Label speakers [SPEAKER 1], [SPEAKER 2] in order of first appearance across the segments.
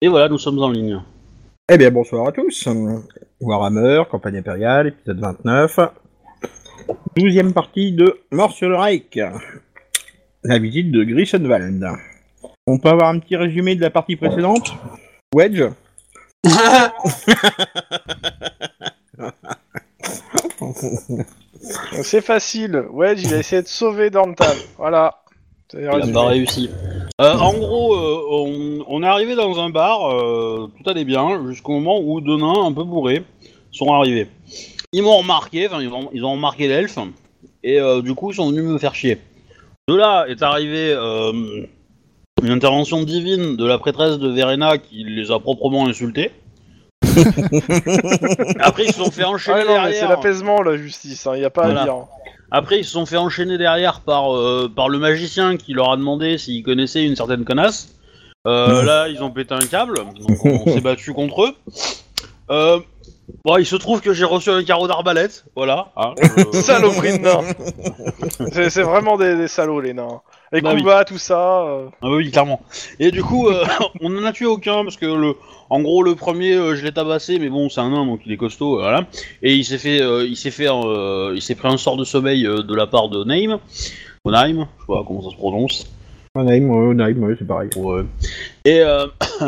[SPEAKER 1] Et voilà, nous sommes en ligne.
[SPEAKER 2] Eh bien, bonsoir à tous. Warhammer, campagne impériale, épisode 29. Douzième partie de Mort sur le Reich. La visite de Grisenwald. On peut avoir un petit résumé de la partie précédente Wedge
[SPEAKER 3] C'est facile. Wedge, il a essayé de sauver Dormtal. Voilà. C'est
[SPEAKER 1] Il
[SPEAKER 3] résumé.
[SPEAKER 1] n'a réussi. Euh, en gros, euh, on, on est arrivé dans un bar, euh, tout allait bien, jusqu'au moment où deux nains un peu bourrés sont arrivés. Ils m'ont remarqué, enfin ils ont, ils ont remarqué l'elfe, et euh, du coup ils sont venus me faire chier. De là est arrivée euh, une intervention divine de la prêtresse de Verena qui les a proprement insultés. Après ils se sont fait enchaîner
[SPEAKER 3] Ah non, mais
[SPEAKER 1] derrière.
[SPEAKER 3] c'est l'apaisement, la justice. hein. Il n'y a pas
[SPEAKER 1] Voilà.
[SPEAKER 3] à dire.
[SPEAKER 1] Après, ils se sont fait enchaîner derrière par, euh, par le magicien qui leur a demandé s'ils connaissaient une certaine connasse. Euh, là, ils ont pété un câble, donc on, on s'est battu contre eux. Euh, bon, il se trouve que j'ai reçu un carreau d'arbalète, voilà. hein, je-
[SPEAKER 3] Saloperie de nains. C'est- C'est vraiment des, des salauds, les nains. Les
[SPEAKER 1] Bah oui.
[SPEAKER 3] combats, tout ça. euh,
[SPEAKER 1] Ah oui, clairement. Et du coup, euh, on n'en a tué aucun parce que le, en gros, le premier, euh, je l'ai tabassé, mais bon, c'est un nain, donc il est costaud, euh, voilà. Et il s'est fait, euh, il s'est fait, euh, il s'est pris un sort de sommeil euh, de la part de Naim, Onaim, je sais pas comment ça se prononce.
[SPEAKER 2] Onaim, Ah, ouais, Onaim, ouais, c'est pareil.
[SPEAKER 1] Ouais. Et, euh, et
[SPEAKER 3] Oh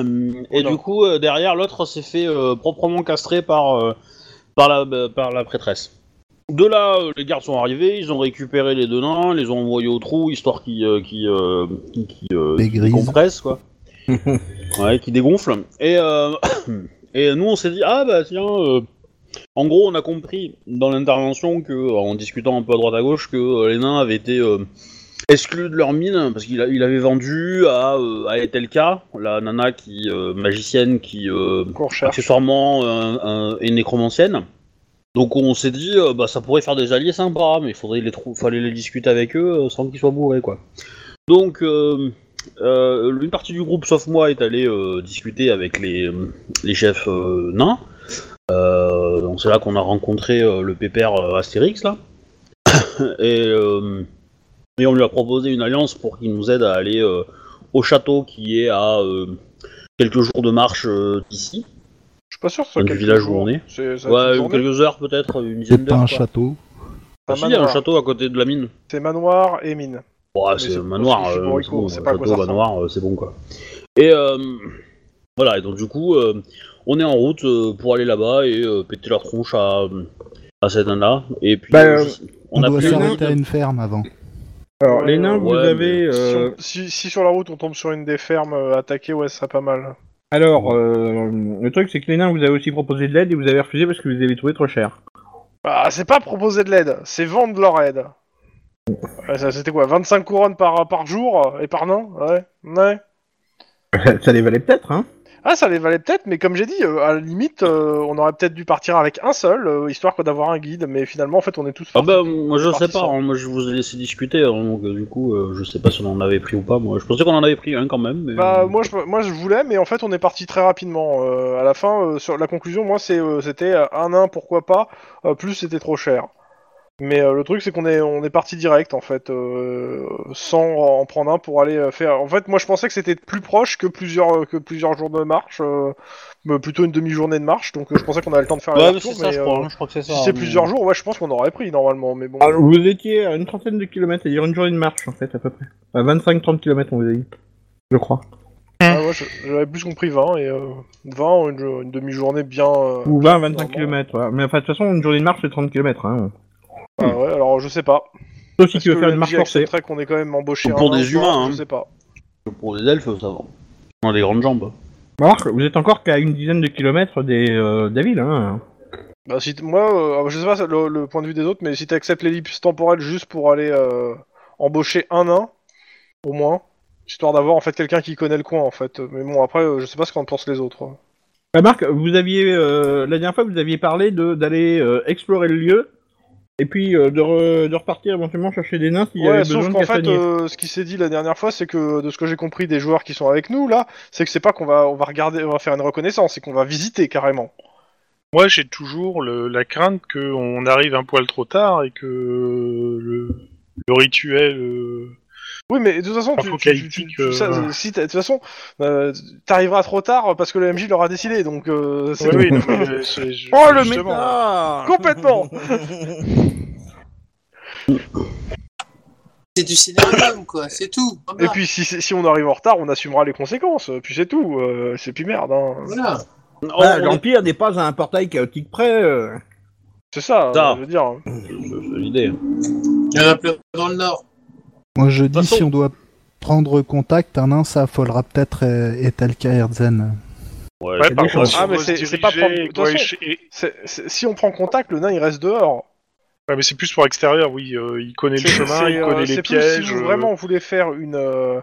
[SPEAKER 3] non.
[SPEAKER 1] du coup, euh, derrière, l'autre s'est fait euh, proprement castrer par, euh, par, la, euh, par la prêtresse. De là, euh, les gardes sont arrivés, ils ont récupéré les deux nains, les ont envoyés au trou, histoire qu'ils euh, qu'ils, euh, qu'ils- qu'ils, euh,
[SPEAKER 4] Dégrise.
[SPEAKER 1] compressent, quoi. ouais, qui dégonflent. Et, euh, et nous, on s'est dit, ah bah tiens, euh, en gros, on a compris dans l'intervention, que, euh, en discutant un peu à droite à gauche, que euh, les nains avaient été... euh, exclu de leur mine parce qu'il a- il avait vendu à, euh, à Etelka, la nana qui euh, magicienne qui euh,
[SPEAKER 3] Qu'on recherche.
[SPEAKER 1] accessoirement euh, un- est nécromancienne. Donc on s'est dit euh, bah ça pourrait faire des alliés sympas, mais il faudrait les trou- fallait les discuter avec eux euh, sans qu'ils soient bourrés quoi. Donc euh, euh, une partie du groupe sauf moi est allée euh, discuter avec les, les chefs euh, nains. Euh, donc c'est là qu'on a rencontré euh, le pépère euh, Astérix là. Et euh, et on lui a proposé une alliance pour qu'il nous aide à aller euh, au château qui est à euh, quelques jours de marche euh, d'ici.
[SPEAKER 3] Je suis pas sûr que ce soit
[SPEAKER 1] Du
[SPEAKER 3] quelques
[SPEAKER 1] village où
[SPEAKER 3] jours.
[SPEAKER 1] on est.
[SPEAKER 3] C'est ça va être
[SPEAKER 1] Ouais,
[SPEAKER 3] une
[SPEAKER 1] ou
[SPEAKER 3] journée.
[SPEAKER 1] quelques heures peut-être, une dizaine
[SPEAKER 4] C'est pas
[SPEAKER 1] d'heures.
[SPEAKER 4] un
[SPEAKER 1] quoi.
[SPEAKER 4] château.
[SPEAKER 3] C'est
[SPEAKER 1] Ah
[SPEAKER 3] un
[SPEAKER 1] si, il y a un
[SPEAKER 3] manoir.
[SPEAKER 1] château à côté de la mine.
[SPEAKER 3] C'est manoir et mine.
[SPEAKER 1] Ouais,
[SPEAKER 3] Mais
[SPEAKER 1] c'est
[SPEAKER 3] c'est-
[SPEAKER 1] un manoir,
[SPEAKER 3] c'est- c'est
[SPEAKER 1] euh,
[SPEAKER 3] bon,
[SPEAKER 1] c'est bon,
[SPEAKER 3] c'est pas à quoi
[SPEAKER 1] château,
[SPEAKER 3] ça ressemble.
[SPEAKER 1] manoir, euh, c'est bon quoi. Et euh, voilà, et donc du coup, euh, on est en route euh, pour aller là-bas et euh, péter leur tronche à, à cette là Et puis,
[SPEAKER 2] Bah,
[SPEAKER 1] euh, je- on
[SPEAKER 4] On,
[SPEAKER 1] a
[SPEAKER 4] doit
[SPEAKER 1] pris
[SPEAKER 2] plus
[SPEAKER 4] s'arrêter
[SPEAKER 2] un-
[SPEAKER 4] à une ferme avant.
[SPEAKER 2] Alors,
[SPEAKER 3] Ouais,
[SPEAKER 2] les nains,
[SPEAKER 3] euh,
[SPEAKER 2] vous
[SPEAKER 1] ouais,
[SPEAKER 2] avez.
[SPEAKER 3] Si,
[SPEAKER 2] euh,
[SPEAKER 3] on- si- si sur la route on tombe sur une des fermes euh, attaquées, ouais, ce serait pas mal.
[SPEAKER 2] Alors, euh, le truc, c'est que les nains, vous avez aussi proposé de l'aide et vous avez refusé parce que vous les avez trouvé trop cher.
[SPEAKER 3] Ah, c'est pas proposer de l'aide, c'est vendre leur aide. Ouais, ça, C'était quoi 25 couronnes par, par jour euh, et par nain Ouais. Ouais.
[SPEAKER 2] Ça, ça les valait peut-être, hein
[SPEAKER 3] Ah, ça les valait peut-être, mais comme j'ai dit, euh, à la limite, euh, on aurait peut-être dû partir avec un seul, euh, histoire que d'avoir un guide, mais finalement, en fait, on est tous
[SPEAKER 1] Ah
[SPEAKER 3] partis.
[SPEAKER 1] bah moi je sais
[SPEAKER 3] parti
[SPEAKER 1] pas,
[SPEAKER 3] sans.
[SPEAKER 1] hein, moi je vous ai laissé discuter, hein, donc euh, du coup euh, je sais pas si on en avait pris ou pas, moi je pensais qu'on en avait pris un quand même. Mais... euh,
[SPEAKER 3] Bah, moi je, moi, je voulais, mais en fait, on est parti très rapidement. Euh, à la fin, euh, sur la conclusion, moi, c'est, euh, c'était euh, un nain, pourquoi pas, euh, plus c'était trop cher. Mais euh, le truc, c'est qu'on est, on est parti direct, en fait, euh, sans en prendre un pour aller euh, faire. En fait, moi, je pensais que c'était plus proche que plusieurs, euh, que plusieurs jours de marche, euh, mais plutôt une demi-journée de marche, donc euh, je pensais qu'on avait le temps de faire
[SPEAKER 1] Ouais,
[SPEAKER 3] la
[SPEAKER 1] mais c'est ça
[SPEAKER 3] mais,
[SPEAKER 1] je
[SPEAKER 3] euh,
[SPEAKER 1] crois, hein, je crois que c'est ça.
[SPEAKER 3] Si c'est
[SPEAKER 1] mais-
[SPEAKER 3] plusieurs jours, ouais, je pense qu'on aurait pris normalement, mais bon.
[SPEAKER 1] Ah
[SPEAKER 2] Alors, Ah, vous étiez à une trentaine de kilomètres, c'est-à-dire une journée de marche, en fait, à peu près. À 25-30 kilomètres, on vous a dit. Je crois.
[SPEAKER 3] Ah, ouais, je- j'avais plus compris 20 et euh, 20 une, une demi-journée bien. euh,
[SPEAKER 2] Ou 20-25
[SPEAKER 3] Normalement.
[SPEAKER 2] kilomètres, ouais. Mais enfin, de toute façon, une journée de marche, c'est 30 kilomètres, hein.
[SPEAKER 3] ah ouais, alors je sais pas.
[SPEAKER 2] Sauf si
[SPEAKER 3] Est-ce
[SPEAKER 2] tu veux
[SPEAKER 3] que
[SPEAKER 2] faire
[SPEAKER 3] la
[SPEAKER 2] une marche
[SPEAKER 3] vie
[SPEAKER 2] forcée.
[SPEAKER 3] accepterait qu'on est quand même embauché
[SPEAKER 1] Ou pour
[SPEAKER 3] un
[SPEAKER 1] des
[SPEAKER 3] jour,
[SPEAKER 1] humains, hein.
[SPEAKER 3] Je sais pas.
[SPEAKER 1] Pour les elfes, ça va. On a des grandes jambes. hein.
[SPEAKER 2] Remarque, vous êtes encore qu'à une dizaine de kilomètres des, euh, de la ville, hein.
[SPEAKER 3] Bah, si t- moi, euh, je sais pas le, le point de vue des autres, mais si t'acceptes l'ellipse temporelle juste pour aller euh, embaucher un nain, au moins, histoire d'avoir en fait quelqu'un qui connaît le coin en fait. Mais bon, après, euh, je sais pas ce qu'en pensent les autres.
[SPEAKER 2] Remarque, Ah, vous aviez, euh, la dernière fois, vous aviez parlé de- d'aller euh, explorer le lieu, et puis euh, de, re- de repartir éventuellement chercher des nains s'il y
[SPEAKER 3] Ouais,
[SPEAKER 2] avait
[SPEAKER 3] sauf
[SPEAKER 2] besoin de
[SPEAKER 3] qu'en fait,
[SPEAKER 2] castagniers.
[SPEAKER 3] euh, ce qui s'est dit la dernière fois, c'est que de ce que j'ai compris des joueurs qui sont avec nous là, c'est que c'est pas qu'on va, on va regarder, on va faire une reconnaissance, c'est qu'on va visiter carrément.
[SPEAKER 5] Moi, j'ai toujours le- la crainte qu'on arrive un poil trop tard et que le, le rituel euh,
[SPEAKER 3] Oui, mais de toute façon, tu, tu- tu- tu-
[SPEAKER 5] Apocalyptique,
[SPEAKER 3] tu-
[SPEAKER 5] euh,
[SPEAKER 3] ça,
[SPEAKER 5] voilà.
[SPEAKER 3] si t'as- de toute façon, euh, t'arriveras trop tard parce que le MJ l'aura décidé, donc euh, c'est
[SPEAKER 5] Oui, oui, non, mais c'est- je-
[SPEAKER 3] Oh, le
[SPEAKER 5] justement.
[SPEAKER 2] méta
[SPEAKER 3] Complètement.
[SPEAKER 4] C'est du scénario, quoi, c'est tout. Voilà.
[SPEAKER 3] Et puis si, si on arrive en retard, on assumera les conséquences. Puis c'est tout. euh, c'est puis merde. Hein.
[SPEAKER 4] Voilà.
[SPEAKER 2] Voilà,
[SPEAKER 1] on est-
[SPEAKER 2] L'Empire n'est pas à un portail chaotique près. euh.
[SPEAKER 3] C'est ça.
[SPEAKER 1] Ça.
[SPEAKER 3] euh, je veux dire.
[SPEAKER 1] C'est l'idée.
[SPEAKER 4] Il y en a plein dans le Nord.
[SPEAKER 6] Moi, je dis,
[SPEAKER 1] façon-
[SPEAKER 6] si on doit prendre contact, un nain, ça affolera peut-être euh, Etalka Herzen.
[SPEAKER 1] Ouais,
[SPEAKER 5] Ouais,
[SPEAKER 1] c'est
[SPEAKER 5] par
[SPEAKER 1] pas
[SPEAKER 5] contre,
[SPEAKER 1] grave.
[SPEAKER 5] si
[SPEAKER 3] Ah,
[SPEAKER 5] on
[SPEAKER 3] mais
[SPEAKER 5] doit
[SPEAKER 3] c'est-
[SPEAKER 5] se
[SPEAKER 3] c'est pas
[SPEAKER 5] diriger,
[SPEAKER 3] prendre- de toute
[SPEAKER 5] quoi, et
[SPEAKER 3] façon-
[SPEAKER 5] ch- et-
[SPEAKER 3] C'est- c'est- si on prend contact, le nain il reste dehors.
[SPEAKER 5] ouais, mais c'est plus pour extérieur, oui. euh, il connaît le
[SPEAKER 3] C'est-
[SPEAKER 5] chemin,
[SPEAKER 3] c'est,
[SPEAKER 5] il
[SPEAKER 3] euh,
[SPEAKER 5] connaît
[SPEAKER 3] c'est plus
[SPEAKER 5] les pièges.
[SPEAKER 3] Si
[SPEAKER 5] euh,
[SPEAKER 3] vous vraiment voulez faire une, euh,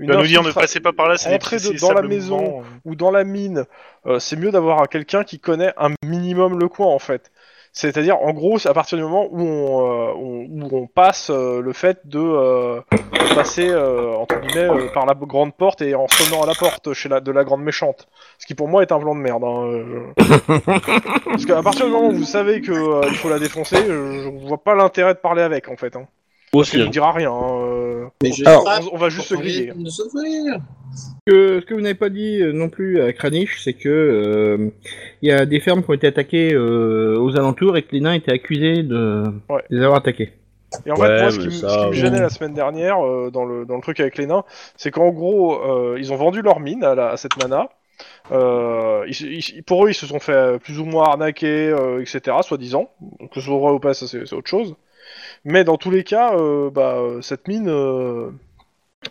[SPEAKER 5] Il
[SPEAKER 3] une
[SPEAKER 5] va nous dire ne
[SPEAKER 3] infiltra-
[SPEAKER 5] passez pas par là, c'est
[SPEAKER 3] Rentrez de-
[SPEAKER 5] c'est
[SPEAKER 3] dans la
[SPEAKER 5] sable
[SPEAKER 3] maison.
[SPEAKER 5] mouvant.
[SPEAKER 3] ou dans la mine, euh, c'est mieux d'avoir quelqu'un qui connaît un minimum le coin en fait. C'est-à-dire, en gros, c'est à partir du moment où on, euh, on- où on passe euh, le fait de, euh, de passer euh, entre guillemets euh, par la grande porte et en sonnant à la porte chez la, de la grande méchante. Ce qui pour moi est un plan de merde. hein, euh, je- Parce qu'à partir du moment où vous savez que euh, il faut la défoncer, je, je vois pas l'intérêt de parler avec en fait. Hein.
[SPEAKER 1] Moi
[SPEAKER 3] Parce qu'elle
[SPEAKER 1] aussi. hein.
[SPEAKER 3] nous dira rien. hein, euh,
[SPEAKER 4] Mais je
[SPEAKER 2] Alors,
[SPEAKER 4] frappe
[SPEAKER 3] on, on va juste se
[SPEAKER 4] pour
[SPEAKER 3] griller.
[SPEAKER 4] éviter de nous ouvrir.
[SPEAKER 2] Que- ce que vous n'avez pas dit euh, non plus à Kranich, c'est que euh, il y a des fermes qui ont été attaquées euh, aux alentours et que les nains étaient accusés de
[SPEAKER 3] Ouais.
[SPEAKER 2] de les avoir attaqués.
[SPEAKER 3] Et en
[SPEAKER 1] Ouais,
[SPEAKER 3] fait, moi, ce qui,
[SPEAKER 1] mais
[SPEAKER 3] m-
[SPEAKER 1] ça,
[SPEAKER 3] ce qui me
[SPEAKER 1] bon.
[SPEAKER 3] gênait la semaine dernière euh, dans, le, dans le truc avec les nains, c'est qu'en gros, euh, ils ont vendu leur mine à, la- à cette nana. Euh, ils se- ils- pour eux, ils se sont fait euh, plus ou moins arnaquer, euh, etc., soi-disant. Que ce soit vrai ou pas, ça c'est c'est autre chose. Mais dans tous les cas, euh, bah, euh, cette mine, euh,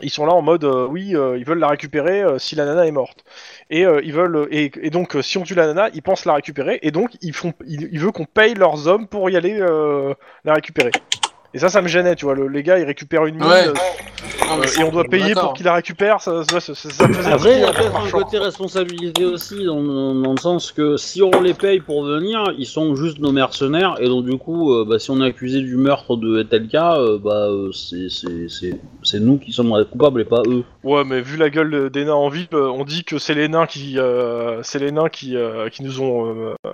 [SPEAKER 3] ils sont là en mode euh, oui, euh, ils veulent la récupérer euh, si la nana est morte. Et euh, ils veulent et, et donc euh, si on tue la nana, ils pensent la récupérer et donc ils font, ils, ils veulent qu'on paye leurs hommes pour y aller euh, la récupérer. Et ça, ça me gênait, tu vois. le- les gars, ils récupèrent une mine
[SPEAKER 4] Ouais.
[SPEAKER 3] euh,
[SPEAKER 4] Non, mais
[SPEAKER 3] et on doit payer pour qu'ils la récupèrent. Ça, ça, ça, ça, ça me faisait
[SPEAKER 1] Après, il y a
[SPEAKER 3] beaucoup,
[SPEAKER 1] peut-être
[SPEAKER 3] euh,
[SPEAKER 1] un
[SPEAKER 3] choc.
[SPEAKER 1] côté responsabilité aussi, dans, dans- dans le sens que si on les paye pour venir, ils sont juste nos mercenaires, et donc du coup, euh, bah, si on est accusé du meurtre de tel cas, euh, bah, euh, c'est- c'est c'est- c'est nous qui sommes coupables et pas eux.
[SPEAKER 3] Ouais, mais vu la gueule de- des nains en ville, euh, on dit que c'est les nains qui, euh, c'est les nains qui, euh, qui nous ont, euh, euh,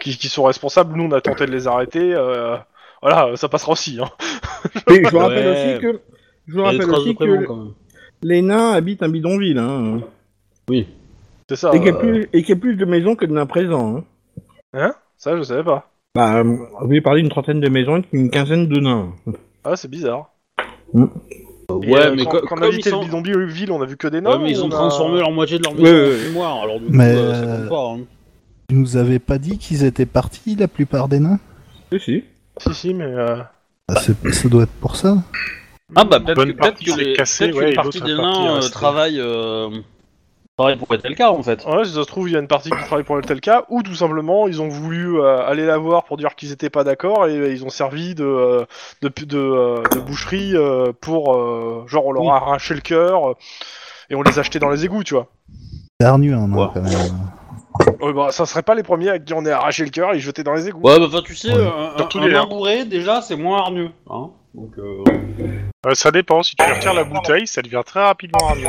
[SPEAKER 3] qui, qui sont responsables. Nous, on a tenté de les arrêter. euh, voilà, ça passera aussi. Hein.
[SPEAKER 2] Et je vous rappelle
[SPEAKER 1] Ouais.
[SPEAKER 2] aussi que je
[SPEAKER 1] Il y a
[SPEAKER 2] vous
[SPEAKER 1] des
[SPEAKER 2] rappelle
[SPEAKER 1] traces de
[SPEAKER 2] aussi que
[SPEAKER 1] prénom, quand même.
[SPEAKER 2] les nains habitent un bidonville hein,
[SPEAKER 3] C'est ça.
[SPEAKER 2] et qu'il y, a
[SPEAKER 3] euh,
[SPEAKER 2] plus- et qu'il y a plus de maisons que de nains présents. hein.
[SPEAKER 3] Hein Ça, je savais pas.
[SPEAKER 2] Bah, euh, vous avez parlé d'une trentaine de maisons et d'une quinzaine de nains.
[SPEAKER 3] Ah, c'est bizarre. Et,
[SPEAKER 1] Bah, Ouais,
[SPEAKER 3] euh,
[SPEAKER 1] mais
[SPEAKER 3] quand,
[SPEAKER 1] co-
[SPEAKER 3] quand on a
[SPEAKER 1] comme ils
[SPEAKER 3] visité
[SPEAKER 1] sont...
[SPEAKER 3] le bidonville ville, on a vu que des nains.
[SPEAKER 1] Ouais, mais ils
[SPEAKER 3] ou
[SPEAKER 1] ont
[SPEAKER 3] on a-
[SPEAKER 1] transformé leur moitié de leur
[SPEAKER 2] Ouais,
[SPEAKER 1] maison
[SPEAKER 2] ouais, ouais.
[SPEAKER 1] en fumoir, alors du coup,
[SPEAKER 6] Mais,
[SPEAKER 1] euh, ça compte
[SPEAKER 6] euh,
[SPEAKER 1] pas. hein.
[SPEAKER 6] Tu nous avais pas dit qu'ils étaient partis, la plupart des nains
[SPEAKER 2] Si, si.
[SPEAKER 3] Si, si, mais. euh,
[SPEAKER 6] Bah, c'est- Ça doit être pour ça.
[SPEAKER 1] Ah bah peut-être
[SPEAKER 5] bonne
[SPEAKER 1] que, peut-être
[SPEAKER 5] partie
[SPEAKER 1] que
[SPEAKER 5] s'est
[SPEAKER 1] les-
[SPEAKER 5] cassée,
[SPEAKER 1] peut-être
[SPEAKER 5] ouais,
[SPEAKER 1] qu'une
[SPEAKER 5] et
[SPEAKER 1] partie
[SPEAKER 5] l'autre
[SPEAKER 1] des
[SPEAKER 5] partie est
[SPEAKER 1] nains euh,
[SPEAKER 5] restée.
[SPEAKER 1] travaillent, euh, travaillent pour tel cas en fait.
[SPEAKER 3] Ouais, si ça se trouve, il y a une partie qui travaille pour le tel cas, ou tout simplement, ils ont voulu euh, aller la voir pour dire qu'ils étaient pas d'accord, et euh, ils ont servi de, euh, de, pu- de, euh, de boucherie euh, pour. euh, genre, on leur a arraché le cœur, euh, et on les a jetés dans les égouts, tu vois.
[SPEAKER 6] Darnu, un nain,
[SPEAKER 1] Ouais.
[SPEAKER 6] quand même.
[SPEAKER 3] Ouais, bah, ça serait pas les premiers à qui on est arraché le cœur et jeté dans les égouts.
[SPEAKER 1] Ouais, bah enfin, tu sais,
[SPEAKER 6] Ouais.
[SPEAKER 1] un, un,
[SPEAKER 5] Surtout
[SPEAKER 1] un
[SPEAKER 5] les
[SPEAKER 1] nain
[SPEAKER 5] nains.
[SPEAKER 1] bourré, déjà, c'est moins hargneux. Hein Donc, euh...
[SPEAKER 5] Euh, ça dépend, si tu lui retires la bouteille, ça devient très rapidement hargneux.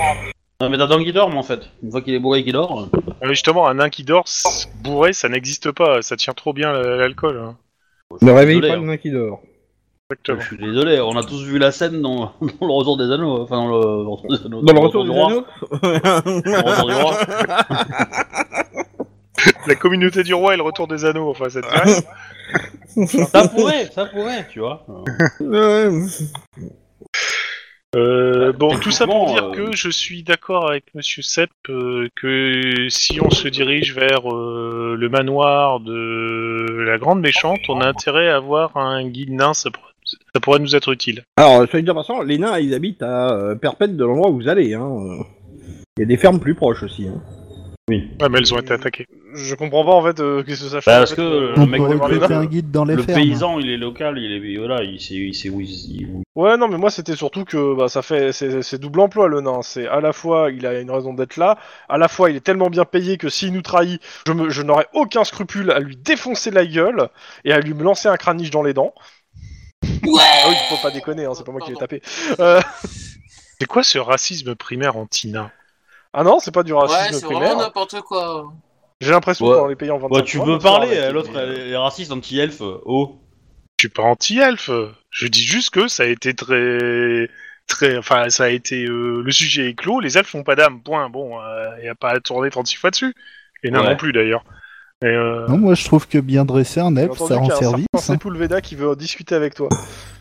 [SPEAKER 1] Non, mais t'as Dang qui dorme en fait. Une fois qu'il est bourré et qu'il dort. euh.
[SPEAKER 5] Euh, justement, un nain qui dort s- bourré, ça n'existe pas, ça tient trop bien euh, l'alcool. hein.
[SPEAKER 2] Ne réveillez
[SPEAKER 1] désolé,
[SPEAKER 2] pas
[SPEAKER 1] hein.
[SPEAKER 2] le nain qui dort.
[SPEAKER 1] Je
[SPEAKER 5] Exactement.
[SPEAKER 1] suis désolé, on a tous vu la scène dans, dans le retour des anneaux. euh, Enfin, dans le, dans le retour des anneaux.
[SPEAKER 2] Dans le retour
[SPEAKER 1] du
[SPEAKER 2] des
[SPEAKER 1] roi.
[SPEAKER 2] anneaux
[SPEAKER 1] Dans le retour du roi.
[SPEAKER 5] La communauté du roi et le retour des anneaux, enfin, ça te dirait
[SPEAKER 1] ça pourrait, ça pourrait, tu vois. Euh,
[SPEAKER 2] Ouais.
[SPEAKER 5] Euh, bon, tout ça pour
[SPEAKER 1] Bon,
[SPEAKER 5] dire
[SPEAKER 1] euh,
[SPEAKER 5] que je suis d'accord avec Monsieur Sepp euh, que si on se dirige vers euh, le manoir de la Grande Méchante, on a intérêt à avoir un guide nain, ça, pour- ça pourrait nous être utile.
[SPEAKER 2] Alors, soit dit en passant, les nains, ils habitent à euh, perpète de l'endroit où vous allez. Hein. euh. Il y a des fermes plus proches aussi. hein.
[SPEAKER 5] Ouais, mais elles ont été attaquées.
[SPEAKER 3] Je comprends pas en fait euh, qu'est-ce que ça change.
[SPEAKER 1] Bah,
[SPEAKER 3] en
[SPEAKER 1] parce
[SPEAKER 3] fait,
[SPEAKER 1] que,
[SPEAKER 3] euh,
[SPEAKER 1] le
[SPEAKER 6] On
[SPEAKER 1] mec
[SPEAKER 6] peut
[SPEAKER 1] qui
[SPEAKER 3] voir les
[SPEAKER 6] recruter
[SPEAKER 3] nains.
[SPEAKER 6] un guide dans les
[SPEAKER 1] Euh, le
[SPEAKER 6] fermes.
[SPEAKER 1] paysan, il est local, il est voilà, il sait, il sait où il. il- où-
[SPEAKER 3] Ouais, non, mais moi c'était surtout que bah, ça fait c'est c'est double emploi le nain. C'est à la fois il a une raison d'être là, à la fois il est tellement bien payé que s'il nous trahit, je, me- je n'aurais aucun scrupule à lui défoncer la gueule et à lui me lancer un craniche dans les dents.
[SPEAKER 4] Ouais
[SPEAKER 3] Ah oui, faut pas déconner, hein, c'est pas moi qui l'ai tapé. Euh,
[SPEAKER 5] C'est quoi ce racisme primaire anti-nain
[SPEAKER 3] ah non, c'est pas du
[SPEAKER 4] Ouais,
[SPEAKER 3] racisme
[SPEAKER 4] c'est
[SPEAKER 3] primaire.
[SPEAKER 4] vraiment n'importe quoi.
[SPEAKER 3] J'ai l'impression
[SPEAKER 1] Ouais.
[SPEAKER 3] que dans les pays en 25
[SPEAKER 1] Bah, tu
[SPEAKER 3] mois,
[SPEAKER 1] peux
[SPEAKER 3] on sort
[SPEAKER 1] parler,
[SPEAKER 3] avec
[SPEAKER 1] euh,
[SPEAKER 3] les-
[SPEAKER 1] l'autre elle est raciste, un petit elfe. Oh.
[SPEAKER 5] Je suis pas anti-elfe, je dis juste que ça a été très très, enfin, ça a été euh, le sujet est clos. Les elfes font pas d'âme. Point. Bon, il n'y a pas à tourner 36 fois dessus. Et non
[SPEAKER 1] Ouais.
[SPEAKER 5] non plus d'ailleurs. Mais, euh,
[SPEAKER 6] Non, moi je trouve que bien dresser un
[SPEAKER 3] J'ai
[SPEAKER 6] elfe,
[SPEAKER 3] entendu
[SPEAKER 6] ça rend
[SPEAKER 3] qu'il y a un
[SPEAKER 6] service.
[SPEAKER 3] certain
[SPEAKER 6] hein.
[SPEAKER 3] Sepulveda qui veut discuter avec toi.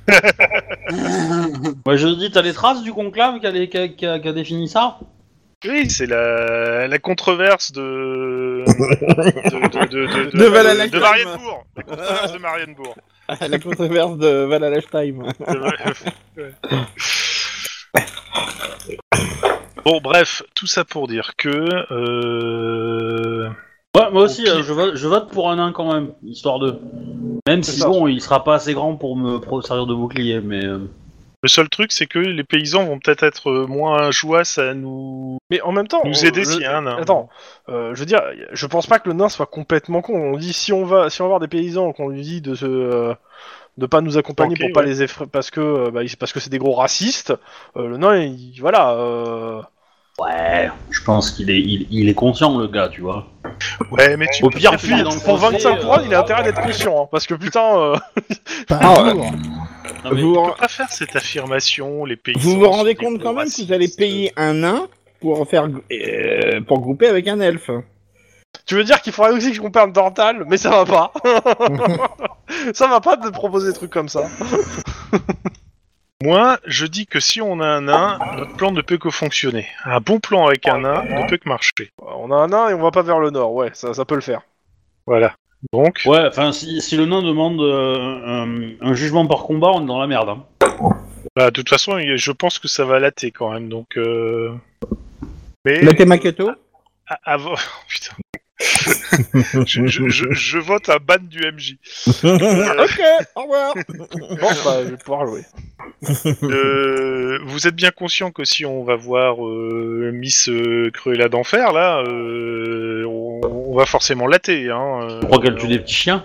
[SPEAKER 1] Bah, je dis, t'as les traces du conclave qui a, les- qui a- qui a- qui a défini ça
[SPEAKER 5] Oui, c'est la, la controverse de de de de de,
[SPEAKER 2] De Valhalla
[SPEAKER 5] de Marienbourg. La controverse de Marienbourg.
[SPEAKER 2] La controverse de Valhalla Time.
[SPEAKER 5] bon, bref, tout ça pour dire que euh,
[SPEAKER 1] Ouais, moi aussi,
[SPEAKER 5] Au pire.
[SPEAKER 1] euh, je, vote, je vote pour un nain quand même, histoire de. Même
[SPEAKER 3] C'est
[SPEAKER 1] si,
[SPEAKER 3] ça.
[SPEAKER 1] bon, il sera pas assez grand pour me pro- servir de bouclier, mais. euh,
[SPEAKER 5] le seul truc, c'est que les paysans vont peut-être être euh, moins joyeux à nous
[SPEAKER 3] Mais en même temps,
[SPEAKER 5] nous
[SPEAKER 2] Oh,
[SPEAKER 3] on-
[SPEAKER 5] aider
[SPEAKER 3] je-
[SPEAKER 5] s'il y a un. nain.
[SPEAKER 3] Attends, euh, je veux dire, je pense pas que le nain soit complètement con. On dit si on va, si on va voir des paysans, qu'on lui dit de se, euh, de pas nous accompagner
[SPEAKER 5] Ok,
[SPEAKER 3] pour pas
[SPEAKER 5] ouais.
[SPEAKER 3] les effrayer parce que, euh, bah, il- parce que c'est des gros racistes. euh, le nain, il- voilà. euh,
[SPEAKER 1] Ouais, je pense qu'il est, il, il est conscient, le gars, tu vois.
[SPEAKER 5] Ouais, mais tu
[SPEAKER 1] Au pire,
[SPEAKER 3] Et
[SPEAKER 1] tu
[SPEAKER 3] puis
[SPEAKER 1] l'as dans le
[SPEAKER 3] pour
[SPEAKER 1] fossé,
[SPEAKER 3] 25
[SPEAKER 1] euh,
[SPEAKER 3] couronnes, il a intérêt d'être conscient, hein, parce que putain, euh,
[SPEAKER 6] Pas
[SPEAKER 2] Ah,
[SPEAKER 6] un jour.
[SPEAKER 1] Non, mais-
[SPEAKER 2] vous vous,
[SPEAKER 5] peux pas faire cette affirmation. Les paysans.
[SPEAKER 2] vous vous
[SPEAKER 5] sont
[SPEAKER 2] rendez
[SPEAKER 5] des
[SPEAKER 2] compte
[SPEAKER 5] gros
[SPEAKER 2] quand même que
[SPEAKER 5] racistes.
[SPEAKER 2] vous allez payer un nain pour faire euh, pour grouper avec un elfe.
[SPEAKER 3] tu veux dire qu'il faudrait aussi que je compare Dortal, mais ça va pas. ça va pas de proposer des trucs comme ça.
[SPEAKER 5] Moi, je dis que si on a un nain, notre plan ne peut que fonctionner. Un bon plan avec un nain ne peut que marcher.
[SPEAKER 3] Euh, On a un nain et on va pas vers le nord, ouais, ça, ça peut le faire.
[SPEAKER 5] Voilà. Donc,
[SPEAKER 1] Ouais, enfin, si, si le nain demande euh, un, un jugement par combat, on est dans la merde. Hein.
[SPEAKER 5] bah, de toute façon, il- je pense que ça va latter quand même. Donc, euh... mais
[SPEAKER 2] La Makoto
[SPEAKER 5] a- avant, putain, je, je- je- je vote un ban du MJ.
[SPEAKER 2] Ok, au revoir.
[SPEAKER 3] Bon, bah, je vais pouvoir jouer.
[SPEAKER 5] Euh, vous êtes bien conscient que si on va voir euh, Miss euh, Cruella d'enfer là, euh, on, on va forcément latter. Hein, euh,
[SPEAKER 1] Je crois qu'elle tue des petits chiens.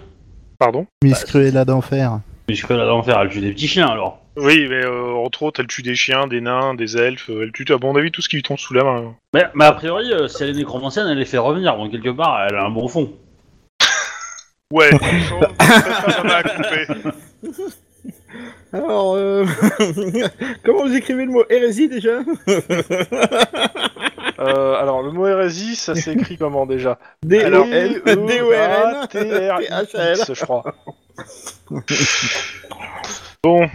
[SPEAKER 5] Pardon.
[SPEAKER 6] Miss Cruella d'enfer.
[SPEAKER 1] Mais je là d'enfer, elle tue des petits chiens alors.
[SPEAKER 5] Oui, mais euh, entre autres, elle tue des chiens, des nains, des elfes. euh, Elle tue, à mon avis, tout ce qui lui tombe sous la main.
[SPEAKER 1] Mais, mais a priori, euh, si elle est nécromancienne, elle les fait revenir, donc quelque part, elle a un bon fond.
[SPEAKER 5] Ouais. Chose, pas la main à couper.
[SPEAKER 2] Alors, euh, comment vous écrivez le mot hérésie déjà
[SPEAKER 3] Euh, alors, le mot hérésie, ça s'écrit comment déjà
[SPEAKER 2] D E
[SPEAKER 3] Alors,
[SPEAKER 2] L-
[SPEAKER 3] L-
[SPEAKER 2] D O R N
[SPEAKER 3] A- T- R- I-
[SPEAKER 2] T-H-L.
[SPEAKER 3] X, je crois.
[SPEAKER 5] bon.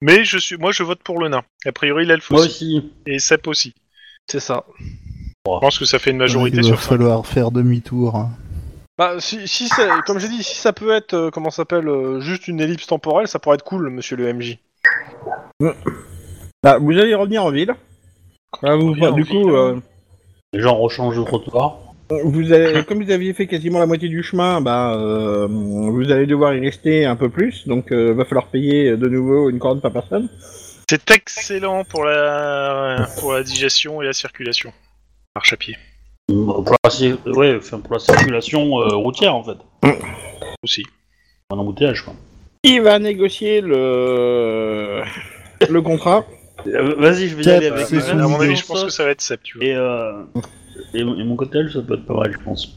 [SPEAKER 5] Mais je suis, moi, je vote pour le nain. A priori, l'elfe
[SPEAKER 1] Moi
[SPEAKER 5] aussi.
[SPEAKER 1] aussi.
[SPEAKER 5] et Sep aussi.
[SPEAKER 3] C'est ça.
[SPEAKER 5] Je pense que ça fait une majorité
[SPEAKER 6] Il va
[SPEAKER 5] sur ça.
[SPEAKER 6] falloir faire demi-tour.
[SPEAKER 3] Bah, si, si ça- comme j'ai dit, si ça peut être, euh, comment ça s'appelle, euh, juste une ellipse temporelle, ça pourrait être cool, monsieur le MJ.
[SPEAKER 2] Bah, vous allez revenir en ville. Bah, vous-
[SPEAKER 5] Revenir en
[SPEAKER 2] du
[SPEAKER 5] ville,
[SPEAKER 2] coup,
[SPEAKER 5] hein.
[SPEAKER 1] Les gens rechangent de trottoir.
[SPEAKER 2] euh, vous avez, comme vous aviez fait quasiment la moitié du chemin, bah, euh, vous allez devoir y rester un peu plus, donc euh, va falloir payer euh, de nouveau une corne par personne.
[SPEAKER 5] C'est excellent pour la pour la digestion et la circulation. Marche à pied
[SPEAKER 1] Mm, Pour la, cir- ouais, enfin, pour la circulation euh, routière en fait.
[SPEAKER 5] aussi.
[SPEAKER 1] Un embouteillage quoi.
[SPEAKER 2] Il va négocier le le contrat.
[SPEAKER 1] Euh, Vas-y, je vais y aller
[SPEAKER 6] Cap,
[SPEAKER 1] avec
[SPEAKER 6] c'est
[SPEAKER 5] Euh, à
[SPEAKER 6] son
[SPEAKER 5] mon avis,
[SPEAKER 6] idée.
[SPEAKER 5] je pense que ça va être Sep. Tu vois.
[SPEAKER 1] Et, euh, et, et mon cocktail, ça peut être pas mal, je pense.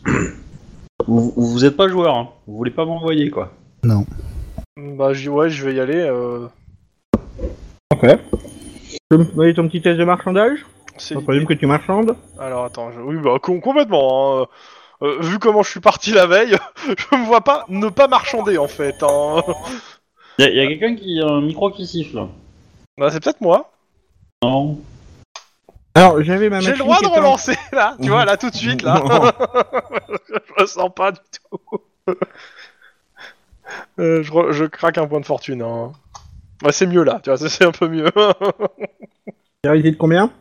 [SPEAKER 1] Vous, vous- vous êtes pas joueur, hein. vous voulez pas m'envoyer quoi.
[SPEAKER 3] Bah, je dis, ouais, je vais y aller. euh,
[SPEAKER 2] Ok. Tu me donner ton petit test de marchandage
[SPEAKER 3] c'est
[SPEAKER 2] Je présume que tu marchandes.
[SPEAKER 3] Alors, attends, je- oui, bah, com- complètement. hein, euh, euh, vu comment je suis parti la veille, je me vois pas ne pas marchander en fait. hein.
[SPEAKER 1] Y'a y a quelqu'un qui a un micro qui siffle. hein.
[SPEAKER 3] Bah, c'est peut-être moi.
[SPEAKER 1] Non
[SPEAKER 2] Alors, j'avais ma machine.
[SPEAKER 3] J'ai le droit
[SPEAKER 2] qui
[SPEAKER 3] de
[SPEAKER 2] était en-
[SPEAKER 3] relancer là, tu vois, là tout de suite là. je le sens pas du tout. Euh, je, re- je craque un point de fortune. hein. Bah, c'est mieux là, tu vois, c'est- c'est un peu mieux.
[SPEAKER 2] T'as réalisé de combien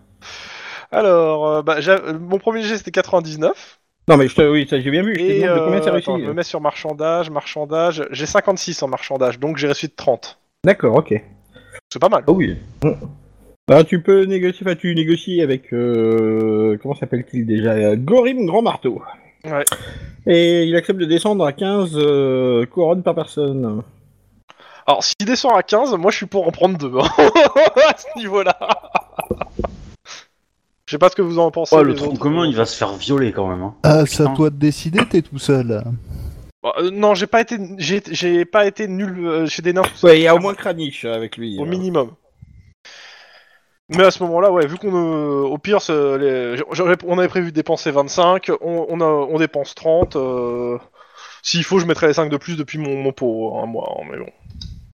[SPEAKER 3] Alors, euh, bah, j'a- euh, mon premier jet c'était 99.
[SPEAKER 2] Non, mais je te... oui, ça j'ai bien vu. Je te
[SPEAKER 3] Et
[SPEAKER 2] demande de combien
[SPEAKER 3] euh,
[SPEAKER 2] t'as réussi.
[SPEAKER 3] attends, je me mets sur marchandage, marchandage. J'ai 56 en marchandage, donc j'ai réussi de 30.
[SPEAKER 2] D'accord, ok.
[SPEAKER 3] C'est pas mal.
[SPEAKER 1] Ah oui.
[SPEAKER 2] Bah, tu peux négocier, enfin, tu négocies avec, euh, comment s'appelle-t-il déjà euh, Gorim Grand Marteau.
[SPEAKER 3] Ouais.
[SPEAKER 2] Et il accepte de descendre à 15 euh, couronnes par personne.
[SPEAKER 3] Alors, s'il descend à 15, moi je suis pour en prendre deux. hein. à ce niveau-là. Je sais pas ce que vous en pensez.
[SPEAKER 1] Oh, le
[SPEAKER 3] les
[SPEAKER 1] tronc
[SPEAKER 3] autres.
[SPEAKER 1] commun, il va se faire violer quand même. Hein.
[SPEAKER 6] Ah, c'est à
[SPEAKER 1] putain.
[SPEAKER 6] toi de décider, t'es tout seul.
[SPEAKER 3] Bah, euh, non, j'ai pas été, j'ai, j'ai pas été nul euh, chez des nains
[SPEAKER 2] euh. Ouais, il y a au moins Kranich avec lui.
[SPEAKER 3] au minimum. Mais à ce moment-là, ouais, vu qu'on euh, au pire, ce- les- j'aurais- on avait prévu de dépenser 25, on, on, a- on dépense 30. euh, S'il faut, je mettrai les 5 de plus depuis mon, mon pot, hein, moi, hein, mais bon.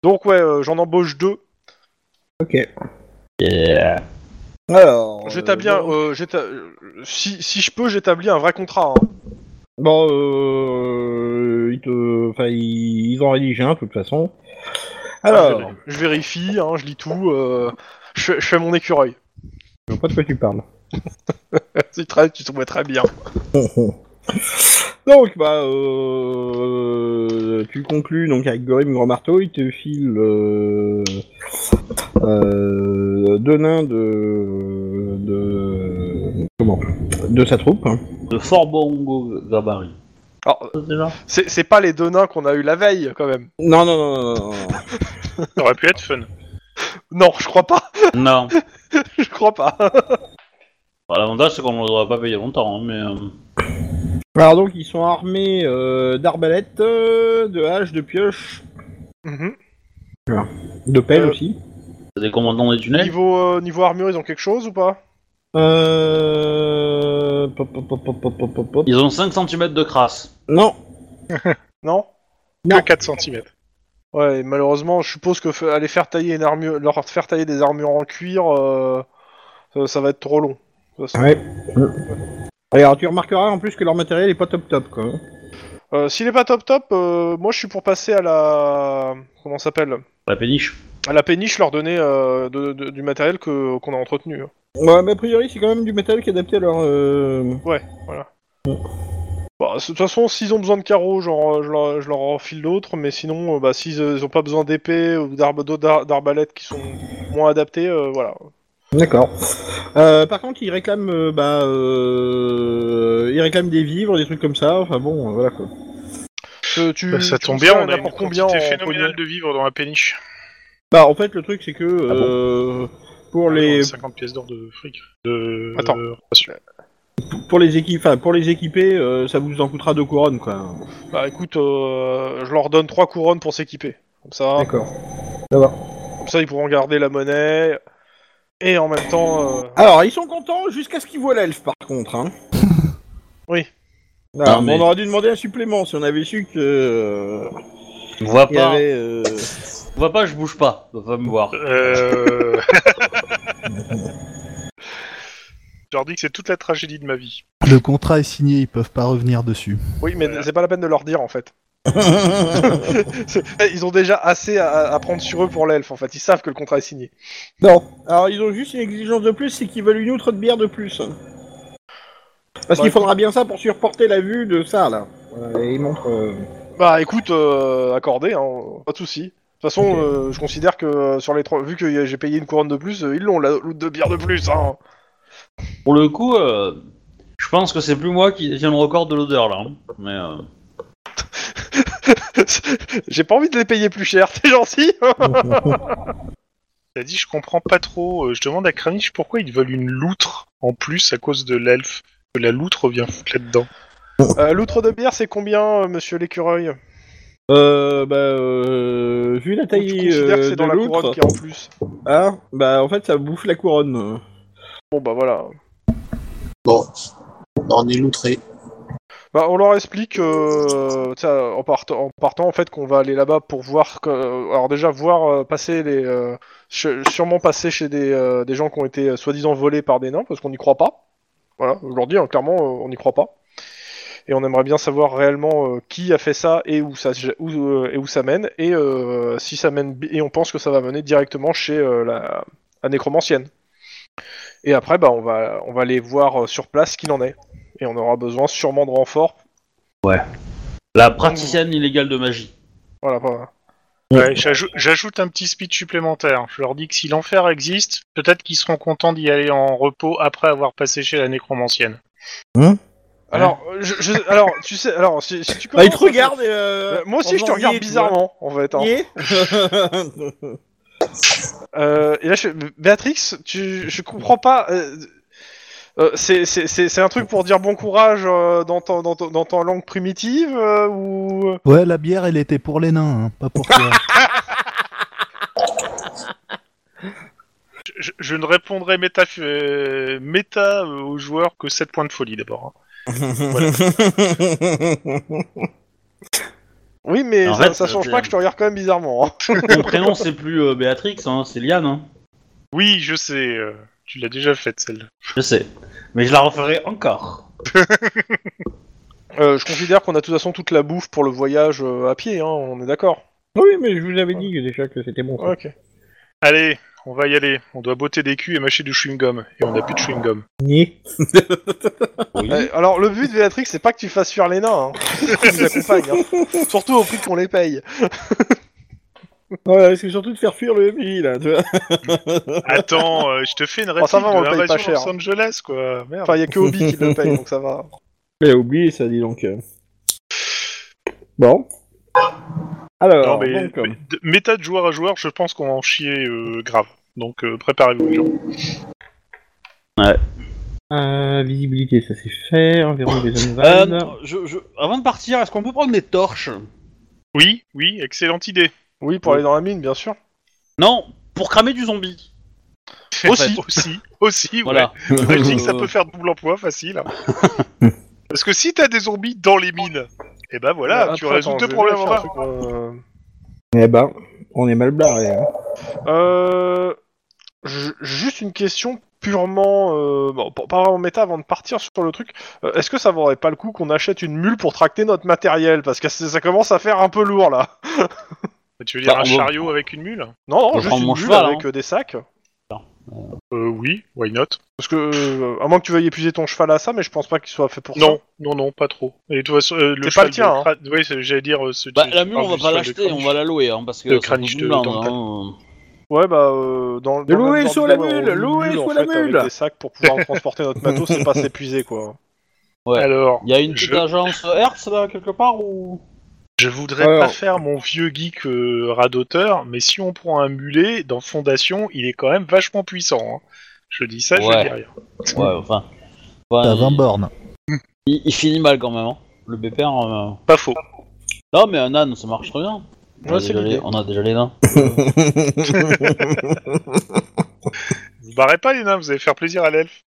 [SPEAKER 3] Donc ouais, euh, j'en embauche deux.
[SPEAKER 2] Ok. Alors.
[SPEAKER 3] J'établis un-
[SPEAKER 2] euh,
[SPEAKER 3] euh, j'éta- euh, si, si je peux, j'établis un vrai contrat. hein.
[SPEAKER 2] Bon, euh, ils, te... enfin, ils ils en rédigent un, de toute façon. Alors,
[SPEAKER 3] Ah, Euh, Je vérifie, hein, je lis tout, euh, je, je fais mon écureuil.
[SPEAKER 2] je vois pas de quoi tu parles.
[SPEAKER 3] C'est très- tu te vois très bien.
[SPEAKER 2] Donc, bah, euh, tu conclus donc avec Gorim Grand Marteau, il te file euh, euh, deux nains de, de comment de sa troupe. hein.
[SPEAKER 1] De Fort Bongo Gabarit.
[SPEAKER 3] Alors,
[SPEAKER 1] Déjà
[SPEAKER 3] c'est c'est pas les deux nains qu'on a eu la veille, quand même.
[SPEAKER 2] Non, non, non, non, non, non.
[SPEAKER 5] Ça aurait pu être fun.
[SPEAKER 3] Non, je crois pas,
[SPEAKER 1] Non.
[SPEAKER 3] je crois pas.
[SPEAKER 1] Bah, L'avantage, c'est qu'on ne l'aura pas payé longtemps, hein, mais. euh,
[SPEAKER 2] Alors donc, ils sont armés euh, d'arbalètes, euh, de haches, de pioches,
[SPEAKER 3] Mhm.
[SPEAKER 2] de pelles
[SPEAKER 3] Euh,
[SPEAKER 2] aussi.
[SPEAKER 1] C'est des commandants des tunnels
[SPEAKER 3] Niveau, euh, niveau armure, ils ont quelque chose ou pas
[SPEAKER 2] Euh... pop, pop, pop, pop, pop, pop, pop.
[SPEAKER 1] Ils ont 5 cm de crasse.
[SPEAKER 2] Non,
[SPEAKER 3] Non
[SPEAKER 2] Non.
[SPEAKER 5] Que 4 cm.
[SPEAKER 3] Ouais, et malheureusement, je suppose que fa- aller faire tailler une armure, leur faire tailler des armures en cuir, euh, ça, ça va être trop long. De toute façon.
[SPEAKER 2] Ouais. Alors tu remarqueras en plus que leur matériel est pas top top quoi.
[SPEAKER 3] Euh, S'il est pas top top, euh, moi je suis pour passer à la comment ça s'appelle
[SPEAKER 1] La péniche.
[SPEAKER 3] à la péniche, leur donner euh, de- de- du matériel que qu'on a entretenu. hein.
[SPEAKER 2] Ouais, mais a priori c'est quand même du matériel qui est adapté à leur. Euh...
[SPEAKER 3] Bah, de toute façon, s'ils ont besoin de carreaux, genre, euh, je, leur, je leur enfile d'autres, mais sinon, euh, bah, s'ils euh, ils ont pas besoin d'épées ou d'arb- d'autres d'ar- d'arbalètes qui sont moins adaptées, euh, voilà.
[SPEAKER 2] D'accord. Euh, par contre ils réclament euh, bah euh... ils réclament des vivres, des trucs comme ça. Enfin bon, euh, voilà quoi.
[SPEAKER 3] Euh, tu,
[SPEAKER 5] Bah, ça
[SPEAKER 3] tu
[SPEAKER 5] tombe
[SPEAKER 3] me dis,
[SPEAKER 5] bien, on
[SPEAKER 3] en
[SPEAKER 5] a une
[SPEAKER 3] pour
[SPEAKER 5] combien
[SPEAKER 3] en pognon
[SPEAKER 5] quantité phénoménale de vivres dans la péniche.
[SPEAKER 2] Bah en fait le truc c'est que
[SPEAKER 1] Ah bon Ah
[SPEAKER 2] euh, pour les
[SPEAKER 5] 50 pièces d'or de fric. De...
[SPEAKER 3] Attends.
[SPEAKER 5] euh,
[SPEAKER 2] pour les équipes, enfin pour les équiper, euh, ça vous en coûtera deux couronnes quoi.
[SPEAKER 3] Bah écoute, euh, je leur donne trois couronnes pour s'équiper. Comme ça,
[SPEAKER 2] D'accord.
[SPEAKER 3] comme ça ils pourront garder la monnaie. Et en même temps, euh,
[SPEAKER 2] Alors ils sont contents jusqu'à ce qu'ils voient l'elfe par contre. Hein.
[SPEAKER 3] Oui.
[SPEAKER 2] Alors,
[SPEAKER 1] Non, mais-
[SPEAKER 2] On aurait dû demander un supplément si on avait su que. euh,
[SPEAKER 1] On voit
[SPEAKER 2] Il y
[SPEAKER 3] Ah.
[SPEAKER 1] pas.
[SPEAKER 2] avait. euh,
[SPEAKER 1] On voit pas, je bouge pas. On va me voir.
[SPEAKER 5] Euh... Je leur dis que c'est toute la tragédie de ma vie.
[SPEAKER 6] Le contrat est signé, ils peuvent pas revenir dessus.
[SPEAKER 3] oui, mais c'est pas la peine de leur dire en fait. C'est- eh, ils ont déjà assez à, à prendre sur eux pour l'elfe en fait. Ils savent que le contrat est signé.
[SPEAKER 2] Non. Alors ils ont juste une exigence de plus, c'est qu'ils veulent une outre de bière de plus. Parce
[SPEAKER 3] Bah,
[SPEAKER 2] qu'il faudra bien ça pour supporter la vue de ça là. Voilà, et ils montrent. euh,
[SPEAKER 3] Bah écoute, euh, accordé, hein, pas de souci. De toute façon, euh, je considère que euh, sur les trois, vu que y a- j'ai payé une couronne de plus, euh, ils l'ont la l'outre de bière de plus. Hein.
[SPEAKER 1] Pour le coup, euh, je pense que c'est plus moi qui détiens le record de l'odeur là. hein. Mais euh,
[SPEAKER 3] j'ai pas envie de les payer plus cher. T'es gentil.
[SPEAKER 5] T'as dit, je comprends pas trop. euh, Je demande à Kranich pourquoi ils veulent une loutre en plus à cause de l'elfe. Que la loutre vient foutre là-dedans.
[SPEAKER 3] Euh, l'outre de bière, c'est combien, euh, Monsieur l'écureuil
[SPEAKER 2] Euh, bah, euh, vu la
[SPEAKER 3] Tu
[SPEAKER 2] taille
[SPEAKER 3] considères que
[SPEAKER 2] euh,
[SPEAKER 3] c'est
[SPEAKER 2] de
[SPEAKER 3] dans la couronne
[SPEAKER 2] l'outre,
[SPEAKER 3] qui est en plus.
[SPEAKER 2] hein, bah en fait ça bouffe la couronne.
[SPEAKER 3] Bon bah voilà.
[SPEAKER 4] Bon, on est loutré.
[SPEAKER 3] Bah, on leur explique euh, tu sais, en, part- en partant en fait qu'on va aller là-bas pour voir que, alors déjà voir euh, passer les euh, ch- sûrement passer chez des, euh, des gens qui ont été euh, soi-disant volés par des nains parce qu'on n'y croit pas. Voilà, je leur dis hein, clairement euh, on n'y croit pas. Et on aimerait bien savoir réellement euh, qui a fait ça et où ça se- où, euh, et où ça mène et euh, si ça mène bi- et on pense que ça va mener directement chez euh, la, la nécromancienne. Et après bah on va on va aller voir euh, sur place ce qu'il en est et on aura besoin sûrement de renforts
[SPEAKER 1] la praticienne illégale de magie.
[SPEAKER 3] Voilà, voilà.
[SPEAKER 5] Ouais, j'ajou- J'ajoute un petit speed supplémentaire. Je leur dis que si l'enfer existe, peut-être qu'ils seront contents d'y aller en repos après avoir passé chez la nécromancienne.
[SPEAKER 3] Alors, euh, je, je- alors, tu sais, alors, si, si tu
[SPEAKER 2] Bah, ils te
[SPEAKER 3] commences,
[SPEAKER 2] regardent. et,
[SPEAKER 3] euh,
[SPEAKER 2] euh,
[SPEAKER 3] euh, moi
[SPEAKER 2] en
[SPEAKER 3] aussi, je
[SPEAKER 2] faisant
[SPEAKER 3] te regarde
[SPEAKER 2] nier, tu vois.
[SPEAKER 3] bizarrement, en fait. hein.
[SPEAKER 2] Nier
[SPEAKER 3] Euh, et là, je, Béatrix, tu, je comprends pas. euh, euh, c'est- c'est c'est- c'est un truc pour dire bon courage euh, dans, ta, dans, ta, dans ta langue primitive euh, ou
[SPEAKER 6] Ouais, la bière, elle était pour les nains, hein, pas pour toi.
[SPEAKER 5] Je- je, je ne répondrai méta, euh, méta euh, aux joueurs que 7 points de folie d'abord. hein.
[SPEAKER 3] Oui, mais
[SPEAKER 1] En
[SPEAKER 3] ça,
[SPEAKER 1] fait,
[SPEAKER 3] ça
[SPEAKER 1] c'est-
[SPEAKER 3] change pas que je te regarde quand même bizarrement. hein.
[SPEAKER 1] Ton prénom, c'est plus euh, Béatrix, hein, c'est Liane. Hein.
[SPEAKER 5] Oui, je sais, euh, tu l'as déjà faite celle-là.
[SPEAKER 1] Je sais. Mais je la referai encore.
[SPEAKER 3] Euh, je considère qu'on a de toute façon toute la bouffe pour le voyage euh, à pied, hein, on est d'accord.
[SPEAKER 2] oui, mais je vous avais dit déjà que c'était bon.
[SPEAKER 3] Ouais, Ok.
[SPEAKER 5] Allez, on va y aller. On doit botter des culs et mâcher du chewing-gum. Et on n'a plus de chewing-gum.
[SPEAKER 2] Nier.
[SPEAKER 3] Eh, alors, le but de Béatrix, c'est pas que tu fasses fuir les nains. Hein. Ils nous accompagnent, hein. Surtout au prix qu'on les paye.
[SPEAKER 2] Ouais, c'est surtout de faire fuir le MJ, là, tu vois.
[SPEAKER 5] Attends, euh, je te fais une
[SPEAKER 3] Oh,
[SPEAKER 5] réplique
[SPEAKER 3] ça va, on
[SPEAKER 5] de
[SPEAKER 3] le paye pas
[SPEAKER 5] l'invasion de
[SPEAKER 3] cher. hein.
[SPEAKER 5] Los Angeles, quoi. Merde.
[SPEAKER 3] Enfin, il y a que Obi qui le paye, donc ça va.
[SPEAKER 2] J'ai oublié ça, dis donc. euh. Bon.
[SPEAKER 5] Non,
[SPEAKER 2] Alors,
[SPEAKER 5] mais,
[SPEAKER 2] donc,
[SPEAKER 5] mais- de- méta de joueur à joueur, je pense qu'on va en chier euh, grave. Donc euh, préparez-vous, les gens.
[SPEAKER 2] euh, visibilité, ça c'est fait. Environ des zones
[SPEAKER 1] Euh,
[SPEAKER 2] vagues.
[SPEAKER 1] je- je- Avant de partir, est-ce qu'on peut prendre des torches
[SPEAKER 5] Oui, oui, excellente idée.
[SPEAKER 3] Oui, pour aller dans la mine, bien sûr.
[SPEAKER 1] Non, pour cramer du zombie.
[SPEAKER 5] Aussi, aussi, aussi, ouais.
[SPEAKER 1] Voilà.
[SPEAKER 5] Ouais, je dis que ça
[SPEAKER 1] Oh.
[SPEAKER 5] peut faire double emploi facile. hein. Parce que si t'as des zombies dans les mines, et ben voilà,
[SPEAKER 3] Euh,
[SPEAKER 5] tu
[SPEAKER 3] attends,
[SPEAKER 5] résous
[SPEAKER 3] attends,
[SPEAKER 5] deux
[SPEAKER 3] je vais
[SPEAKER 5] problèmes en
[SPEAKER 3] faire un
[SPEAKER 5] un.
[SPEAKER 3] truc, euh,
[SPEAKER 2] Eh ben, on est mal barré. Hein.
[SPEAKER 3] Euh, ju- juste une question purement, euh, bon, pas pas vraiment méta avant de partir sur le truc. Euh, Est-ce que ça vaudrait pas le coup qu'on achète une mule pour tracter notre matériel Parce que c'est- ça commence à faire un peu lourd là.
[SPEAKER 5] Tu veux dire
[SPEAKER 1] Bah,
[SPEAKER 5] un
[SPEAKER 1] on va-
[SPEAKER 5] chariot avec une mule
[SPEAKER 3] Non, non,
[SPEAKER 1] Faut
[SPEAKER 3] juste
[SPEAKER 1] prendre
[SPEAKER 3] une
[SPEAKER 1] mon
[SPEAKER 3] mule
[SPEAKER 1] cheval,
[SPEAKER 3] avec
[SPEAKER 1] hein.
[SPEAKER 3] euh, des sacs.
[SPEAKER 5] Euh, oui, why not
[SPEAKER 3] Parce que, euh, à moins que tu veuilles épuiser ton cheval à ça, mais je pense pas qu'il soit fait pour ça.
[SPEAKER 5] Non, non, non, pas trop. Et de toute façon, euh, le
[SPEAKER 3] C'est pas
[SPEAKER 5] cheval
[SPEAKER 3] le tien,
[SPEAKER 5] de Kra- Oui, c'est- j'allais dire euh, ce
[SPEAKER 1] hein. Bah,
[SPEAKER 5] je
[SPEAKER 1] la mule,
[SPEAKER 5] parle
[SPEAKER 1] on va
[SPEAKER 5] du
[SPEAKER 1] pas
[SPEAKER 5] cheval de
[SPEAKER 1] l'acheter, on
[SPEAKER 5] Kranich.
[SPEAKER 1] va la louer, hein, parce que
[SPEAKER 5] De
[SPEAKER 1] ça
[SPEAKER 5] Kranich
[SPEAKER 1] coûte
[SPEAKER 5] de
[SPEAKER 1] une blinde,
[SPEAKER 5] Temple.
[SPEAKER 1] hein.
[SPEAKER 3] Ouais, bah, euh, dans,
[SPEAKER 2] De
[SPEAKER 3] dans
[SPEAKER 2] louer
[SPEAKER 3] même
[SPEAKER 2] sous
[SPEAKER 3] ordre
[SPEAKER 2] la
[SPEAKER 3] d'idée,
[SPEAKER 2] mule,
[SPEAKER 3] on
[SPEAKER 2] louer
[SPEAKER 3] mule, en
[SPEAKER 2] sous la
[SPEAKER 3] fait, avec
[SPEAKER 2] mule.
[SPEAKER 3] des sacs pour pouvoir transporter notre matos et pas s'épuiser quoi.
[SPEAKER 1] Ouais.
[SPEAKER 5] Alors,
[SPEAKER 1] Il y a une petite
[SPEAKER 5] je,
[SPEAKER 1] agence Hertz là quelque part ou
[SPEAKER 5] je voudrais
[SPEAKER 2] Alors.
[SPEAKER 5] pas faire mon vieux geek euh, radoteur, mais si on prend un mulet dans Fondation, il est quand même vachement puissant. hein. Je dis ça, je
[SPEAKER 1] Ouais.
[SPEAKER 5] dis rien.
[SPEAKER 1] Ouais, enfin.
[SPEAKER 2] Ah,
[SPEAKER 6] T'as 20
[SPEAKER 1] il,
[SPEAKER 6] bornes.
[SPEAKER 1] il- il finit mal quand même. hein. Le BPR. euh,
[SPEAKER 5] Pas faux.
[SPEAKER 1] Non, mais un âne, ça marche très bien. On,
[SPEAKER 3] Ouais,
[SPEAKER 1] a,
[SPEAKER 3] c'est
[SPEAKER 1] déjà les...
[SPEAKER 3] l'idée.
[SPEAKER 1] on a déjà les nains.
[SPEAKER 5] Vous barrez pas les nains, vous allez faire plaisir à l'elfe.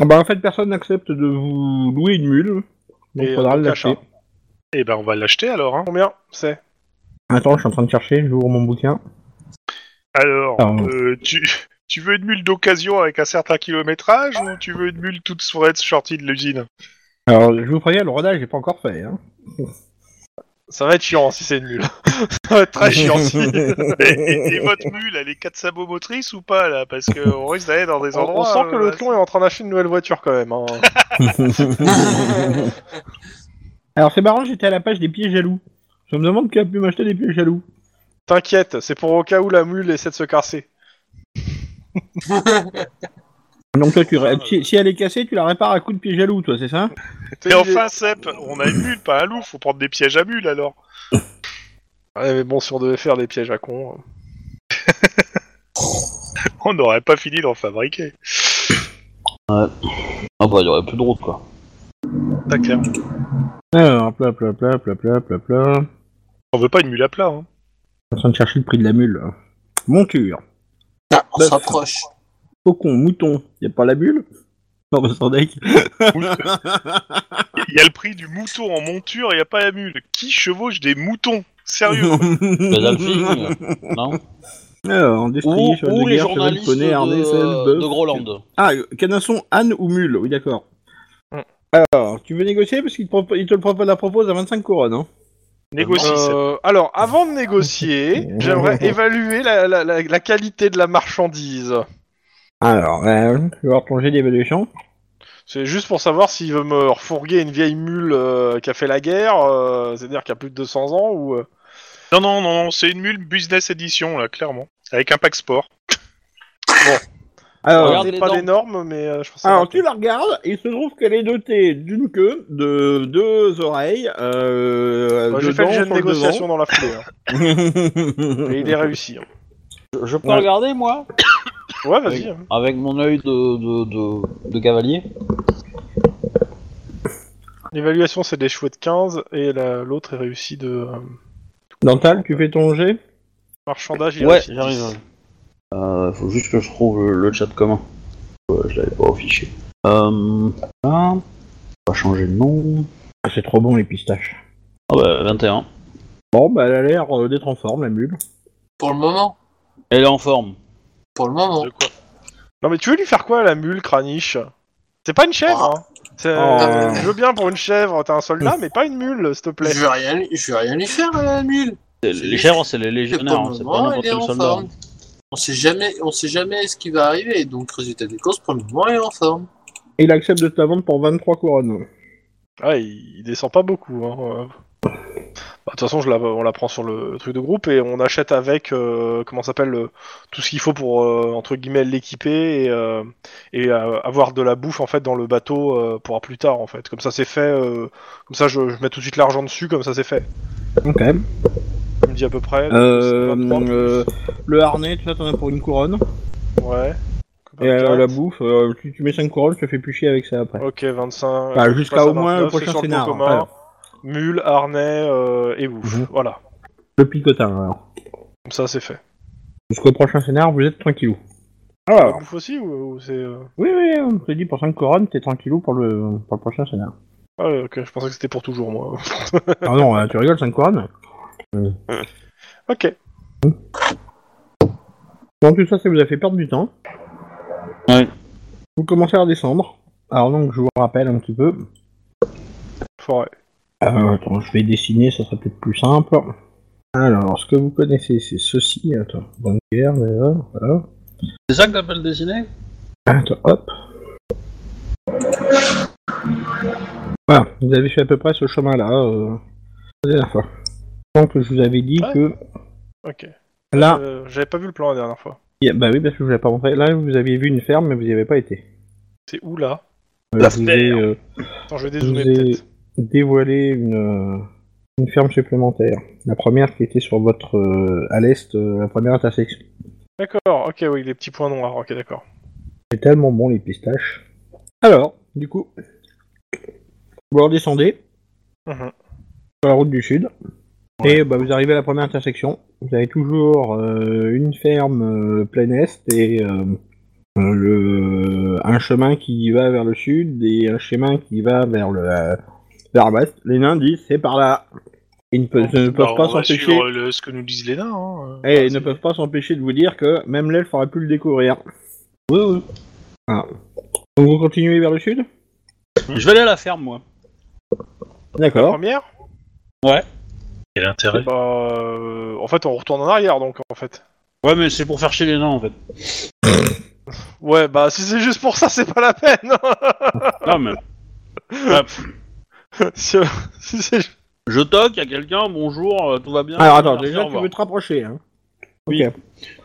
[SPEAKER 2] Ah bah, en fait, personne n'accepte de vous louer une mule. Donc,
[SPEAKER 3] Et, euh,
[SPEAKER 2] faudra
[SPEAKER 3] donc,
[SPEAKER 2] l'acheter.
[SPEAKER 3] l'achat.
[SPEAKER 5] Eh ben, on va l'acheter alors. Hein.
[SPEAKER 3] Combien c'est
[SPEAKER 2] Attends, je suis en train de chercher, j'ouvre mon bouquin.
[SPEAKER 5] Alors,
[SPEAKER 2] Ah.
[SPEAKER 5] euh, tu, tu veux une mule d'occasion avec un certain kilométrage ou tu veux une mule toute sourette sortie de l'usine
[SPEAKER 2] Alors, je vous préviens, le rodage, j'ai pas encore fait. Hein.
[SPEAKER 3] Ça va être chiant si c'est une mule. ça va être
[SPEAKER 5] Ah,
[SPEAKER 3] très chiant si.
[SPEAKER 5] et, et- et votre mule, elle est 4 sabots motrices ou pas là Parce qu'on risque d'aller dans des
[SPEAKER 3] On,
[SPEAKER 5] endroits.
[SPEAKER 3] on sent que le
[SPEAKER 5] euh,
[SPEAKER 3] clon est en train d'acheter une nouvelle voiture quand même. hein.
[SPEAKER 2] Alors, c'est marrant, j'étais à la page des pieds jaloux. Je me demande qui a pu m'acheter des pieds jaloux.
[SPEAKER 3] T'inquiète, c'est pour au cas où la mule essaie de se casser.
[SPEAKER 2] Donc, toi, tu... ré- si, si elle est cassée, tu la répares à coups de pieds jaloux, toi, c'est ça
[SPEAKER 5] Et enfin, Sep, on a une mule, pas un loup, faut prendre des pièges à mule alors.
[SPEAKER 3] Ouais, mais bon, si on devait faire des pièges à euh. con. euh.
[SPEAKER 5] On n'aurait pas fini d'en fabriquer.
[SPEAKER 1] Ah bah, il y aurait plus de route quoi.
[SPEAKER 5] T'as clair.
[SPEAKER 2] Alors, plat, plat, plat, plat, plat, plat, plat. Je
[SPEAKER 5] On veut pas une mule à plat. Hein.
[SPEAKER 2] suis en train de chercher le prix de la mule. là. Monture,
[SPEAKER 4] Ah, on
[SPEAKER 2] Neuf.
[SPEAKER 4] s'approche.
[SPEAKER 2] faucon, mouton. Y a pas la mule Non, bah, sans deck.
[SPEAKER 5] Il y a le prix du mouton en monture, il n'y a pas la mule. Qui chevauche des moutons Sérieux
[SPEAKER 1] Les Alphines, hein. non
[SPEAKER 2] Alors,
[SPEAKER 1] Ou,
[SPEAKER 2] destrier, cheval
[SPEAKER 1] ou
[SPEAKER 2] de
[SPEAKER 1] les
[SPEAKER 2] guerre, cheval de
[SPEAKER 1] journalistes
[SPEAKER 2] poney, harnais, self,
[SPEAKER 1] de,
[SPEAKER 2] bœuf.
[SPEAKER 1] de Groland.
[SPEAKER 2] Ah, euh, canasson, âne ou mule, oui d'accord.
[SPEAKER 3] Hmm.
[SPEAKER 2] Alors, tu veux négocier parce qu'il te, propo- il te le propo- la propose à 25 couronnes, hein
[SPEAKER 5] Négocie, Sep.
[SPEAKER 3] Euh, alors, avant de négocier, j'aimerais évaluer la, la- la- la qualité de la marchandise.
[SPEAKER 2] Alors, euh, je vais voir ton jet d'évaluation.
[SPEAKER 3] C'est juste pour savoir s'il veut me refourguer une vieille mule euh, qui a fait la guerre, euh, c'est-à-dire qui a plus de 200 ans, ou... euh,
[SPEAKER 5] Non, non, non, non, c'est une mule business edition, là, clairement. Avec un pack sport.
[SPEAKER 2] Alors,
[SPEAKER 1] Regarde
[SPEAKER 3] c'est
[SPEAKER 1] les
[SPEAKER 3] pas
[SPEAKER 1] dents.
[SPEAKER 3] l'énorme, mais euh, je pense que ça
[SPEAKER 2] alors,
[SPEAKER 3] va.
[SPEAKER 2] tu la regardes, il se trouve qu'elle est dotée d'une queue, de deux oreilles, euh,
[SPEAKER 3] Ouais,
[SPEAKER 2] de
[SPEAKER 3] J'ai fait le
[SPEAKER 2] dents
[SPEAKER 3] jeu de
[SPEAKER 2] sur le
[SPEAKER 3] négociation
[SPEAKER 2] devant.
[SPEAKER 3] dans la foulée, hein. et il est réussi. hein.
[SPEAKER 1] Je, je peux
[SPEAKER 2] Ouais.
[SPEAKER 1] regarder moi
[SPEAKER 3] Ouais, vas-y. hein.
[SPEAKER 1] Avec mon œil de, de, de, de cavalier
[SPEAKER 3] L'évaluation, c'est des chouettes 15, et la- l'autre est réussie de... euh,
[SPEAKER 2] Dental, tu fais ton jet
[SPEAKER 3] Marchandage, il
[SPEAKER 1] Ouais,
[SPEAKER 3] reste
[SPEAKER 1] j'arrive.
[SPEAKER 3] 10.
[SPEAKER 1] Euh, faut juste que je trouve le, le chat commun. Euh, je l'avais pas affiché. Euh, là, on va changer de nom.
[SPEAKER 2] Ah, C'est trop bon les pistaches.
[SPEAKER 1] Ah bah, 21.
[SPEAKER 2] Bon, bah elle a l'air euh, d'être en forme, la mule.
[SPEAKER 4] Pour le moment.
[SPEAKER 1] Elle est en forme.
[SPEAKER 4] Pour le moment.
[SPEAKER 5] De quoi
[SPEAKER 3] Non, mais tu veux lui faire quoi, la mule, Craniche C'est pas une chèvre,
[SPEAKER 4] Ah,
[SPEAKER 3] hein C'est-
[SPEAKER 2] Oh.
[SPEAKER 3] Je veux bien pour une chèvre, t'es un soldat, mais pas une mule, s'il te plaît.
[SPEAKER 4] Je vais rien, je vais rien lui faire euh, à la mule.
[SPEAKER 1] C'est- Les chèvres, c'est les légionnaires, hein, c'est pas n'importe
[SPEAKER 4] elle est
[SPEAKER 1] quel
[SPEAKER 4] en
[SPEAKER 1] soldat.
[SPEAKER 4] forme. On sait jamais, on sait jamais ce qui va arriver, donc résultat des courses, pour le moment, elle est en forme.
[SPEAKER 2] Et il accepte de te la vendre pour 23 couronnes.
[SPEAKER 3] Ah, il, il descend pas beaucoup. hein, euh. Bah, De toute façon, je la- on la prend sur le truc de groupe et on achète avec, euh, comment ça s'appelle, le- tout ce qu'il faut pour, euh, entre guillemets, l'équiper et, euh, et euh, avoir de la bouffe, en fait, dans le bateau euh, pour plus tard, en fait. Comme ça, c'est fait. euh, comme ça, je, je mets tout de suite l'argent dessus, comme ça, c'est fait.
[SPEAKER 2] Ok.
[SPEAKER 3] Tu me dis à peu près.
[SPEAKER 2] Euh,
[SPEAKER 3] 23,
[SPEAKER 2] euh, le harnais, tout ça, t'en as pour une couronne.
[SPEAKER 3] Ouais.
[SPEAKER 2] Et euh, la bouffe, euh, tu, tu mets 5 couronnes, je te fais plus chier avec ça après.
[SPEAKER 3] Ok, 25.
[SPEAKER 2] Bah,
[SPEAKER 3] Je
[SPEAKER 2] jusqu'à
[SPEAKER 3] passe à
[SPEAKER 2] au moins
[SPEAKER 3] 29,
[SPEAKER 2] le
[SPEAKER 3] c'est
[SPEAKER 2] prochain
[SPEAKER 3] sur le
[SPEAKER 2] scénar.
[SPEAKER 3] pot commun.
[SPEAKER 2] voilà.
[SPEAKER 3] Mule, harnais euh, et bouffe.
[SPEAKER 2] Mhm.
[SPEAKER 3] Voilà.
[SPEAKER 2] Le picotin, alors.
[SPEAKER 3] Comme ça, c'est fait.
[SPEAKER 2] Jusqu'au prochain scénar, vous êtes tranquillou. Alors,
[SPEAKER 3] La bouffe aussi ou, ou c'est. euh,
[SPEAKER 2] Oui, oui, on te dit pour 5 couronnes, t'es tranquillou pour le, pour le prochain scénar.
[SPEAKER 3] Ah, ok, je pensais que c'était pour toujours, moi.
[SPEAKER 2] Ah non, euh, tu rigoles, 5 couronnes
[SPEAKER 3] ok.
[SPEAKER 2] Bon, tout ça, ça vous a fait perdre du temps.
[SPEAKER 1] Ouais.
[SPEAKER 2] Vous commencez à redescendre. Alors donc, je vous rappelle un petit peu.
[SPEAKER 3] Forêt.
[SPEAKER 2] Euh, attends, je vais dessiner, ça sera peut-être plus simple. Alors, ce que vous connaissez, c'est ceci. Attends, bonne guerre, déjà, voilà.
[SPEAKER 1] C'est ça que t'appelles dessiner
[SPEAKER 2] Attends, hop. Voilà, vous avez fait à peu près ce chemin-là, euh, la dernière fois. Donc, je vous avais dit
[SPEAKER 3] Ouais.
[SPEAKER 2] que
[SPEAKER 3] Ok.
[SPEAKER 2] là,
[SPEAKER 3] Euh, J'avais pas vu le plan la dernière fois.
[SPEAKER 2] Yeah, bah oui, parce que je vous l'ai pas montré. Là, vous aviez vu une ferme, mais vous n'y avez pas été.
[SPEAKER 3] C'est où là
[SPEAKER 2] Euh,
[SPEAKER 1] La
[SPEAKER 2] je vous ai, euh,
[SPEAKER 3] Attends, je vais
[SPEAKER 2] je vous
[SPEAKER 3] dézoomer
[SPEAKER 2] ai
[SPEAKER 3] peut-être.
[SPEAKER 2] dévoilé une, euh, une ferme supplémentaire. La première qui était sur votre. euh, à l'est, euh, la première intersection.
[SPEAKER 3] D'accord, ok, oui, les petits points noirs, ok, d'accord.
[SPEAKER 2] C'est tellement bon, les pistaches. Alors, du coup, vous redescendez
[SPEAKER 3] Mhm.
[SPEAKER 2] sur la route du sud. Et bah, vous arrivez à la première intersection. Vous avez toujours euh, une ferme euh, plein est et euh, euh, le, un chemin qui va vers le sud et un chemin qui va vers le euh, vers l'ouest. Les nains disent c'est par là. Ils ne, pe- ne
[SPEAKER 5] Bah,
[SPEAKER 2] peuvent pas
[SPEAKER 5] on va
[SPEAKER 2] s'empêcher.
[SPEAKER 5] suivre le- ce que nous disent les nains. hein.
[SPEAKER 2] Et ils
[SPEAKER 5] Enfin,
[SPEAKER 2] ne peuvent pas s'empêcher de vous dire que même l'elfe aurait pu le découvrir.
[SPEAKER 1] Oui, oui.
[SPEAKER 2] Donc vous continuez vers le sud
[SPEAKER 1] Je vais aller à la ferme, moi.
[SPEAKER 2] D'accord.
[SPEAKER 3] Première
[SPEAKER 5] Quel intérêt
[SPEAKER 3] Bah, euh, En fait, on retourne en arrière donc, en fait.
[SPEAKER 1] Ouais, mais c'est pour faire chier les nains, en fait.
[SPEAKER 3] Ouais, bah, si c'est juste pour ça, c'est pas la peine
[SPEAKER 1] Non, mais...
[SPEAKER 3] Si, euh, si c'est.
[SPEAKER 1] Je toque, il y a quelqu'un, bonjour, euh, tout va bien.
[SPEAKER 2] Alors attends,
[SPEAKER 1] Merci, au
[SPEAKER 2] déjà tu
[SPEAKER 1] revoir.
[SPEAKER 2] veux te rapprocher. Hein.
[SPEAKER 1] Oui.
[SPEAKER 2] Ok.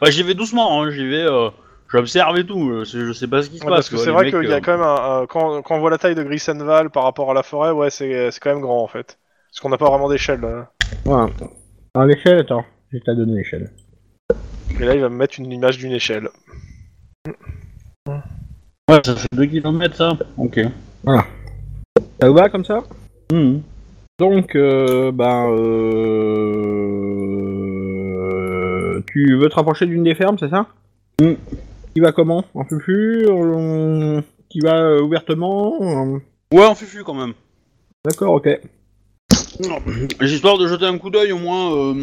[SPEAKER 1] Bah, j'y vais doucement, hein, j'y vais... euh, J'observe et tout, euh, c'est- je sais pas ce qui se
[SPEAKER 3] Ouais,
[SPEAKER 1] passe.
[SPEAKER 3] parce que
[SPEAKER 1] quoi,
[SPEAKER 3] c'est
[SPEAKER 1] les
[SPEAKER 3] vrai
[SPEAKER 1] mecs,
[SPEAKER 3] qu'il y
[SPEAKER 1] euh,
[SPEAKER 3] a quand même un. un- quand, quand on voit la taille de Grisenval par rapport à la forêt, ouais, c'est c'est quand même grand en fait. Parce qu'on n'a pas vraiment d'échelle hein. là.
[SPEAKER 2] Voilà. Alors l'échelle, attends, je vais te la donner l'échelle.
[SPEAKER 3] Et là, il va me mettre une image d'une échelle.
[SPEAKER 1] Ouais, ça fait 2 km ça. Ok.
[SPEAKER 2] Ça vous va comme ça
[SPEAKER 1] Hum.
[SPEAKER 2] Donc, euh, ben, euh, tu veux te rapprocher d'une des fermes, c'est ça
[SPEAKER 1] Mm.
[SPEAKER 2] Qui va comment En fufu en- Qui va euh, ouvertement en-
[SPEAKER 1] Ouais, on fufu quand même.
[SPEAKER 2] D'accord, ok.
[SPEAKER 1] Histoire de jeter un coup d'œil au moins euh,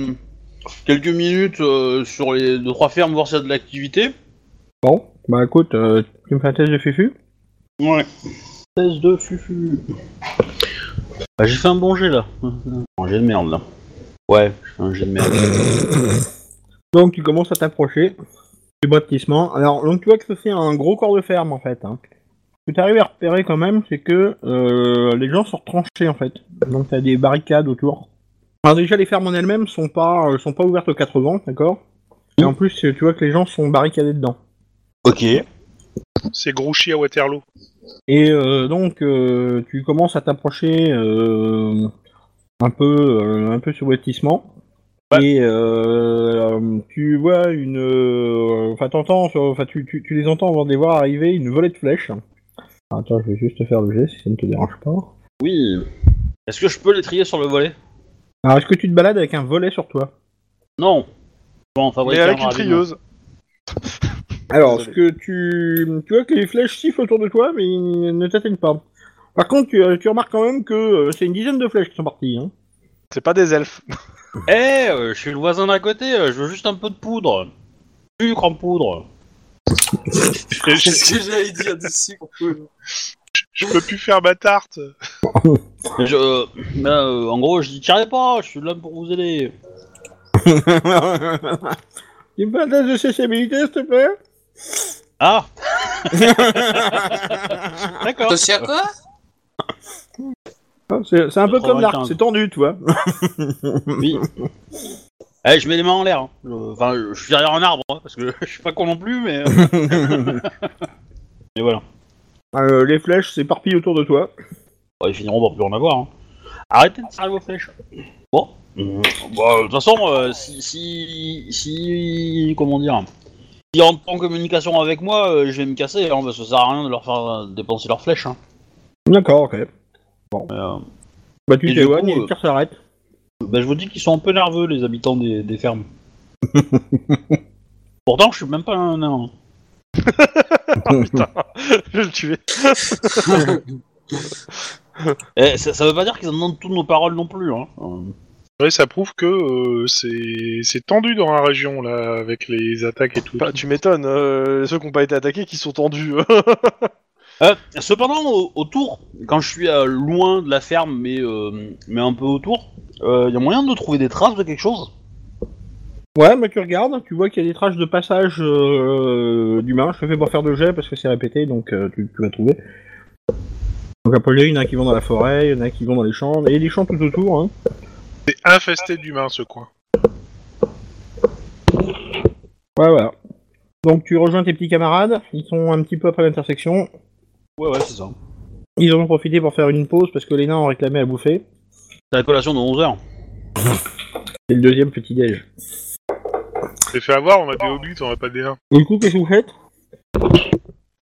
[SPEAKER 1] quelques minutes euh, sur les deux trois fermes, voir s'il y a de l'activité.
[SPEAKER 2] Bon, bah écoute, euh, tu me fais un test de fufu
[SPEAKER 1] Ouais. 16 de fufu. Bah, j'ai fait un bon jet là. Un jet de merde là. Ouais, j'ai fait un jet de merde.
[SPEAKER 2] Donc tu commences à t'approcher du bâtissement. Alors donc tu vois que c'est un gros corps de ferme en fait. Hein. Ce que tu arrives à repérer quand même, c'est que euh, les gens sont retranchés en fait. Donc t'as des barricades autour. Alors déjà les fermes en elles-mêmes sont pas euh, sont pas ouvertes aux quatre vents, d'accord Et en plus euh, tu vois que les gens sont barricadés dedans.
[SPEAKER 1] ok.
[SPEAKER 5] C'est Grouchy à Waterloo.
[SPEAKER 2] Et euh, donc euh, tu commences à t'approcher euh, un peu euh, un peu sur le bâtissement. Et euh, euh, tu vois une, euh, enfin t'entends, sur- enfin tu, tu, tu les entends avant de les voir arriver une volée de flèches. Attends, je vais juste faire le geste si ça ne te dérange pas.
[SPEAKER 1] Oui. Est-ce que je peux les trier sur le volet
[SPEAKER 2] Alors, est-ce que tu te balades avec un volet sur toi
[SPEAKER 1] Non. Bon,
[SPEAKER 3] Mais
[SPEAKER 1] fabriquer
[SPEAKER 3] avec
[SPEAKER 1] un
[SPEAKER 3] une
[SPEAKER 1] rapidement.
[SPEAKER 3] trieuse.
[SPEAKER 2] Alors, ce
[SPEAKER 3] Désolé.
[SPEAKER 2] que tu... tu vois que les flèches sifflent autour de toi, mais ils ne t'atteignent pas. Par contre, tu, tu remarques quand même que euh, c'est une dizaine de flèches qui sont parties. Hein.
[SPEAKER 3] C'est pas des elfes.
[SPEAKER 1] Eh, euh, je suis le voisin d'à côté, euh, je veux juste un peu de poudre. Sucre en poudre.
[SPEAKER 5] Je, je-
[SPEAKER 4] Qu'est-ce que j'allais dire d'ici pour que-
[SPEAKER 5] je peux plus faire ma tarte.
[SPEAKER 1] Je, euh, là, euh, en gros, je dis, tirez pas, je suis là pour vous aider.
[SPEAKER 2] tu me fais un test de sensibilité, s'il te plaît
[SPEAKER 1] Ah D'accord.
[SPEAKER 4] Associé à quoi
[SPEAKER 2] Ah, C'est c'est un peu
[SPEAKER 1] 95.
[SPEAKER 2] comme l'arc, c'est tendu, tu vois.
[SPEAKER 1] Oui. Eh, je mets les mains en l'air. hein. Je- Enfin, je suis derrière un arbre, hein, parce que je suis pas con non plus, mais. euh, mais voilà.
[SPEAKER 2] Euh, les flèches s'éparpillent autour de toi.
[SPEAKER 1] Bon, ils finiront par plus en avoir. hein. Arrêtez de tirer vos flèches. Bon. Bon, de toute façon, euh, si, si, si. Comment dire Si rentrent pas en communication avec moi, euh, je vais me casser, hein, parce que ça sert à rien de leur faire euh, dépenser leurs flèches. hein.
[SPEAKER 2] D'accord, ok.
[SPEAKER 1] Mais, euh,
[SPEAKER 2] Bah, tu
[SPEAKER 1] Et du
[SPEAKER 2] t'éloignes
[SPEAKER 1] coup,
[SPEAKER 2] et le
[SPEAKER 1] euh,
[SPEAKER 2] tir s'arrête.
[SPEAKER 1] bah, je vous dis qu'ils sont un peu nerveux, les habitants des, des fermes. Pourtant, je suis même pas un nain. hein.
[SPEAKER 3] Je vais le tuer.
[SPEAKER 1] Eh, ça, ça veut pas dire qu'ils entendent toutes nos paroles non plus. Hein. Euh,
[SPEAKER 5] Ouais, ça prouve que euh, c'est c'est tendu dans la région là avec les attaques et tout.
[SPEAKER 3] Bah, tu m'étonnes, euh, ceux qui n'ont pas été attaqués qui sont tendus. hein.
[SPEAKER 1] Euh, cependant, au- autour, quand je suis euh, loin de la ferme, mais, euh, mais un peu autour, il y a moyen de trouver des traces de quelque chose
[SPEAKER 2] Ouais, mais tu regardes, tu vois qu'il y a des traces de passage euh, d'humains. Je te fais pas faire de jet parce que c'est répété, donc euh, tu, tu vas trouver. Donc après, il y en a qui vont dans la forêt, il y en a qui vont dans les champs, et les champs tout autour. Hein.
[SPEAKER 5] C'est infesté d'humains ce coin.
[SPEAKER 2] Ouais, voilà. Donc tu rejoins tes petits camarades, ils sont un petit peu après l'intersection.
[SPEAKER 1] Ouais, ouais, c'est ça.
[SPEAKER 2] Ils en ont profité pour faire une pause parce que les nains ont réclamé à bouffer.
[SPEAKER 1] C'est la collation de 11h.
[SPEAKER 2] C'est le deuxième petit déj.
[SPEAKER 5] J'ai fait avoir, on a des hobbits, on a pas des nains.
[SPEAKER 2] Du coup, qu'est-ce que vous faites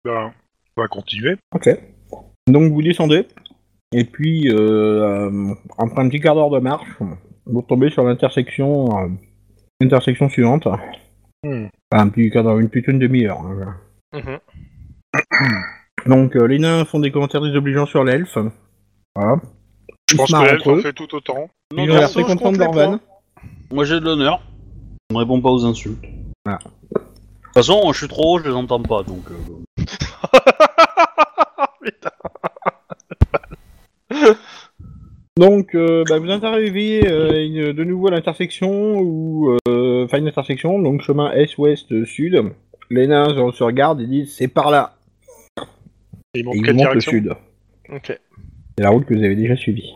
[SPEAKER 5] Ben, on va continuer.
[SPEAKER 2] Ok. Donc vous descendez, et puis euh, euh, après un petit quart d'heure de marche, vous tombez sur l'intersection euh, l'intersection suivante.
[SPEAKER 5] Hmm.
[SPEAKER 2] Enfin, un petit quart d'heure, une plutôt une demi-heure. hein, voilà.
[SPEAKER 3] Mhm.
[SPEAKER 5] Mhm.
[SPEAKER 2] Donc euh, les nains font des commentaires désobligeants sur l'elfe. Voilà.
[SPEAKER 5] Je
[SPEAKER 2] Ils
[SPEAKER 5] pense
[SPEAKER 2] se
[SPEAKER 5] que
[SPEAKER 2] marrent
[SPEAKER 5] l'elfe
[SPEAKER 2] entre
[SPEAKER 5] en
[SPEAKER 2] eux.
[SPEAKER 5] fait tout autant.
[SPEAKER 1] Non,
[SPEAKER 2] Ils
[SPEAKER 1] non,
[SPEAKER 2] ont l'air
[SPEAKER 3] perso,
[SPEAKER 2] très
[SPEAKER 3] je
[SPEAKER 2] contents
[SPEAKER 3] compte
[SPEAKER 2] de
[SPEAKER 3] les
[SPEAKER 2] leur van.
[SPEAKER 1] moi j'ai de l'honneur. On répond pas aux insultes.
[SPEAKER 2] Voilà.
[SPEAKER 1] De toute façon, je suis trop haut, je les entends pas, donc... euh,
[SPEAKER 2] Donc euh, bah, vous arrivez euh, une- de nouveau à l'intersection, où, euh, enfin une intersection, donc chemin est-ouest-sud. Les nains euh, se regardent et disent c'est par là.
[SPEAKER 5] Et il
[SPEAKER 2] Et
[SPEAKER 5] manque
[SPEAKER 2] ils
[SPEAKER 5] quelle
[SPEAKER 2] vous montrent le
[SPEAKER 5] direction
[SPEAKER 2] sud.
[SPEAKER 3] ok.
[SPEAKER 2] C'est la route que vous avez déjà suivie.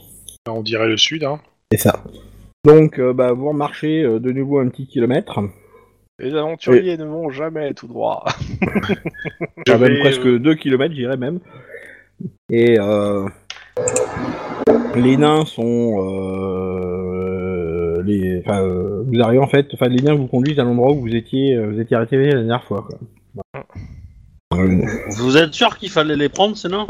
[SPEAKER 5] Ben, On dirait le sud. Hein.
[SPEAKER 2] C'est ça. Donc, euh, bah, vous remarchez euh, de nouveau un petit kilomètre,
[SPEAKER 3] Les aventuriers ne vont jamais tout droit.
[SPEAKER 5] Je
[SPEAKER 2] Ah, même
[SPEAKER 5] vais,
[SPEAKER 2] presque
[SPEAKER 5] euh,
[SPEAKER 2] 2 kilomètres, j'irais même. Et euh, les nains sont. euh, les, enfin, euh, vous arrivez en fait. Enfin, les nains vous conduisent à l'endroit où vous étiez, euh, vous étiez arrêté la dernière fois. Quoi. Euh,
[SPEAKER 1] Vous êtes sûr qu'il fallait les prendre, ces nains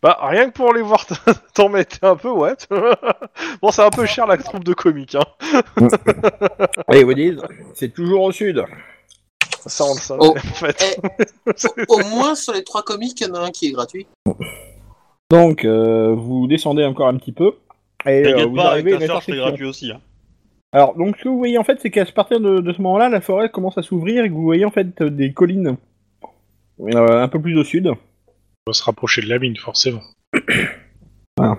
[SPEAKER 3] Bah, rien que pour les voir t- t'en mettais un peu, ouais. bon, c'est un peu cher la troupe de comiques, hein.
[SPEAKER 2] Et ils vous disent, c'est toujours au sud.
[SPEAKER 3] Ça, on le savait,
[SPEAKER 4] Oh.
[SPEAKER 3] en fait.
[SPEAKER 4] Eh, au, au moins sur les trois comiques, il y en a un qui est gratuit.
[SPEAKER 2] Donc, euh, vous descendez encore un petit peu. Et euh,
[SPEAKER 1] T'inquiète
[SPEAKER 2] vous
[SPEAKER 1] pas, avec
[SPEAKER 2] arrivez à
[SPEAKER 1] ta
[SPEAKER 2] une
[SPEAKER 1] sœur, je t'ai
[SPEAKER 2] intersection.
[SPEAKER 1] gratuit aussi. hein.
[SPEAKER 2] Alors, donc, ce que vous voyez en fait, c'est qu'à partir de, de ce moment-là, la forêt commence à s'ouvrir et que vous voyez en fait euh, des collines euh, un peu plus au sud.
[SPEAKER 5] On va se rapprocher de la mine forcément.
[SPEAKER 2] Voilà.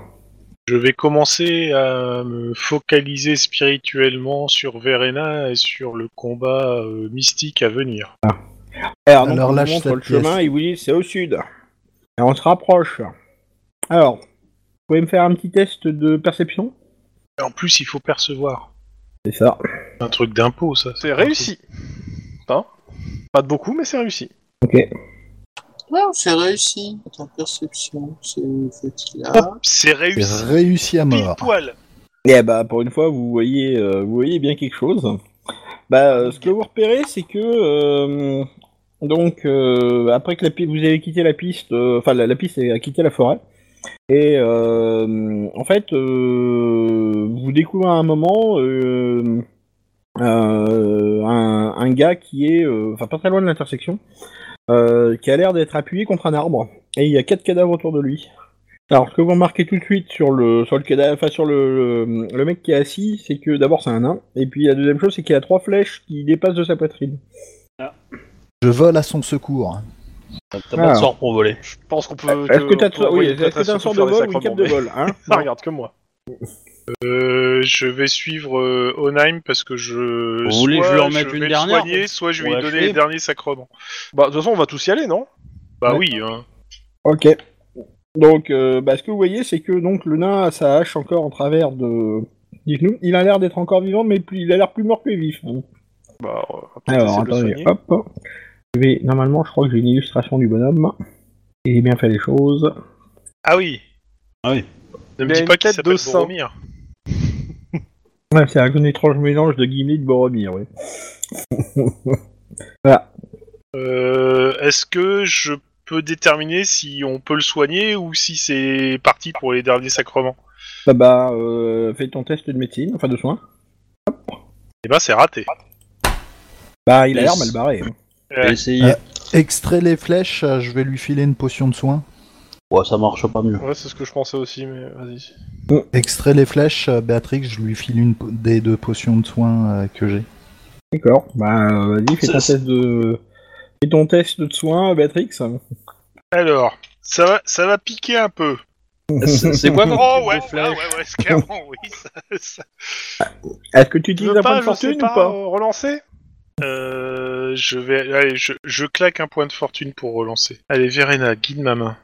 [SPEAKER 5] Je vais commencer à me focaliser spirituellement sur Verena et sur le combat euh, mystique à venir.
[SPEAKER 2] Alors, donc,
[SPEAKER 6] Alors,
[SPEAKER 2] on vous
[SPEAKER 6] lâche
[SPEAKER 2] montre
[SPEAKER 6] cette
[SPEAKER 2] le chemin et vous dit c'est au sud. Et on se rapproche. Alors, vous pouvez me faire un petit test de perception
[SPEAKER 5] Et en plus, il faut percevoir.
[SPEAKER 2] C'est ça.
[SPEAKER 5] Un truc d'impôt, ça.
[SPEAKER 3] C'est réussi. Hein Pas de beaucoup, mais c'est réussi.
[SPEAKER 4] Ouais, c'est réussi. Attends, perception, c'est une petite là.
[SPEAKER 5] C'est
[SPEAKER 6] C'est
[SPEAKER 5] réussi.
[SPEAKER 6] réussi à
[SPEAKER 5] Pile
[SPEAKER 6] mort.
[SPEAKER 5] poil.
[SPEAKER 2] Et bah, pour une fois, vous voyez, euh, vous voyez bien quelque chose. Bah, euh, ce que vous repérez, c'est que euh, donc euh, après que la pi- vous avez quitté la piste, euh, enfin la, la piste a quitté la forêt, Et euh, en fait, euh, vous découvrez à un moment euh, euh, un, un gars qui est, euh, enfin pas très loin de l'intersection, euh, qui a l'air d'être appuyé contre un arbre. Et il y a quatre cadavres autour de lui. Alors ce que vous remarquez tout de suite sur le sur le cadavre, enfin sur le, le, le mec qui est assis, c'est que d'abord c'est un nain, et puis la deuxième chose c'est qu'il a trois flèches qui dépassent de sa poitrine.
[SPEAKER 6] Je vole à son secours.
[SPEAKER 1] T'as t'as pas
[SPEAKER 2] Ah.
[SPEAKER 1] de sort pour voler.
[SPEAKER 3] Je pense qu'on peut.
[SPEAKER 2] Est-ce que t'as
[SPEAKER 3] on peut
[SPEAKER 2] oui,
[SPEAKER 3] envoyer
[SPEAKER 2] est-ce que
[SPEAKER 3] Patrice
[SPEAKER 2] t'as un
[SPEAKER 3] pour
[SPEAKER 2] sort de
[SPEAKER 3] faire des
[SPEAKER 2] vol ou une cape
[SPEAKER 3] sacrements,
[SPEAKER 2] de
[SPEAKER 3] mais
[SPEAKER 2] vol hein
[SPEAKER 3] Ça Ah, regarde que moi.
[SPEAKER 5] Euh, je vais suivre euh, Onheim parce que je.
[SPEAKER 1] Vous voulez que je
[SPEAKER 5] soit
[SPEAKER 1] lui en mette
[SPEAKER 5] vais
[SPEAKER 1] une
[SPEAKER 5] le
[SPEAKER 1] dernière
[SPEAKER 5] soigner, soit je vais
[SPEAKER 1] Pour
[SPEAKER 5] lui donner
[SPEAKER 1] l'achever.
[SPEAKER 5] les derniers sacrements.
[SPEAKER 3] Bah, de toute façon, on va tous y aller, non
[SPEAKER 5] Bah
[SPEAKER 2] Ouais.
[SPEAKER 5] oui, hein.
[SPEAKER 2] Ok. Donc, euh, bah, ce que vous voyez, c'est que donc le nain a sa hache encore en travers de. Dites-nous, il a l'air d'être encore vivant, mais plus- il a l'air plus mort que vif.
[SPEAKER 3] Bah, on va peut-être
[SPEAKER 2] Ah, Alors,
[SPEAKER 3] essayer de le
[SPEAKER 2] attendez,
[SPEAKER 3] soigner.
[SPEAKER 2] hop. Je vais, normalement, je crois que j'ai une illustration du bonhomme. Il a bien fait les choses.
[SPEAKER 5] Ah oui
[SPEAKER 1] Ah oui.
[SPEAKER 5] Ne
[SPEAKER 3] Il
[SPEAKER 5] me
[SPEAKER 3] a
[SPEAKER 5] dis
[SPEAKER 3] une
[SPEAKER 5] pas qu'il
[SPEAKER 3] tête de
[SPEAKER 5] s'appelle
[SPEAKER 3] saint.
[SPEAKER 5] Boromir.
[SPEAKER 2] Ouais, c'est un étrange mélange de Gimli et de Boromir, oui. voilà.
[SPEAKER 5] Euh, Est-ce que je peux déterminer si on peut le soigner ou si c'est parti pour les derniers sacrements
[SPEAKER 2] Bah, bah, euh, fais ton test de médecine, enfin de soins.
[SPEAKER 5] Eh ben c'est raté.
[SPEAKER 2] Bah, il a l'air
[SPEAKER 1] Yes.
[SPEAKER 2] mal barré. hein.
[SPEAKER 5] Ouais.
[SPEAKER 1] Essayez.
[SPEAKER 6] Euh. Extrait les flèches, euh, je vais lui filer une potion de soin.
[SPEAKER 1] Ouais, ça marche pas mieux.
[SPEAKER 3] Ouais, c'est ce que je pensais aussi, mais vas-y.
[SPEAKER 6] Extrait les flèches, euh, Béatrix, je lui file une po- des deux potions de soin euh, que j'ai.
[SPEAKER 2] D'accord. Bah, euh, vas-y, fais
[SPEAKER 1] Ça,
[SPEAKER 2] ton
[SPEAKER 1] c'est-
[SPEAKER 2] test de. Fais ton test de soins, Béatrix.
[SPEAKER 5] Alors, ça va, ça va piquer un peu.
[SPEAKER 1] C'est c'est quoi
[SPEAKER 5] Oh ouais,
[SPEAKER 1] Des
[SPEAKER 5] ouais,
[SPEAKER 1] flèches.
[SPEAKER 5] ouais, ouais, c'est clairement, oui. Ça, ça-
[SPEAKER 2] Est-ce que tu
[SPEAKER 3] Tu
[SPEAKER 2] utilises
[SPEAKER 3] veux
[SPEAKER 2] un point de
[SPEAKER 3] pas, je sais
[SPEAKER 2] fortune
[SPEAKER 3] pas,
[SPEAKER 2] ou pas
[SPEAKER 3] euh, relancer
[SPEAKER 5] Euh, je vais, allez, je, je claque un point de fortune pour relancer. Allez, Verena, guide ma main.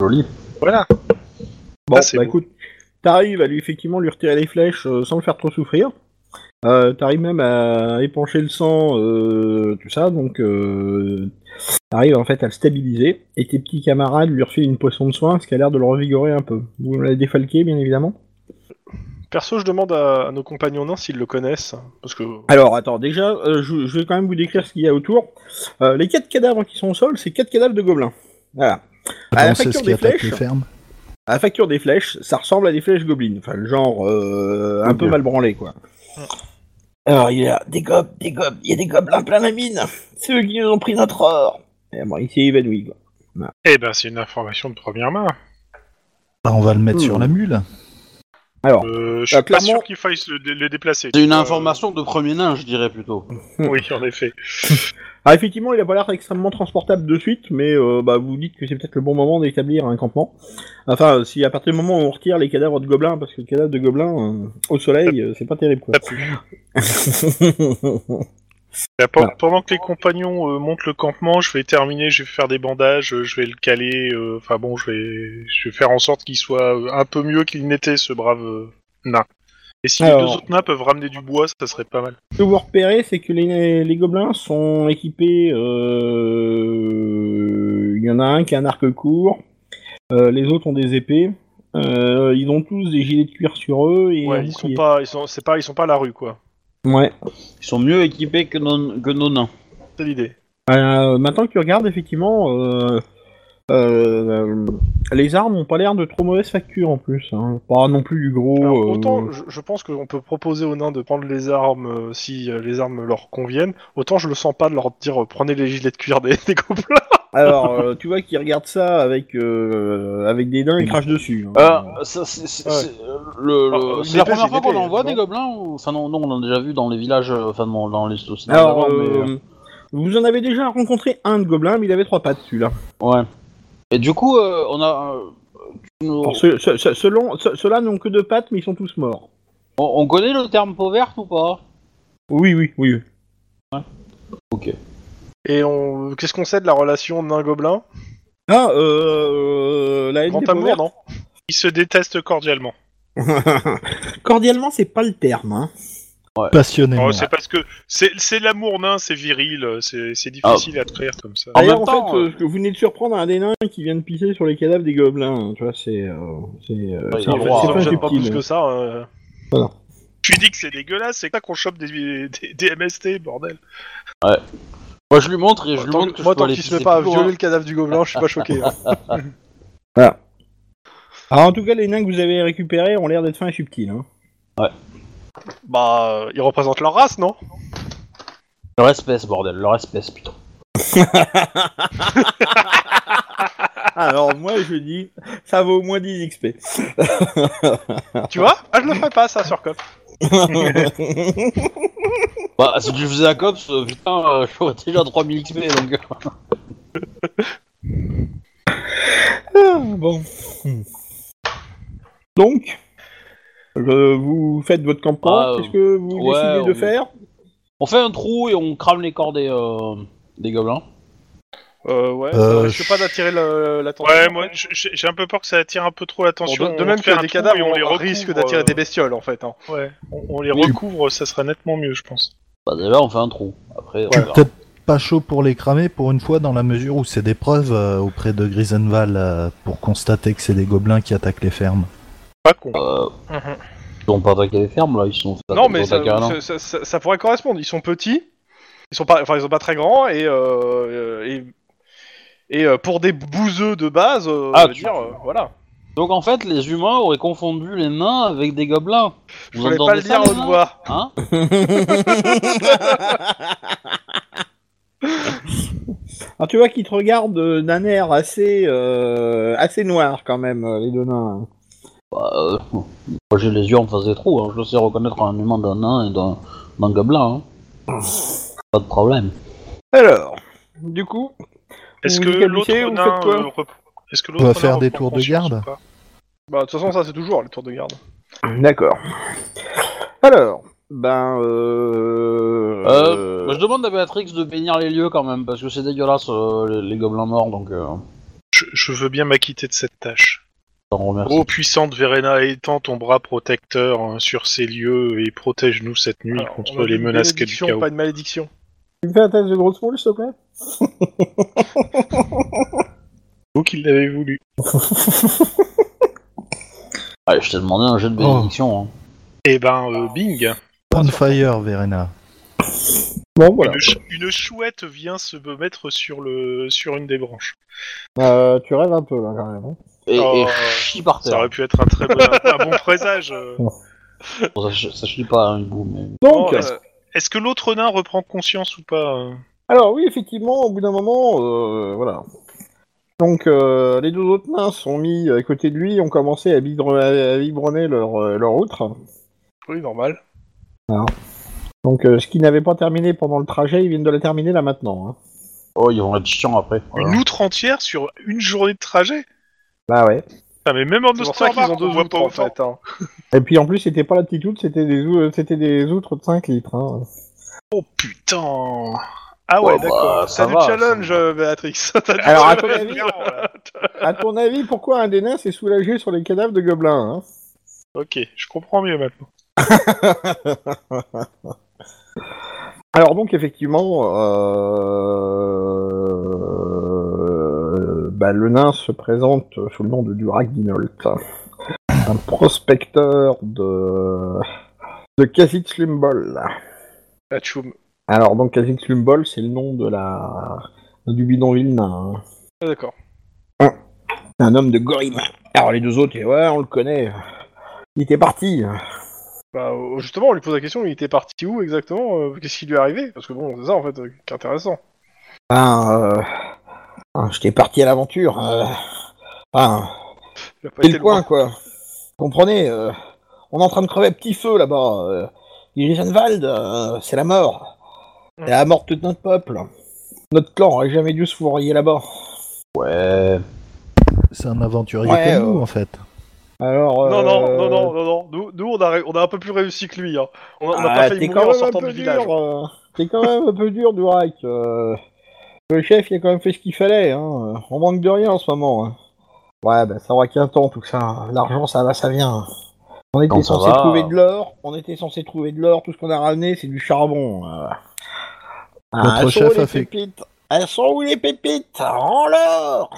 [SPEAKER 1] Joli.
[SPEAKER 5] Voilà.
[SPEAKER 2] Bon,
[SPEAKER 5] Ah, c'est
[SPEAKER 2] bah
[SPEAKER 5] beau.
[SPEAKER 2] écoute, t'arrives à lui effectivement lui retirer les flèches euh, sans le faire trop souffrir. Euh, t'arrives même à épancher le sang, euh, tout ça, donc euh, t'arrives en fait à le stabiliser. Et tes petits camarades lui refilent une potion de soin, ce qui a l'air de le revigorer un peu. Vous l'avez défalqué, bien évidemment.
[SPEAKER 3] Perso, je demande à, à nos compagnons nains s'ils le connaissent, parce que
[SPEAKER 2] Alors, attends, déjà, euh, je, je vais quand même vous décrire ce qu'il y a autour. Euh, les quatre cadavres qui sont au sol, c'est quatre cadavres de gobelins. Voilà. À la
[SPEAKER 6] Attends, c'est
[SPEAKER 2] facture
[SPEAKER 6] ce qui
[SPEAKER 2] des
[SPEAKER 6] attaque
[SPEAKER 2] flèches.
[SPEAKER 6] les fermes.
[SPEAKER 2] À la facture des flèches, ça ressemble à des flèches gobelines. Enfin, le genre euh, un
[SPEAKER 1] Ok.
[SPEAKER 2] peu mal branlé, quoi. Mm. Alors, il y a des gobes, des gobes, il y a des gobelins plein la mine. C'est eux qui nous ont pris notre or. Et bon, il s'est évanoui, quoi.
[SPEAKER 5] Eh ben, c'est une information de première main.
[SPEAKER 6] Bah, on va le mettre
[SPEAKER 2] Hmm.
[SPEAKER 6] sur la mule.
[SPEAKER 2] Alors,
[SPEAKER 5] Euh, je suis
[SPEAKER 2] Ah,
[SPEAKER 5] pas
[SPEAKER 2] clairement-
[SPEAKER 5] sûr qu'il faille se le, dé- le déplacer.
[SPEAKER 1] C'est une
[SPEAKER 5] Euh,
[SPEAKER 1] information de premier nain, je dirais plutôt.
[SPEAKER 5] Oui, en effet.
[SPEAKER 2] ah, effectivement, il a pas l'air extrêmement transportable de suite, mais euh, bah, vous dites que c'est peut-être le bon moment d'établir un campement. Enfin, euh, si à partir du moment où on retire les cadavres de gobelins, parce que le cadavre de gobelins, euh, au soleil, euh, c'est pas terrible, quoi.
[SPEAKER 5] Ça pue. Là, Bah, pe-
[SPEAKER 2] Voilà.
[SPEAKER 5] Pendant que les compagnons euh, montent le campement, je vais terminer, je vais faire des bandages, euh, je vais le caler. euh, Enfin bon, je vais, je vais faire en sorte qu'il soit euh, un peu mieux qu'il n'était, ce brave euh, nain. Et si les
[SPEAKER 2] Alors.
[SPEAKER 5] deux autres nains peuvent ramener du bois, ça serait pas mal.
[SPEAKER 2] Ce que vous repérez, c'est que les, les gobelins sont équipés. euh, Il y en a un qui a un arc court, euh, les autres ont des épées. euh, ils ont tous des gilets de cuir sur eux et un
[SPEAKER 3] ouais, ils sont
[SPEAKER 2] bouclier.
[SPEAKER 3] pas, ils sont, c'est pas, ils sont pas à la rue, quoi.
[SPEAKER 2] Ouais.
[SPEAKER 1] Ils sont mieux équipés que nos, que nos nains.
[SPEAKER 3] C'est l'idée.
[SPEAKER 2] Euh, maintenant que tu regardes, effectivement, euh, euh, les armes n'ont pas l'air de trop mauvaise facture en plus. hein. Pas non plus du gros.
[SPEAKER 3] Alors,
[SPEAKER 2] euh,
[SPEAKER 3] autant je, je pense qu'on peut proposer aux nains de prendre les armes euh, si euh, les armes leur conviennent, autant je le sens pas de leur dire euh, prenez les gilets de cuir des, des gobelins.
[SPEAKER 2] Alors, euh, tu vois qu'ils regardent ça avec euh, avec des dents et crachent dessus. hein.
[SPEAKER 1] Euh, ça, c'est- c'est-
[SPEAKER 3] Ouais.
[SPEAKER 1] c'est, euh, le- le-
[SPEAKER 3] Ah, euh,
[SPEAKER 1] c'est
[SPEAKER 3] une
[SPEAKER 1] la
[SPEAKER 3] épée,
[SPEAKER 1] première
[SPEAKER 3] c'est une
[SPEAKER 1] fois qu'on
[SPEAKER 3] épée,
[SPEAKER 1] en voit
[SPEAKER 3] non
[SPEAKER 1] des gobelins ou... Enfin, non, non, on en a déjà vu dans les villages, euh, enfin, dans, dans les sociétés
[SPEAKER 2] Alors,
[SPEAKER 1] d'avant, mais,
[SPEAKER 2] euh, vous en avez déjà rencontré un de gobelin, mais il avait trois pattes celui-là.
[SPEAKER 1] euh, Ouais. Et du coup, euh, on a. euh, tu nous-
[SPEAKER 2] Alors, ce- ce- ce- selon- ce- Ceux-là n'ont que deux pattes, mais ils sont tous morts.
[SPEAKER 1] on, on connaît le terme peau verte ou pas
[SPEAKER 2] Oui, oui, oui.
[SPEAKER 1] Ok.
[SPEAKER 3] Et on, qu'est-ce qu'on sait de la relation nain-gobelin
[SPEAKER 2] Ah, euh, la haine
[SPEAKER 3] Grand
[SPEAKER 2] des
[SPEAKER 3] amour,
[SPEAKER 2] pauvres.
[SPEAKER 3] non
[SPEAKER 5] Ils se détestent cordialement.
[SPEAKER 2] Cordialement, c'est pas le terme. Hein.
[SPEAKER 5] Oh,
[SPEAKER 6] Passionnément.
[SPEAKER 5] c'est parce que c'est c'est l'amour nain, c'est viril, euh, c'est c'est difficile
[SPEAKER 3] Ah.
[SPEAKER 5] à traire comme ça.
[SPEAKER 1] En
[SPEAKER 2] D'ailleurs,
[SPEAKER 1] même
[SPEAKER 2] en
[SPEAKER 1] temps,
[SPEAKER 2] fait,
[SPEAKER 1] euh,
[SPEAKER 2] euh, ce que vous venez de surprendre un des nains qui vient de pisser sur les cadavres des gobelins. hein, Tu vois, c'est. euh, c'est
[SPEAKER 1] Ouais,
[SPEAKER 2] euh, c'est-
[SPEAKER 1] il a le
[SPEAKER 2] c'est
[SPEAKER 1] droit, hein,
[SPEAKER 2] pas
[SPEAKER 3] j'aime pas plus
[SPEAKER 2] subtil.
[SPEAKER 3] que ça. euh.
[SPEAKER 5] hein. Tu dis que c'est dégueulasse, c'est ça qu'on chope des, des, des MST, bordel.
[SPEAKER 1] Moi, je lui montre et je lui
[SPEAKER 3] Tant
[SPEAKER 1] montre
[SPEAKER 3] que-
[SPEAKER 1] que
[SPEAKER 3] moi,
[SPEAKER 1] je peux
[SPEAKER 3] tant
[SPEAKER 1] aller
[SPEAKER 3] qu'il se met
[SPEAKER 1] pisser
[SPEAKER 3] pas à
[SPEAKER 1] plus loin.
[SPEAKER 3] violer le cadavre du gobelin, je suis pas choqué. hein.
[SPEAKER 2] Voilà. Alors, en tout cas, les nains que vous avez récupérés ont l'air d'être fins et subtils. Hein.
[SPEAKER 3] Bah, euh, ils représentent leur race, non
[SPEAKER 1] Leur espèce, bordel, leur espèce, putain.
[SPEAKER 2] Alors, moi, je dis, ça vaut au moins 10 XP.
[SPEAKER 3] Tu vois Ah, je le ferai pas, ça, sur Cop.
[SPEAKER 1] Bah, si tu faisais un cops, euh, putain, euh, j'aurais déjà 3000 XP, donc... euh,
[SPEAKER 2] Ah, bon. Donc, je- vous faites votre campagne.
[SPEAKER 1] Ah,
[SPEAKER 2] Qu'est-ce que vous
[SPEAKER 1] ouais,
[SPEAKER 2] décidez de
[SPEAKER 1] on-
[SPEAKER 2] faire
[SPEAKER 1] On fait un trou et on crame les corps des, euh, des gobelins.
[SPEAKER 3] Euh, ouais,
[SPEAKER 6] Euh,
[SPEAKER 3] ça risque
[SPEAKER 6] je-
[SPEAKER 3] pas d'attirer le- l'attention.
[SPEAKER 5] Ouais, moi je- je- j'ai un peu peur que ça attire un peu trop
[SPEAKER 3] Bon,
[SPEAKER 5] l'attention.
[SPEAKER 3] de, de
[SPEAKER 5] On
[SPEAKER 3] même
[SPEAKER 5] fait
[SPEAKER 3] que
[SPEAKER 5] un
[SPEAKER 3] des
[SPEAKER 5] trou
[SPEAKER 3] cadavres,
[SPEAKER 5] et
[SPEAKER 3] on, risque d'attirer des
[SPEAKER 5] euh,
[SPEAKER 3] bestioles, en fait. Hein.
[SPEAKER 5] Ouais, on, on les recouvre, ça sera nettement mieux, je pense.
[SPEAKER 1] Bah déjà, on fait un trou. Après, on
[SPEAKER 6] Je suis
[SPEAKER 1] verra.
[SPEAKER 6] peut-être pas chaud pour les cramer pour une fois dans la mesure où c'est des preuves euh, auprès de Grisenval euh, pour constater que c'est des gobelins qui attaquent les fermes.
[SPEAKER 5] Pas con.
[SPEAKER 1] Euh, ils ont pas attaqué les fermes, là, ils sont...
[SPEAKER 3] Non, mais
[SPEAKER 1] ils ont
[SPEAKER 3] ça,
[SPEAKER 1] attaqué un nain.
[SPEAKER 3] ça- ça- ça- ça pourrait correspondre. Ils sont petits, ils sont pas, enfin, ils sont pas très grands, et, euh, euh, et, et, euh, pour des bouseux de base, euh,
[SPEAKER 1] Ah,
[SPEAKER 3] je veux
[SPEAKER 1] tu-
[SPEAKER 3] dire, euh, voilà.
[SPEAKER 1] Donc en fait, les humains auraient confondu les nains avec des gobelins.
[SPEAKER 3] Je
[SPEAKER 1] Vous
[SPEAKER 3] voulais
[SPEAKER 1] entendez
[SPEAKER 3] pas le
[SPEAKER 1] ça,
[SPEAKER 3] dire
[SPEAKER 1] les
[SPEAKER 3] haute
[SPEAKER 1] nains
[SPEAKER 3] voix.
[SPEAKER 1] Hein
[SPEAKER 2] Alors, tu vois qu'ils te regardent euh, d'un air assez, euh, assez noir quand même, euh, les deux nains. hein.
[SPEAKER 1] Bah, euh, moi j'ai les yeux en face des trous, hein. je sais reconnaître un humain d'un nain et d'un d'un gobelin. hein. Pas de problème.
[SPEAKER 2] Alors, du coup,
[SPEAKER 5] Est-ce
[SPEAKER 2] Vous
[SPEAKER 5] que
[SPEAKER 2] vous
[SPEAKER 5] l'autre
[SPEAKER 2] habitez, vous
[SPEAKER 5] nain,
[SPEAKER 2] faites quoi
[SPEAKER 5] euh, rep- Est-ce que
[SPEAKER 6] va
[SPEAKER 5] l'autre
[SPEAKER 6] faire
[SPEAKER 5] nain
[SPEAKER 6] des
[SPEAKER 5] reprend
[SPEAKER 6] tours de
[SPEAKER 5] conscience
[SPEAKER 6] garde.
[SPEAKER 5] ou pas
[SPEAKER 3] Bah, de toute façon, ça c'est toujours le tour de garde.
[SPEAKER 2] d'accord. Alors, ben, euh...
[SPEAKER 1] Euh, Moi, je demande à Béatrix de bénir les lieux quand même, parce que c'est dégueulasse euh, les, les gobelins morts, donc euh,
[SPEAKER 5] je, je veux bien m'acquitter de cette tâche.
[SPEAKER 1] t'en remercie.
[SPEAKER 5] Ô puissante Verena, étends ton bras protecteur hein, sur ces lieux et protège-nous cette nuit
[SPEAKER 3] Alors, on
[SPEAKER 5] contre
[SPEAKER 3] a
[SPEAKER 5] les
[SPEAKER 3] une
[SPEAKER 5] menaces qu'est
[SPEAKER 3] bénédiction,
[SPEAKER 5] le chaos.
[SPEAKER 3] Pas une malédiction.
[SPEAKER 2] tu me fais un test de grosse moule, s'il te plaît
[SPEAKER 5] Vous qui l'avez voulu.
[SPEAKER 3] Oh.
[SPEAKER 1] Allez, je t'ai demandé un jet de bénédiction. hein.
[SPEAKER 5] Eh ben,
[SPEAKER 3] Ah.
[SPEAKER 5] euh, bing
[SPEAKER 6] On fire, Verena.
[SPEAKER 2] Bon, voilà.
[SPEAKER 5] une, ch- une chouette vient se mettre sur, le, sur une des branches.
[SPEAKER 2] Euh, tu rêves un peu, là, quand même. hein.
[SPEAKER 1] Et,
[SPEAKER 5] Oh,
[SPEAKER 1] et chie par
[SPEAKER 5] Ça
[SPEAKER 1] terre.
[SPEAKER 5] aurait pu être un très bon, un bon présage. euh.
[SPEAKER 1] Bon, Ça, ch- ça chie pas un bout, mais.
[SPEAKER 2] Donc,
[SPEAKER 5] euh, Est-ce que l'autre nain reprend conscience ou pas euh
[SPEAKER 2] Alors oui, effectivement, au bout d'un moment, euh, voilà. Donc euh, les deux autres nains se sont mis euh, à côté de lui, ont commencé à, bidre- à biberonner leur, euh, leur outre.
[SPEAKER 3] Oui, normal.
[SPEAKER 2] Donc euh, ce qu'ils n'avaient pas terminé pendant le trajet, ils viennent de la terminer là maintenant. Hein.
[SPEAKER 1] Oh, ils vont être chiants après. Voilà.
[SPEAKER 5] Une outre entière sur une journée de trajet
[SPEAKER 2] Bah ouais.
[SPEAKER 5] Ah, mais même en
[SPEAKER 3] C'est pour ça qu'ils
[SPEAKER 5] Ostermark,
[SPEAKER 3] ont
[SPEAKER 5] on
[SPEAKER 3] deux
[SPEAKER 5] voit pas
[SPEAKER 3] outres, en
[SPEAKER 5] autant.
[SPEAKER 3] fait. hein.
[SPEAKER 2] Et puis en plus, c'était pas la petite outre, c'était des, ou- euh, c'était des outres de 5 litres. Hein.
[SPEAKER 5] Oh putain Ah ouais,
[SPEAKER 1] Ouais, bah,
[SPEAKER 5] d'accord.
[SPEAKER 1] ça
[SPEAKER 3] T'as du
[SPEAKER 1] va,
[SPEAKER 3] challenge,
[SPEAKER 1] ça va.
[SPEAKER 3] euh, Béatrix. T'as du
[SPEAKER 2] Alors, à ton
[SPEAKER 3] challenge.
[SPEAKER 2] avis- À ton avis, pourquoi un des nains s'est soulagé sur les cadavres de gobelins hein
[SPEAKER 5] Ok, je comprends mieux maintenant.
[SPEAKER 2] Alors donc effectivement, euh, bah, le nain se présente sous le nom de Durac Dinolt, un prospecteur de de Kha'Zix Lumbol.
[SPEAKER 3] Atchoum.
[SPEAKER 2] Alors donc Kha'Zix Lumbol, c'est le nom de la du bidonville nain. hein.
[SPEAKER 3] Ah, D'accord.
[SPEAKER 2] Un homme de Gorim. Alors les deux autres, eh ouais, on le connaît. Il était parti. hein.
[SPEAKER 3] Bah, euh, justement, on lui pose la question, il était parti où exactement euh, Qu'est-ce qui lui est arrivé Parce que bon, c'est ça en fait euh, qui est intéressant.
[SPEAKER 2] Ah, euh, ah, j'étais parti à l'aventure. euh. Ah,
[SPEAKER 3] Il a pas
[SPEAKER 2] C'est
[SPEAKER 3] été
[SPEAKER 2] le coin,
[SPEAKER 3] loin.
[SPEAKER 2] quoi. Comprenez, euh, on est en train de crever à petit feu là-bas. Euh, Grisenwald, euh, c'est la mort. C'est la mort de tout notre peuple. Notre clan aurait jamais dû se fourrier là-bas.
[SPEAKER 1] Ouais.
[SPEAKER 6] C'est un aventurier
[SPEAKER 2] Ouais,
[SPEAKER 6] comme nous,
[SPEAKER 2] euh.
[SPEAKER 6] en fait.
[SPEAKER 2] Alors.
[SPEAKER 3] Non,
[SPEAKER 2] euh,
[SPEAKER 3] non, non, non, non, non. Nous, nous, on, a, on a un peu plus réussi que lui. Hein. On a, on a
[SPEAKER 2] ah,
[SPEAKER 3] pas
[SPEAKER 2] t'es
[SPEAKER 3] failli
[SPEAKER 2] quand
[SPEAKER 3] mourir en
[SPEAKER 2] même un
[SPEAKER 3] sortant
[SPEAKER 2] peu
[SPEAKER 3] du village.
[SPEAKER 2] dur. euh, T'es quand même un peu dur, Durak. euh. le chef, il a quand même fait ce qu'il fallait. Hein. On manque de rien en ce moment. hein. Ouais, ben ça aura qu'un temps tout ça. L'argent, ça va, ça vient. On était
[SPEAKER 1] Quand ça
[SPEAKER 2] censé
[SPEAKER 1] va.
[SPEAKER 2] trouver de l'or. On était censé trouver de l'or. Tout ce qu'on a ramené, c'est du charbon. euh. Ah,
[SPEAKER 6] Notre
[SPEAKER 2] elles sont
[SPEAKER 6] chef
[SPEAKER 2] où, les
[SPEAKER 6] a fait-
[SPEAKER 2] pépites Elles sont où les pépites En l'or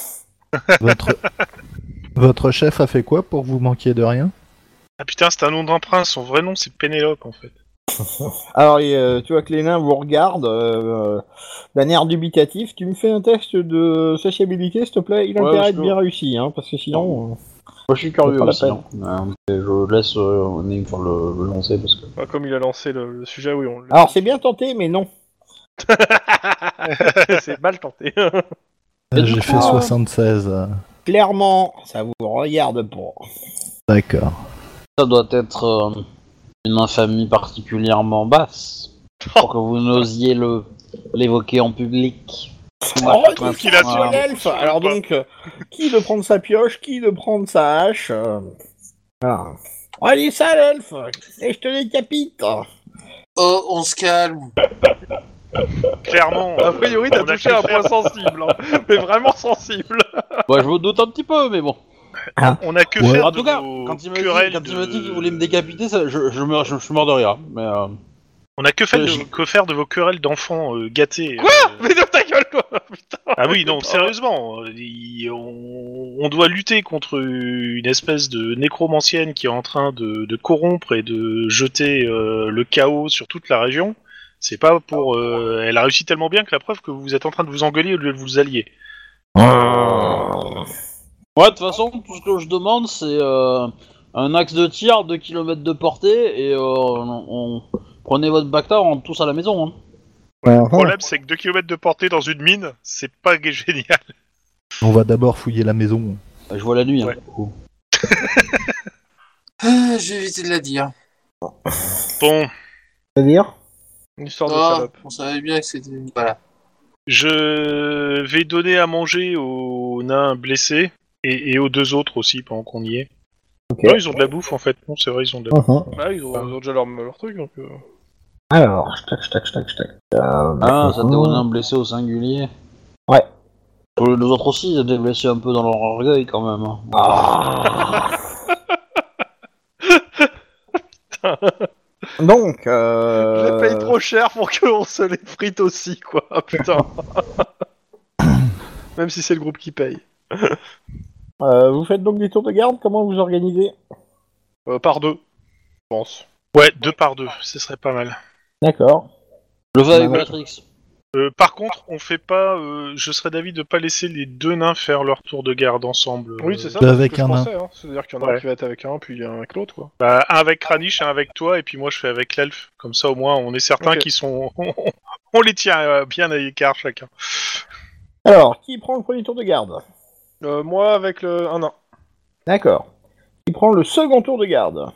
[SPEAKER 6] Votre... Votre chef a fait quoi pour vous manquer de rien
[SPEAKER 5] Ah putain, c'est un nom d'un prince. Son vrai nom, c'est Pénélope, en fait.
[SPEAKER 2] Alors, et, euh, tu vois que les nains vous regardent euh, euh, d'un air dubitatif. Tu me fais un test de sociabilité, s'il te plaît. Il a
[SPEAKER 1] Ouais,
[SPEAKER 2] intérêt à
[SPEAKER 1] je
[SPEAKER 2] être
[SPEAKER 1] peux.
[SPEAKER 2] bien réussi, hein, parce que sinon.
[SPEAKER 1] Moi, je suis
[SPEAKER 2] curieux
[SPEAKER 1] curieux
[SPEAKER 2] aussi,
[SPEAKER 1] aussi. hein. je laisse euh, Nim faire le, le lancer parce que.
[SPEAKER 3] Bah, comme il a lancé le, le sujet, oui, on
[SPEAKER 2] euh.
[SPEAKER 3] le-
[SPEAKER 2] Alors, c'est bien tenté, mais non.
[SPEAKER 3] c'est mal tenté.
[SPEAKER 1] Et du
[SPEAKER 6] J'ai
[SPEAKER 1] coup,
[SPEAKER 6] fait
[SPEAKER 1] euh,
[SPEAKER 6] 76. euh,
[SPEAKER 2] Clairement, ça vous regarde pour.
[SPEAKER 6] D'accord.
[SPEAKER 1] Ça doit être euh, une infamie particulièrement basse pour que vous n'osiez le l'évoquer en public.
[SPEAKER 2] On retrouve
[SPEAKER 1] Voilà.
[SPEAKER 2] Oh, qu'il a sur l'elfe. Alors donc, euh, qui de prendre sa pioche, qui de prendre sa hache euh, voilà. Allez, ça l'elfe Et je te décapite
[SPEAKER 4] Oh, on se calme.
[SPEAKER 5] Clairement.
[SPEAKER 3] A priori, t'as touché un point sensible, hein. mais vraiment sensible.
[SPEAKER 1] Bah, je me doute un petit peu, mais bon.
[SPEAKER 5] On a que
[SPEAKER 6] Ouais.
[SPEAKER 5] faire
[SPEAKER 1] en tout
[SPEAKER 5] de
[SPEAKER 1] cas,
[SPEAKER 5] nos
[SPEAKER 1] quand il me
[SPEAKER 5] querelles
[SPEAKER 1] dit, quand il me
[SPEAKER 5] de-
[SPEAKER 1] dit qu'il voulait me décapiter, ça- je, je, meurs- je- je suis mort de rire. Mais, euh,
[SPEAKER 5] On a que, fait
[SPEAKER 1] Euh,
[SPEAKER 5] de-
[SPEAKER 1] je-
[SPEAKER 5] que faire de vos querelles d'enfants euh, gâtés.
[SPEAKER 3] Quoi
[SPEAKER 5] euh,
[SPEAKER 3] Mais non, ta gueule, quoi Putain
[SPEAKER 5] Ah oui, non, sérieusement, euh, il- on, on doit lutter contre une espèce de nécromancienne qui est en train de, de corrompre et de jeter euh, le chaos sur toute la région. C'est pas pour. euh, elle a réussi tellement bien que la preuve que vous êtes en train de vous engueuler au lieu de vous allier.
[SPEAKER 1] Ouais, de toute façon, tout ce que je demande, c'est euh, un axe de tir, 2 km de portée, et euh, on, on- prenez votre bactard, on rentre tous à la maison. hein.
[SPEAKER 5] Le problème, c'est que 2 km de portée dans une mine, c'est pas génial.
[SPEAKER 6] On va d'abord fouiller la maison.
[SPEAKER 1] Bah, je vois la nuit. hein.
[SPEAKER 5] Ouais.
[SPEAKER 4] Ah, J'ai évité de la dire.
[SPEAKER 5] Bon,
[SPEAKER 2] C'est-à-dire
[SPEAKER 3] Une histoire de
[SPEAKER 4] Ah,
[SPEAKER 3] salope.
[SPEAKER 4] on savait bien que c'était. Voilà.
[SPEAKER 5] je vais donner à manger aux nains blessés et, et aux deux autres aussi pendant qu'on y est.
[SPEAKER 2] Ok.
[SPEAKER 5] Non, ils ont de la bouffe en fait. Non, c'est vrai, ils ont de la bouffe.
[SPEAKER 3] Bah, ils ont, ils ont déjà leur, leur truc, donc... euh.
[SPEAKER 2] Mhm. Alors, tac, tac, tac, Euh, tac.
[SPEAKER 1] Ah,
[SPEAKER 2] Bah,
[SPEAKER 1] ça t'est un blessé au singulier.
[SPEAKER 2] Ouais.
[SPEAKER 1] Pour les autres aussi, ils étaient blessés un peu dans leur orgueil quand même. hein.
[SPEAKER 2] Ah. Donc,
[SPEAKER 3] Je
[SPEAKER 2] euh...
[SPEAKER 3] les paye trop cher pour qu'on se les frite aussi, quoi. Putain. Même si c'est le groupe qui paye.
[SPEAKER 2] euh, vous faites donc des tours de garde Comment vous organisez
[SPEAKER 3] Euh, par deux, je pense.
[SPEAKER 5] Ouais, deux par deux, ce serait pas mal.
[SPEAKER 2] D'accord.
[SPEAKER 1] Le va avec
[SPEAKER 2] Bah ouais.
[SPEAKER 1] Matrix.
[SPEAKER 5] Euh, par contre, on fait pas. euh, je serais d'avis de pas laisser les deux nains faire leur tour de garde ensemble.
[SPEAKER 3] Oui, c'est ça.
[SPEAKER 6] Deux
[SPEAKER 3] c'est ce
[SPEAKER 6] avec
[SPEAKER 3] que je
[SPEAKER 6] un
[SPEAKER 3] pensais, hein. C'est-à-dire qu'il y en a un
[SPEAKER 5] Ouais.
[SPEAKER 3] qui va être avec un, puis il y en a un avec l'autre, quoi.
[SPEAKER 5] Bah, un avec Kranich, un avec toi, et puis moi je fais avec l'elfe. Comme ça, au moins, on est certain
[SPEAKER 3] Ok.
[SPEAKER 5] qu'ils sont. on les tient euh, bien à l'écart chacun.
[SPEAKER 2] Alors, qui prend le premier tour de garde
[SPEAKER 3] Euh, moi avec le... un nain.
[SPEAKER 2] D'accord. Qui prend le second tour de garde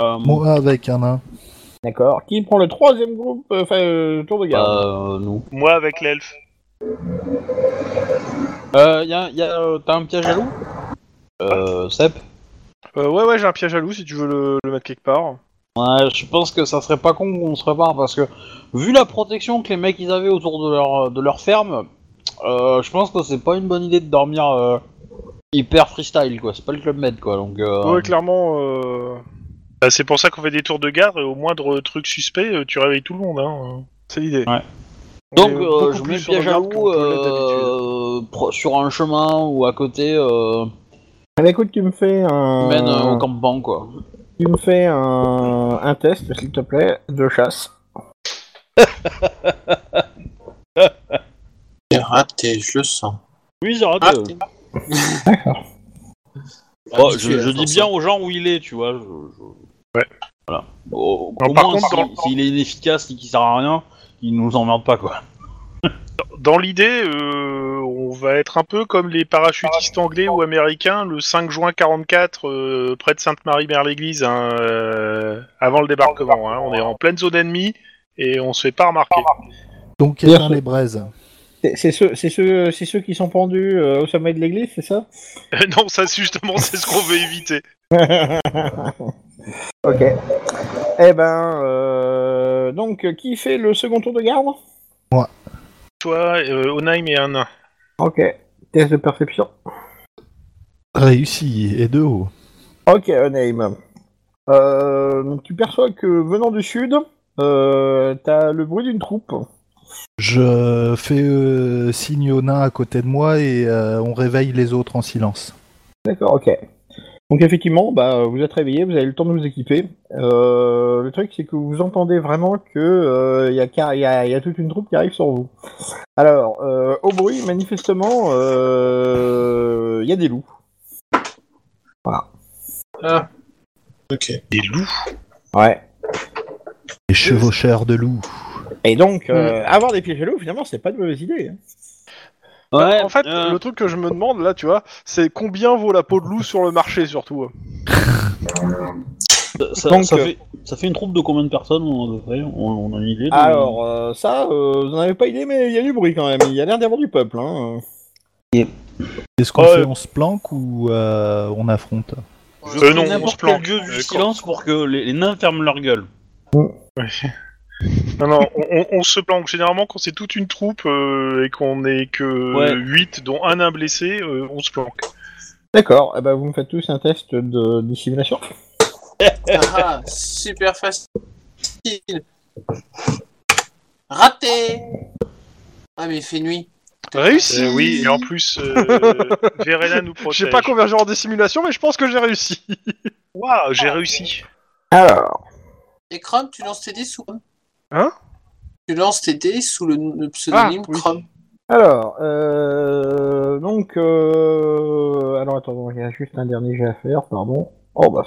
[SPEAKER 1] Euh,
[SPEAKER 6] Moi avec un nain.
[SPEAKER 2] D'accord. Qui prend le troisième groupe, euh, enfin, euh, tour de garde
[SPEAKER 1] euh, nous.
[SPEAKER 5] Moi avec l'elfe.
[SPEAKER 1] Euh, y a, y a, euh, T'as un piège à loup Euh, Sep
[SPEAKER 3] Euh, ouais, ouais, j'ai un piège à loup si tu veux le, le mettre quelque part.
[SPEAKER 1] Ouais, je pense que ça serait pas con qu'on se répare parce que, vu la protection que les mecs ils avaient autour de leur, de leur ferme, euh, je pense que c'est pas une bonne idée de dormir euh, hyper freestyle quoi. C'est pas le club med quoi donc. euh,
[SPEAKER 3] Ouais, clairement... euh,
[SPEAKER 5] Bah, c'est pour ça qu'on fait des tours de garde, et au moindre truc suspect, euh, tu réveilles tout le monde. Hein.
[SPEAKER 3] C'est l'idée.
[SPEAKER 1] Ouais.
[SPEAKER 3] On
[SPEAKER 1] Donc
[SPEAKER 3] est
[SPEAKER 1] euh,
[SPEAKER 3] beaucoup
[SPEAKER 1] je
[SPEAKER 3] plus
[SPEAKER 1] mets le
[SPEAKER 3] sur le
[SPEAKER 1] piège à
[SPEAKER 3] garde qu'on
[SPEAKER 1] loup
[SPEAKER 3] peut l'être d'habitude.
[SPEAKER 1] euh, pro- sur un chemin ou à côté, euh,
[SPEAKER 2] Eh ben, écoute, tu me fais un.
[SPEAKER 1] mène euh, au campement quoi.
[SPEAKER 2] Tu me fais un, un test, s'il te plaît, de chasse.
[SPEAKER 4] J'ai raté, je le sens. Ah,
[SPEAKER 1] Oui j'ai
[SPEAKER 2] Oh.
[SPEAKER 5] Ah,
[SPEAKER 1] raté.
[SPEAKER 3] euh,
[SPEAKER 4] Raté.
[SPEAKER 3] ah,
[SPEAKER 4] Habitué,
[SPEAKER 1] Bah, je, je dis
[SPEAKER 4] forcément.
[SPEAKER 1] bien aux gens où il est tu vois. je- je-
[SPEAKER 5] Ouais.
[SPEAKER 1] Voilà. Au,
[SPEAKER 5] Non,
[SPEAKER 1] au
[SPEAKER 5] par
[SPEAKER 1] moins,
[SPEAKER 5] contre,
[SPEAKER 1] si- s'il est inefficace et qu'il sert à rien, il nous emmerde pas quoi.
[SPEAKER 5] Dans l'idée, euh, on va être un peu comme les parachutistes anglais ou américains le 5 juin 44 euh, près de Sainte-Marie-Mère-l'Église, hein, euh, avant le débarquement. hein. On est en pleine zone ennemie et on se fait pas remarquer.
[SPEAKER 6] Donc
[SPEAKER 2] Bien
[SPEAKER 6] éteins
[SPEAKER 2] sûr.
[SPEAKER 6] les braises.
[SPEAKER 2] C'est c'est ceux, c'est ceux, c'est ceux qui sont pendus euh, au sommet de l'église, c'est ça
[SPEAKER 5] Euh, non, ça c'est justement, c'est ce qu'on veut éviter.
[SPEAKER 2] Ok. Eh ben, euh, donc, euh, qui fait le second tour de garde
[SPEAKER 5] Toi, euh, Onaim et un nain.
[SPEAKER 2] Ok. Test de perception.
[SPEAKER 6] Réussi et de haut.
[SPEAKER 2] Ok, Onaim. Euh, tu perçois que venant du sud, euh, t'as le bruit d'une troupe.
[SPEAKER 6] Je fais euh, signe au nain à côté de moi et euh, on réveille les autres en silence.
[SPEAKER 2] D'accord, ok. Donc effectivement, bah, vous êtes réveillé, vous avez le temps de vous équiper. Euh, le truc, c'est que vous entendez vraiment que euh, il y, a car- il y a- il y a toute une troupe qui arrive sur vous. Alors, euh, au bruit, manifestement, euh, il y a des loups.
[SPEAKER 4] Ok.
[SPEAKER 5] Des loups
[SPEAKER 2] Ouais.
[SPEAKER 6] Les chevaucheurs de loups.
[SPEAKER 2] Et donc, euh, avoir des pièges à loups, finalement, c'est pas de mauvaise idée. hein.
[SPEAKER 3] Bah, en fait,
[SPEAKER 1] euh,
[SPEAKER 3] le truc que je me demande là, tu vois, c'est combien vaut la peau de loup sur le marché surtout. euh.
[SPEAKER 1] ça, ça-
[SPEAKER 2] donc,
[SPEAKER 1] ça
[SPEAKER 2] euh,
[SPEAKER 1] fait, ça fait une troupe de combien de personnes on a, à peu près on, on a une idée de-
[SPEAKER 2] Alors, euh, ça, euh, vous n'en avez pas idée, mais il y a du bruit quand même. Il y a l'air d'avoir du peuple. Hein.
[SPEAKER 6] Est-ce qu'on
[SPEAKER 5] Ouais.
[SPEAKER 6] fait on se planque ou euh, on affronte
[SPEAKER 1] je
[SPEAKER 5] Euh,
[SPEAKER 1] prie
[SPEAKER 5] non, on se
[SPEAKER 1] n'importe quel
[SPEAKER 5] planque.
[SPEAKER 1] dieu du
[SPEAKER 5] Euh, quand-
[SPEAKER 1] silence pour que les, les nains ferment leur gueule.
[SPEAKER 5] Non, non, on, on- on se planque. Généralement, quand c'est toute une troupe euh, et qu'on est que
[SPEAKER 1] Ouais.
[SPEAKER 5] 8, dont un, un blessé, euh, on se planque.
[SPEAKER 2] D'accord, eh ben, vous me faites tous un test de dissimulation.
[SPEAKER 4] Ah, ah, super facile. Raté Ah, mais il fait nuit.
[SPEAKER 3] Réussi
[SPEAKER 5] Euh, oui, et en plus, euh, Verena nous protège.
[SPEAKER 3] J'ai pas convergé en dissimulation, mais je pense que j'ai réussi.
[SPEAKER 5] Waouh,
[SPEAKER 3] Ah.
[SPEAKER 5] j'ai réussi.
[SPEAKER 2] Alors,
[SPEAKER 4] Et Chrome, tu lances tes dés sous.
[SPEAKER 3] Hein
[SPEAKER 4] Tu lances tes dés sous le, le pseudonyme
[SPEAKER 3] Ah, oui.
[SPEAKER 4] Chrome.
[SPEAKER 2] alors, euh, donc, euh, alors attends, il y a juste un dernier jet à faire, pardon. Oh bah,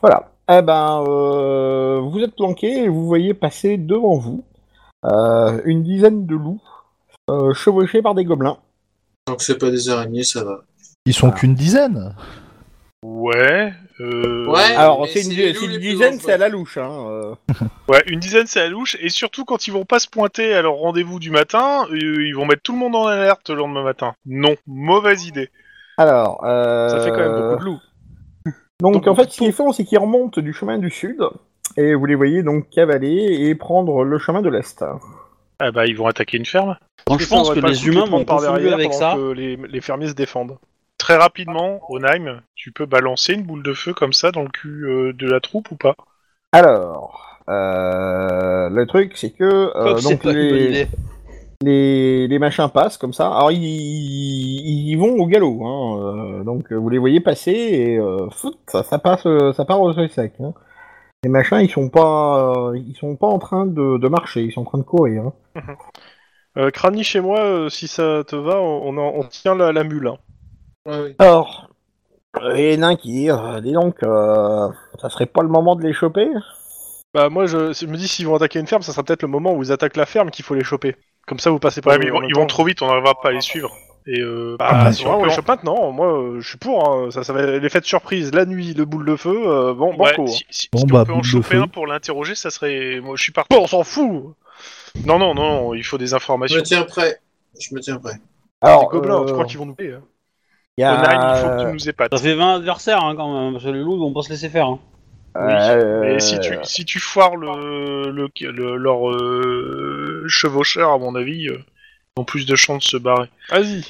[SPEAKER 2] voilà. Eh ben, euh, vous êtes planqué et vous voyez passer devant vous euh, une dizaine de loups euh, chevauchés par des gobelins.
[SPEAKER 4] Donc, c'est pas des araignées, ça va.
[SPEAKER 6] Ils sont
[SPEAKER 2] Ah.
[SPEAKER 6] qu'une dizaine.
[SPEAKER 5] Ouais. euh,
[SPEAKER 4] Ouais.
[SPEAKER 2] Alors,
[SPEAKER 4] mais
[SPEAKER 2] c'est une,
[SPEAKER 4] c'est les
[SPEAKER 2] c'est
[SPEAKER 4] loups
[SPEAKER 2] une
[SPEAKER 4] les plus
[SPEAKER 2] dizaine,
[SPEAKER 4] dangereux.
[SPEAKER 2] c'est à la louche. Hein. euh.
[SPEAKER 5] Ouais, une dizaine c'est la louche, et surtout quand ils vont pas se pointer à leur rendez-vous du matin, euh, ils vont mettre tout le monde en alerte le lendemain matin. Non, mauvaise idée.
[SPEAKER 2] Alors, euh,
[SPEAKER 3] Ça fait quand même beaucoup de loups.
[SPEAKER 2] Donc,
[SPEAKER 3] Donc,
[SPEAKER 2] en fait, ce qu'ils font, c'est qu'ils remontent du chemin du sud et vous les voyez donc cavaler et prendre le chemin de l'est.
[SPEAKER 5] Ah bah ils vont attaquer une ferme.
[SPEAKER 1] Quand je pense que les humains vont
[SPEAKER 3] par
[SPEAKER 1] confondu
[SPEAKER 3] derrière
[SPEAKER 1] avec
[SPEAKER 3] pendant
[SPEAKER 1] ça,
[SPEAKER 5] euh,
[SPEAKER 3] que les, les fermiers se défendent.
[SPEAKER 5] Très rapidement, Onheim, tu peux balancer une boule de feu comme ça dans le cul euh, de la troupe ou pas
[SPEAKER 2] Alors, euh, le truc, c'est que euh,
[SPEAKER 1] Coq, c'est
[SPEAKER 2] donc
[SPEAKER 1] pas une bonne
[SPEAKER 2] les,
[SPEAKER 1] idée.
[SPEAKER 2] les, les machins passent comme ça. Alors, ils, ils ils vont au galop. Hein. euh, Donc, euh, vous les voyez passer et euh, fout, ça, ça passe, euh, ça part au seuil sec. hein. Les machins, ils sont pas, euh, ils sont pas en train de, de marcher, ils sont en train de courir. hein.
[SPEAKER 3] Euh, Crani, chez moi, euh, si ça te va, on, on en- on tient la, la mule. hein.
[SPEAKER 4] Ouais, oui.
[SPEAKER 2] Alors, euh, il y en a un qui dit, euh, dis donc, euh, ça serait pas le moment de les choper
[SPEAKER 3] Bah moi, je, je me dis s'ils vont attaquer une ferme, ça sera peut-être le moment où ils attaquent la ferme qu'il faut les choper. Comme ça, vous passez pas.
[SPEAKER 5] Ouais, mais ils
[SPEAKER 3] en
[SPEAKER 5] vont,
[SPEAKER 3] même
[SPEAKER 5] ils vont
[SPEAKER 3] temps.
[SPEAKER 5] trop vite, on n'arrivera pas à les suivre. Et euh,
[SPEAKER 6] Ah,
[SPEAKER 3] Bah,
[SPEAKER 5] si
[SPEAKER 3] si
[SPEAKER 5] on
[SPEAKER 3] on
[SPEAKER 5] peut
[SPEAKER 3] les
[SPEAKER 5] en-
[SPEAKER 3] chope maintenant, moi euh, je suis pour, hein. ça, ça va les fêtes surprises, la nuit, le boule de feu, euh, bon,
[SPEAKER 5] ouais,
[SPEAKER 3] banco.
[SPEAKER 5] si, si-
[SPEAKER 6] Bon,
[SPEAKER 5] si
[SPEAKER 6] bah,
[SPEAKER 5] on peut en
[SPEAKER 6] boule de
[SPEAKER 5] choper
[SPEAKER 6] feu.
[SPEAKER 5] un pour l'interroger, ça serait. Moi je suis parti.
[SPEAKER 3] Bon, on s'en fout
[SPEAKER 5] Non, non, non, non, il faut des
[SPEAKER 4] Je me
[SPEAKER 5] informations.
[SPEAKER 4] tiens prêt. Je me tiens prêt.
[SPEAKER 3] Les
[SPEAKER 2] Alors,
[SPEAKER 3] gobelins, tu
[SPEAKER 2] euh,
[SPEAKER 3] crois qu'ils vont nous payer hein.
[SPEAKER 2] il y a-
[SPEAKER 5] Onheim, il faut que tu nous épates.
[SPEAKER 1] Euh, ça fait 20 adversaires hein, quand même, parce que les loups vont pas se laisser faire. hein.
[SPEAKER 2] euh,
[SPEAKER 5] Mais si tu, si tu foires le, le, le- leur euh, chevaucheur, à mon avis, euh, ils ont plus de chances de se barrer.
[SPEAKER 3] Vas-y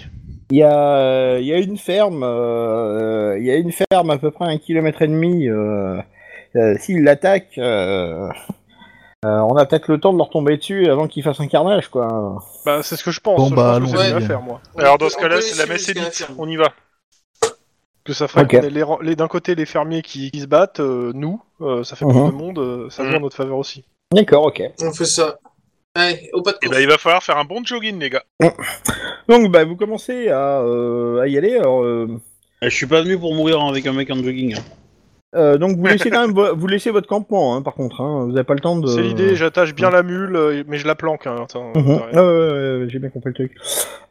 [SPEAKER 2] Il y a, il y a une ferme, euh, il y a une ferme à peu près un kilomètre et demi. Euh, euh, S'ils l'attaquent, euh, euh, on a peut-être le temps de leur tomber dessus avant qu'ils fassent un carnage, quoi.
[SPEAKER 3] Bah, c'est ce que je pense,
[SPEAKER 6] Bon,
[SPEAKER 3] je
[SPEAKER 6] bah,
[SPEAKER 3] pense que c'est
[SPEAKER 4] allons-y.
[SPEAKER 3] ce que je vais faire moi.
[SPEAKER 5] Alors dans
[SPEAKER 4] On
[SPEAKER 5] ce
[SPEAKER 4] peut-
[SPEAKER 5] cas-là,
[SPEAKER 4] on peut
[SPEAKER 5] c'est la
[SPEAKER 4] les
[SPEAKER 5] messe est
[SPEAKER 4] suivre jusqu'à
[SPEAKER 5] dite,
[SPEAKER 4] la ferme.
[SPEAKER 5] on y va.
[SPEAKER 3] Que ça ferait
[SPEAKER 2] Ok.
[SPEAKER 3] qu'on ait les ran- les- d'un côté les fermiers qui, qui se battent, euh, nous, euh, ça fait
[SPEAKER 2] Mhm.
[SPEAKER 3] plus de monde, euh, ça joue en
[SPEAKER 5] Mhm.
[SPEAKER 3] notre faveur aussi.
[SPEAKER 2] D'accord, ok.
[SPEAKER 4] On fait ça. Allez, au pas de
[SPEAKER 5] Et
[SPEAKER 2] Eh
[SPEAKER 4] course.
[SPEAKER 5] ben il va falloir faire un bon jogging, les gars.
[SPEAKER 2] Donc, bah, vous commencez à, euh, à y aller. Alors, euh,
[SPEAKER 1] Eh, Je suis pas venu pour mourir avec un mec en jogging. hein.
[SPEAKER 2] euh, donc, vous laissez quand même vo- vous laissez votre campement, hein, par contre. hein. vous n'avez pas le temps de.
[SPEAKER 3] C'est l'idée, j'attache bien la mule, euh, mais je la planque. Hein, attends,
[SPEAKER 2] Mhm.
[SPEAKER 3] derrière.
[SPEAKER 2] Ouais, ouais, ouais, J'ai bien compris le truc.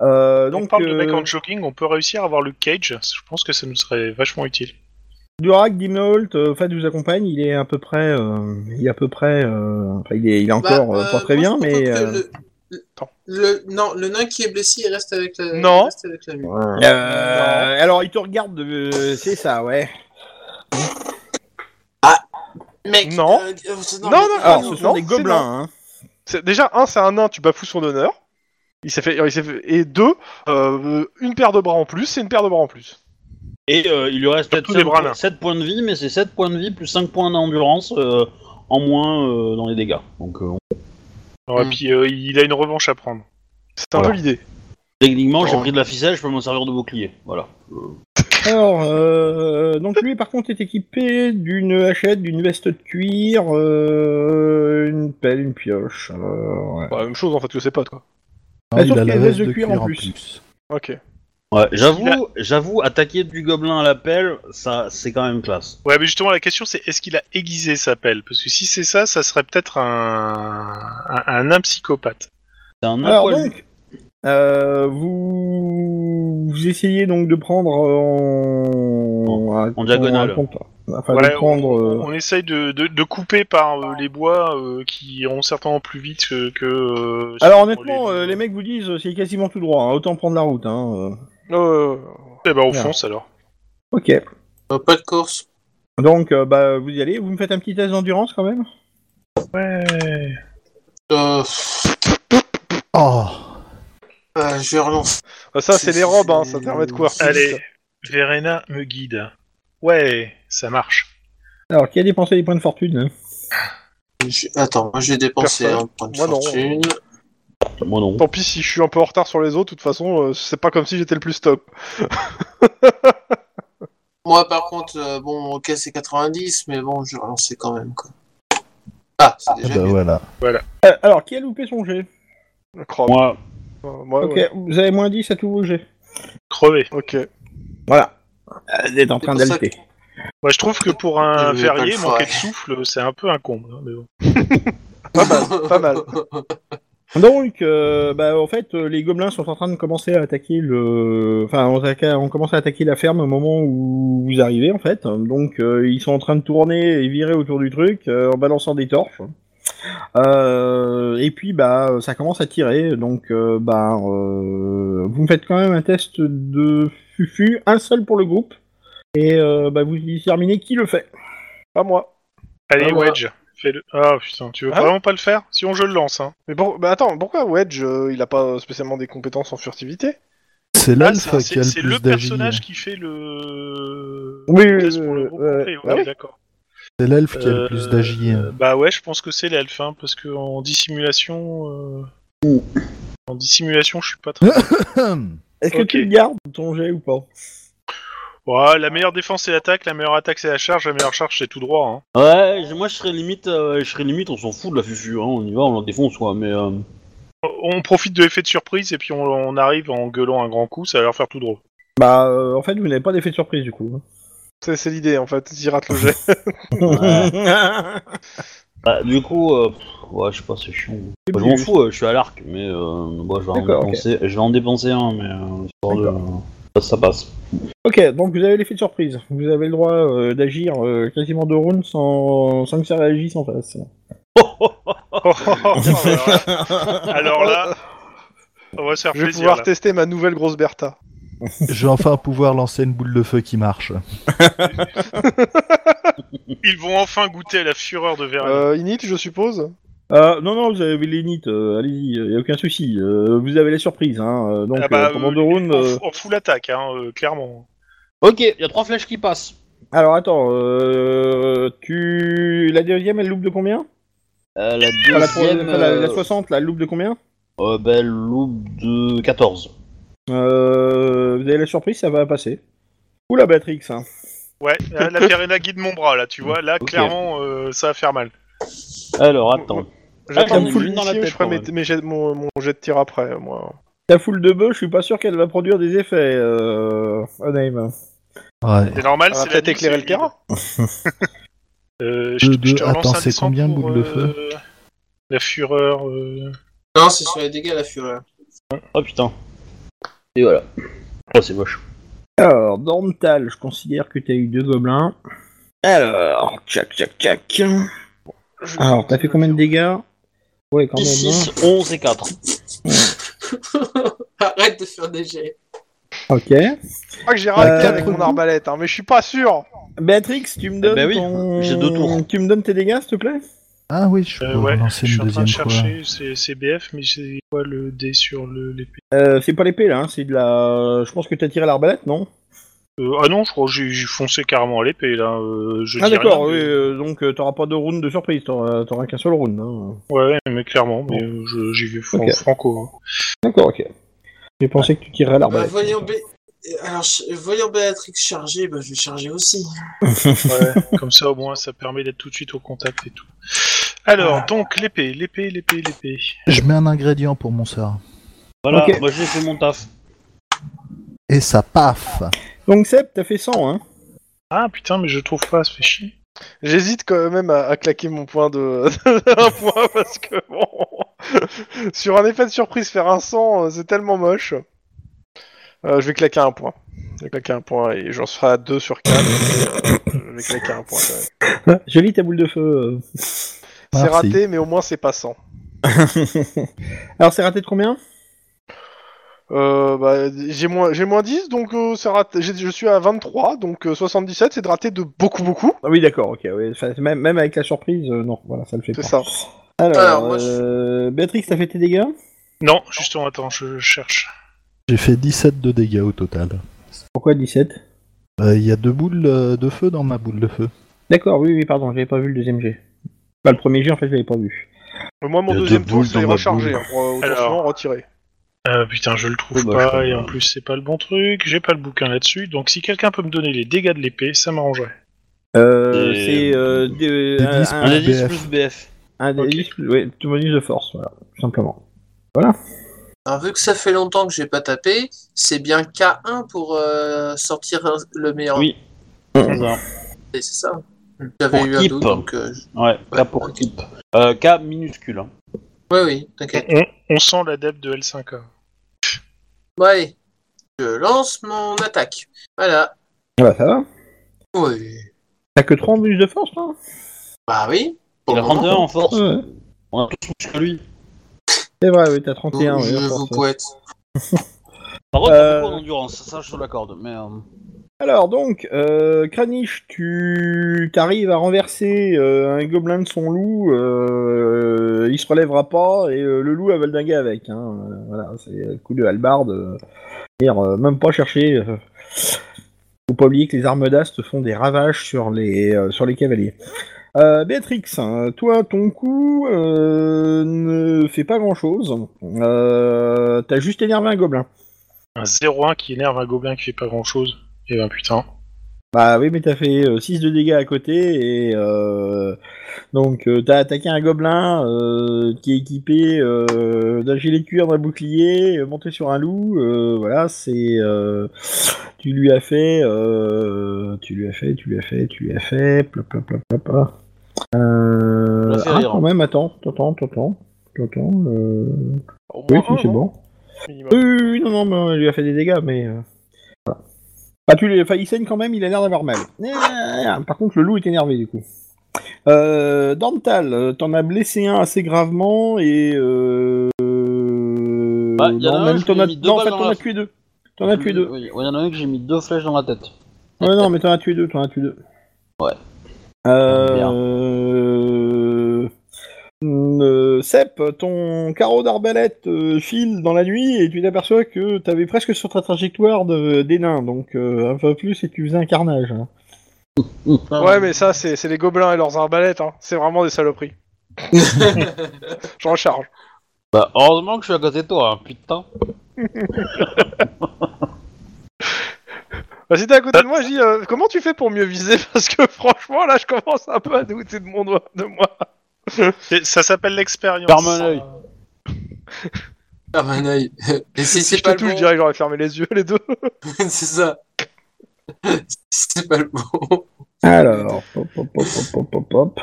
[SPEAKER 2] Euh,
[SPEAKER 5] Donc,
[SPEAKER 2] donc,
[SPEAKER 5] on parle de mec
[SPEAKER 2] euh,
[SPEAKER 5] en jogging, on peut réussir à avoir le cage. Je pense que ça nous serait vachement utile.
[SPEAKER 2] Durak, Dimnault, euh, Fad vous accompagne, il est à peu près, euh, il est à peu près, euh, enfin, il est, il est
[SPEAKER 4] Bah,
[SPEAKER 2] encore euh,
[SPEAKER 4] euh,
[SPEAKER 2] pas très bien,
[SPEAKER 4] moi, je
[SPEAKER 2] mais
[SPEAKER 4] propose que
[SPEAKER 2] euh,
[SPEAKER 4] le- le-
[SPEAKER 3] Attends.
[SPEAKER 4] le- non, le nain qui est blessé, il reste avec la.
[SPEAKER 3] Non.
[SPEAKER 4] il reste avec la mule.
[SPEAKER 2] euh, alors il te regarde, euh, c'est ça, ouais.
[SPEAKER 4] Mec.
[SPEAKER 3] Non.
[SPEAKER 4] euh, euh,
[SPEAKER 3] Non,
[SPEAKER 4] non,
[SPEAKER 3] non,
[SPEAKER 4] mais-
[SPEAKER 2] Alors
[SPEAKER 3] non,
[SPEAKER 2] ce sont des
[SPEAKER 3] c'est
[SPEAKER 2] gobelins, hein.
[SPEAKER 3] C'est- Déjà, un, c'est un nain, tu bafoues son honneur. Il s'est fait, il s'est fait- Et deux, euh, une paire de bras en plus, c'est une paire de bras en plus.
[SPEAKER 1] Et euh, il lui reste peut-être
[SPEAKER 5] Surtout les bras
[SPEAKER 1] sept-
[SPEAKER 5] nains.
[SPEAKER 1] 7 points de vie, mais c'est 7 points de vie plus 5 points d'endurance euh, en moins euh, dans les dégâts. Donc euh,
[SPEAKER 5] Ouais,
[SPEAKER 4] Hmm.
[SPEAKER 5] Puis euh, il a une revanche à prendre.
[SPEAKER 3] C'est un
[SPEAKER 1] Voilà.
[SPEAKER 3] peu l'idée.
[SPEAKER 1] techniquement, j'ai
[SPEAKER 4] Bon.
[SPEAKER 1] pris de la ficelle, je peux m'en servir de bouclier. Voilà. Euh,
[SPEAKER 2] Alors, euh, donc lui par contre est équipé d'une hachette, d'une veste de cuir, euh, une pelle, une pioche. euh, ouais.
[SPEAKER 3] Bah, la même chose en fait que ses potes quoi.
[SPEAKER 6] Ah,
[SPEAKER 2] Mais
[SPEAKER 6] il
[SPEAKER 2] sauf
[SPEAKER 6] a
[SPEAKER 2] qu'il y
[SPEAKER 6] la
[SPEAKER 2] a des
[SPEAKER 6] veste
[SPEAKER 2] de
[SPEAKER 6] de
[SPEAKER 2] cuir
[SPEAKER 6] cuir
[SPEAKER 2] en
[SPEAKER 6] en
[SPEAKER 2] plus.
[SPEAKER 6] plus.
[SPEAKER 3] Ok.
[SPEAKER 1] Ouais, j'avoue,
[SPEAKER 5] Il a-
[SPEAKER 1] j'avoue, attaquer du gobelin à la pelle, ça, c'est quand même classe.
[SPEAKER 5] Ouais, mais justement, la question c'est est-ce qu'il a aiguisé sa pelle Parce que si c'est ça, ça serait peut-être un... Un, un nain psychopathe.
[SPEAKER 1] C'est un
[SPEAKER 2] Alors
[SPEAKER 1] aqua-
[SPEAKER 2] donc, euh, vous... vous essayez donc de prendre euh, en, à-
[SPEAKER 1] en diagonale.
[SPEAKER 2] à compte- Enfin,
[SPEAKER 5] Ouais,
[SPEAKER 2] de prendre. euh,
[SPEAKER 5] On essaye de, de, de couper par euh, les bois euh, qui iront certainement plus vite que. que, euh,
[SPEAKER 2] Alors
[SPEAKER 5] sur
[SPEAKER 2] honnêtement, euh, les mecs vous disent euh, c'est quasiment tout droit, hein, autant prendre la route. Hein, euh.
[SPEAKER 3] Euh,
[SPEAKER 5] Eh ben, on fonce alors.
[SPEAKER 2] Ok.
[SPEAKER 4] Euh, pas de course.
[SPEAKER 2] Donc euh, bah vous y allez. Vous me faites un petit test d'endurance quand même.
[SPEAKER 5] Ouais.
[SPEAKER 4] Euh, pff,
[SPEAKER 6] Oh
[SPEAKER 4] euh, je vais relancer.
[SPEAKER 3] bah, ça c'est les robes, hein, ça permet de courir. plus
[SPEAKER 5] Allez,
[SPEAKER 3] vite.
[SPEAKER 5] Verena me guide. Ouais, ça marche.
[SPEAKER 2] Alors qui a dépensé des points de fortune hein
[SPEAKER 4] Je- Attends, moi j'ai dépensé
[SPEAKER 3] Personne.
[SPEAKER 4] un point de
[SPEAKER 3] Moi, non.
[SPEAKER 4] fortune.
[SPEAKER 1] Moi non.
[SPEAKER 3] Tant pis si je suis un peu en retard sur les autres, de toute façon, euh, c'est pas comme si j'étais le plus top.
[SPEAKER 4] Moi par contre, euh, bon, ok, c'est 90, mais bon, je vais relancer quand même. Quoi. Ah, c'est
[SPEAKER 6] Ah
[SPEAKER 4] déjà
[SPEAKER 6] bah
[SPEAKER 4] mieux.
[SPEAKER 6] voilà.
[SPEAKER 2] Euh, Alors qui a loupé son jet
[SPEAKER 3] Le crabe.
[SPEAKER 1] Moi,
[SPEAKER 3] Euh, moi,
[SPEAKER 2] Ok,
[SPEAKER 3] ouais.
[SPEAKER 2] vous avez moins 10 à tous vos jets.
[SPEAKER 5] Crevé.
[SPEAKER 3] Ok.
[SPEAKER 2] Voilà. Euh, Vous êtes en
[SPEAKER 4] C'est
[SPEAKER 2] train
[SPEAKER 4] pour ça
[SPEAKER 2] d'alter.
[SPEAKER 4] que-
[SPEAKER 5] Moi, je trouve que pour un
[SPEAKER 4] Je vais pas
[SPEAKER 5] verrier,
[SPEAKER 4] le faire.
[SPEAKER 5] manquer de souffle, c'est un peu un comble. hein, mais bon.
[SPEAKER 3] Pas mal, pas mal.
[SPEAKER 2] Donc, euh, bah, en fait, euh, les gobelins sont en train de commencer à attaquer le. Enfin, on, attaqua- on commence à attaquer la ferme au moment où vous arrivez, en fait. Donc, euh, ils sont en train de tourner et virer autour du truc euh, en balançant des torches. Euh, et puis, bah, ça commence à tirer. Donc, euh, bah, euh, vous me faites quand même un test de fufu, un seul pour le groupe. Et euh, bah, vous déterminez qui le fait.
[SPEAKER 3] Pas moi.
[SPEAKER 5] Allez,
[SPEAKER 3] Ah, voilà.
[SPEAKER 5] Wedge, fais-le. Ah putain, tu veux
[SPEAKER 3] Ah.
[SPEAKER 5] vraiment pas le faire Si on je le lance, hein.
[SPEAKER 3] Mais pour- bah, attends, pourquoi Wedge, euh, il a pas spécialement des compétences en furtivité
[SPEAKER 6] C'est
[SPEAKER 5] Ah,
[SPEAKER 6] l'alpha
[SPEAKER 5] c'est
[SPEAKER 6] qui a
[SPEAKER 5] c'est- c'est
[SPEAKER 6] le
[SPEAKER 5] le
[SPEAKER 6] plus d'agilité.
[SPEAKER 5] personnage qui fait le.
[SPEAKER 2] Oui,
[SPEAKER 5] le test pour le
[SPEAKER 2] euh,
[SPEAKER 5] groupe
[SPEAKER 2] euh,
[SPEAKER 5] complet, ouais,
[SPEAKER 2] ah ouais.
[SPEAKER 5] d'accord.
[SPEAKER 6] C'est l'elfe qui a le plus
[SPEAKER 5] Euh,
[SPEAKER 6] d'agi.
[SPEAKER 5] Bah ouais, je pense que c'est l'elfe, hein, parce que en dissimulation. euh, En dissimulation, je suis pas
[SPEAKER 3] Ah.
[SPEAKER 5] très.
[SPEAKER 2] Est-ce que
[SPEAKER 5] Ok.
[SPEAKER 2] tu le gardes ton jet ou pas
[SPEAKER 5] Ouais, la meilleure défense c'est l'attaque, la meilleure attaque c'est la charge, la meilleure charge c'est tout droit. Hein.
[SPEAKER 1] ouais, je- moi je serais limite, euh, je serais limite, on s'en fout de la fufu, hein, on y va, on la défonce quoi, mais. euh,
[SPEAKER 5] On profite de l'effet de surprise et puis on, on arrive en gueulant un grand coup, ça va leur faire tout drôle.
[SPEAKER 2] Bah, euh, en fait, vous n'avez pas d'effet de surprise du coup.
[SPEAKER 3] C'est c'est l'idée en fait, s'il rate le jet.
[SPEAKER 1] ouais. Bah, du coup, euh, pff, ouais, je sais pas, c'est chiant. Bah, je m'en fous, euh, je suis à l'arc, mais euh, bon, je, vais en
[SPEAKER 2] D'accord,
[SPEAKER 1] dépenser, je vais en dépenser un, mais euh, histoire de- ça, ça passe.
[SPEAKER 2] Ok, donc vous avez l'effet de surprise. Vous avez le droit euh, d'agir euh, quasiment deux rounds sans, sans que ça réagisse en face.
[SPEAKER 5] Oh, alors, là, oh. alors là, on va se faire
[SPEAKER 3] Je vais
[SPEAKER 5] plaisir.
[SPEAKER 3] pouvoir
[SPEAKER 5] là.
[SPEAKER 3] tester ma nouvelle grosse Bertha.
[SPEAKER 6] Je vais enfin pouvoir lancer une boule de feu qui marche.
[SPEAKER 5] Ils vont enfin goûter à la fureur de Verena.
[SPEAKER 3] Euh, init, je suppose
[SPEAKER 2] Euh, non, non, vous avez l'init, euh, allez-y, euh, y a aucun souci. Euh, vous avez la surprise, hein. euh, donc
[SPEAKER 5] Ah bah,
[SPEAKER 2] euh, pendant
[SPEAKER 5] euh,
[SPEAKER 2] deux rounds.
[SPEAKER 5] on,
[SPEAKER 2] euh,
[SPEAKER 5] f- on fout l'attaque, hein, euh, clairement.
[SPEAKER 1] Ok, il y a trois flèches qui passent.
[SPEAKER 2] Alors attends, euh, tu. La deuxième, elle loupe de combien
[SPEAKER 1] Euh, la
[SPEAKER 2] Enfin, Ah, la,
[SPEAKER 1] deuxième,
[SPEAKER 2] enfin, la- la
[SPEAKER 1] euh,
[SPEAKER 2] 60, là, elle loupe de combien
[SPEAKER 1] euh, bah, elle loupe de 14.
[SPEAKER 2] euh, Vous avez la surprise, ça va passer. Ou la Batrix, hein.
[SPEAKER 5] Ouais, là, la Verena guide mon bras, là, tu vois. Là,
[SPEAKER 1] Ok.
[SPEAKER 5] clairement, euh, ça va faire mal.
[SPEAKER 1] Alors, attends.
[SPEAKER 3] J'attends
[SPEAKER 1] j'en ai
[SPEAKER 3] le full
[SPEAKER 1] une dans la
[SPEAKER 3] initié,
[SPEAKER 1] tête,
[SPEAKER 3] je ferai
[SPEAKER 1] quand
[SPEAKER 3] mes-
[SPEAKER 1] même.
[SPEAKER 3] mes jets- mon, mon jet de tir après, moi.
[SPEAKER 2] Ta foule de bœufs, je suis pas sûr qu'elle va produire des effets, euh... Onaim.
[SPEAKER 6] Ouais.
[SPEAKER 5] C'est normal,
[SPEAKER 3] Elle va
[SPEAKER 5] c'est la
[SPEAKER 3] peut-être
[SPEAKER 5] nuit,
[SPEAKER 3] éclairer
[SPEAKER 5] c'est
[SPEAKER 3] le terrain.
[SPEAKER 5] humide. Euh, je,
[SPEAKER 6] Deux,
[SPEAKER 5] te- je te
[SPEAKER 6] deux.
[SPEAKER 5] relance
[SPEAKER 6] Attends,
[SPEAKER 5] un
[SPEAKER 6] c'est
[SPEAKER 5] dessin
[SPEAKER 6] combien,
[SPEAKER 5] pour,
[SPEAKER 6] boule de feu
[SPEAKER 5] euh, La fureur. euh,
[SPEAKER 4] Non, c'est sur les dégâts la fureur.
[SPEAKER 1] Oh putain. Et voilà. Oh, c'est moche.
[SPEAKER 2] Alors, Dormtal, je considère que t'as eu deux gobelins. Alors, tchac tchac tchac. Alors, t'as fait combien de dégâts Ouais, quand même. hein.
[SPEAKER 1] 6, 11 et 4.
[SPEAKER 4] Arrête de faire des jets.
[SPEAKER 2] hein. Ok.
[SPEAKER 3] Je crois que j'ai raté
[SPEAKER 2] Euh,
[SPEAKER 3] avec mon arbalète, hein, mais je suis pas sûr
[SPEAKER 2] Béatrix, tu me donnes
[SPEAKER 1] Eh ben oui,
[SPEAKER 2] ton-
[SPEAKER 1] j'ai deux tours.
[SPEAKER 2] Tu me donnes tes dégâts, s'il te plaît
[SPEAKER 6] Ah oui, je peux
[SPEAKER 5] euh, ouais, je
[SPEAKER 6] lancer
[SPEAKER 5] suis
[SPEAKER 6] une
[SPEAKER 5] en train
[SPEAKER 6] deuxième
[SPEAKER 5] de
[SPEAKER 6] fois.
[SPEAKER 5] chercher c'est CBF, mais c'est quoi le dé sur le- l'épée
[SPEAKER 2] euh, C'est pas l'épée, là, hein, c'est de la... Je pense que t'as tiré l'arbalète, non
[SPEAKER 5] Euh, Ah non, je crois que j'ai j'ai foncé carrément à l'épée, là. euh, je
[SPEAKER 2] Ah
[SPEAKER 5] dis
[SPEAKER 2] d'accord,
[SPEAKER 5] rien,
[SPEAKER 2] oui,
[SPEAKER 5] mais-
[SPEAKER 2] euh, donc euh, t'auras pas de round de surprise, t'auras t'auras qu'un seul round. hein.
[SPEAKER 5] Ouais, mais clairement, mais euh, je- j'y vais fran-
[SPEAKER 2] Ok.
[SPEAKER 5] franco. hein.
[SPEAKER 2] D'accord, ok. J'ai pensé que tu tirerais
[SPEAKER 4] Bah,
[SPEAKER 2] l'arbalète.
[SPEAKER 4] voyons, Bé- Et Alors, ch- voyant Béatrix charger, bah, je vais charger aussi.
[SPEAKER 5] Ouais, comme ça au moins ça permet d'être tout de suite au contact et tout. Alors, donc l'épée, l'épée, l'épée, l'épée.
[SPEAKER 6] Je mets un ingrédient pour mon sort.
[SPEAKER 1] Voilà,
[SPEAKER 2] Ok.
[SPEAKER 1] moi j'ai fait mon taf.
[SPEAKER 6] Et ça paf
[SPEAKER 2] Donc Seb, t'as fait 100, hein
[SPEAKER 5] Ah putain, mais je trouve pas, ça fait chier.
[SPEAKER 3] J'hésite quand même à, à claquer mon point de. un point parce que bon. Sur un effet de surprise, faire un 100, euh, c'est tellement moche. Euh, je vais claquer un point. Je vais claquer un point et j'en serai à 2 sur 4. je vais claquer un point quand même.
[SPEAKER 2] Ah, Jolie ta boule de feu.
[SPEAKER 3] C'est
[SPEAKER 6] Merci.
[SPEAKER 3] raté, mais au moins c'est pas 100.
[SPEAKER 2] euh. Alors c'est raté de combien
[SPEAKER 3] Euh, bah, j'ai moins, j'ai moins 10, donc euh, c'est raté. j'ai- Je suis à 23, donc euh, 77, c'est de raté de beaucoup, beaucoup.
[SPEAKER 2] Ah oui, d'accord, ok. ouais, enfin, même, même avec la surprise, euh, non, voilà, ça le fait
[SPEAKER 3] C'est
[SPEAKER 2] pas.
[SPEAKER 3] ça.
[SPEAKER 2] Alors,
[SPEAKER 4] Alors, moi, je-
[SPEAKER 2] euh, Béatrix, t'as fait tes dégâts
[SPEAKER 5] Non, justement, attends, je cherche.
[SPEAKER 6] J'ai fait 17 de dégâts au total.
[SPEAKER 2] Pourquoi 17
[SPEAKER 6] Euh, Il y a deux boules euh, de feu dans ma boule de feu.
[SPEAKER 2] D'accord, oui, oui, pardon, j'avais pas vu le deuxième jet. Bah, le premier jet, en fait, je l'avais pas vu.
[SPEAKER 3] Moi, mon
[SPEAKER 1] Il y a
[SPEAKER 3] deuxième
[SPEAKER 1] deux
[SPEAKER 3] tour,
[SPEAKER 1] boules
[SPEAKER 3] je l'ai
[SPEAKER 1] dans ma
[SPEAKER 3] rechargé
[SPEAKER 1] boule.
[SPEAKER 3] hein, pour euh, autant
[SPEAKER 5] Alors.
[SPEAKER 3] souvent retirer.
[SPEAKER 5] Euh, putain, je le trouve
[SPEAKER 1] Oh, bah, je
[SPEAKER 5] pas,
[SPEAKER 1] trouve
[SPEAKER 5] et
[SPEAKER 1] pas.
[SPEAKER 5] en plus c'est pas le bon truc, j'ai pas le bouquin là-dessus, donc si quelqu'un peut me donner les dégâts de l'épée, ça m'arrangerait.
[SPEAKER 2] Euh,
[SPEAKER 1] Et-
[SPEAKER 2] c'est euh, des-
[SPEAKER 6] Des
[SPEAKER 2] un,
[SPEAKER 6] dix
[SPEAKER 1] Un
[SPEAKER 2] un,
[SPEAKER 1] des 10
[SPEAKER 6] BF.
[SPEAKER 1] plus BF.
[SPEAKER 2] un des
[SPEAKER 5] Ok.
[SPEAKER 2] dix, ouais, tout bonus de force, voilà, tout simplement.
[SPEAKER 4] Alors, Bah, vu que ça fait longtemps que j'ai pas tapé, c'est bien K1 pour euh, sortir un- le meilleur.
[SPEAKER 1] Oui. C'est ça.
[SPEAKER 4] Et C'est ça. J'avais
[SPEAKER 1] Pour
[SPEAKER 4] eu un
[SPEAKER 1] keep.
[SPEAKER 4] doute, donc. euh, je-
[SPEAKER 1] Ouais, K pour keep. Euh, K minuscule. hein.
[SPEAKER 4] Oui, oui, t'inquiète.
[SPEAKER 5] On, on sent l'adepte de L5A.
[SPEAKER 4] Bon, allez. Je lance mon attaque. Voilà.
[SPEAKER 2] Ah bah, ça va.
[SPEAKER 4] Oui.
[SPEAKER 2] T'as que 3 bonus de force, non
[SPEAKER 4] Bah oui. Pour
[SPEAKER 1] Il a
[SPEAKER 4] le moment.
[SPEAKER 1] 31 en force.
[SPEAKER 2] Ouais,
[SPEAKER 1] On a tous plus que lui.
[SPEAKER 2] C'est vrai, oui, t'as
[SPEAKER 4] Vous-
[SPEAKER 2] 31. ouais,
[SPEAKER 4] je
[SPEAKER 2] de
[SPEAKER 4] vous
[SPEAKER 2] force, ouais.
[SPEAKER 4] couette.
[SPEAKER 1] Par contre, t'as
[SPEAKER 2] Euh.
[SPEAKER 1] beaucoup en endurance, ça je te l'accorde. Mais euh,
[SPEAKER 2] Alors donc, euh, Kranich, tu arrives à renverser euh, un gobelin de son loup, euh, il se relèvera pas et euh, le loup va le dinguer avec. Hein, Euh, voilà, c'est le coup de halbarde. euh, dire, euh, même pas chercher. euh, faut pas oublier que les armes d'ast font des ravages sur les euh, sur les cavaliers. Euh, Béatrix, hein, toi, ton coup euh, ne fait pas grand chose. Euh, T'as juste énervé un gobelin.
[SPEAKER 5] Un 0-1 qui énerve un gobelin qui fait pas grand-chose. Et ben putain.
[SPEAKER 2] Bah oui, mais t'as fait 6 de dégâts à côté, et euh, donc euh, t'as attaqué un gobelin euh, qui est équipé euh, d'un gilet de cuir, d'un bouclier, euh, monté sur un loup, euh, voilà, c'est... euh, tu lui as fait... euh, tu lui as fait, tu lui as fait, tu lui as fait... Plop, plop, plop, plop, plop.
[SPEAKER 1] On
[SPEAKER 2] Euh,
[SPEAKER 1] l'a fait
[SPEAKER 2] ah,
[SPEAKER 1] rire. hein.
[SPEAKER 2] quand même, attends, attends, attends, attends, euh...
[SPEAKER 3] Au
[SPEAKER 2] Oui,
[SPEAKER 3] moins
[SPEAKER 2] si,
[SPEAKER 3] un,
[SPEAKER 2] c'est
[SPEAKER 3] non
[SPEAKER 2] bon.
[SPEAKER 3] Minimum.
[SPEAKER 2] Oui, oui, oui, non, non, mais il lui a fait des dégâts, mais. euh, voilà. Ah, tu l'as- enfin, il saigne quand même, il a l'air d'avoir mal. Ah, Par contre, le loup est énervé, du coup. Euh, Dantal, euh, t'en as blessé un assez gravement et. Euh...
[SPEAKER 1] Bah, y en a
[SPEAKER 2] non,
[SPEAKER 1] un,
[SPEAKER 2] même
[SPEAKER 1] je
[SPEAKER 2] t'en
[SPEAKER 1] lui ai
[SPEAKER 2] as,
[SPEAKER 1] mis deux
[SPEAKER 2] non, en
[SPEAKER 1] balles
[SPEAKER 2] fait,
[SPEAKER 1] dans
[SPEAKER 2] t'en
[SPEAKER 1] la-
[SPEAKER 2] as tué deux. T'en as tué deux.
[SPEAKER 1] Oui, il y en a un que j'ai mis deux flèches dans la tête.
[SPEAKER 2] Ouais, non, mais t'en as tué deux, t'en as tué deux.
[SPEAKER 1] Ouais.
[SPEAKER 2] Euh... euh, Sep, ton carreau d'arbalète euh, file dans la nuit et tu t'aperçois que t'avais presque sur ta trajectoire de, des nains, donc euh, un peu plus et tu faisais un carnage. hein.
[SPEAKER 1] Euh,
[SPEAKER 3] Ouais, mais ça, c'est c'est les gobelins et leurs arbalètes, hein. c'est vraiment des saloperies. J'en charge.
[SPEAKER 1] Bah, heureusement que je suis à côté de toi, hein, putain.
[SPEAKER 3] Bah, si t'es à côté de moi, je dis euh, comment tu fais pour mieux viser Parce que franchement, là, je commence un peu à douter de mon doigt, de moi.
[SPEAKER 5] C'est- Ça s'appelle l'expérience.
[SPEAKER 1] Ferme un œil.
[SPEAKER 4] Ferme un œil. Et si
[SPEAKER 3] Si
[SPEAKER 4] c'est
[SPEAKER 3] je
[SPEAKER 4] pas
[SPEAKER 3] te touche,
[SPEAKER 4] le
[SPEAKER 3] je
[SPEAKER 4] bon,
[SPEAKER 3] dirais que j'aurais fermé les yeux, les deux.
[SPEAKER 4] c'est ça. si c'est pas le bon.
[SPEAKER 2] Alors, pop, pop, pop, pop, pop, pop.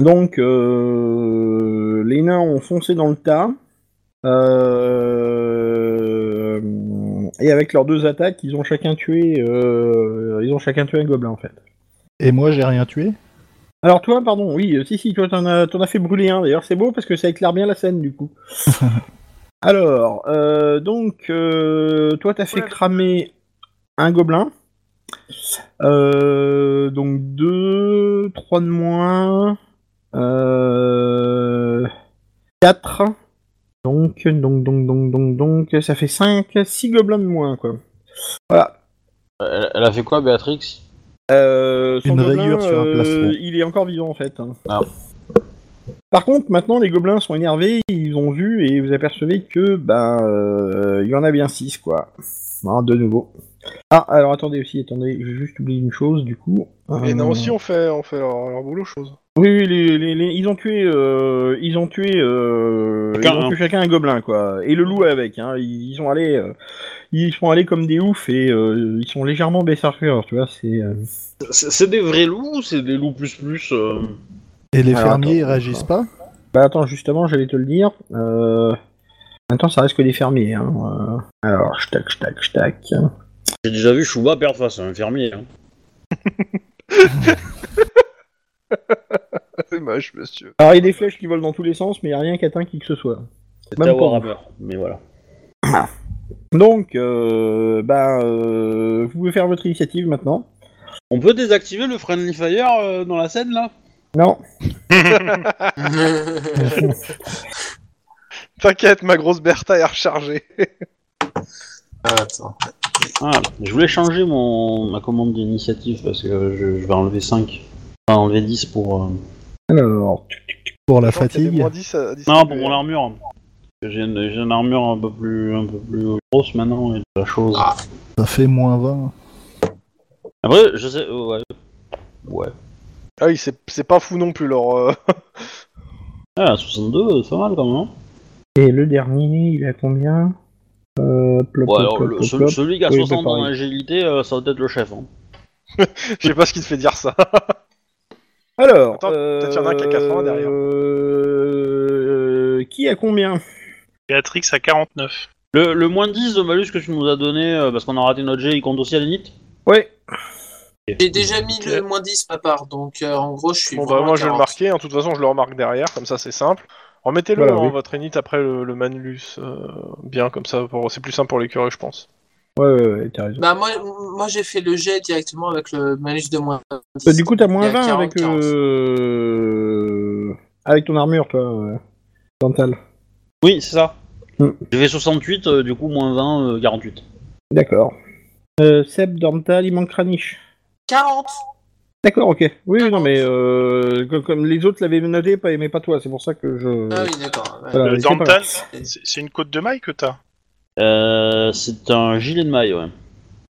[SPEAKER 2] Donc, euh, les nains ont foncé dans le tas. Euh, et avec leurs deux attaques, ils ont chacun tué, euh, ils ont chacun tué un gobelin en fait.
[SPEAKER 6] Et moi, j'ai rien tué
[SPEAKER 2] Alors toi, pardon, oui, euh, si, si, toi, t'en as, t'en as fait brûler un. D'ailleurs, c'est beau parce que ça éclaire bien la scène, du coup. Alors, euh, donc, euh, toi, t'as fait cramer un gobelin. Euh, donc, deux, trois de moins. Euh, quatre. Donc, donc, donc, donc, donc, donc, ça fait cinq, six gobelins de moins, quoi. Voilà,
[SPEAKER 1] Elle, elle a fait quoi, Béatrix
[SPEAKER 2] euh, son
[SPEAKER 6] Une
[SPEAKER 2] gobelin,
[SPEAKER 6] rayure sur un
[SPEAKER 2] euh,
[SPEAKER 6] plastron.
[SPEAKER 2] il est encore vivant en fait. hein.
[SPEAKER 1] Ah.
[SPEAKER 2] Par contre, maintenant les gobelins sont énervés, ils ont vu et vous apercevez que ben euh, il y en a bien 6 quoi. Hein, de nouveau. Ah, alors attendez aussi, attendez, j'ai juste oublié une chose du coup.
[SPEAKER 3] Et
[SPEAKER 2] Euh,
[SPEAKER 1] Ah
[SPEAKER 3] non, aussi, on fait, on fait leur, leur boulot, chose.
[SPEAKER 2] Oui, oui, les, les- les- ils ont tué, euh, ils ont tué, euh,
[SPEAKER 1] Chacun
[SPEAKER 2] ils ont
[SPEAKER 1] un.
[SPEAKER 2] tué chacun un gobelin quoi, et le loup avec. Hein. Ils, ils sont allés, euh, ils sont allés comme des oufs et euh, ils sont légèrement baissarfeurs, tu vois. C'est euh,
[SPEAKER 1] C'est c'est des vrais loups ou c'est des loups plus plus euh,
[SPEAKER 6] Et les
[SPEAKER 2] Alors,
[SPEAKER 6] fermiers, ils
[SPEAKER 2] attends,
[SPEAKER 6] réagissent pas
[SPEAKER 2] Bah attends, justement, j'allais te le dire. Euh... Attends, ça reste que des fermiers. Hein. euh. Alors, tac, tac, tac.
[SPEAKER 1] J'ai déjà vu Chouba perdre face à un fermier. hein.
[SPEAKER 3] C'est moche, monsieur.
[SPEAKER 2] Alors, il y a des flèches qui volent dans tous les sens, mais il n'y a rien qui atteint qui que ce soit.
[SPEAKER 1] C'était
[SPEAKER 2] Même
[SPEAKER 1] à
[SPEAKER 2] pas.
[SPEAKER 1] Warhammer, mais voilà.
[SPEAKER 2] Donc, euh, bah, euh, vous pouvez faire votre initiative maintenant.
[SPEAKER 1] On peut désactiver le Friendly Fire euh, dans la scène là
[SPEAKER 2] Non.
[SPEAKER 4] Ah,
[SPEAKER 3] T'inquiète, ma grosse Bertha est rechargée.
[SPEAKER 4] Attends.
[SPEAKER 1] Ah, je voulais changer mon ma commande d'initiative parce que je, je vais enlever 5. Enfin, enlever 10 pour. euh,
[SPEAKER 2] Alors,
[SPEAKER 6] pour la
[SPEAKER 3] Non, t'as des
[SPEAKER 6] fatigue
[SPEAKER 3] moins euh, 10 à
[SPEAKER 1] Non,
[SPEAKER 3] distribuer.
[SPEAKER 1] pour mon armure. J'ai une, j'ai une armure un peu plus un peu plus grosse maintenant et la chose.
[SPEAKER 4] Ah.
[SPEAKER 6] Ça fait moins 20.
[SPEAKER 1] Après, je sais. euh, Ouais. Ouais.
[SPEAKER 3] Ah oui, c'est c'est pas fou non plus, leur. euh,
[SPEAKER 1] Ah, 62, c'est pas mal quand même. hein
[SPEAKER 2] et le dernier, il a combien euh, plop,
[SPEAKER 1] Ouais,
[SPEAKER 2] plop,
[SPEAKER 1] alors,
[SPEAKER 2] plop,
[SPEAKER 1] le-
[SPEAKER 2] plop,
[SPEAKER 1] celui,
[SPEAKER 2] plop.
[SPEAKER 1] celui qui a
[SPEAKER 2] Oui,
[SPEAKER 1] 60
[SPEAKER 2] bah, pareil.
[SPEAKER 1] en agilité, euh, ça va être le chef. hein.
[SPEAKER 3] Je sais pas ce qui te fait dire ça.
[SPEAKER 2] Alors,
[SPEAKER 3] Attends, peut-être y en a un qui a
[SPEAKER 2] euh,
[SPEAKER 3] 80 derrière.
[SPEAKER 2] euh, qui a combien
[SPEAKER 5] Béatrix à 49.
[SPEAKER 1] Le, le moins 10 de malus que tu nous as donné, euh, parce qu'on a raté notre jet, il compte aussi à la limite
[SPEAKER 2] Ouais.
[SPEAKER 4] J'ai déjà mis
[SPEAKER 5] Ok.
[SPEAKER 4] le moins 10 ma part, donc euh, en gros, je suis.
[SPEAKER 3] euh, Bon, bah,
[SPEAKER 4] vraiment
[SPEAKER 3] moi,
[SPEAKER 4] à
[SPEAKER 3] je vais le
[SPEAKER 4] 40.
[SPEAKER 3] marquer. hein. De toute façon, je le remarque derrière, comme ça, c'est simple. Remettez-le
[SPEAKER 2] Voilà,
[SPEAKER 3] en
[SPEAKER 2] oui.
[SPEAKER 3] votre init après le, le manulus. euh, bien, comme ça, pour- c'est plus simple pour les curieux, je pense.
[SPEAKER 2] Ouais, ouais, ouais, t'as raison.
[SPEAKER 4] Bah, moi, moi j'ai fait le jet directement avec le malus de moins 10.
[SPEAKER 2] Euh, du coup, t'as moins
[SPEAKER 4] Il y a
[SPEAKER 2] 20
[SPEAKER 4] 40,
[SPEAKER 2] avec, euh, avec ton armure, toi, euh, Dental.
[SPEAKER 1] Oui, c'est ça.
[SPEAKER 2] Mm.
[SPEAKER 1] J'ai fait 68, euh, du coup, moins 20, euh, 48.
[SPEAKER 2] D'accord. Euh, Seb, Dental, il manque Kranich.
[SPEAKER 4] 40
[SPEAKER 2] D'accord, ok. Oui, oui, non,
[SPEAKER 4] Ah,
[SPEAKER 2] mais euh, comme, comme les autres l'avaient noté, pas, mais pas toi, c'est pour ça que je.
[SPEAKER 4] Ah oui, d'accord. ouais.
[SPEAKER 2] euh,
[SPEAKER 3] Bah,
[SPEAKER 2] Voilà,
[SPEAKER 5] Le
[SPEAKER 2] mais c'est pas
[SPEAKER 5] Dantan,
[SPEAKER 2] grave.
[SPEAKER 5] c'est c'est une côte de maille que t'as
[SPEAKER 1] Euh, c'est un gilet de maille, ouais.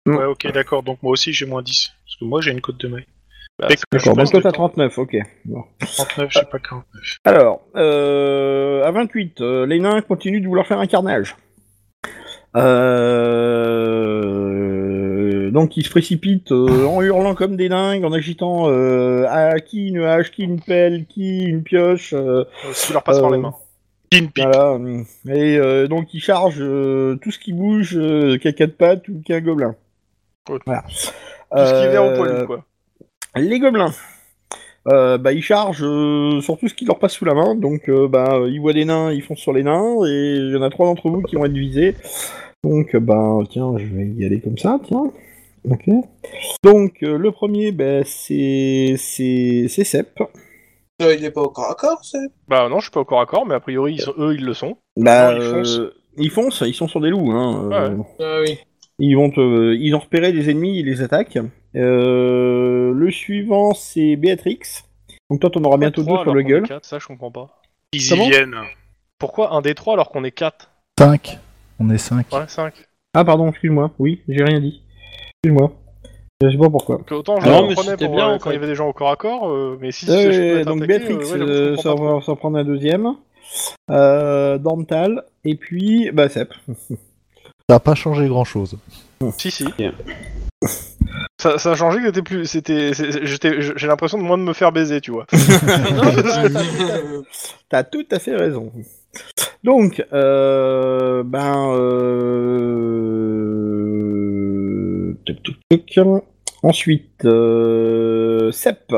[SPEAKER 2] Mm.
[SPEAKER 5] Ouais, ok, d'accord. Donc moi aussi j'ai moins 10. Parce que moi j'ai une côte de maille.
[SPEAKER 3] Bah,
[SPEAKER 5] Dès
[SPEAKER 3] c'est-
[SPEAKER 5] que je
[SPEAKER 2] D'accord, bah,
[SPEAKER 5] passe
[SPEAKER 2] donc toi
[SPEAKER 5] de
[SPEAKER 2] t'as 39, ok. Bon.
[SPEAKER 5] 39, j'ai pas 49.
[SPEAKER 2] Alors, euh, à 28, euh, les nains continuent de vouloir faire un carnage. Euh, Donc ils se précipitent euh, en hurlant comme des dingues, en agitant euh, à qui une hache, qui une pelle, qui une pioche. euh,
[SPEAKER 3] euh, ce qui leur passe par les
[SPEAKER 2] Euh,
[SPEAKER 3] mains.
[SPEAKER 5] Pinpi.
[SPEAKER 2] voilà. hum. Et euh, donc ils chargent euh, tout ce qui bouge, euh, qui a quatre pattes ou qui a un gobelin.
[SPEAKER 3] Ouais.
[SPEAKER 2] Voilà.
[SPEAKER 3] Tout ce qui est vert
[SPEAKER 2] Euh,
[SPEAKER 3] au poilu, quoi.
[SPEAKER 2] les gobelins. Euh, bah, ils chargent euh, sur tout ce qui leur passe sous la main, donc euh, bah, euh, ils voient des nains, ils foncent sur les nains, et il y en a trois d'entre vous qui vont être visés. Donc, euh, bah, tiens, je vais y aller comme ça, tiens. Ok. Donc, euh, le premier, bah, c'est c'est c'est Sep.
[SPEAKER 4] Euh, il est pas encore d'accord, c'est.
[SPEAKER 3] Bah non, je suis pas au corps à corps, mais a priori, ils sont- eux, ils le sont.
[SPEAKER 2] Bah,
[SPEAKER 3] Non, ils foncent.
[SPEAKER 2] euh, ils foncent, ils sont sur des loups. Hein, euh,
[SPEAKER 4] Ah oui.
[SPEAKER 2] Ils vont, te- ils ont repéré des ennemis, ils les attaquent. Euh, le suivant, c'est Béatrix. Donc, toi, t'en auras bientôt deux
[SPEAKER 3] Trois,
[SPEAKER 2] sur
[SPEAKER 3] alors
[SPEAKER 2] le
[SPEAKER 3] qu'on
[SPEAKER 2] gueule.
[SPEAKER 3] est quatre, Ça, je comprends pas.
[SPEAKER 5] Ils
[SPEAKER 2] comment
[SPEAKER 5] y viennent.
[SPEAKER 3] Pourquoi un des trois alors qu'on est quatre
[SPEAKER 6] 5. On est 5.
[SPEAKER 3] Ouais, cinq.
[SPEAKER 2] Ah pardon, excuse-moi, oui, j'ai rien dit. Excuse-moi. Je sais pas pourquoi.
[SPEAKER 3] Que autant je
[SPEAKER 1] Ah non,
[SPEAKER 3] le
[SPEAKER 1] mais
[SPEAKER 3] comprenais
[SPEAKER 1] c'était
[SPEAKER 3] pour,
[SPEAKER 1] bien,
[SPEAKER 3] euh,
[SPEAKER 1] en
[SPEAKER 3] quand
[SPEAKER 1] fait.
[SPEAKER 3] il y avait des gens au corps à corps, euh, mais si
[SPEAKER 2] Euh,
[SPEAKER 3] si je peux être
[SPEAKER 2] donc
[SPEAKER 3] attaqué,
[SPEAKER 2] Béatrix
[SPEAKER 3] euh, ouais, j'avoue, je
[SPEAKER 2] euh,
[SPEAKER 3] comprends
[SPEAKER 2] s'en
[SPEAKER 3] pas trop.
[SPEAKER 2] va- s'en prendre un deuxième. Euh, Dental, et puis bah, Sep.
[SPEAKER 6] Ça a pas changé grand chose.
[SPEAKER 3] Si, si.
[SPEAKER 1] Bien.
[SPEAKER 3] Ça, ça a changé que c'était plus. C'était. c'est- j'étais- J'ai l'impression de moins de me faire baiser, tu vois.
[SPEAKER 2] Non, mais t'as- t'as tout à- T'as tout à fait raison. Donc, euh, ben, euh, tuc, tuc, tuc. ensuite, euh, Sep.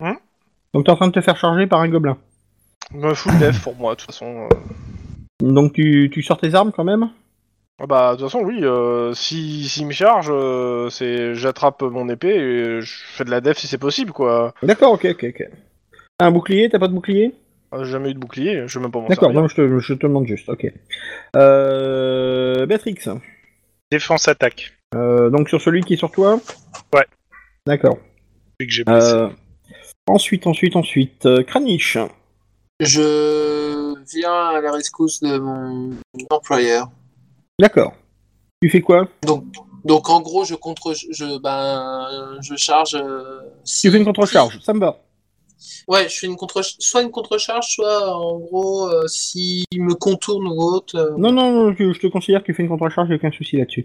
[SPEAKER 3] Hein
[SPEAKER 2] donc t'es en train de te faire charger par un gobelin.
[SPEAKER 3] Me full def pour moi, de toute façon. euh.
[SPEAKER 2] Donc tu, tu sors tes armes quand même
[SPEAKER 3] Ah Bah, de toute façon, oui. euh, si s'il me charge, euh, c'est j'attrape mon épée et je fais de la def si c'est possible, quoi.
[SPEAKER 2] D'accord, ok, ok, ok. Un bouclier, t'as pas de bouclier
[SPEAKER 3] Ah, J'ai jamais eu de bouclier, je vais même pas m'en
[SPEAKER 2] D'accord,
[SPEAKER 3] servir.
[SPEAKER 2] non, je te, je te demande juste, ok. Euh, Béatrix,
[SPEAKER 5] Défense attaque.
[SPEAKER 2] euh, donc sur celui qui est sur toi
[SPEAKER 5] Ouais.
[SPEAKER 2] D'accord.
[SPEAKER 5] Celui que j'ai blessé.
[SPEAKER 2] Euh, ensuite, ensuite, ensuite, euh, Kranich.
[SPEAKER 4] Je viens à la rescousse de mon employeur.
[SPEAKER 2] D'accord. Tu fais quoi
[SPEAKER 4] Donc, Donc en gros, je contre, je, ben, je charge. euh, si-
[SPEAKER 2] Tu fais une contre-charge, ça me va.
[SPEAKER 4] Ouais, je fais une contre, soit une contre-charge, soit en gros, euh, s'il me contourne ou autre. euh,
[SPEAKER 2] Non, non, je, je te considère que tu fais une contre-charge, j'ai aucun souci là-dessus.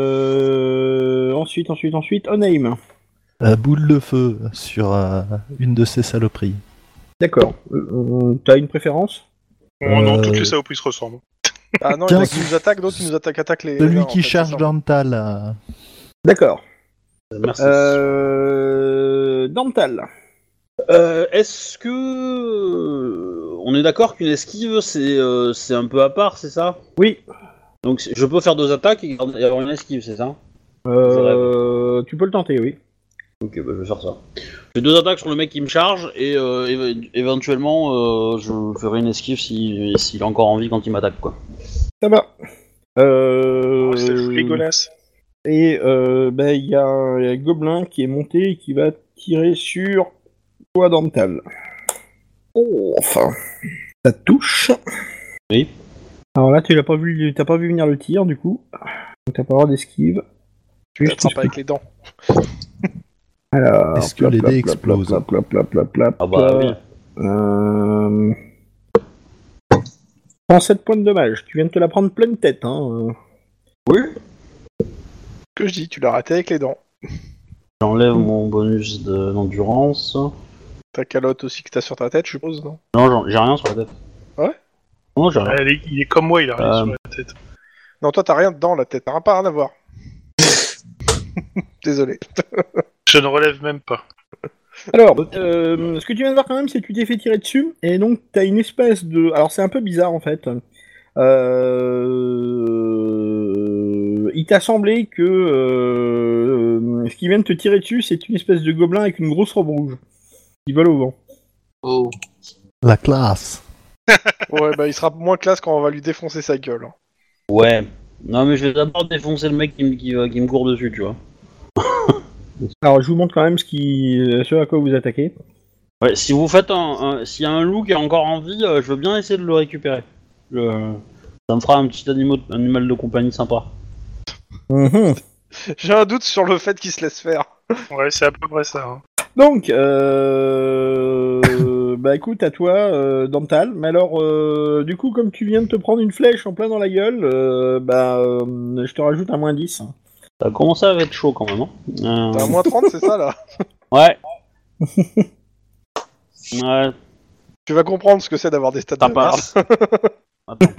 [SPEAKER 2] Euh... Ensuite, ensuite, ensuite, Onaim.
[SPEAKER 6] Euh, boule de feu sur euh, une de ces saloperies.
[SPEAKER 2] D'accord. Euh, euh, T'as une préférence
[SPEAKER 5] Oh non,
[SPEAKER 6] Euh,
[SPEAKER 5] toutes les saloperies se ressemblent.
[SPEAKER 3] Ah non, il y en a
[SPEAKER 6] Quinze.
[SPEAKER 3] qui nous attaquent, d'autres qui nous attaquent, attaquent les.
[SPEAKER 6] Celui
[SPEAKER 3] nains, en
[SPEAKER 6] qui
[SPEAKER 3] fait,
[SPEAKER 6] charge
[SPEAKER 3] c'est ça.
[SPEAKER 6] Dantal. euh,
[SPEAKER 2] D'accord.
[SPEAKER 1] Merci.
[SPEAKER 2] Euh... Dental.
[SPEAKER 1] Euh, Est-ce que euh, on est d'accord qu'une esquive c'est euh, c'est un peu à part, c'est ça
[SPEAKER 2] Oui.
[SPEAKER 1] Donc c'est- je peux faire deux attaques et garder- et avoir une esquive, c'est ça
[SPEAKER 2] Euh... Tu peux le tenter, oui.
[SPEAKER 1] Ok, bah, je vais faire ça. Je fais deux attaques sur le mec qui me charge et euh, éve- éventuellement euh, je ferai une esquive s'il s'il a encore envie quand il m'attaque quoi.
[SPEAKER 2] Ça va. Euh...
[SPEAKER 5] Oh, c'est dégueulasse.
[SPEAKER 2] Et euh, ben, il y, a un il y a un gobelin qui est monté et qui va tirer sur toi, Dental. Oh, enfin. Ça touche.
[SPEAKER 1] Oui.
[SPEAKER 2] Alors là, tu l'as pas vu, t'as pas vu venir le tir, du coup. Donc t'as pas le droit d'esquive.
[SPEAKER 3] Tu l'attrapes avec les dents.
[SPEAKER 2] Alors,
[SPEAKER 6] Est-ce que
[SPEAKER 2] Ah, plop,
[SPEAKER 6] les
[SPEAKER 2] plop,
[SPEAKER 6] dés
[SPEAKER 2] plop,
[SPEAKER 6] explosent
[SPEAKER 2] plop, plop, plop, plop, plop,
[SPEAKER 1] Ah bah
[SPEAKER 2] plop.
[SPEAKER 1] oui.
[SPEAKER 2] Euh... Prends 7 points de dommage. Tu viens de te la prendre pleine tête. Hein.
[SPEAKER 3] Que je dis, tu l'as raté avec les dents.
[SPEAKER 1] J'enlève mon bonus de- d'endurance.
[SPEAKER 3] Ta calotte aussi que t'as sur ta tête, je suppose, non
[SPEAKER 1] Non, j'en- j'ai rien sur la tête.
[SPEAKER 3] Ouais
[SPEAKER 1] Non, j'ai rien.
[SPEAKER 5] Elle est- Ah, il est comme moi, il a rien
[SPEAKER 1] Euh.
[SPEAKER 5] sur la tête.
[SPEAKER 3] Non, toi t'as rien dedans la tête, t'as pas rien à voir. Désolé.
[SPEAKER 5] Je ne relève même pas.
[SPEAKER 2] Alors, euh, ce que tu viens de voir quand même, c'est que tu t'es fait tirer dessus, et donc t'as une espèce de... Alors c'est un peu bizarre en fait. Euh, Il t'a semblé que euh, ce qui vient de te tirer dessus, c'est une espèce de gobelin avec une grosse robe rouge. Qui vole au vent.
[SPEAKER 4] Oh.
[SPEAKER 6] La classe.
[SPEAKER 3] Ouais, bah il sera moins classe quand on va lui défoncer sa gueule. hein.
[SPEAKER 1] Ouais. Non mais je vais d'abord défoncer le mec qui me, qui, va- qui me court dessus, tu vois.
[SPEAKER 2] Alors je vous montre quand même ce, qui... ce à quoi vous attaquez.
[SPEAKER 1] Ouais, si vous faites un, un- s'il y a un loup qui est encore en vie, euh, je veux bien essayer de le récupérer. Le- Ça me fera un petit animal, animal de compagnie sympa.
[SPEAKER 2] Mhm.
[SPEAKER 3] J'ai un doute sur le fait qu'il se laisse faire.
[SPEAKER 5] Ouais, c'est à peu près ça. hein.
[SPEAKER 2] Donc, euh... bah écoute, à toi, euh, Dental. Mais alors, euh, du coup, comme tu viens de te prendre une flèche en plein dans la gueule, euh, bah, euh, je te rajoute un moins 10.
[SPEAKER 1] Ça a commencé à être chaud quand même. hein. Euh,
[SPEAKER 3] T'as un moins 30, c'est ça là
[SPEAKER 1] Ouais. ouais.
[SPEAKER 3] Tu vas comprendre ce que c'est d'avoir des stats
[SPEAKER 1] Ça
[SPEAKER 3] de merde.
[SPEAKER 1] passe. Attends.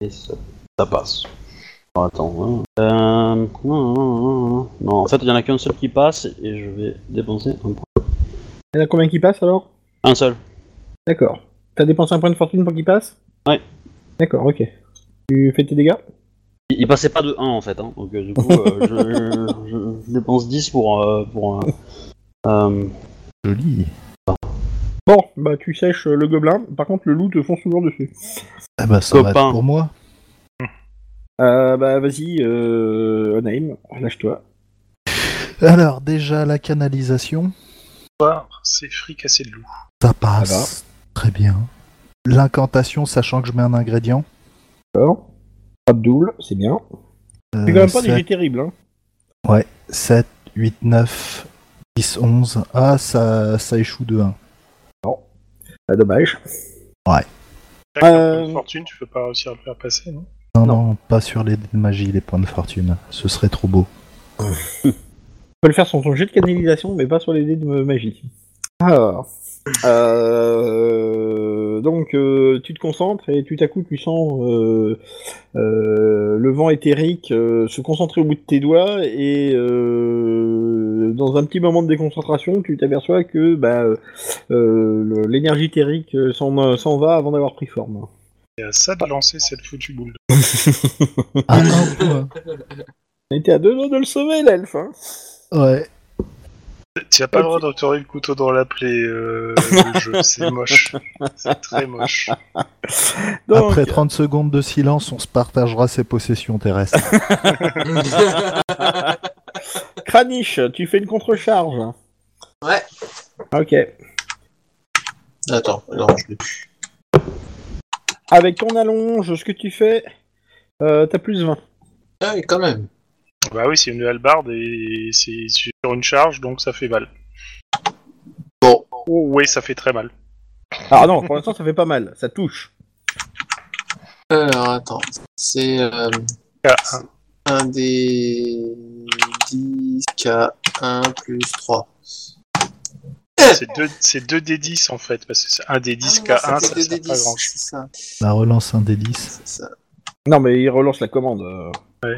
[SPEAKER 1] Et ça, ça passe. Alors, Attends. hein. Euh, Non, en fait, il y en a qu'un seul qui passe et je vais dépenser un point.
[SPEAKER 2] Il y en a combien qui passent alors
[SPEAKER 1] Un seul.
[SPEAKER 2] D'accord. T'as dépensé un point de fortune pour qu'il passe
[SPEAKER 1] Ouais.
[SPEAKER 2] D'accord, ok. Tu fais tes dégâts
[SPEAKER 1] Il, il passait pas de 1 en fait. hein. Donc euh, du coup, euh, je, je- je dépense 10 pour. euh, pour euh, euh,
[SPEAKER 6] Joli.
[SPEAKER 2] Bon, bah tu sèches euh, le gobelin. Par contre, le loup te fonce toujours dessus.
[SPEAKER 6] Eh ben, ça va
[SPEAKER 1] Copain.
[SPEAKER 6] être pour moi.
[SPEAKER 2] Euh, bah vas-y, euh, Onaim, lâche-toi.
[SPEAKER 6] Alors, déjà, la canalisation,
[SPEAKER 5] Voir, C'est fricassé de loup.
[SPEAKER 2] Ça
[SPEAKER 6] ça
[SPEAKER 2] va.
[SPEAKER 6] passe. Très bien. L'incantation, sachant que je mets un ingrédient.
[SPEAKER 2] D'accord. Pas de double, c'est bien.
[SPEAKER 6] euh,
[SPEAKER 2] C'est quand même pas des
[SPEAKER 6] sept-
[SPEAKER 2] jets terribles, hein.
[SPEAKER 6] 7, 8, 9, 10, 11. Ah, ça, ça échoue de 1.
[SPEAKER 2] Ah, dommage.
[SPEAKER 5] T'as
[SPEAKER 2] Euh.
[SPEAKER 5] un peu de fortune, tu peux pas réussir à le faire passer, hein.
[SPEAKER 6] Non,
[SPEAKER 5] non
[SPEAKER 6] non, pas sur les dés de magie, les points de fortune. Ce serait trop beau.
[SPEAKER 2] On peut le faire sur ton jet de canalisation, mais pas sur les dés de magie. Alors, euh, donc euh, tu te concentres et tout à coup tu sens euh, euh, le vent éthérique euh, se concentrer au bout de tes doigts et euh, dans un petit moment de déconcentration, tu t'aperçois que bah, euh, le- l'énergie éthérique euh, s'en s'en va avant d'avoir pris forme.
[SPEAKER 5] C'est à ça de lancer cette foutue boule.
[SPEAKER 6] Ah, un point.
[SPEAKER 2] On était à deux doigts de le sauver, l'elfe. hein.
[SPEAKER 6] Ouais.
[SPEAKER 5] Tu n'as pas le droit d'entourer le couteau dans la plaie, euh, le jeu. C'est moche. C'est très moche.
[SPEAKER 2] Donc,
[SPEAKER 6] Après 30 secondes de silence, on se partagera ses possessions terrestres.
[SPEAKER 2] Kranich, tu fais une contre-charge.
[SPEAKER 4] Ouais.
[SPEAKER 2] Ok.
[SPEAKER 4] Attends, non, je l'ai plus.
[SPEAKER 2] Avec ton allonge, ce que tu fais, Euh, T'as plus 20.
[SPEAKER 4] Ah oui, quand même.
[SPEAKER 5] Bah oui, c'est une hallebarde et c'est sur une charge, donc ça fait mal.
[SPEAKER 4] Bon.
[SPEAKER 5] Oh, ouais, ça fait très mal.
[SPEAKER 2] Ah non, pour l'instant, ça fait pas mal. Ça touche.
[SPEAKER 4] Alors, attends. C'est euh,
[SPEAKER 5] K1.
[SPEAKER 4] un des 10 K1 plus 3.
[SPEAKER 5] C'est deux, c'est deux D10 en fait, parce que c'est un D10
[SPEAKER 4] Ah non,
[SPEAKER 5] K1, ça
[SPEAKER 4] c'était
[SPEAKER 5] sert
[SPEAKER 4] des
[SPEAKER 5] pas
[SPEAKER 4] 10,
[SPEAKER 5] grand chose.
[SPEAKER 4] C'est ça,
[SPEAKER 6] La relance 1 des 10.
[SPEAKER 4] c'est ça.
[SPEAKER 2] Non, mais il relance la commande. euh.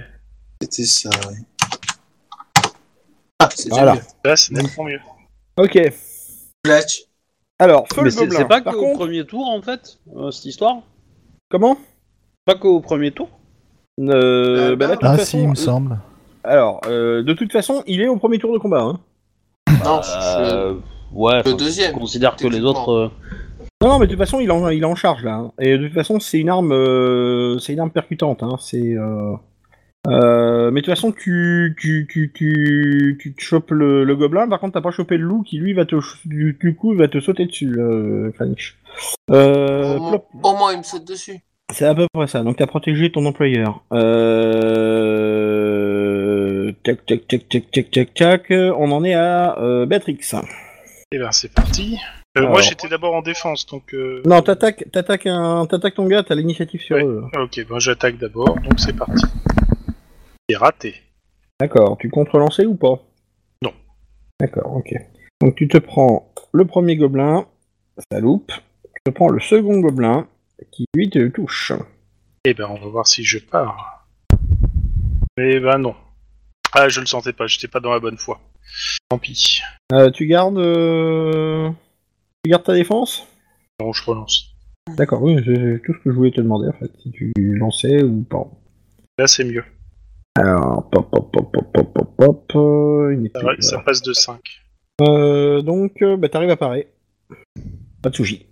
[SPEAKER 4] C'était ça, ouais. Ah, c'est déjà
[SPEAKER 2] Voilà.
[SPEAKER 4] mieux.
[SPEAKER 5] Là, c'est nettement mieux.
[SPEAKER 2] Ok.
[SPEAKER 4] Flash.
[SPEAKER 2] Alors, feu
[SPEAKER 1] Mais
[SPEAKER 2] le
[SPEAKER 1] c'est
[SPEAKER 2] gobelin.
[SPEAKER 1] c'est pas
[SPEAKER 2] Par
[SPEAKER 1] qu'au
[SPEAKER 2] contre,
[SPEAKER 1] premier tour en fait, euh, cette histoire
[SPEAKER 2] comment
[SPEAKER 1] Pas qu'au premier tour
[SPEAKER 2] euh,
[SPEAKER 4] Euh,
[SPEAKER 2] bah là, de toute
[SPEAKER 6] Ah
[SPEAKER 2] façon,
[SPEAKER 6] si, il me
[SPEAKER 2] euh,
[SPEAKER 6] semble.
[SPEAKER 2] Alors, euh, de toute façon, il est au premier tour de combat. Hein.
[SPEAKER 4] Non,
[SPEAKER 1] Euh, Ouais,
[SPEAKER 4] Ah, le
[SPEAKER 1] enfin, je
[SPEAKER 4] deuxième.
[SPEAKER 1] considère que les autres. euh,
[SPEAKER 2] Non, non, mais de toute façon, il, en, il est en charge là. hein. Et de toute façon, c'est une arme, euh, c'est une arme percutante. Hein. C'est. euh, euh, mais de toute façon, tu, tu, tu, tu, tu te chopes le, le gobelin. Par contre, t'as pas chopé le loup qui lui va te, ch- du, du coup, va te sauter dessus, euh, Fanish. Euh,
[SPEAKER 4] au, moins-
[SPEAKER 2] plop.
[SPEAKER 4] au moins, il me saute dessus.
[SPEAKER 2] c'est à peu près ça. Donc, t'as protégé ton employeur. Euh... Tac, tac, tac, tac, tac, tac, tac. On en est à euh, Béatrix.
[SPEAKER 5] Et ben c'est parti. Euh, moi
[SPEAKER 2] Alors.
[SPEAKER 5] j'étais d'abord en défense, donc... euh,
[SPEAKER 2] Non, t'attaques, t'attaques un, t'attaques ton gars. T'as l'initiative sur
[SPEAKER 5] Ouais.
[SPEAKER 2] eux.
[SPEAKER 5] ah, Ok, moi j'attaque d'abord, donc c'est parti. C'est raté.
[SPEAKER 2] D'accord, tu comptes relancer ou pas
[SPEAKER 5] Non.
[SPEAKER 2] D'accord, ok. Donc tu te prends le premier gobelin, ça loupe. Tu te prends le second gobelin, qui lui te touche.
[SPEAKER 5] Et ben on va voir si je pars. Eh ben non. Ah, je le sentais pas, j'étais pas dans la bonne foi. Tant pis.
[SPEAKER 2] Euh, tu gardes. euh, Tu gardes ta défense
[SPEAKER 5] Non, je relance.
[SPEAKER 2] D'accord, oui, c'est c'est tout ce que je voulais te demander en fait, si tu lançais ou pas.
[SPEAKER 5] Là c'est mieux.
[SPEAKER 2] Alors, pop, pop, pop, pop, pop, pop, pop, euh, il n'est
[SPEAKER 5] Ça,
[SPEAKER 2] plus
[SPEAKER 5] va-
[SPEAKER 2] là.
[SPEAKER 5] ça passe de 5.
[SPEAKER 2] Euh, donc, euh, bah, t'arrives à parer. Pas de soucis.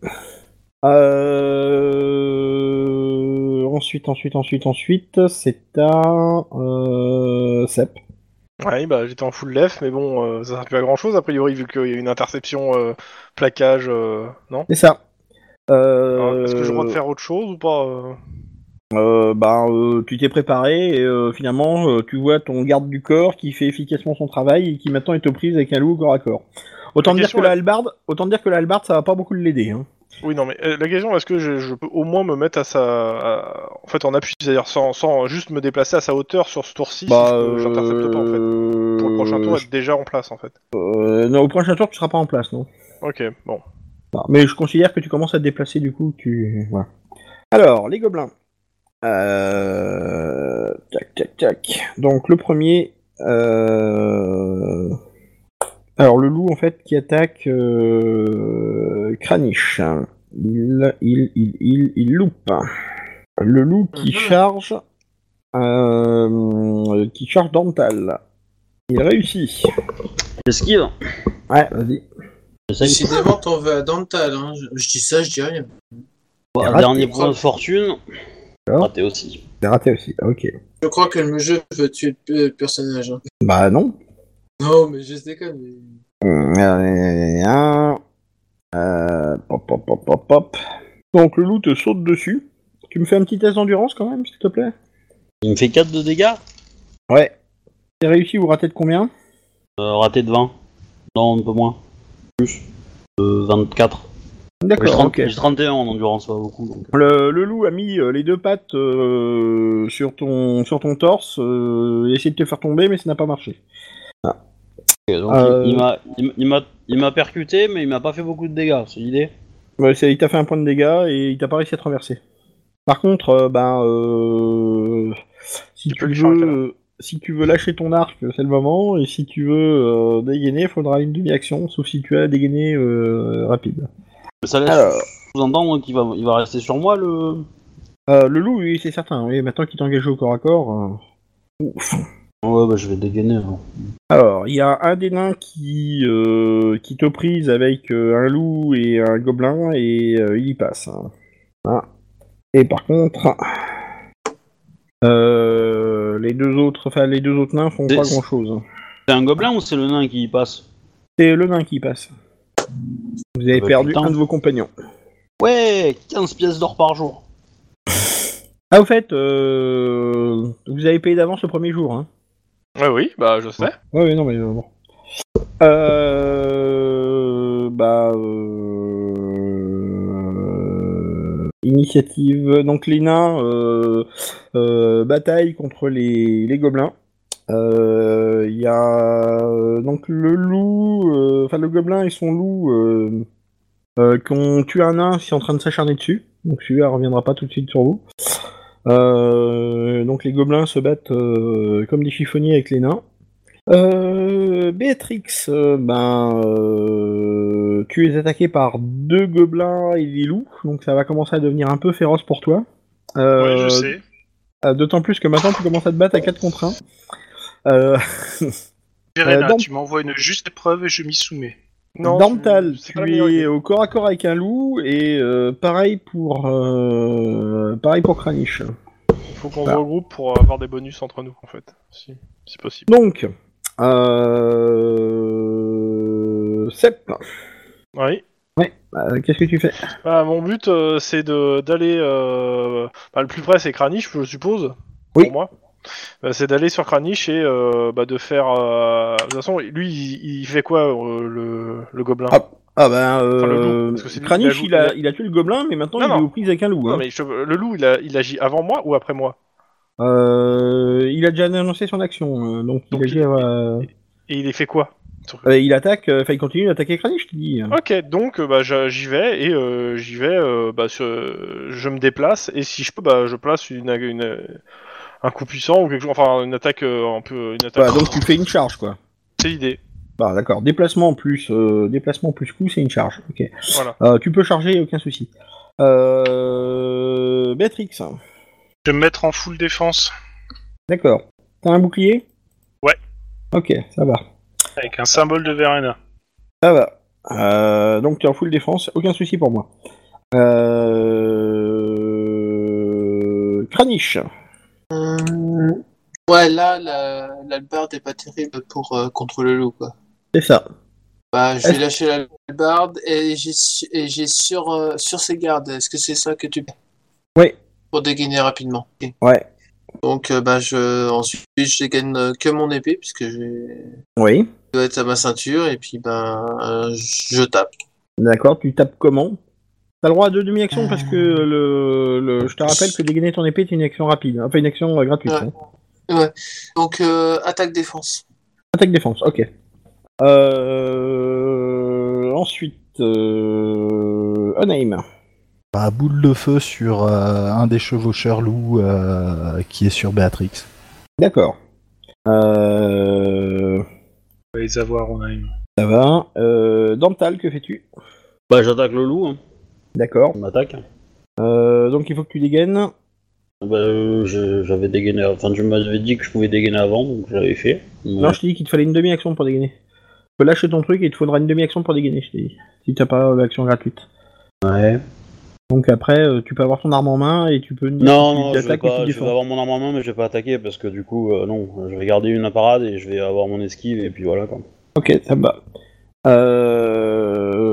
[SPEAKER 2] Euh, Ensuite, ensuite, ensuite, ensuite, c'est à euh... Sep.
[SPEAKER 3] Ouais, bah j'étais en full left, mais bon, euh, ça sert plus à grand chose a priori vu qu'il y a eu une interception, euh, plaquage, euh, non
[SPEAKER 2] C'est ça.
[SPEAKER 3] Alors,
[SPEAKER 2] Euh...
[SPEAKER 3] Est-ce que j'ai le droit de faire autre chose ou pas euh
[SPEAKER 2] euh, bah, euh, tu t'es préparé et euh, finalement, euh, tu vois ton garde du corps qui fait efficacement son travail et qui maintenant est aux prises avec un loup au corps à corps. Autant
[SPEAKER 3] La
[SPEAKER 2] dire
[SPEAKER 3] question
[SPEAKER 2] que la
[SPEAKER 3] est-
[SPEAKER 2] hallebarde, autant dire que la hallebarde, ça va pas beaucoup l'aider. Hein.
[SPEAKER 3] Oui, non, mais euh, la question, est-ce que je, je peux au moins me mettre à sa. à- en fait, en appui, c'est-à-dire sans, sans juste me déplacer à sa hauteur sur ce tour-ci,
[SPEAKER 2] Bah,
[SPEAKER 3] si je peux- j'intercepte pas, en fait. Pour le prochain tour, être déjà en place, en fait.
[SPEAKER 2] euh, non, au prochain tour, tu seras pas en place, non.
[SPEAKER 3] Ok, bon.
[SPEAKER 2] Bon, mais je considère que tu commences à te déplacer du coup. Tu... Voilà. Alors, les gobelins. Euh... Tac, tac, tac. Donc, le premier. euh, Alors, le loup en fait qui attaque euh... Kranich. Il, il, il, il, il loupe. Le loup qui
[SPEAKER 4] Mhm.
[SPEAKER 2] charge. euh, Qui charge Dental. Il réussit.
[SPEAKER 1] Esquive
[SPEAKER 2] Ouais, vas-y.
[SPEAKER 1] Essaye.
[SPEAKER 4] Décidément, t'en veux à Dental. Hein. Je, je dis ça, je dis rien.
[SPEAKER 1] Bon,
[SPEAKER 2] raté.
[SPEAKER 1] Dernier point de fortune.
[SPEAKER 2] Alors
[SPEAKER 1] Raté aussi.
[SPEAKER 2] C'est raté aussi. Ok.
[SPEAKER 4] Je crois que le jeu veut tuer le le personnage. hein.
[SPEAKER 2] Bah, non.
[SPEAKER 4] Non, mais je déconne. Mais...
[SPEAKER 2] Euh, euh, pop, pop, pop, pop, pop. Donc le loup te saute dessus. Tu me fais un petit test d'endurance quand même, s'il te plaît
[SPEAKER 1] Il me fait 4 de dégâts
[SPEAKER 2] Ouais. T'es réussi ou raté de combien
[SPEAKER 1] Euh, Raté de 20. Non, un peu moins. Plus. Euh, 24. J'ai
[SPEAKER 2] D'accord,
[SPEAKER 1] 30
[SPEAKER 2] ok.
[SPEAKER 1] j'ai 31 en endurance, pas beaucoup. donc.
[SPEAKER 2] Le, le loup a mis euh, les deux pattes euh, sur, ton, sur ton torse, euh, il a essayé de te faire tomber, mais ça n'a pas marché.
[SPEAKER 1] Ok, donc
[SPEAKER 2] Euh.
[SPEAKER 1] il- il m'a- il- il m'a- il m'a percuté, mais il m'a pas fait beaucoup de dégâts, c'est l'idée
[SPEAKER 2] Ouais, Bah, c'est- il t'a fait un point de dégâts et il t'a pas réussi à traverser. Par contre, euh, ben, euh, si,
[SPEAKER 3] Tu
[SPEAKER 2] tu
[SPEAKER 3] peux lui faire un câlin.
[SPEAKER 2] veux, si tu veux lâcher ton arc, c'est le moment, et si tu veux euh, dégainer, il faudra une demi-action, sauf si tu as dégainé euh, rapide.
[SPEAKER 1] Mais ça laisse
[SPEAKER 2] Alors.
[SPEAKER 1] sous-entendre qu'il va, il va rester sur moi le.
[SPEAKER 2] Euh, le loup, oui, c'est certain, oui, maintenant qu'il est engagé au corps à corps. euh, ouf.
[SPEAKER 1] Ouais, bah je vais dégainer. alors.
[SPEAKER 2] Alors, il y a un des nains qui, euh, qui te prise avec euh, un loup et un gobelin, et euh, il y passe. hein. Hein. Et par contre, euh, les, deux autres, enfin, les deux autres nains font
[SPEAKER 1] C'est-
[SPEAKER 2] pas grand-chose. hein.
[SPEAKER 1] C'est un gobelin ou c'est le nain qui y passe
[SPEAKER 2] C'est le nain qui y passe. Vous avez
[SPEAKER 1] Bah,
[SPEAKER 2] perdu
[SPEAKER 1] putain.
[SPEAKER 2] un de vos compagnons.
[SPEAKER 1] Ouais 15 pièces d'or par jour
[SPEAKER 2] Ah, au fait, euh, vous avez payé d'avance le premier jour, hein
[SPEAKER 5] Ah
[SPEAKER 3] Ouais, oui, bah je sais.
[SPEAKER 2] Ouais, ouais, non, mais euh, bon. Euh... Bah... Euh... Initiative... Donc les nains, euh... euh, bataille contre les, les gobelins. Euh, Il y a... euh, Donc le loup... euh, Enfin, le gobelin et son loup... Euh... euh, qui ont tué un nain qui est en train de s'acharner dessus. Donc celui-là reviendra pas tout de suite sur vous. Euh, donc les gobelins se battent euh, comme des chiffonniers avec les nains. Euh, Béatrix, euh, ben, euh, tu es attaqué par deux gobelins et des loups, donc ça va commencer à devenir un peu féroce pour toi. Euh,
[SPEAKER 5] Ouais, bah je sais.
[SPEAKER 2] euh, D'autant plus que maintenant tu commences à te battre à 4 contre 1. Euh,
[SPEAKER 5] Verena,
[SPEAKER 2] donc-
[SPEAKER 5] tu m'envoies une juste épreuve et je m'y soumets.
[SPEAKER 2] Dental,
[SPEAKER 3] c'est-
[SPEAKER 2] tu
[SPEAKER 3] c'est pas la meilleure
[SPEAKER 2] es
[SPEAKER 3] idée.
[SPEAKER 2] au corps à corps avec un loup et euh, pareil pour euh, pareil pour Kranich.
[SPEAKER 3] Faut qu'on
[SPEAKER 2] Bah.
[SPEAKER 3] regroupe pour avoir des bonus entre nous en fait, si c'est possible.
[SPEAKER 2] Donc, euh... Sep,
[SPEAKER 3] Oui.
[SPEAKER 2] euh, qu'est-ce que tu fais
[SPEAKER 3] Bah, mon but euh, c'est de d'aller. euh, bah, le plus près c'est Kranich, je suppose.
[SPEAKER 2] Oui.
[SPEAKER 3] Pour moi. Bah, c'est d'aller sur Kranich et euh, bah, de faire. euh, De toute façon, lui il, il fait quoi euh, le, le gobelin
[SPEAKER 2] Ah, Ah ben,
[SPEAKER 3] Enfin, le
[SPEAKER 2] euh,
[SPEAKER 3] loup, parce que c'est lui
[SPEAKER 2] Kranich,
[SPEAKER 3] qui
[SPEAKER 2] il
[SPEAKER 3] l'a
[SPEAKER 2] a,
[SPEAKER 3] joué.
[SPEAKER 2] il a tué le gobelin, mais maintenant
[SPEAKER 3] Non,
[SPEAKER 2] il
[SPEAKER 3] non.
[SPEAKER 2] est aux prises avec un loup. hein.
[SPEAKER 3] Non mais je- le loup il, a- il agit avant moi ou après moi
[SPEAKER 2] Euh, il a déjà annoncé son action, euh, donc,
[SPEAKER 3] Donc,
[SPEAKER 2] il, agit,
[SPEAKER 3] il-
[SPEAKER 2] euh,
[SPEAKER 3] Et il est fait quoi
[SPEAKER 2] euh, il attaque, euh, enfin il continue d'attaquer Kranich, je te dis. hein.
[SPEAKER 3] Ok, donc euh, bah, j'a- j'y vais et euh, j'y vais, euh, bah, sur- euh, je me déplace et si je peux, bah, je place une, une, euh, un coup puissant ou quelque chose, enfin une attaque euh, un peu, une attaque.
[SPEAKER 2] Voilà, donc tu fais une charge quoi.
[SPEAKER 3] C'est l'idée.
[SPEAKER 2] Bah d'accord, déplacement plus euh, déplacement plus coup, c'est une charge. Ok.
[SPEAKER 3] Voilà.
[SPEAKER 2] Euh, tu peux charger, aucun souci. Euh... Béatrix,
[SPEAKER 5] Je vais me mettre en full défense
[SPEAKER 2] d'accord. T'as un bouclier
[SPEAKER 5] Ouais.
[SPEAKER 2] Ok, ça va.
[SPEAKER 5] avec un symbole de Verena.
[SPEAKER 2] Ça va. Euh, donc tu es en full défense, aucun souci pour moi. Euh... Kranich.
[SPEAKER 4] Hum, Ouais, là, la, l'albarde est pas terrible pour euh, contre le loup, quoi.
[SPEAKER 2] C'est ça.
[SPEAKER 4] Bah, je vais
[SPEAKER 2] Est-ce-
[SPEAKER 4] lâcher l'albarde et j'ai su- et j'ai sur, euh, sur ses gardes. Est-ce que c'est ça que tu
[SPEAKER 2] Oui.
[SPEAKER 4] Pour dégainer rapidement. Ok.
[SPEAKER 2] Ouais.
[SPEAKER 4] Donc, euh, bah, je, ensuite, je dégaine euh, que mon épée, puisque j'ai-
[SPEAKER 2] Oui.
[SPEAKER 4] doit être à ma ceinture, et puis, ben, euh, je tape.
[SPEAKER 2] D'accord, tu tapes comment T'as le droit à deux demi-actions parce que le, le- je te rappelle que dégainer ton épée est une action rapide, enfin une action euh, gratuite.
[SPEAKER 4] Ouais.
[SPEAKER 2] hein.
[SPEAKER 4] Donc, euh, attaque-défense.
[SPEAKER 2] Attaque défense, ok. Euh... Ensuite, euh... Onaim.
[SPEAKER 6] Bah, boule de feu sur euh, un des chevaucheurs loups euh, qui est sur Béatrix.
[SPEAKER 2] D'accord. Euh...
[SPEAKER 5] On va les avoir, on a une.
[SPEAKER 2] Ça va. Euh... Dental, que fais-tu
[SPEAKER 1] Bah j'attaque le loup, hein.
[SPEAKER 2] D'accord.
[SPEAKER 1] on attaque.
[SPEAKER 2] Euh, donc il faut que tu dégaines.
[SPEAKER 1] Bah, euh, je- j'avais dégainé, enfin tu m'avais dit que je pouvais dégainer avant, donc je l'avais fait.
[SPEAKER 2] Non, je t'ai dit qu'il te fallait une demi-action pour dégainer. Tu peux lâcher ton truc et il te faudra une demi-action pour dégainer, je t'ai dit. Si t'as pas euh, l'action gratuite.
[SPEAKER 1] Ouais.
[SPEAKER 2] Donc après, euh, tu peux avoir ton arme en main et tu peux... nous dire
[SPEAKER 1] Non,
[SPEAKER 2] si tu
[SPEAKER 1] non, je vais,
[SPEAKER 2] t'attaques ou
[SPEAKER 1] pas,
[SPEAKER 2] tu
[SPEAKER 1] je vais
[SPEAKER 2] défends.
[SPEAKER 1] avoir mon arme en main, mais je vais pas attaquer parce que du coup, euh, non, je vais garder une parade et je vais avoir mon esquive et puis voilà quoi.
[SPEAKER 2] Ok, ça me va.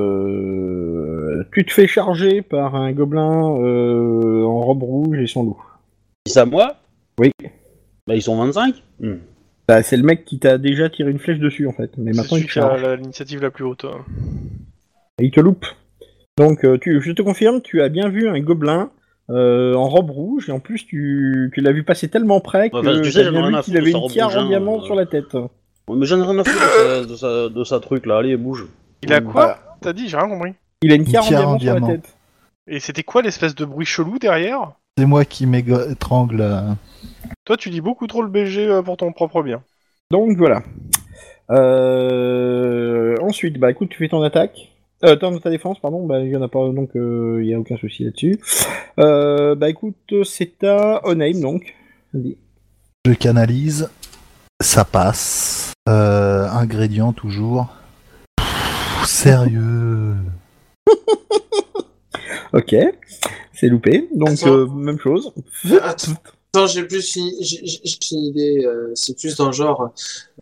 [SPEAKER 2] Euh... Tu te fais charger par un gobelin euh, en robe rouge et son loup.
[SPEAKER 1] Ils sont à moi
[SPEAKER 2] Oui.
[SPEAKER 1] Bah ils sont 25 Hmm.
[SPEAKER 2] Bah, c'est le mec qui t'a déjà tiré une flèche dessus en fait, Mmh, mais
[SPEAKER 3] C'est
[SPEAKER 2] maintenant il
[SPEAKER 3] celui
[SPEAKER 2] te
[SPEAKER 3] qui a
[SPEAKER 2] charge.
[SPEAKER 3] la- l'initiative la plus haute. hein.
[SPEAKER 2] Et il te loupe. Donc euh, tu, je te confirme, tu as bien vu un gobelin euh, en robe rouge et en plus tu, tu l'as vu passer tellement près que
[SPEAKER 1] Ouais, bah, tu sais,
[SPEAKER 2] t'as
[SPEAKER 1] j'en ai
[SPEAKER 2] bien
[SPEAKER 1] rien
[SPEAKER 2] vu
[SPEAKER 1] à
[SPEAKER 2] qu'il
[SPEAKER 1] foutre de
[SPEAKER 2] avait
[SPEAKER 1] sa
[SPEAKER 2] une
[SPEAKER 1] robe
[SPEAKER 2] tiare
[SPEAKER 1] rouge,
[SPEAKER 2] en
[SPEAKER 1] hein,
[SPEAKER 2] diamant
[SPEAKER 1] euh.
[SPEAKER 2] sur la tête.
[SPEAKER 1] Ouais, Mais j'en ai rien à foutre de sa, de sa- de sa truc là, allez bouge.
[SPEAKER 3] Il a
[SPEAKER 1] Mmh.
[SPEAKER 3] quoi T'as dit, j'ai rien compris.
[SPEAKER 2] Il a une tiare,
[SPEAKER 6] tiare
[SPEAKER 2] en, diamant
[SPEAKER 6] en
[SPEAKER 2] sur la
[SPEAKER 6] diamant.
[SPEAKER 2] tête.
[SPEAKER 3] Et c'était quoi l'espèce de bruit chelou derrière
[SPEAKER 6] C'est moi qui m'étrangle. euh.
[SPEAKER 3] Toi, tu lis beaucoup trop le BG euh, pour ton propre bien.
[SPEAKER 2] Donc voilà. Euh, Ensuite, bah écoute, tu fais ton attaque. Euh, ton- ta défense, pardon, bah il y en a pas, donc euh, il y a aucun souci là-dessus. Euh, bah écoute, c'est à Onaim donc. Vas-y.
[SPEAKER 6] Je canalise. Ça passe. Euh, ingrédients toujours. Pff, sérieux.
[SPEAKER 2] Ok, c'est loupé. Donc
[SPEAKER 4] Attends.
[SPEAKER 2] euh, même chose.
[SPEAKER 4] Attends. Non, j'ai plus une, j'ai- j'ai- j'ai une idée. euh, c'est plus dans le genre,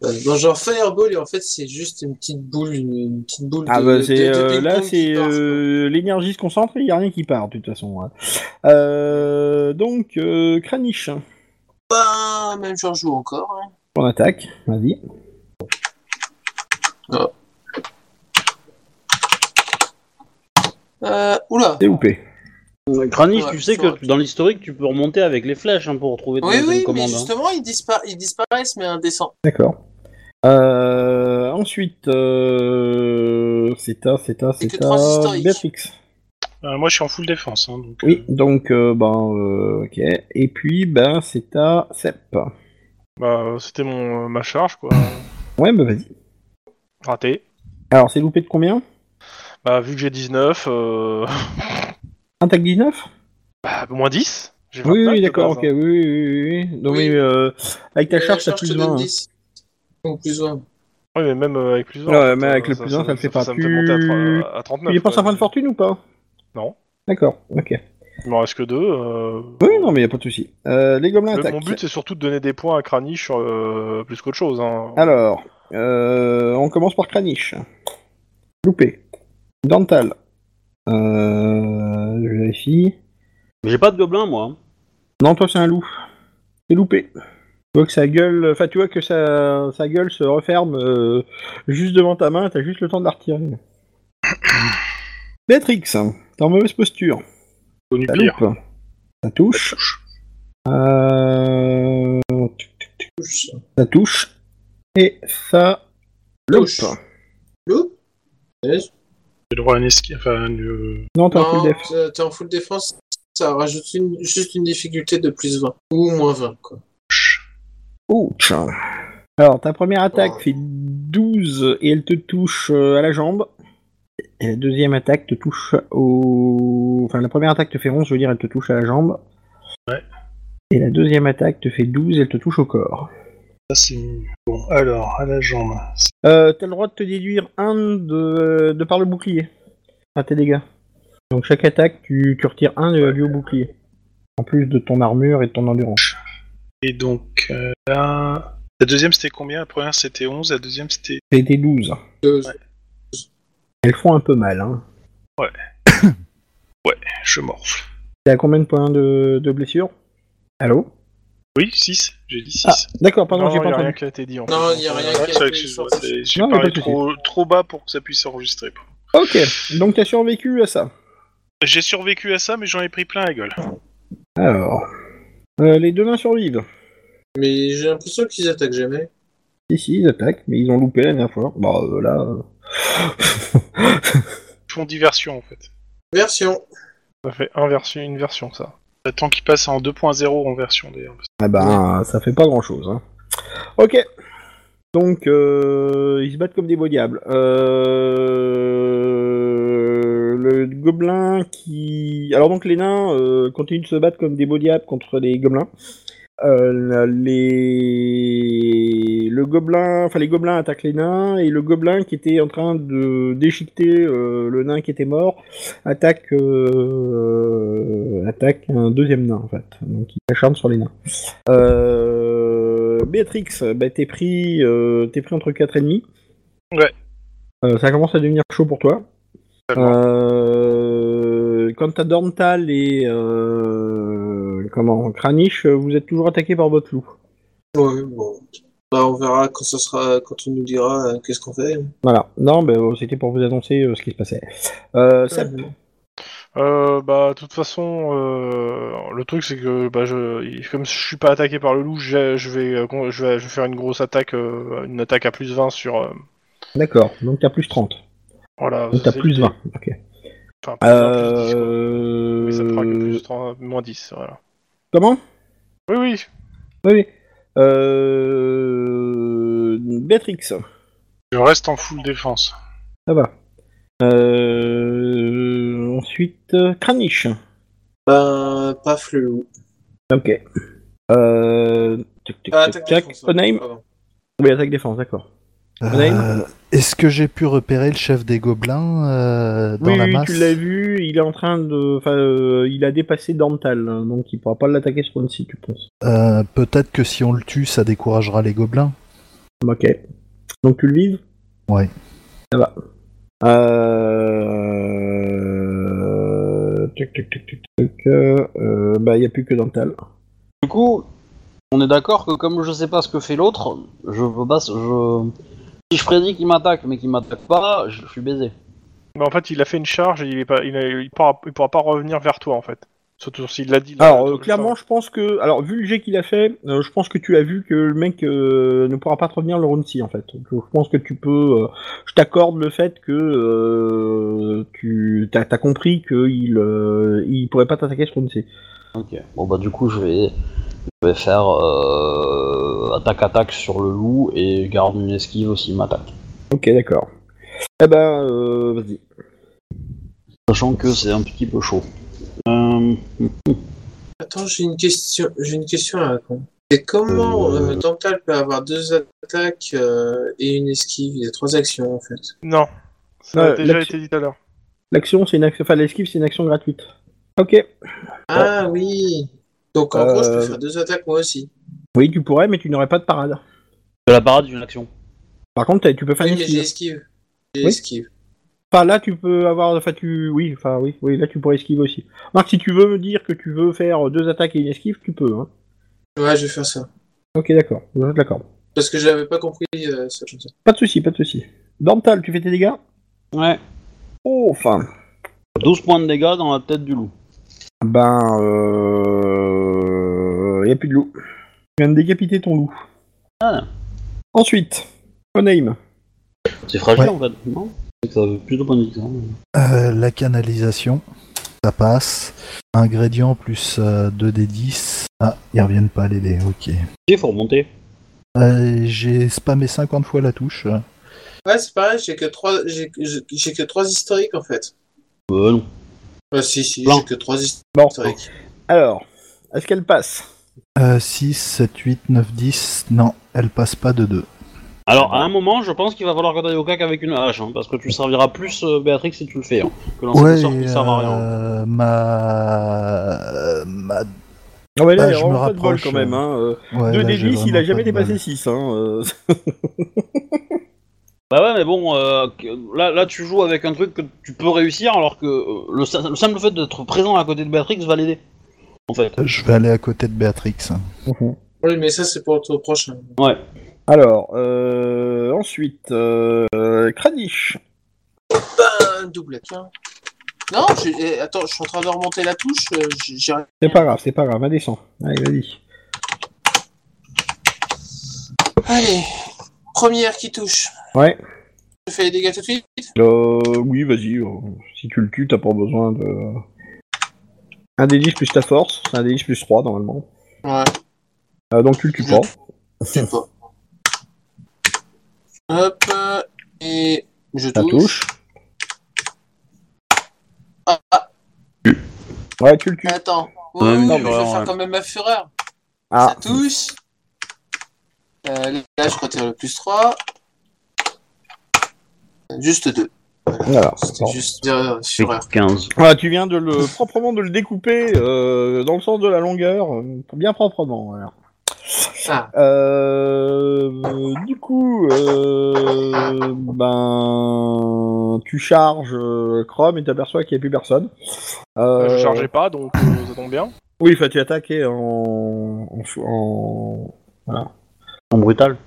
[SPEAKER 4] euh, dans le genre fireball. Et en fait, c'est juste une petite boule, une, une petite boule.
[SPEAKER 2] Ah
[SPEAKER 4] de,
[SPEAKER 2] bah
[SPEAKER 4] de-
[SPEAKER 2] c'est
[SPEAKER 4] de
[SPEAKER 2] euh,
[SPEAKER 4] ping-pong
[SPEAKER 2] là
[SPEAKER 4] qui
[SPEAKER 2] c'est
[SPEAKER 4] part.
[SPEAKER 2] euh, l'énergie se concentre, il y a rien qui part de toute façon. hein. Euh, donc euh, Kranich,
[SPEAKER 4] Bah, même j'en joue encore. hein.
[SPEAKER 2] on attaque, vas-y.
[SPEAKER 4] Euh, oula.
[SPEAKER 2] C'est loupé.
[SPEAKER 1] Kranis,
[SPEAKER 4] Ouais,
[SPEAKER 1] tu sais
[SPEAKER 4] sur-
[SPEAKER 1] que dans l'historique, tu peux remonter avec les flèches hein, pour retrouver
[SPEAKER 4] Oui,
[SPEAKER 1] tes
[SPEAKER 4] oui, mais
[SPEAKER 1] commandes. hein.
[SPEAKER 4] justement, ils, dispara- ils disparaissent, mais indécent.
[SPEAKER 2] D'accord. Euh, ensuite, euh, c'est ta, c'est ta, c'est
[SPEAKER 4] que
[SPEAKER 2] ta,
[SPEAKER 4] trois historiques.
[SPEAKER 2] Béatrix.
[SPEAKER 5] Euh, moi, je suis en full défense, hein, donc.
[SPEAKER 2] Oui, donc euh, ben euh, ok. Et puis ben c'est ta Sep.
[SPEAKER 3] Bah, euh, c'était mon euh, ma charge quoi.
[SPEAKER 2] Ouais, bah vas-y.
[SPEAKER 3] Raté.
[SPEAKER 2] Alors c'est loupé de combien
[SPEAKER 3] Bah, vu que j'ai 19, euh...
[SPEAKER 2] Un tag 19
[SPEAKER 3] bah, moins 10. J'ai
[SPEAKER 2] Oui,
[SPEAKER 3] 29
[SPEAKER 2] oui,
[SPEAKER 3] de
[SPEAKER 2] d'accord,
[SPEAKER 3] base, hein.
[SPEAKER 2] ok, oui, oui, oui, oui. Donc
[SPEAKER 4] Oui.
[SPEAKER 2] mais, euh, avec ta
[SPEAKER 4] Euh,
[SPEAKER 2] charge, t'as
[SPEAKER 4] je te
[SPEAKER 2] plus
[SPEAKER 4] donne
[SPEAKER 2] 20. hein.
[SPEAKER 4] 10. Donc plus 1.
[SPEAKER 3] hein. Oui, mais même euh, avec plus 1.
[SPEAKER 2] Ouais, mais avec le plus un, ça le fait pas
[SPEAKER 3] Ça me fait monter à,
[SPEAKER 2] plus-
[SPEAKER 3] tro- à- à 39.
[SPEAKER 2] Il est pas sa
[SPEAKER 3] quoi.
[SPEAKER 2] fin de fortune ou pas
[SPEAKER 3] euh, Non.
[SPEAKER 2] D'accord, ok.
[SPEAKER 3] Il m'en reste que 2. Euh...
[SPEAKER 2] Oui, non, mais y a pas de souci. Euh, les gobelins
[SPEAKER 3] Le-
[SPEAKER 2] attaquent.
[SPEAKER 3] mon but c'est surtout de donner des points à Kranich euh, plus qu'autre chose. Hein.
[SPEAKER 2] Alors, euh, on commence par Kranich. Loupé. Dental. Euh, je vérifie.
[SPEAKER 1] Mais J'ai pas de gobelin, moi. hein.
[SPEAKER 2] Non, toi, c'est un loup. C'est loupé. Tu vois que sa gueule, enfin, tu vois que sa, sa gueule se referme euh, juste devant ta main, t'as juste le temps de la retirer. Béatrix, t'es en mauvaise posture.
[SPEAKER 5] Connu
[SPEAKER 2] Ça
[SPEAKER 5] pire.
[SPEAKER 2] loupe. Ça touche. Euh, Ça touche. Et ça loupe.
[SPEAKER 4] Touche. Loup
[SPEAKER 5] J'ai le droit à un esquive. Enfin, euh,
[SPEAKER 2] Non, t'as un coup
[SPEAKER 4] Non,
[SPEAKER 2] de def.
[SPEAKER 4] t'es t'es en full défense, ça rajoute une- juste une difficulté de plus 20. Ou moins 20, quoi.
[SPEAKER 2] Ouch. Alors, ta première attaque
[SPEAKER 4] Oh.
[SPEAKER 2] fait 12 et elle te touche euh, à la jambe. Et la deuxième attaque te touche au... Enfin, la première attaque te fait 11, je veux dire, elle te touche à la jambe.
[SPEAKER 5] Ouais.
[SPEAKER 2] Et la deuxième attaque te fait 12 et elle te touche au corps.
[SPEAKER 5] ça, c'est mieux. Bon, alors, à la jambe.
[SPEAKER 2] Euh, t'as le droit de te déduire un de, de par le bouclier. Enfin, tes dégâts. Donc, chaque attaque, tu, tu retires un de- lié au bouclier. En plus de ton armure et de ton endurance.
[SPEAKER 5] Et donc, euh, là. La deuxième, c'était combien La première, c'était 11. La deuxième, c'était.
[SPEAKER 2] C'est des 12.
[SPEAKER 4] Deux.
[SPEAKER 2] Elles font un peu mal, hein.
[SPEAKER 5] Je morfle.
[SPEAKER 2] T'es à combien de points de, de blessure Allô
[SPEAKER 5] Oui, 6. J'ai dit 6.
[SPEAKER 2] Ah, d'accord, pardon,
[SPEAKER 3] Non,
[SPEAKER 2] j'ai
[SPEAKER 3] y
[SPEAKER 2] pas
[SPEAKER 3] a rien
[SPEAKER 2] entendu.
[SPEAKER 3] qui a été dit. En
[SPEAKER 4] Non,
[SPEAKER 3] fait. euh,
[SPEAKER 4] il y a rien
[SPEAKER 5] Ouais,
[SPEAKER 4] qui
[SPEAKER 5] c'est
[SPEAKER 4] a
[SPEAKER 5] vrai
[SPEAKER 4] été
[SPEAKER 5] que je-
[SPEAKER 4] sorti.
[SPEAKER 5] c'est- J'ai
[SPEAKER 2] Non, y a
[SPEAKER 5] parlé
[SPEAKER 2] pas de
[SPEAKER 5] trop, trop bas pour que ça puisse s'enregistrer.
[SPEAKER 2] Ok, donc t'as survécu à ça.
[SPEAKER 5] J'ai survécu à ça, mais j'en ai pris plein la gueule.
[SPEAKER 2] Alors, euh, les deux nains survivent.
[SPEAKER 4] Mais j'ai l'impression qu'ils attaquent jamais.
[SPEAKER 2] Si, si, ils attaquent, mais ils ont loupé la dernière fois. Bah euh, là... euh.
[SPEAKER 5] Ils font diversion en fait.
[SPEAKER 4] Version.
[SPEAKER 3] Ça fait un version, une version ça.
[SPEAKER 5] J'attends qu'ils passent en 2.0 en version d'ailleurs. parce que
[SPEAKER 2] ah ben, ça fait pas grand-chose. hein. Ok, donc euh, ils se battent comme des beaux diables. Euh, Le gobelin qui... Alors donc les nains euh, continuent de se battre comme des beaux diables contre les gobelins. Euh, les le gobelin, enfin les gobelins attaquent les nains et le gobelin qui était en train de déchiqueter euh, le nain qui était mort attaque euh, attaque un deuxième nain en fait, donc il acharne sur les nains. Euh, Béatrix, bah, t'es pris euh, t'es pris entre 4 et demi.
[SPEAKER 5] Ouais.
[SPEAKER 2] Euh, ça commence à devenir chaud pour toi.
[SPEAKER 5] Totalement.
[SPEAKER 2] Euh, quant à Dorntal et euh, comment Kranich, vous êtes toujours attaqués par votre loup.
[SPEAKER 4] Ouais, bon. Bah, on verra quand ce sera, quand on nous dira euh, qu'est-ce qu'on fait.
[SPEAKER 2] Voilà. Non, ben, euh, c'était pour vous annoncer euh, ce qui se passait. Euh, Seb,
[SPEAKER 3] Euh, bah, de toute façon, euh, le truc c'est que bah, je, il- comme je suis pas attaqué par le loup, j'ai- je vais, euh, con- je vais, je vais faire une grosse attaque, euh, une attaque à plus 20 sur. euh,
[SPEAKER 2] d'accord. Donc t'as plus 30.
[SPEAKER 3] voilà.
[SPEAKER 2] Donc t'as
[SPEAKER 3] c'est
[SPEAKER 2] plus
[SPEAKER 3] l'idée.
[SPEAKER 2] 20. Ok.
[SPEAKER 3] Enfin, plus 20, plus 10, quoi.
[SPEAKER 2] Euh...
[SPEAKER 3] Mais ça fera que plus 30, moins 10, voilà.
[SPEAKER 2] Comment
[SPEAKER 3] Oui, oui.
[SPEAKER 2] Oui. oui. Euh... Béatrix, ça
[SPEAKER 5] Je reste en full défense.
[SPEAKER 2] va. Ah, Euh... Ensuite, euh, Kranich.
[SPEAKER 4] Ben, paf le loup.
[SPEAKER 2] Ok. Euh... Tic, tic,
[SPEAKER 4] Ah,
[SPEAKER 2] tic,
[SPEAKER 4] attaque
[SPEAKER 2] tac.
[SPEAKER 4] défense,
[SPEAKER 2] Oname.
[SPEAKER 4] pardon.
[SPEAKER 2] Oui, attaque défense, d'accord. Name
[SPEAKER 6] Euh, Est-ce que j'ai pu repérer le chef des gobelins euh, dans
[SPEAKER 2] Oui,
[SPEAKER 6] la
[SPEAKER 2] oui,
[SPEAKER 6] masse
[SPEAKER 2] tu l'as vu, il est en train de. Enfin, euh, il a dépassé Dental, hein, donc il pourra pas l'attaquer sur une site, tu penses.
[SPEAKER 6] Euh, Peut-être que si on le tue, ça découragera les gobelins.
[SPEAKER 2] Ok. Donc tu le vises
[SPEAKER 6] Ouais.
[SPEAKER 2] Ça va. Euh. Tuc, tuc, tuc, tuc, tuc. Euh, bah, il n'y a plus que Dental.
[SPEAKER 1] Du coup, on est d'accord que comme je sais pas ce que fait l'autre, je peux pas. Je... Si je prédis qu'il m'attaque mais qu'il m'attaque pas, je suis baisé.
[SPEAKER 3] Mais Bah, en fait, il a fait une charge et il, est pas, il, a- il pourra, il pourra pas revenir vers toi en fait. Surtout s'il l'a dit. là,
[SPEAKER 2] Alors,
[SPEAKER 3] le-
[SPEAKER 2] euh,
[SPEAKER 3] le-
[SPEAKER 2] clairement, je pense que. Alors, vu le jet qu'il a fait, euh, je pense que tu as vu que le mec euh, ne pourra pas te revenir le round six, en fait. Donc, Je pense que tu peux. euh, je t'accorde le fait que. euh, tu as, compris qu'il euh, il pourrait pas t'attaquer ce round six.
[SPEAKER 1] Ok. Bon bah du coup je vais, je vais faire euh, attaque attaque sur le loup et garde une esquive aussi m'attaque.
[SPEAKER 2] Ok, d'accord. Eh ben, euh, vas-y.
[SPEAKER 1] Sachant que c'est un petit peu chaud. Euh,
[SPEAKER 4] Attends, j'ai une question. J'ai une question à répondre. C'est comment
[SPEAKER 1] Euh.
[SPEAKER 4] euh, Dental peut avoir deux attaques euh, et une esquive Il y a trois actions en fait.
[SPEAKER 3] Non. Ça
[SPEAKER 2] Ouais,
[SPEAKER 3] a déjà
[SPEAKER 2] l'action-
[SPEAKER 3] été dit tout à l'heure.
[SPEAKER 2] L'action, c'est une action. Enfin, l'esquive, c'est une action gratuite. Ok.
[SPEAKER 4] Ah oui. Donc en
[SPEAKER 2] Euh.
[SPEAKER 4] gros, je peux faire deux attaques moi aussi.
[SPEAKER 2] Oui, tu pourrais, mais tu n'aurais pas de parade.
[SPEAKER 1] de la parade d'une action.
[SPEAKER 2] Par contre, t'as- tu peux faire
[SPEAKER 4] oui,
[SPEAKER 2] une
[SPEAKER 4] mais j'ai
[SPEAKER 2] esquive.
[SPEAKER 4] esquive. J'ai
[SPEAKER 2] Oui.
[SPEAKER 4] esquive.
[SPEAKER 2] Enfin, là, tu peux avoir. Enfin, tu. Oui, enfin, oui, oui, là, tu pourrais esquiver aussi. Marc, si tu veux me dire que tu veux faire deux attaques et une esquive, tu peux. Hein.
[SPEAKER 4] Ouais, je vais faire ça.
[SPEAKER 2] Ok, d'accord. Je d'accord.
[SPEAKER 4] Parce que je l'avais pas compris euh, ça. je sais.
[SPEAKER 2] Pas de souci, pas de souci. Dental, tu fais tes dégâts
[SPEAKER 1] Ouais.
[SPEAKER 2] Oh, enfin.
[SPEAKER 1] 12 points de dégâts dans la tête du loup.
[SPEAKER 2] Ben. Euh. Y a plus de loup. Tu viens de décapiter ton loup.
[SPEAKER 1] Ah.
[SPEAKER 2] Ensuite, Onaim.
[SPEAKER 1] C'est fragile
[SPEAKER 6] Ouais.
[SPEAKER 1] en fait, non C'est que ça veut plus de points de vie, hein.
[SPEAKER 6] Euh, la canalisation, ça passe. Ingrédients plus euh, 2d10. Ah, ils reviennent pas les dés, ok.
[SPEAKER 1] Il faut remonter.
[SPEAKER 6] Euh, J'ai spammé 50 fois la touche.
[SPEAKER 4] Ouais, c'est pareil. J'ai que trois. J'ai j'ai- j'ai que trois historiques en fait.
[SPEAKER 1] Euh, non.
[SPEAKER 4] Ah si si.
[SPEAKER 1] Blanc.
[SPEAKER 4] J'ai que trois historiques.
[SPEAKER 2] Bon, alors. Est-ce qu'elle passe
[SPEAKER 6] 6, 7, 8, 9, 10. Non, elle passe pas de 2.
[SPEAKER 1] Alors à un moment, je pense qu'il va falloir que t'ailles au cac avec une hache, hein, parce que tu serviras plus euh, Béatrix si tu le fais. hein, que lancer des sorts qui servent à rien.
[SPEAKER 6] euh, ma... ma...
[SPEAKER 2] Non, mais là,
[SPEAKER 6] Bah,
[SPEAKER 2] il y a
[SPEAKER 6] je me
[SPEAKER 2] vraiment pas de bol
[SPEAKER 6] rapproche,
[SPEAKER 2] quand même.
[SPEAKER 6] euh,
[SPEAKER 2] Hein. euh.
[SPEAKER 6] Ouais, là,
[SPEAKER 2] 2d10,
[SPEAKER 6] j'ai
[SPEAKER 2] il a
[SPEAKER 6] vraiment
[SPEAKER 2] jamais
[SPEAKER 6] pas de
[SPEAKER 2] dépassé
[SPEAKER 6] bol.
[SPEAKER 2] 6. Hein. euh.
[SPEAKER 1] Bah ouais, mais bon, euh, que- là, là tu joues avec un truc que tu peux réussir, alors que euh, le, sa- le simple fait d'être présent à côté de Béatrix va l'aider. En fait.
[SPEAKER 6] Je vais aller à côté de Béatrix. hein.
[SPEAKER 4] Oui, mais ça c'est pour le tour prochain.
[SPEAKER 1] Ouais.
[SPEAKER 2] Alors, euh, ensuite, euh, euh, Kranich.
[SPEAKER 4] Un double hein. Non, j'ai- eh, attends, je suis en train de remonter la touche. euh, j'ai- J'ai rien.
[SPEAKER 2] C'est pas grave, c'est pas grave, va descend. Allez, vas-y.
[SPEAKER 4] Allez. Première qui touche.
[SPEAKER 2] Ouais.
[SPEAKER 4] Je fais les dégâts tout de suite.
[SPEAKER 2] Euh, oui, vas-y. euh, si tu le tues, t'as pas besoin de. Un D10 plus ta force, c'est un D10 plus 3 normalement.
[SPEAKER 4] Ouais.
[SPEAKER 2] Euh, donc tu le tues pas.
[SPEAKER 4] C'est pas. Hop, euh, et je
[SPEAKER 2] Ça
[SPEAKER 4] touche.
[SPEAKER 2] touche.
[SPEAKER 4] Ah, ah,
[SPEAKER 2] Ouais, tu le tues.
[SPEAKER 4] attends.
[SPEAKER 1] Ouais, mais
[SPEAKER 4] Ouais, mais je
[SPEAKER 1] fureur,
[SPEAKER 4] vais faire
[SPEAKER 1] ouais.
[SPEAKER 4] quand même ma fureur.
[SPEAKER 2] Ah,
[SPEAKER 4] Ça touche. Euh, là, je retire le plus 3. Juste 2.
[SPEAKER 2] voilà.
[SPEAKER 4] C'était juste euh, fureur.
[SPEAKER 1] 15.
[SPEAKER 2] Voilà, tu viens de le proprement de le découper euh, dans le sens de la longueur, euh, bien proprement. Voilà.
[SPEAKER 4] Ah,
[SPEAKER 2] Euh, du coup, euh, ben, tu charges euh, Chrome et t'aperçois qu'il n'y a plus personne. Euh,
[SPEAKER 3] Je chargeais pas, donc euh, ça tombe bien.
[SPEAKER 2] Oui, enfin, tu attaques et en, en, en,
[SPEAKER 1] En brutal.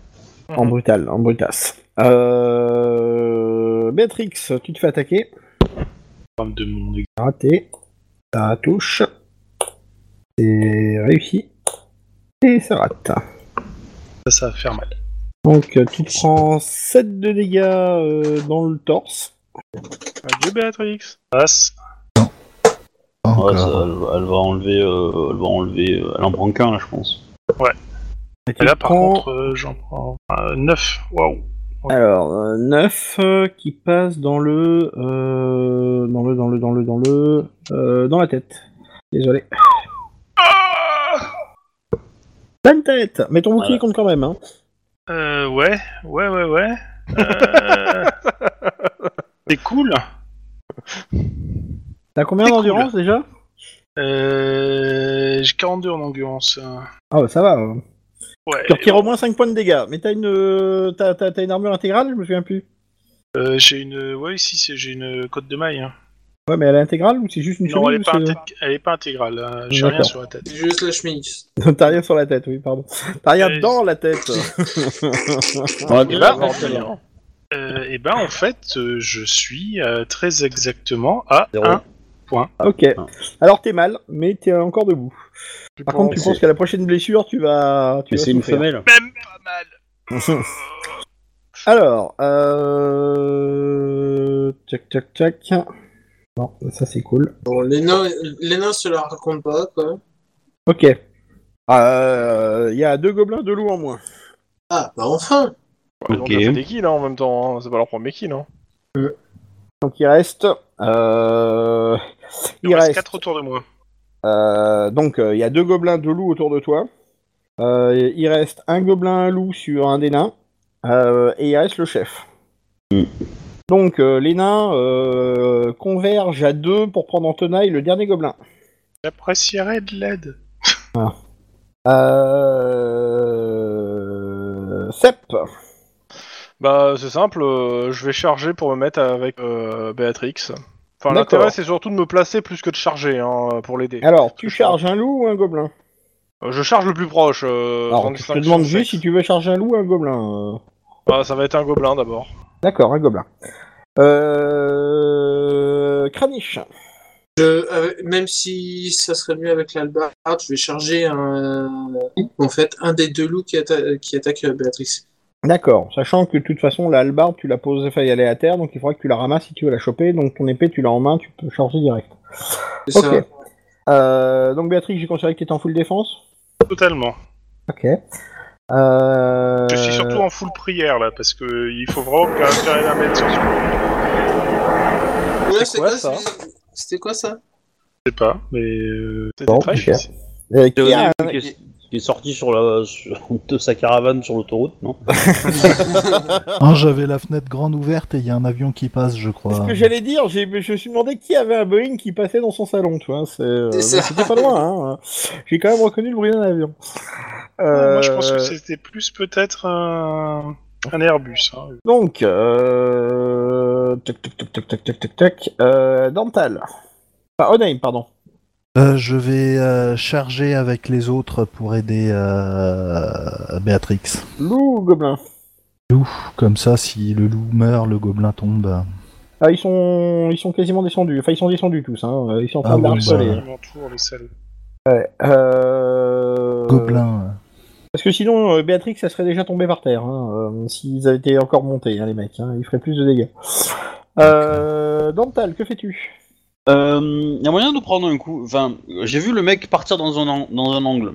[SPEAKER 2] en
[SPEAKER 5] Mhm.
[SPEAKER 2] brutal, en brutasse. Euh, Béatrix, tu te fais attaquer.
[SPEAKER 5] Femme de mon ex-
[SPEAKER 2] Raté. Ça touche. C'est réussi. Et ça rate.
[SPEAKER 5] Ça, ça va faire mal.
[SPEAKER 2] Donc, tu te prends 7 de dégâts euh, dans le torse.
[SPEAKER 3] Adieu Béatrix.
[SPEAKER 5] Passe.
[SPEAKER 6] Pas
[SPEAKER 1] Ouais,
[SPEAKER 6] encore.
[SPEAKER 1] ça, elle, elle va enlever. euh, elle va enlever. euh, elle en prend qu'un là, je pense.
[SPEAKER 2] Et tu
[SPEAKER 5] Et là,
[SPEAKER 2] te
[SPEAKER 5] par
[SPEAKER 2] prends-
[SPEAKER 5] contre, euh, j'en prends 9. Waouh.
[SPEAKER 2] Alors, 9 qui passe dans le, euh, dans le. dans le, dans le, dans le. euh, dans la tête. Désolé.
[SPEAKER 5] Ah
[SPEAKER 2] Pleine tête Mais ton
[SPEAKER 1] Voilà.
[SPEAKER 2] bouclier compte quand même, hein.
[SPEAKER 5] Euh, ouais, ouais, ouais, ouais. Euh, C'est cool.
[SPEAKER 2] T'as combien
[SPEAKER 5] C'est cool.
[SPEAKER 2] d'endurance déjà
[SPEAKER 5] Euh, J'ai 42 en endurance. hein.
[SPEAKER 2] Ah bah ça va. euh.
[SPEAKER 5] Ouais.
[SPEAKER 2] Tu retires au moins 5 points de dégâts, mais t'as une, euh, t'as, t'as- t'as une armure intégrale, je me souviens plus.
[SPEAKER 5] Euh, j'ai une. Ouais, ici, c'est- j'ai une côte de maille. hein.
[SPEAKER 2] Ouais, mais elle est intégrale ou c'est juste une
[SPEAKER 5] Non, elle est,
[SPEAKER 2] chemise
[SPEAKER 5] pas
[SPEAKER 2] ou c'est-
[SPEAKER 5] inté- elle est pas intégrale. hein. J'ai
[SPEAKER 2] D'accord.
[SPEAKER 5] rien sur la tête.
[SPEAKER 4] C'est juste la chemise.
[SPEAKER 2] T'as rien sur la tête, oui, pardon. T'as rien
[SPEAKER 5] Ouais.
[SPEAKER 2] dans la tête.
[SPEAKER 5] Eh ben, en fait, euh, eh ben, en fait, euh, je suis euh, très exactement à
[SPEAKER 1] Zéro.
[SPEAKER 5] 1.
[SPEAKER 2] ok.
[SPEAKER 1] Ah.
[SPEAKER 2] Alors t'es mal, mais t'es encore debout. Par contre, tu
[SPEAKER 1] c'est-
[SPEAKER 2] penses qu'à la prochaine blessure, tu vas. Tu
[SPEAKER 1] Mais
[SPEAKER 2] vas
[SPEAKER 1] c'est une
[SPEAKER 2] souffrir.
[SPEAKER 1] femelle.
[SPEAKER 5] Même pas mal.
[SPEAKER 2] Alors, euh... Tac, tac, tac. Non, ça c'est cool.
[SPEAKER 4] Bon, les nains, les nains se la racontent pas, quoi.
[SPEAKER 2] Ok. Euh, Il y a deux gobelins, deux loups en moins.
[SPEAKER 4] Ah, bah enfin
[SPEAKER 3] Ils ont
[SPEAKER 1] Ok.
[SPEAKER 3] déjà fait des kills hein, en même temps, hein. c'est pas leur premier kill. Hein.
[SPEAKER 2] Donc il reste... Euh...
[SPEAKER 5] Il,
[SPEAKER 2] Il
[SPEAKER 5] reste
[SPEAKER 2] reste.
[SPEAKER 5] 4 autour de moi.
[SPEAKER 2] Euh, donc euh, il y a deux gobelins, deux loups autour de toi. Euh, il reste un gobelin, un loup sur un des nains. Euh, et il reste le chef.
[SPEAKER 1] Mm.
[SPEAKER 2] Donc euh, les nains euh, convergent à deux pour prendre en tenaille le dernier gobelin.
[SPEAKER 5] J'apprécierais de l'aide.
[SPEAKER 2] Euh... Sep.
[SPEAKER 3] Bah c'est simple, euh, je vais charger pour me mettre avec euh, Béatrix. Enfin
[SPEAKER 2] D'accord. Ah.
[SPEAKER 3] l'intérêt c'est surtout de me placer plus que de charger hein, pour l'aider.
[SPEAKER 2] Alors, tu charges un loup ou un gobelin
[SPEAKER 3] Euh, Je charge le plus proche. Euh,
[SPEAKER 2] Alors, je
[SPEAKER 3] 35
[SPEAKER 2] te demande
[SPEAKER 3] sur
[SPEAKER 2] juste si
[SPEAKER 3] sexe.
[SPEAKER 2] tu veux charger un loup ou un gobelin. euh.
[SPEAKER 3] Bah, ça va être un gobelin d'abord.
[SPEAKER 2] D'accord, un gobelin. Euh... Kranich.
[SPEAKER 4] Je, euh, même si ça serait mieux avec l'albarde, je vais charger un loup, en fait, un des deux loups qui, atta- qui attaque euh, Béatrice.
[SPEAKER 2] D'accord, sachant que de toute façon, la hallebarde, tu la poses, enfin, elle est à terre, donc il faudra que tu la ramasses si tu veux la choper. Donc ton épée, tu l'as en main, tu peux charger direct.
[SPEAKER 4] C'est
[SPEAKER 2] Ok.
[SPEAKER 4] ça.
[SPEAKER 2] Euh, donc Béatrix, j'ai considéré que tu étais en full défense
[SPEAKER 5] Totalement.
[SPEAKER 2] Ok. Euh...
[SPEAKER 5] Je suis surtout en full prière là, parce que euh, il faut vraiment que j'arrive à mettre sur ce
[SPEAKER 4] Ouais,
[SPEAKER 3] C'est quoi, ça
[SPEAKER 4] c'est- C'était quoi ça
[SPEAKER 5] Je sais pas, mais. euh,
[SPEAKER 3] C'était
[SPEAKER 2] Bon,
[SPEAKER 3] très
[SPEAKER 2] ok.
[SPEAKER 3] efficace.
[SPEAKER 2] euh,
[SPEAKER 1] C'est
[SPEAKER 2] qui a-
[SPEAKER 1] Onébus qui, est, qui est sorti sur la, sur- de sa caravane sur l'autoroute, non
[SPEAKER 6] Hein, J'avais la fenêtre grande ouverte et il y a un avion qui passe, je
[SPEAKER 2] C'est ce
[SPEAKER 6] crois.
[SPEAKER 2] que j'allais dire, j'ai- je me suis demandé qui avait un Boeing qui passait dans son salon, tu vois. c'est, euh,
[SPEAKER 4] C'est ça.
[SPEAKER 2] C'était pas loin, hein. J'ai quand même reconnu le bruit d'un avion.
[SPEAKER 5] Moi, je pense que
[SPEAKER 2] Euh,
[SPEAKER 5] c'était plus peut-être un, un Airbus. hein.
[SPEAKER 2] Donc, euh... Tac, tac, tac, tac, tac, tac, tac, tac. Euh, Dental. Enfin, Onaim, pardon.
[SPEAKER 6] Euh, je vais euh, charger avec les autres pour aider euh, Béatrix.
[SPEAKER 2] Loup ou Gobelin
[SPEAKER 6] Comme ça, si le loup meurt, le gobelin tombe.
[SPEAKER 2] Ah, ils sont... ils sont quasiment descendus. Enfin, ils sont descendus tous, hein. Ils sont en train
[SPEAKER 6] Ah
[SPEAKER 2] de la
[SPEAKER 6] bon,
[SPEAKER 2] harceler.
[SPEAKER 6] bah.
[SPEAKER 5] Ils m'entourent, les salauds.
[SPEAKER 2] Euh...
[SPEAKER 6] Gobelin.
[SPEAKER 2] Parce que sinon, euh, Béatrix, ça serait déjà tombé par terre, hein, euh, s'ils avaient été encore montés, hein, les mecs. Hein, ils feraient plus de dégâts. Euh, Dental, que fais-tu
[SPEAKER 1] Euh, y a moyen de prendre un coup. Enfin, j'ai vu le mec partir dans un, an- dans un angle,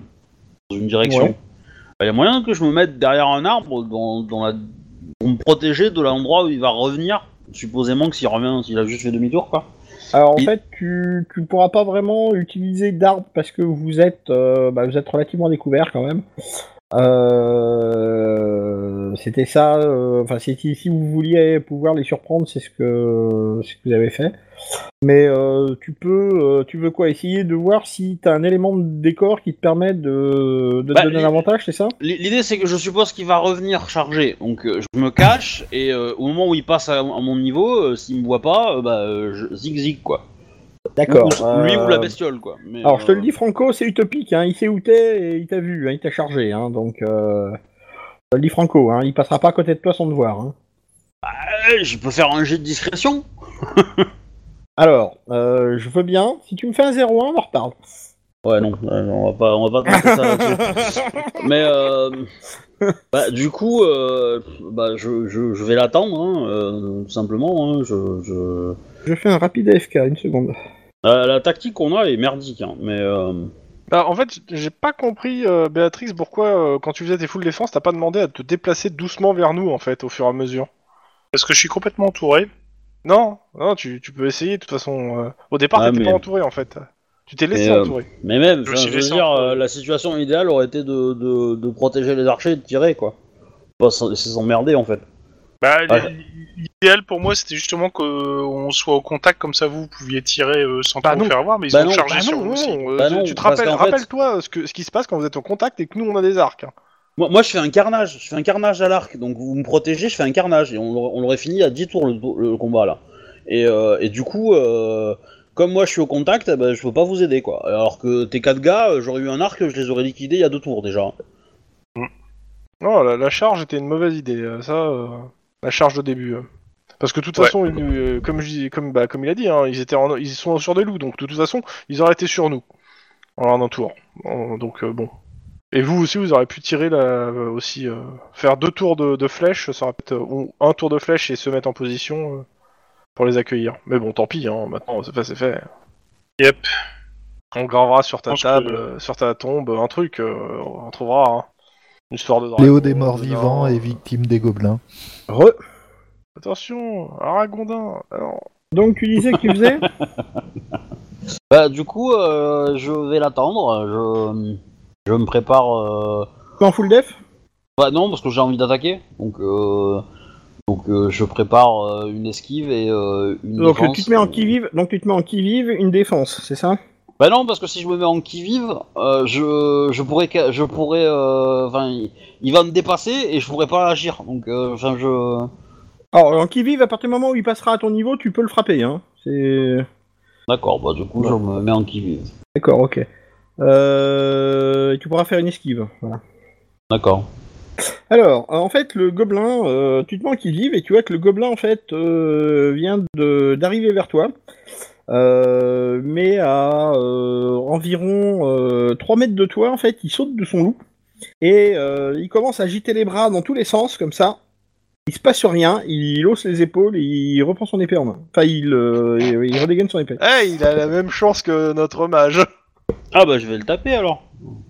[SPEAKER 1] dans une direction.
[SPEAKER 2] Ouais.
[SPEAKER 1] Il y a moyen que je me mette derrière un arbre dans, dans la, pour me protéger de l'endroit où il va revenir. Supposément que s'il revient, s'il a juste fait demi-tour, quoi.
[SPEAKER 2] Alors en
[SPEAKER 1] Il-
[SPEAKER 2] fait, tu tu pourras pas vraiment utiliser d'arbre parce que vous êtes euh, bah, vous êtes relativement découvert quand même. Euh, C'était ça. euh, Enfin, c'est si vous vouliez pouvoir les surprendre, c'est ce que ce que vous avez fait. Mais euh, tu peux, euh, tu veux quoi Essayer de voir si t'as un élément de décor qui te permet de, de te
[SPEAKER 1] Bah,
[SPEAKER 2] donner un
[SPEAKER 1] il-
[SPEAKER 2] avantage, c'est ça
[SPEAKER 1] L- L'idée, c'est que je suppose qu'il va revenir chargé. Donc, euh, je me cache et euh, au moment où il passe à, à mon niveau, euh, s'il me voit pas, euh, bah, euh, je zig zig quoi.
[SPEAKER 2] D'accord.
[SPEAKER 1] Ou- Lui ou la
[SPEAKER 2] euh,
[SPEAKER 1] bestiole, quoi. Mais,
[SPEAKER 2] Alors je te
[SPEAKER 1] euh,
[SPEAKER 2] le dis Franco, c'est utopique, hein. il sait où t'es et il t'a vu, hein, il t'a chargé, hein, donc euh, je te le dis Franco, hein, il passera pas à côté de toi sans te voir. hein.
[SPEAKER 1] eh, je peux faire un jet de discrétion.
[SPEAKER 2] Alors, euh, je veux bien, si tu me fais un 0-1, on en reparle.
[SPEAKER 1] Ouais, non, euh, on va pas, on va pas tenter ça. là-dessus. Mais euh, bah, du coup, euh, bah, je, je, je vais l'attendre, hein, euh, tout simplement. Hein, je, je...
[SPEAKER 2] Je fais un rapide AFK, une seconde.
[SPEAKER 1] La, la tactique qu'on a est merdique, hein, mais euh,
[SPEAKER 3] Bah, en fait, j'ai pas compris, euh, Béatrix, pourquoi euh, quand tu faisais tes full défense, t'as pas demandé à te déplacer doucement vers nous en fait au fur et à mesure.
[SPEAKER 5] Parce que je suis complètement entouré.
[SPEAKER 3] Non, non, tu, tu peux essayer de toute façon. euh, Au départ,
[SPEAKER 1] Ouais,
[SPEAKER 3] t'étais
[SPEAKER 1] mais-
[SPEAKER 3] pas entouré en fait. Tu t'es laissé
[SPEAKER 1] Mais, euh,
[SPEAKER 3] entourer.
[SPEAKER 1] mais même, enfin,
[SPEAKER 5] Je
[SPEAKER 1] je,
[SPEAKER 5] suis
[SPEAKER 1] veux
[SPEAKER 5] récent,
[SPEAKER 1] dire,
[SPEAKER 5] quoi.
[SPEAKER 1] euh, la situation idéale aurait été de, de, de protéger les archers et de tirer, quoi. Bah, c'est c'est s'emmerder, en fait.
[SPEAKER 5] Bah,
[SPEAKER 1] Ouais.
[SPEAKER 5] l'i- L'idéal pour moi, c'était justement qu'on soit au contact, comme ça vous pouviez tirer euh, sans
[SPEAKER 3] Bah
[SPEAKER 5] trop
[SPEAKER 3] non.
[SPEAKER 5] faire voir, mais ils
[SPEAKER 1] Bah
[SPEAKER 5] ont
[SPEAKER 1] non,
[SPEAKER 5] chargé
[SPEAKER 3] Ah
[SPEAKER 5] sur
[SPEAKER 3] non,
[SPEAKER 5] vous
[SPEAKER 3] non,
[SPEAKER 5] aussi.
[SPEAKER 3] euh,
[SPEAKER 1] Bah
[SPEAKER 3] tu-
[SPEAKER 1] non,
[SPEAKER 3] tu te
[SPEAKER 1] parce
[SPEAKER 3] rappelles-
[SPEAKER 1] qu'en fait-
[SPEAKER 3] rappelle-toi euh, ce, que- ce qui se passe quand vous êtes au contact et que nous on a des arcs. hein.
[SPEAKER 1] Moi, moi, je fais un carnage, je fais un carnage à l'arc, donc vous me protégez, je fais un carnage, et on, l'aur- on l'aurait fini à 10 tours le, le combat là. Et, euh, et du coup, euh, comme moi je suis au contact, eh ben, je peux pas vous aider quoi. Alors que tes 4 gars, euh, j'aurais eu un arc, je les aurais liquidés il y a deux tours déjà.
[SPEAKER 3] Non, Oh, la, la charge était une mauvaise idée, euh, ça, euh, la charge de début. euh. Parce que de toute
[SPEAKER 5] Ouais.
[SPEAKER 3] façon, ils- euh, comme, je dis- comme, bah, comme il a dit, hein, ils, étaient en- ils sont sur des loups, donc de toute façon, ils auraient été sur nous, en un tour. En- donc euh, bon. Et vous aussi, vous aurez pu tirer la, euh, aussi, euh, faire deux tours de, de flèche, ça aurait peut-être, euh, ou un tour de flèche et se mettre en position euh, pour les accueillir. Mais bon, tant pis, hein, maintenant c'est fait, c'est fait.
[SPEAKER 5] Yep.
[SPEAKER 3] On gravera sur ta
[SPEAKER 5] Je pense
[SPEAKER 3] table,
[SPEAKER 5] que-
[SPEAKER 3] euh, sur ta tombe, un truc, euh, on trouvera. hein. Une histoire de dragon.
[SPEAKER 6] Léo des morts
[SPEAKER 3] de
[SPEAKER 6] vivants
[SPEAKER 3] nain.
[SPEAKER 6] et victime des gobelins.
[SPEAKER 2] Re.
[SPEAKER 3] Attention, Aragondin. Alors,
[SPEAKER 2] Donc tu disais que tu faisais
[SPEAKER 1] Bah, du coup, euh, je vais l'attendre, je, je me prépare. euh,
[SPEAKER 2] en full def
[SPEAKER 1] Bah, non, parce que j'ai envie d'attaquer, donc, euh, donc euh, je prépare euh, une esquive et euh, une.
[SPEAKER 2] Donc
[SPEAKER 1] défense.
[SPEAKER 2] tu te mets en qui vive, donc tu te mets en qui vive une défense, c'est ça
[SPEAKER 1] Bah non, parce que si je me mets en qui-vive, euh, je, je pourrais... ca- Je pourrais euh, enfin, il, il va me dépasser et je pourrais pas agir. Donc, euh, enfin, je...
[SPEAKER 2] Alors en qui vive, à partir du moment où il passera à ton niveau, tu peux le frapper. Hein. C'est
[SPEAKER 1] D'accord, bah du coup, je me mets en qui-vive.
[SPEAKER 2] d'accord, ok. Euh... et Tu pourras faire une esquive. Voilà.
[SPEAKER 1] D'accord.
[SPEAKER 2] Alors, en fait, le gobelin, euh, tu te demandes qu'il vive et tu vois que le gobelin, en fait, euh, vient de- d'arriver vers toi, euh, mais à euh, environ euh, 3 mètres de toi, en fait, il saute de son loup et euh, il commence à agiter les bras dans tous les sens, comme ça. Il se passe rien, il hausse les épaules, et il reprend son épée en main. Enfin, il, euh, il il redégaine son épée.
[SPEAKER 3] hey, il a la même chance que notre mage.
[SPEAKER 1] Ah bah je vais le taper alors.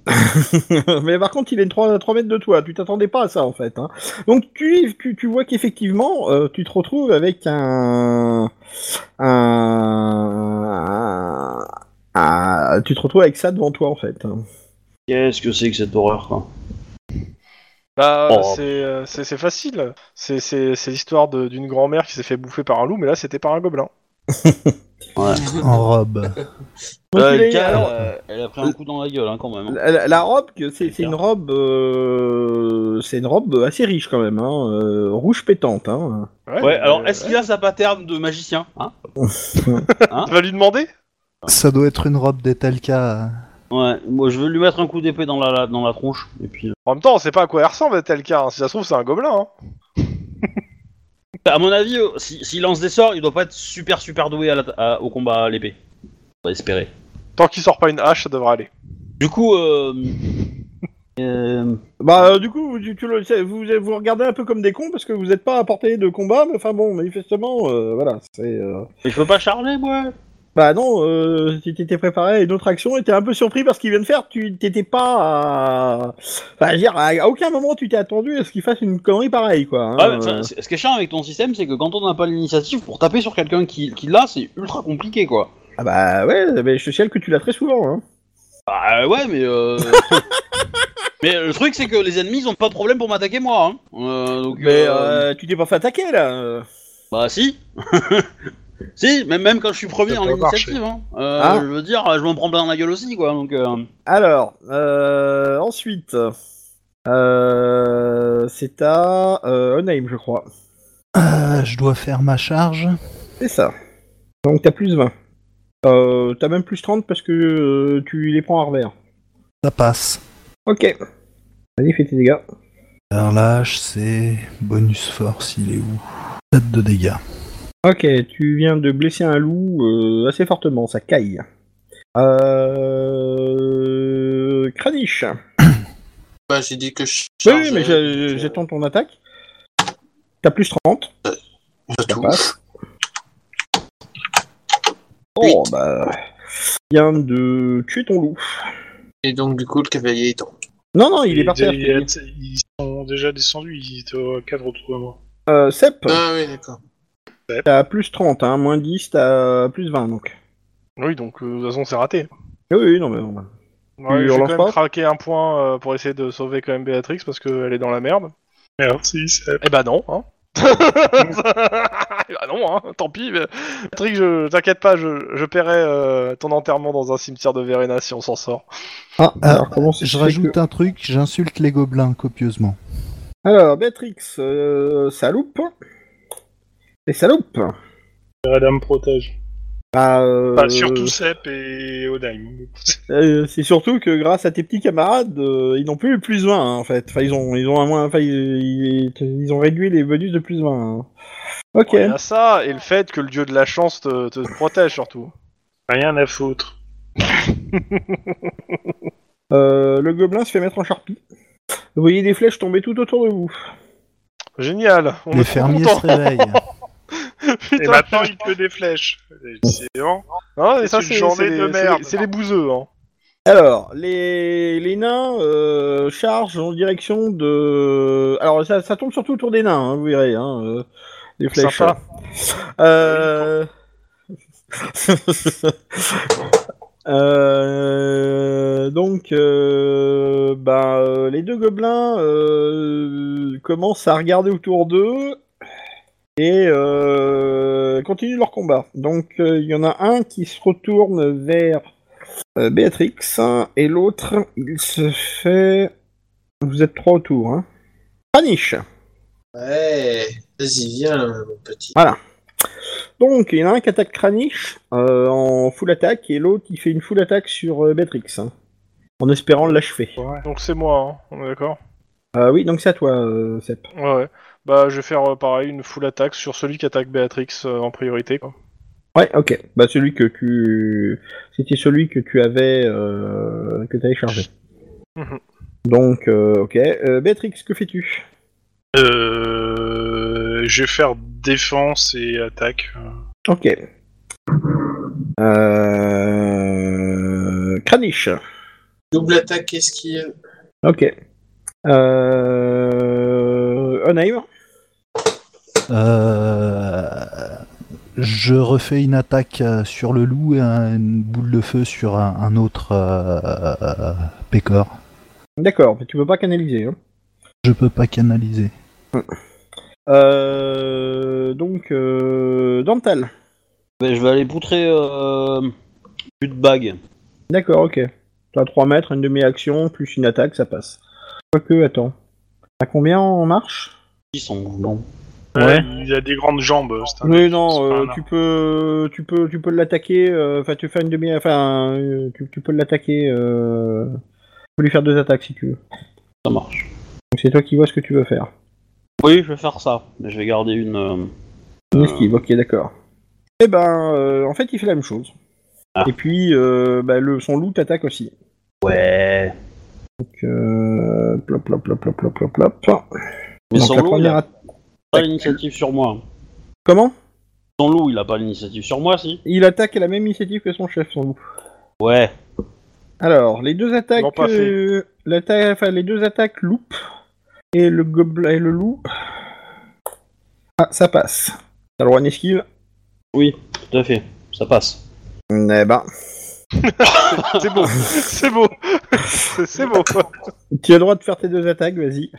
[SPEAKER 2] mais par contre, il est 3, 3 mètres de toi. Tu t'attendais pas à ça, en fait. hein. Donc, tu, tu, tu vois qu'effectivement, euh, tu te retrouves avec un... un... un- tu te retrouves avec ça devant toi, en fait. hein.
[SPEAKER 1] Qu'est-ce que c'est que cette horreur, quoi
[SPEAKER 3] Bah,
[SPEAKER 1] Oh.
[SPEAKER 3] c'est, euh, c'est, c'est facile. C'est, c'est, c'est l'histoire de- d'une grand-mère qui s'est fait bouffer par un loup, mais là c'était par un gobelin.
[SPEAKER 6] En robe.
[SPEAKER 2] Donc, il est-
[SPEAKER 1] Gal,
[SPEAKER 2] alors,
[SPEAKER 1] euh, elle a pris un coup dans la gueule, hein, quand même.
[SPEAKER 2] la, la robe, que c'est c'est une robe... euh, c'est une robe assez riche, quand même. hein, euh, rouge pétante. Hein.
[SPEAKER 1] Ouais,
[SPEAKER 3] mais,
[SPEAKER 1] alors
[SPEAKER 3] euh,
[SPEAKER 1] est-ce qu'il a sa pattern de magicien hein
[SPEAKER 3] Tu vas lui demander
[SPEAKER 6] Ça doit être une robe des Telka.
[SPEAKER 1] Ouais, moi je veux lui mettre un coup d'épée dans la, la- dans la tronche, et puis... euh,
[SPEAKER 3] En même temps, on sait pas à quoi elle ressemble, tel cas. Si ça se trouve, c'est un gobelin. hein.
[SPEAKER 1] À mon avis, euh, si- s'il lance des sorts, il doit pas être super super doué à la- à- au combat à l'épée. On va espérer.
[SPEAKER 3] Tant qu'il sort pas une hache, ça devrait aller.
[SPEAKER 1] Du coup, euh... euh,
[SPEAKER 2] Bah, euh, du coup, vous, tu- tu le- c'est- vous, vous regardez un peu comme des cons, parce que vous n'êtes pas à portée de combat, mais enfin bon, manifestement, euh, voilà, c'est... euh,
[SPEAKER 1] mais je peux pas charler, moi
[SPEAKER 2] Bah non, euh, tu t'étais préparé à une autre action et t'es un peu surpris par ce qu'il vient de faire. Tu t'étais pas à... Enfin, je veux dire, à à aucun moment tu t'es attendu à ce qu'il fasse une connerie pareille, quoi. hein.
[SPEAKER 1] Ah, mais, enfin, c'est- Ce qui est chiant avec ton système, c'est que quand on n'a pas l'initiative, pour taper sur quelqu'un qui, qui l'a, c'est ultra compliqué, quoi.
[SPEAKER 2] Ah bah ouais, mais je te signale que tu l'as très souvent. Hein.
[SPEAKER 1] Bah euh, ouais, mais... Euh... mais le truc, c'est que les ennemis, ils ont pas de problème pour m'attaquer, moi. Hein. Euh, donc,
[SPEAKER 2] Mais
[SPEAKER 1] euh,
[SPEAKER 2] euh, tu t'es pas fait attaquer, là. euh.
[SPEAKER 1] Bah si Si, même, même quand je suis premier
[SPEAKER 5] Ça
[SPEAKER 1] en
[SPEAKER 5] peut
[SPEAKER 1] initiative, hein. Euh,
[SPEAKER 2] Ah.
[SPEAKER 1] je veux dire, je m'en prends plein la gueule aussi, quoi, donc... euh,
[SPEAKER 2] Alors, euh, ensuite... Euh, c'est à euh, Onaim, je crois.
[SPEAKER 6] Euh, je dois faire ma charge.
[SPEAKER 2] C'est ça. Donc t'as plus 20. Euh, t'as même plus 30 parce que euh, tu les prends à revers.
[SPEAKER 6] Ça passe.
[SPEAKER 2] Ok. Allez, fais tes dégâts.
[SPEAKER 6] Alors là, c'est bonus force, il est où 7 de dégâts.
[SPEAKER 2] Ok, tu viens de blesser un loup euh, assez fortement, ça caille. Euh... Kranich.
[SPEAKER 4] Bah, j'ai dit que je
[SPEAKER 2] Oui,
[SPEAKER 4] chargeais,
[SPEAKER 2] oui, mais j'ai-
[SPEAKER 4] donc, euh,
[SPEAKER 2] j'attends ton attaque. T'as plus 30,
[SPEAKER 4] ça
[SPEAKER 2] ça
[SPEAKER 4] touche.
[SPEAKER 2] passe. Oh, bah... Il vient de tuer ton loup.
[SPEAKER 4] Et donc, du coup, le cavalier est en.
[SPEAKER 2] Non, non, il est
[SPEAKER 5] Et
[SPEAKER 2] par terre.
[SPEAKER 5] il y a- Ils sont déjà descendus, ils étaient au cadre autour de moi.
[SPEAKER 2] Euh, Sep,
[SPEAKER 4] Ah oui, d'accord.
[SPEAKER 2] t'as plus 30, hein, moins 10, t'as plus 20, donc.
[SPEAKER 3] Oui, donc euh, de toute façon, c'est raté.
[SPEAKER 2] Oui, oui, non, mais... normal.
[SPEAKER 3] Ouais,
[SPEAKER 2] Tu
[SPEAKER 3] je vais
[SPEAKER 2] relances
[SPEAKER 3] quand même
[SPEAKER 2] pas
[SPEAKER 3] craquer un point euh, pour essayer de sauver quand même Béatrix parce qu'elle est dans la merde.
[SPEAKER 5] Merci, ça.
[SPEAKER 3] Eh bah non, hein. ah non, hein, tant pis. mais- Patrick, je t'inquiète pas, je, je paierai euh, ton enterrement dans un cimetière de Verena si on s'en sort.
[SPEAKER 2] Ah,
[SPEAKER 6] alors,
[SPEAKER 2] comment ça se
[SPEAKER 6] euh, Je
[SPEAKER 2] fait
[SPEAKER 6] rajoute
[SPEAKER 2] que-
[SPEAKER 6] un truc, j'insulte les gobelins copieusement.
[SPEAKER 2] Alors, Béatrix, euh, ça loupe. Et ça loupe.
[SPEAKER 5] Madame protège.
[SPEAKER 2] Bah, euh,
[SPEAKER 5] Enfin, surtout Sepp et Odaim.
[SPEAKER 2] euh, c'est surtout que grâce à tes petits camarades, euh, ils n'ont plus le plus 20 hein, en fait. Enfin, ils ont, ils ont un moins, enfin, ils, ils- ils ont réduit les bonus de plus 20. hein. Ok.
[SPEAKER 3] Il y a ça et le fait que le dieu de la chance te, te protège surtout.
[SPEAKER 5] Rien à foutre.
[SPEAKER 2] Euh, le gobelin se fait mettre en charpie. Vous voyez des flèches tomber tout autour de vous.
[SPEAKER 3] Génial. On
[SPEAKER 6] les
[SPEAKER 3] est trop
[SPEAKER 6] fermiers
[SPEAKER 3] contents.
[SPEAKER 6] se réveillent.
[SPEAKER 5] Et
[SPEAKER 3] Putain,
[SPEAKER 5] maintenant, il peut des flèches. C'est bon.
[SPEAKER 3] Hein, et
[SPEAKER 5] c'est
[SPEAKER 3] ça
[SPEAKER 5] une
[SPEAKER 3] c'est
[SPEAKER 5] journée
[SPEAKER 3] c'est les-
[SPEAKER 5] de
[SPEAKER 3] c'est-
[SPEAKER 5] merde.
[SPEAKER 3] C'est les bouseux. Hein.
[SPEAKER 2] Alors, les, les nains euh, chargent en direction de. Alors, ça, ça tombe surtout autour des nains, hein, vous verrez. Hein, euh, les flèches.
[SPEAKER 3] Sympa.
[SPEAKER 2] Euh... Euh, donc, euh, bah, euh, les deux gobelins euh, commencent à regarder autour d'eux et euh, continuent leur combat. Donc, euh, il y en a un qui se retourne vers euh, Béatrix hein, et l'autre, il se fait. Vous êtes trois autour, hein. Paniche.
[SPEAKER 4] Ouais, vas-y, viens, mon petit.
[SPEAKER 2] Donc, il y en a un qui attaque Kranich euh, en full attaque et l'autre il fait une full attaque sur euh, Beatrix hein, en espérant l'achever.
[SPEAKER 3] Donc c'est moi, hein, on est d'accord
[SPEAKER 2] Euh, oui, donc c'est à toi, euh, Sepp.
[SPEAKER 3] Ouais, ouais. Bah, je vais faire euh, pareil, une full attaque sur celui qui attaque Béatrix euh, en priorité. Quoi.
[SPEAKER 2] Ouais, ok. Bah, celui que tu. C'était celui que tu avais. euh, que tu avais chargé.
[SPEAKER 3] Mhm.
[SPEAKER 2] Donc, euh, ok. Euh, Béatrix, que fais-tu
[SPEAKER 5] Euh, je vais faire défense et attaque.
[SPEAKER 2] Ok. Euh... Kranich.
[SPEAKER 4] Double attaque, esquive.
[SPEAKER 2] Ok. Euh... Onaim.
[SPEAKER 6] Euh, je refais une attaque euh, sur le loup et un- une boule de feu sur un, un autre euh, euh, pécor.
[SPEAKER 2] D'accord, mais tu peux pas canaliser. Hein.
[SPEAKER 6] Je peux pas canaliser.
[SPEAKER 2] Euh, donc, euh, Dental.
[SPEAKER 1] Ben, je vais aller poutrer euh, plus de bague.
[SPEAKER 2] D'accord, ok. T'as 3 mètres, une demi-action, plus une attaque, ça passe. Quoique, attends. À combien en marche
[SPEAKER 1] Ils sont mouvements.
[SPEAKER 2] Ouais.
[SPEAKER 5] il a des grandes jambes. Ah, c'est un-
[SPEAKER 2] Mais non,
[SPEAKER 5] c'est
[SPEAKER 2] euh,
[SPEAKER 5] pas un
[SPEAKER 2] tu peux, tu peux, tu peux l'attaquer. euh, Enfin, tu fais une demi, enfin, euh, tu, tu peux l'attaquer. Euh, tu peux lui faire deux attaques si tu veux.
[SPEAKER 1] Ça marche.
[SPEAKER 2] Donc c'est toi qui vois ce que tu veux faire.
[SPEAKER 1] Oui, je vais faire ça. Mais je vais garder une. euh,
[SPEAKER 2] Une
[SPEAKER 5] Ah.
[SPEAKER 1] Euh.
[SPEAKER 2] esquive, ok, d'accord. Eh ben, euh, en fait, il fait la même chose.
[SPEAKER 1] Ah.
[SPEAKER 2] Et puis, euh, bah, le, son loup t'attaque aussi.
[SPEAKER 1] Ouais.
[SPEAKER 2] Donc, euh, plop, plop, plop, plop, plop, plop, plop.
[SPEAKER 1] Mais
[SPEAKER 2] Donc,
[SPEAKER 1] son
[SPEAKER 2] la
[SPEAKER 1] loup, il
[SPEAKER 2] première
[SPEAKER 1] a
[SPEAKER 2] atta-
[SPEAKER 1] pas l'initiative sur moi.
[SPEAKER 2] Comment
[SPEAKER 1] Son loup, il a pas l'initiative sur moi, si.
[SPEAKER 2] Il attaque à la même initiative que son chef, son loup.
[SPEAKER 1] Ouais.
[SPEAKER 2] Alors, les deux attaques...
[SPEAKER 3] l'ont pas fait.
[SPEAKER 2] euh, l'atta- enfin, les deux attaques loupe et le gobelin et le loup... Ah, ça passe. T'as le droit à une esquive
[SPEAKER 1] Oui, tout à fait. Ça passe.
[SPEAKER 2] Eh ben...
[SPEAKER 3] C'est beau, c'est beau, c'est c'est beau.
[SPEAKER 2] Tu as le droit de faire tes deux attaques, vas-y.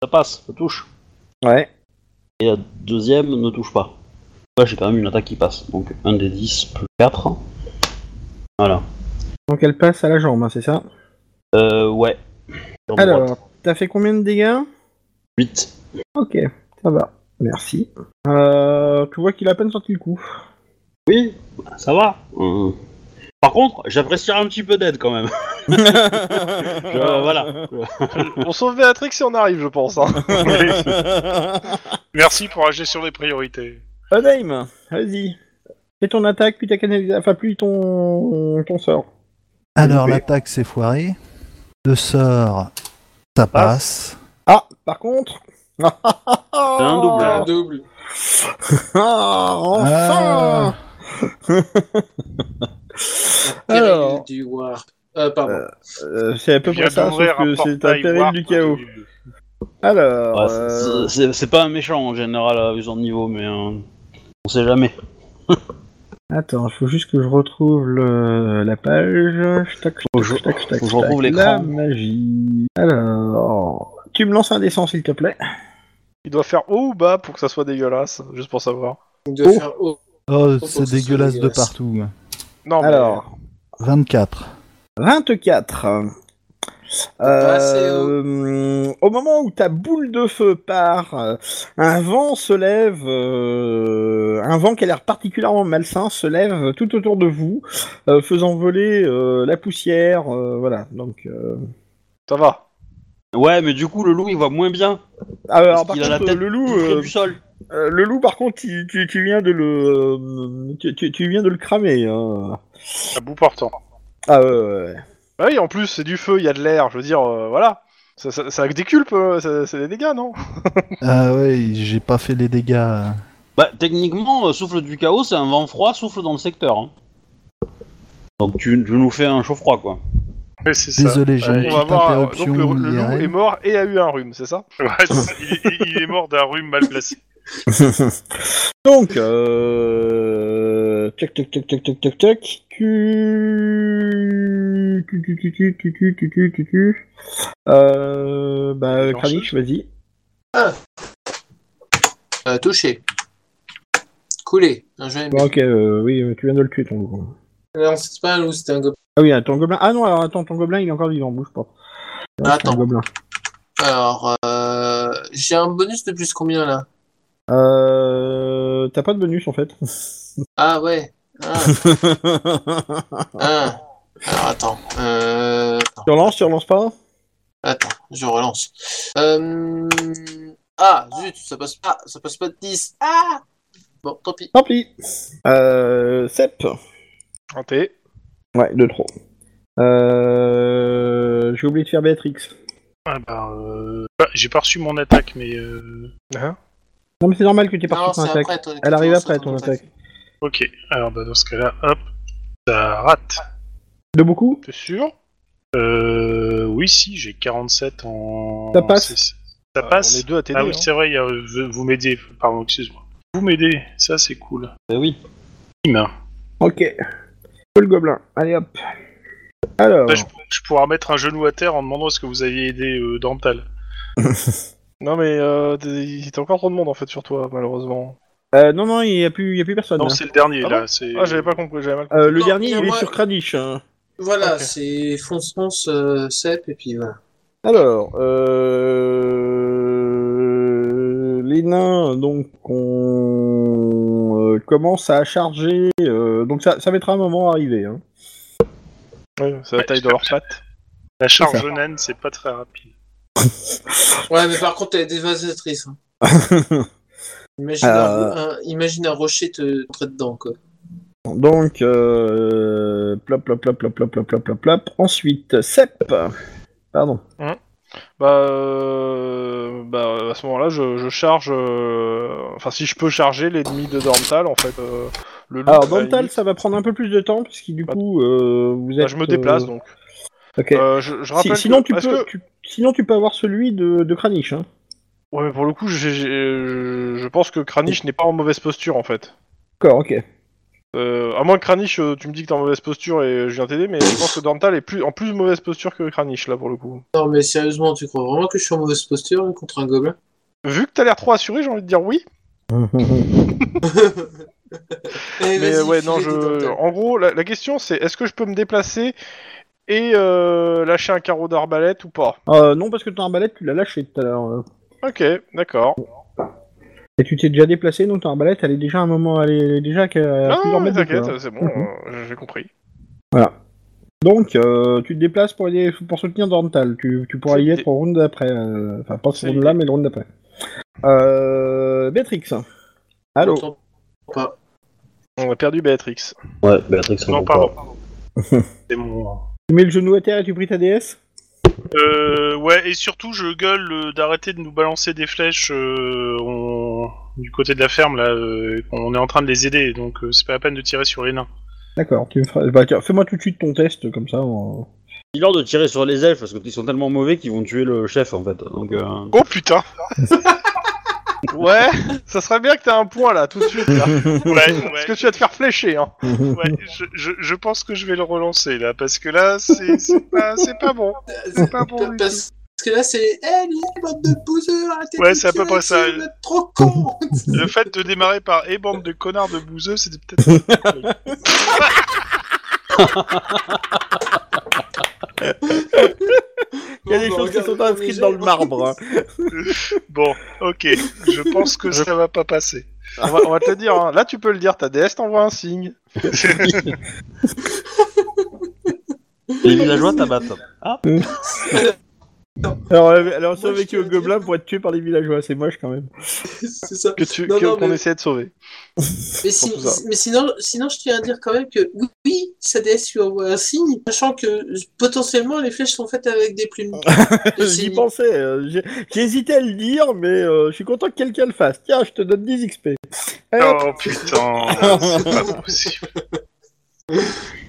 [SPEAKER 1] Ça passe, ça touche.
[SPEAKER 2] Ouais.
[SPEAKER 1] Et la deuxième ne touche pas. Là, j'ai quand même une attaque qui passe. Donc 1 des 10 plus 4. Voilà.
[SPEAKER 2] Donc elle passe à la jambe, hein, c'est ça
[SPEAKER 1] Euh, ouais. Sur droite.
[SPEAKER 2] Alors, t'as fait combien de dégâts
[SPEAKER 1] 8.
[SPEAKER 2] Ok, ça va. Merci. Euh, tu vois qu'il a à peine sorti le coup.
[SPEAKER 1] Oui, bah, ça va. Euh, Par contre, j'apprécierais un petit peu d'aide quand même. Euh, voilà.
[SPEAKER 3] On sauve Béatrix si on arrive, je pense. hein.
[SPEAKER 5] Merci pour agir sur les priorités.
[SPEAKER 2] Odaim, vas-y. Fais ton attaque, puis ta canalisation. Enfin, puis ton, ton sort.
[SPEAKER 6] Alors
[SPEAKER 2] loupé.
[SPEAKER 6] l'attaque s'est foirée. Le sort, ça passe.
[SPEAKER 2] Ah, par contre. C'est un
[SPEAKER 1] double.
[SPEAKER 4] Un double.
[SPEAKER 2] Ah, enfin
[SPEAKER 4] Péril
[SPEAKER 2] Alors,
[SPEAKER 4] du War. Euh, pardon.
[SPEAKER 2] euh, c'est à peu près ça, sauf que c'est un péril du chaos. Alors,
[SPEAKER 1] Ouais,
[SPEAKER 2] euh,
[SPEAKER 1] c'est- c'est- C'est pas un méchant en général à vision de niveau, mais euh, on sait jamais.
[SPEAKER 2] attends, il faut juste que je retrouve le- la page. Tac, tac,
[SPEAKER 1] Faut que je-
[SPEAKER 2] tac, tac,
[SPEAKER 1] faut que je
[SPEAKER 2] tac.
[SPEAKER 1] retrouve l'écran.
[SPEAKER 2] La magie. Alors, tu me lances un dessin, s'il te plaît.
[SPEAKER 3] Il doit faire haut ou bas pour que ça soit dégueulasse, juste pour savoir.
[SPEAKER 4] Il doit
[SPEAKER 2] Oh.
[SPEAKER 4] faire haut.
[SPEAKER 6] Oh,
[SPEAKER 4] Oh,
[SPEAKER 6] c'est
[SPEAKER 4] c'est
[SPEAKER 6] dégueulasse de
[SPEAKER 4] dégueulasse.
[SPEAKER 6] partout.
[SPEAKER 2] Oh,
[SPEAKER 3] Non, mais-
[SPEAKER 2] Alors,
[SPEAKER 6] 24.
[SPEAKER 2] 24. Euh,
[SPEAKER 4] pas assez haut.
[SPEAKER 2] euh, au moment où ta boule de feu part, euh, un vent se lève, euh, un vent qui a l'air particulièrement malsain se lève tout autour de vous, euh, faisant voler euh, la poussière, euh, voilà. Donc, euh,
[SPEAKER 3] ça va.
[SPEAKER 1] Ouais, mais du coup, le loup, il voit moins bien.
[SPEAKER 2] ah, alors par
[SPEAKER 1] qu'il a la
[SPEAKER 2] contre,
[SPEAKER 1] tête
[SPEAKER 2] le loup,
[SPEAKER 1] Tout près
[SPEAKER 2] euh,
[SPEAKER 1] du sol.
[SPEAKER 2] Euh, le loup, par contre, tu, tu- tu viens de le, euh, tu, tu- tu viens de le cramer. hein.
[SPEAKER 3] À bout portant.
[SPEAKER 2] Ah ouais, ouais, ouais.
[SPEAKER 3] Bah oui, en plus, c'est du feu, il y a de l'air, je veux dire, euh, voilà. Ça, ça, ça déculpe, euh, ça- c'est des dégâts, non
[SPEAKER 6] Ah ouais, j'ai pas fait les dégâts. euh.
[SPEAKER 1] Bah, techniquement, euh, souffle du chaos, c'est un vent froid, souffle dans le secteur. hein. Donc, tu, tu nous fais un chaud froid, quoi.
[SPEAKER 5] Ouais, c'est ça.
[SPEAKER 6] Désolé, j'ai
[SPEAKER 5] Ouais,
[SPEAKER 6] une
[SPEAKER 5] il-
[SPEAKER 3] On va
[SPEAKER 6] petite
[SPEAKER 3] voir. euh,
[SPEAKER 6] interruption.
[SPEAKER 3] Donc le, le loup
[SPEAKER 6] IRL.
[SPEAKER 3] est mort et a eu un rhume, c'est ça
[SPEAKER 5] Ouais, c'est- il, il- il est mort d'un rhume mal placé.
[SPEAKER 2] Donc, euh, tac, tac, tac, tac, tac, tac, tac. Tu, tu, tu, tu, tu, tu, tu, tu, tu, tu, tu. Euh, bah,
[SPEAKER 5] Lanceuse.
[SPEAKER 2] Kranich, vas-y.
[SPEAKER 4] Euh, touché. Coulé. Un jeu
[SPEAKER 2] Bon, ok, euh, oui, euh, tu viens de le tuer, ton loup.
[SPEAKER 4] Non, c'est pas un loup, c'était un gobelin.
[SPEAKER 2] Ah oui, ton gobelin. Ah non, alors attends, ton gobelin, il est encore vivant, bouge pas. Ton
[SPEAKER 4] Attends.
[SPEAKER 2] gobelin.
[SPEAKER 4] Alors, euh, j'ai un bonus de plus combien là
[SPEAKER 2] Euh, t'as pas de bonus en fait.
[SPEAKER 4] Ah ouais. Ah, ah. Alors attends. Euh,
[SPEAKER 2] tu relances, tu relances pas
[SPEAKER 4] attends, je relance. Euh, ah zut, ça passe pas. Ça passe pas de 10. Ah Bon, tant pis.
[SPEAKER 2] Tant pis. Euh, Sep.
[SPEAKER 3] Un T.
[SPEAKER 2] Ouais, de trop. Euh, J'ai oublié de faire Béatrix.
[SPEAKER 5] Ah bah, euh, bah, j'ai pas reçu mon attaque, mais euh,
[SPEAKER 3] Hein
[SPEAKER 2] Non, mais c'est normal que tu aies parti
[SPEAKER 4] Non,
[SPEAKER 2] sur
[SPEAKER 4] c'est
[SPEAKER 2] attaque.
[SPEAKER 4] après ton
[SPEAKER 2] Elle arrive
[SPEAKER 4] ton-
[SPEAKER 2] après ton attaque.
[SPEAKER 5] ok. Alors bah, dans ce cas-là, hop, ça rate.
[SPEAKER 2] De beaucoup
[SPEAKER 3] T'es sûr
[SPEAKER 5] Euh, oui, si, j'ai 47 en.
[SPEAKER 2] Ça passe.
[SPEAKER 5] c'est- Ça
[SPEAKER 3] Euh,
[SPEAKER 5] passe.
[SPEAKER 3] On est deux à t'aider.
[SPEAKER 5] Ah oui,
[SPEAKER 3] hein.
[SPEAKER 5] c'est vrai, il y a- je- vous m'aidez, pardon, excuse-moi. Vous m'aidez, ça c'est cool.
[SPEAKER 1] Eh oui.
[SPEAKER 5] Im.
[SPEAKER 2] Ok. Que Le gobelin. Allez hop. Alors.
[SPEAKER 5] Là, je, je pourrais mettre un genou à terre en demandant ce que vous aviez aidé euh, Dormtal.
[SPEAKER 3] Non, mais euh, t'es il était encore trop de monde en fait sur toi, malheureusement.
[SPEAKER 2] Euh, non, non, il n'y a, plus- il y a plus personne.
[SPEAKER 5] Non,
[SPEAKER 2] hein.
[SPEAKER 5] c'est le dernier
[SPEAKER 3] Ah
[SPEAKER 5] là. C'est...
[SPEAKER 3] Ah, j'avais pas compris, j'avais mal compris.
[SPEAKER 2] Euh, le
[SPEAKER 4] Non,
[SPEAKER 2] dernier,
[SPEAKER 4] il y a
[SPEAKER 2] il est
[SPEAKER 4] moi.
[SPEAKER 2] sur Kranich. hein.
[SPEAKER 4] Voilà,
[SPEAKER 3] Ok.
[SPEAKER 4] c'est fonce fonce euh, cep et puis voilà.
[SPEAKER 2] Alors, euh, les nains donc on euh, commence à charger. euh, donc ça, ça mettra un moment à arriver. Hein.
[SPEAKER 3] Ouais, c'est la taille de leurs pattes.
[SPEAKER 5] La
[SPEAKER 2] C'est
[SPEAKER 5] charge
[SPEAKER 2] ça.
[SPEAKER 5] naine, c'est pas très rapide.
[SPEAKER 4] Ouais, mais par contre, elle est dévastatrice. hein. Imagine,
[SPEAKER 2] euh,
[SPEAKER 4] un, un- imagine un rocher te entrer dedans, quoi.
[SPEAKER 2] donc euh, plop plop plop plop plop plop plop plop plop. Ensuite, Sep. Pardon.
[SPEAKER 3] Bah, euh, bah, à ce moment-là, je, je charge. euh, Enfin, si je peux charger l'ennemi de Dormtal, en fait. euh, le loup, à
[SPEAKER 2] Alors
[SPEAKER 3] la
[SPEAKER 2] Dental,
[SPEAKER 3] limite.
[SPEAKER 2] ça va prendre un peu plus de temps parce que du
[SPEAKER 3] Bah,
[SPEAKER 2] coup euh, vous êtes.
[SPEAKER 3] Bah, je me déplace
[SPEAKER 2] euh,
[SPEAKER 3] donc.
[SPEAKER 2] ok.
[SPEAKER 3] Euh, je, je
[SPEAKER 2] Si-
[SPEAKER 3] rappelle.
[SPEAKER 2] sinon
[SPEAKER 3] que-
[SPEAKER 2] tu
[SPEAKER 3] parce
[SPEAKER 2] peux.
[SPEAKER 3] que-
[SPEAKER 2] tu- Sinon tu peux avoir celui de, de Kranich. Hein.
[SPEAKER 3] Ouais, mais pour le coup, j'ai- j'ai- euh, je, je pense que Kranich n'est pas en mauvaise posture en fait.
[SPEAKER 2] D'accord. Ok.
[SPEAKER 3] Euh, à moins que Kranich, euh, tu me dis que t'es en mauvaise posture et je viens t'aider, mais je pense que Dormtal est plus, en plus mauvaise posture que Kranich là pour le coup.
[SPEAKER 4] Non, mais sérieusement, tu crois vraiment que je suis en mauvaise posture hein, contre un gobelin
[SPEAKER 3] Vu que t'as l'air trop assuré, j'ai envie de dire oui.
[SPEAKER 5] Eh,
[SPEAKER 3] Mais
[SPEAKER 4] Allez, Eh, vas-y,
[SPEAKER 3] ouais, non,
[SPEAKER 4] filez, dis-donc,
[SPEAKER 3] je.
[SPEAKER 4] t'as-
[SPEAKER 3] En gros, la, la question c'est est-ce que je peux me déplacer et euh, lâcher un carreau d'arbalète ou pas
[SPEAKER 2] Euh, non parce que ton arbalète tu l'as lâché tout à l'heure. euh.
[SPEAKER 3] Ok, d'accord.
[SPEAKER 2] Et tu t'es déjà déplacé, donc ton arbalète, elle est déjà à un moment, elle est, elle est déjà qu'à- à,
[SPEAKER 3] Non,
[SPEAKER 2] plusieurs
[SPEAKER 3] mais
[SPEAKER 2] mètres de toi.
[SPEAKER 3] Ah, t'inquiète, c'est bon,
[SPEAKER 2] Mhm.
[SPEAKER 3] euh, j'ai compris.
[SPEAKER 2] Donc, euh, tu te déplaces pour aider, pour soutenir Dorntal. Tu, tu pourras
[SPEAKER 3] C'est
[SPEAKER 2] y
[SPEAKER 3] l'idée.
[SPEAKER 2] être au round d'après. euh, Enfin, pas ce
[SPEAKER 3] C'est
[SPEAKER 2] round-là, mais le round d'après. Euh, Béatrix. Allô
[SPEAKER 4] J'entends pas.
[SPEAKER 3] On a perdu Béatrix.
[SPEAKER 1] Ouais, Béatrix, on
[SPEAKER 5] Non,
[SPEAKER 1] peut pas.
[SPEAKER 5] pardon. c'est mon.
[SPEAKER 2] Tu mets le genou à terre et tu pries ta déesse
[SPEAKER 5] Euh, ouais, et surtout, je gueule euh, d'arrêter de nous balancer des flèches euh, on- du côté de la ferme là. euh, on est en train de les aider, donc euh, c'est pas la peine de tirer sur les nains.
[SPEAKER 2] D'accord. Tu me feras- bah, tiens, Fais-moi tout de suite ton test, comme ça. on-
[SPEAKER 1] Il est l'heure de tirer sur les elfes parce qu'ils sont tellement mauvais qu'ils vont tuer le chef en fait. Donc, euh,
[SPEAKER 3] Oh putain Ouais, ça serait bien que t'aies un point là, tout de suite. Là.
[SPEAKER 5] Ouais,
[SPEAKER 3] Parce
[SPEAKER 5] ouais,
[SPEAKER 3] que tu vas te faire flécher. Hein.
[SPEAKER 5] ouais, je, je, je pense que je vais le relancer là, parce que là, c'est c'est pas, c'est pas bon. C'est pas bon.
[SPEAKER 4] Parce que là, c'est Eh, les bande de bouseux, arrêtez
[SPEAKER 5] Ouais,
[SPEAKER 4] de
[SPEAKER 5] c'est à peu près
[SPEAKER 4] tirer dessus,
[SPEAKER 5] ça.
[SPEAKER 4] vous êtes trop con
[SPEAKER 5] Le fait de démarrer par Eh bande de connards de bouseux, c'était peut-être.
[SPEAKER 2] Il y a des choses qui sont inscrites dans le marbre. hein.
[SPEAKER 5] bon, ok. Je pense que ça va pas passer.
[SPEAKER 3] On va, on va te le dire, hein. là tu peux le dire, ta déesse t'envoie un signe.
[SPEAKER 1] Les villageois t'abattent. Ah,
[SPEAKER 2] Alors, euh, alors survécu
[SPEAKER 4] je
[SPEAKER 2] au
[SPEAKER 4] te le
[SPEAKER 2] gobelin pour être tué par les villageois, c'est moche quand même.
[SPEAKER 4] C'est ça.
[SPEAKER 3] Que tu,
[SPEAKER 4] Non,
[SPEAKER 3] que-
[SPEAKER 4] non,
[SPEAKER 3] qu'on
[SPEAKER 4] mais-
[SPEAKER 3] essayait de sauver.
[SPEAKER 4] Mais, si-
[SPEAKER 3] Surtout ça.
[SPEAKER 4] mais sinon, sinon, je tiens à dire quand même que oui, oui, sa déesse lui envoie un signe, sachant que euh, potentiellement les flèches sont faites avec des plumes. de
[SPEAKER 2] J'y
[SPEAKER 4] cygne.
[SPEAKER 2] pensais, euh, j'ai- j'hésitais à le dire, mais euh, je suis content que quelqu'un le fasse. Tiens, je te donne 10 XP. Allez, hop.
[SPEAKER 5] Oh putain, c'est pas possible.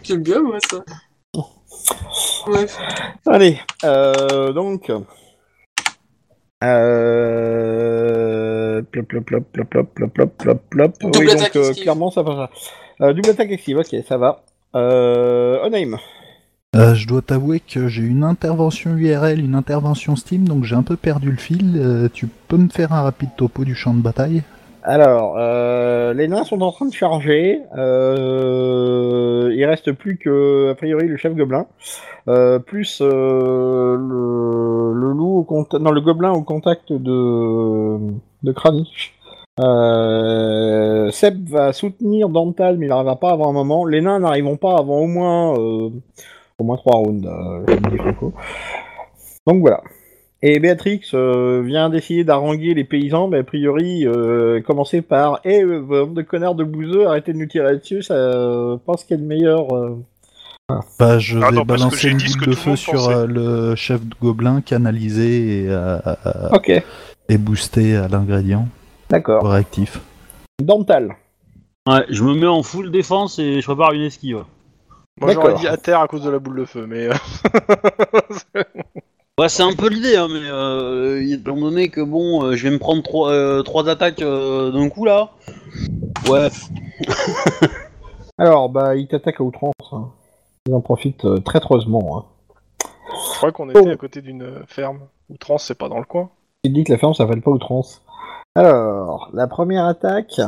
[SPEAKER 4] J'aime bien, moi, ça. Bref.
[SPEAKER 2] Allez, euh, donc. Euh... Plop, plop, plop, plop, plop, plop, plop, plop, plop.
[SPEAKER 4] Double
[SPEAKER 2] oui, donc
[SPEAKER 4] attaque
[SPEAKER 2] euh,
[SPEAKER 4] esquive.
[SPEAKER 2] clairement, ça va. Euh, double attaque active, ok, ça va. Euh, Onaim.
[SPEAKER 6] Euh, je dois t'avouer que j'ai une intervention URL, une intervention Steam, donc j'ai un peu perdu le fil. Euh, tu peux me faire un rapide topo du champ de bataille
[SPEAKER 2] Alors, euh, les nains sont en train de charger. Euh, il reste plus que, a priori, le chef gobelin, euh, plus euh, le, le loup au contact, non, le gobelin au contact de de Kranich. Euh, Seb va soutenir Dantal, mais il n'arrivera pas avant un moment. Les nains n'arriveront pas avant au moins euh, au moins trois rounds. euh, comme dit Coco. Donc voilà. Et Béatrix euh, vient d'essayer d'haranguer les paysans, mais a priori, euh, commencer par Eh, euh, bande de connards de bouseux, arrêtez de nous tirer dessus, ça euh, pense qu'il y a de meilleur. euh.
[SPEAKER 6] Bah, je
[SPEAKER 5] Ah
[SPEAKER 6] vais
[SPEAKER 5] non, parce que
[SPEAKER 6] balancer
[SPEAKER 5] j'ai
[SPEAKER 6] une
[SPEAKER 5] dit ce
[SPEAKER 6] boule
[SPEAKER 5] que
[SPEAKER 6] de
[SPEAKER 5] tout le
[SPEAKER 6] feu
[SPEAKER 5] monde
[SPEAKER 6] sur
[SPEAKER 5] pensait.
[SPEAKER 6] euh, le chef de gobelin canalisé et, euh, euh,
[SPEAKER 2] Ok,
[SPEAKER 6] et boosté à l'ingrédient
[SPEAKER 2] d'accord.
[SPEAKER 6] réactif.
[SPEAKER 2] Dental.
[SPEAKER 1] ouais, je me mets en full défense et je prépare une esquive.
[SPEAKER 3] Moi j'aurais
[SPEAKER 2] D'accord.
[SPEAKER 3] dit à terre à cause de la boule de feu, mais. euh,
[SPEAKER 1] Ouais, c'est un peu l'idée, hein, mais euh, étant donné que bon, euh, je vais me prendre trois, euh, trois attaques euh, d'un coup là. Ouais,
[SPEAKER 2] Alors, bah, il t'attaque à outrance. hein. Il en profite euh, traîtreusement. Hein.
[SPEAKER 3] Je crois qu'on était
[SPEAKER 2] Oh.
[SPEAKER 3] à côté d'une euh, ferme. Outrance, c'est pas dans le coin.
[SPEAKER 2] Il dit que la ferme s'appelle pas outrance. Alors, la première attaque.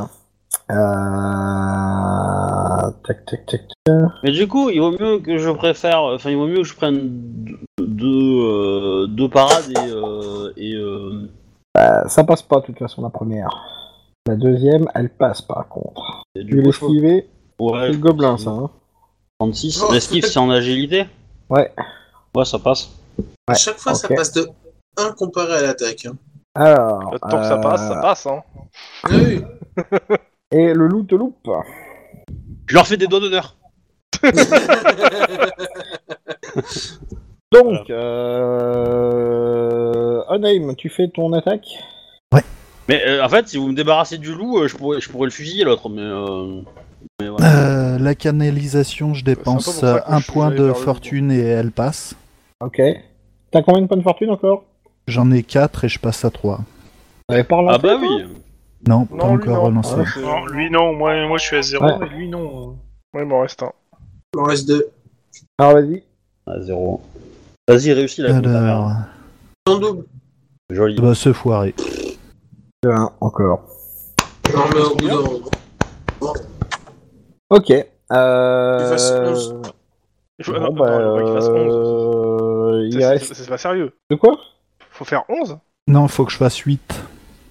[SPEAKER 2] Euh... Tac, tac, tac.
[SPEAKER 1] mais du coup, il vaut mieux que je préfère, enfin, il vaut mieux que je prenne deux, deux, euh, deux parades et. euh, et euh,
[SPEAKER 2] Euh, Ça passe pas, de toute façon, la première. La deuxième, elle passe par contre.
[SPEAKER 1] et du
[SPEAKER 2] Tu
[SPEAKER 1] coup,
[SPEAKER 2] veux
[SPEAKER 1] je peux-
[SPEAKER 2] esquiver
[SPEAKER 1] Ouais,
[SPEAKER 2] C'est le gobelin, ça. Hein.
[SPEAKER 1] 36. L'esquive, c'est en agilité
[SPEAKER 2] Ouais.
[SPEAKER 1] Ouais, ça passe.
[SPEAKER 4] À chaque fois, ça
[SPEAKER 2] ok.
[SPEAKER 4] passe de 1 comparé à l'attaque. hein.
[SPEAKER 2] Alors.
[SPEAKER 3] Tant que ça
[SPEAKER 2] euh,
[SPEAKER 3] passe, ça passe, hein.
[SPEAKER 4] Ah oui.
[SPEAKER 2] Et le loup te loupe.
[SPEAKER 1] Je leur fais des doigts d'honneur.
[SPEAKER 2] Donc, euh... Onaim, tu fais ton attaque
[SPEAKER 1] Mais euh, en fait, si vous me débarrassez du loup, euh, je, pourrais, je pourrais le fusiller l'autre, mais. euh, mais voilà.
[SPEAKER 6] Euh, la canalisation, je dépense
[SPEAKER 3] C'est un peu pour ça que
[SPEAKER 6] euh, un
[SPEAKER 3] je suis
[SPEAKER 6] point
[SPEAKER 3] allé
[SPEAKER 6] de
[SPEAKER 3] vers le
[SPEAKER 6] fortune et elle passe.
[SPEAKER 2] Ok. T'as combien de points de fortune encore
[SPEAKER 6] J'en ai 4 et je passe à 3.
[SPEAKER 2] Ouais, par là.
[SPEAKER 1] ah bah oui
[SPEAKER 6] Non, pas
[SPEAKER 3] Non, lui,
[SPEAKER 6] encore
[SPEAKER 3] non. Ah,
[SPEAKER 6] relancé.
[SPEAKER 3] Ouais, c'est-
[SPEAKER 5] Non, lui non, moi, moi je suis à zéro,
[SPEAKER 2] Ouais.
[SPEAKER 5] et lui non.
[SPEAKER 3] Ouais, il m'en reste un.
[SPEAKER 4] Il en reste deux.
[SPEAKER 2] Alors vas-y.
[SPEAKER 1] Ah, zéro. Vas-y, réussis la compta,
[SPEAKER 6] Euh, Alors,
[SPEAKER 1] merde.
[SPEAKER 4] En double.
[SPEAKER 1] Joli.
[SPEAKER 6] bah, se foirer.
[SPEAKER 2] Un encore.
[SPEAKER 4] Non, mais au bout d'un-
[SPEAKER 2] Ok.
[SPEAKER 4] Il
[SPEAKER 2] Euh...
[SPEAKER 4] fasse onze.
[SPEAKER 3] Il faut-
[SPEAKER 2] Bon,
[SPEAKER 3] non,
[SPEAKER 2] bah,
[SPEAKER 3] attends, il faut qu'il fasse 11.
[SPEAKER 2] euh...
[SPEAKER 3] C'est-
[SPEAKER 2] Il
[SPEAKER 3] c'est-
[SPEAKER 2] reste...
[SPEAKER 3] C'est c'est pas sérieux.
[SPEAKER 2] De quoi
[SPEAKER 3] Faut faire 11
[SPEAKER 6] Non, faut que je fasse 8.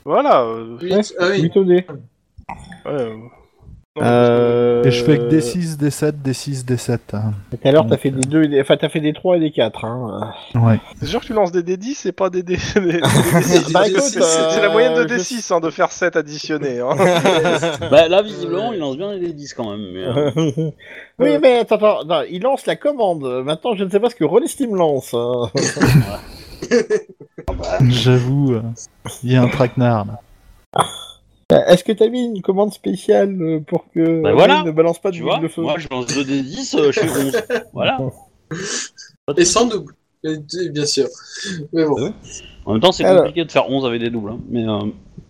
[SPEAKER 3] Voilà. euh,
[SPEAKER 4] Huit. Ah oui.
[SPEAKER 2] 8 au dé.
[SPEAKER 3] ouais, euh, non,
[SPEAKER 2] Euh...
[SPEAKER 6] Et je fais que des 6, des 7, des 6, des 7. hein.
[SPEAKER 2] Tout à l'heure, t'as fait des 2 et des... Enfin, t'as fait des 3 et des 4. Hein.
[SPEAKER 6] Ouais.
[SPEAKER 3] C'est sûr que tu lances des D10, c'est pas des D. des- des-
[SPEAKER 2] Bah,
[SPEAKER 3] C'est
[SPEAKER 2] écoute,
[SPEAKER 3] c'est- c'est la moyenne de
[SPEAKER 2] euh, je-
[SPEAKER 3] D6 hein, de faire 7 additionné. Hein.
[SPEAKER 1] Bah là, visiblement, il lance bien les 10 quand même. mais, euh,
[SPEAKER 2] oui, mais attends, attends, non, il lance la commande. Maintenant, je ne sais pas ce que René Steam lance. euh.
[SPEAKER 6] J'avoue, euh, il y a un traquenard là.
[SPEAKER 2] Euh, Est-ce que t'as mis une commande spéciale euh, pour que
[SPEAKER 1] Bah
[SPEAKER 2] René
[SPEAKER 1] voilà,
[SPEAKER 2] ne balance pas de
[SPEAKER 1] tu
[SPEAKER 2] boule
[SPEAKER 1] vois,
[SPEAKER 2] de feu
[SPEAKER 1] moi je lance 2 des 10, euh, je fais 11. voilà.
[SPEAKER 4] Et sans double. Et deux, Bien sûr. Mais
[SPEAKER 2] Ah
[SPEAKER 4] bon.
[SPEAKER 1] En même temps, c'est
[SPEAKER 2] Alors.
[SPEAKER 1] compliqué de faire 11 avec des doubles. hein, Mais euh,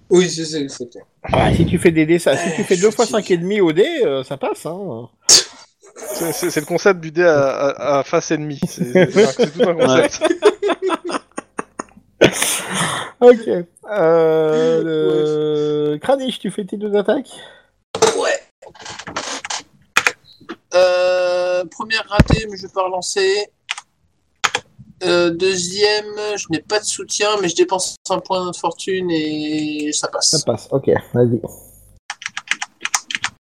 [SPEAKER 4] Oui, c'est ça, c'est clair.
[SPEAKER 2] Ah, Si tu fais des dés, ça- si tu fais
[SPEAKER 4] je
[SPEAKER 2] 2
[SPEAKER 4] suis
[SPEAKER 2] fois
[SPEAKER 4] fatigué.
[SPEAKER 2] 5,5 au dé, euh, ça passe. Hein.
[SPEAKER 3] C'est- C'est c'est le concept du dé à, à- à face ennemie. C'est c'est- c'est tout un concept.
[SPEAKER 2] Ok. Euh, le- Kranich, tu fais tes deux attaques
[SPEAKER 4] Ouais. Euh, première ratée, mais je vais pas relancer. Euh, deuxième, je n'ai pas de soutien, mais je dépense un point de fortune et ça
[SPEAKER 2] Ça
[SPEAKER 4] passe.
[SPEAKER 2] passe, ok, vas-y.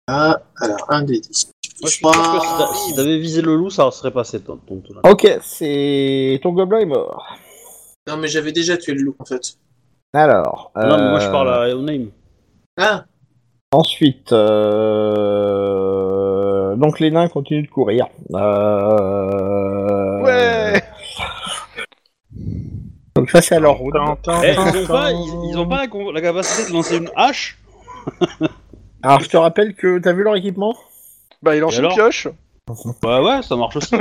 [SPEAKER 4] Ah, alors, un des dix.
[SPEAKER 1] Moi, je suis sûr que si t'a- si t'avais visé le loup, ça serait passé. Ton, ton- ton-
[SPEAKER 2] Ok, c'est. Ton gobelin est mort.
[SPEAKER 4] Non, mais j'avais déjà tué le loup, en fait.
[SPEAKER 2] Alors.
[SPEAKER 1] Non, mais moi je
[SPEAKER 2] euh,
[SPEAKER 1] parle à Name.
[SPEAKER 4] Ah,
[SPEAKER 2] Ensuite, euh, donc les nains continuent de courir. Euh,
[SPEAKER 3] Ouais
[SPEAKER 2] Donc ça c'est à leur route.
[SPEAKER 1] Eh, ils, ont pas, ils, ils ont pas la, con- la capacité de lancer une hache
[SPEAKER 2] Alors je te rappelle que t'as vu leur équipement
[SPEAKER 3] Bah, il
[SPEAKER 1] Et
[SPEAKER 3] lance une
[SPEAKER 1] alors
[SPEAKER 3] pioche.
[SPEAKER 1] Bah ouais, ça marche aussi.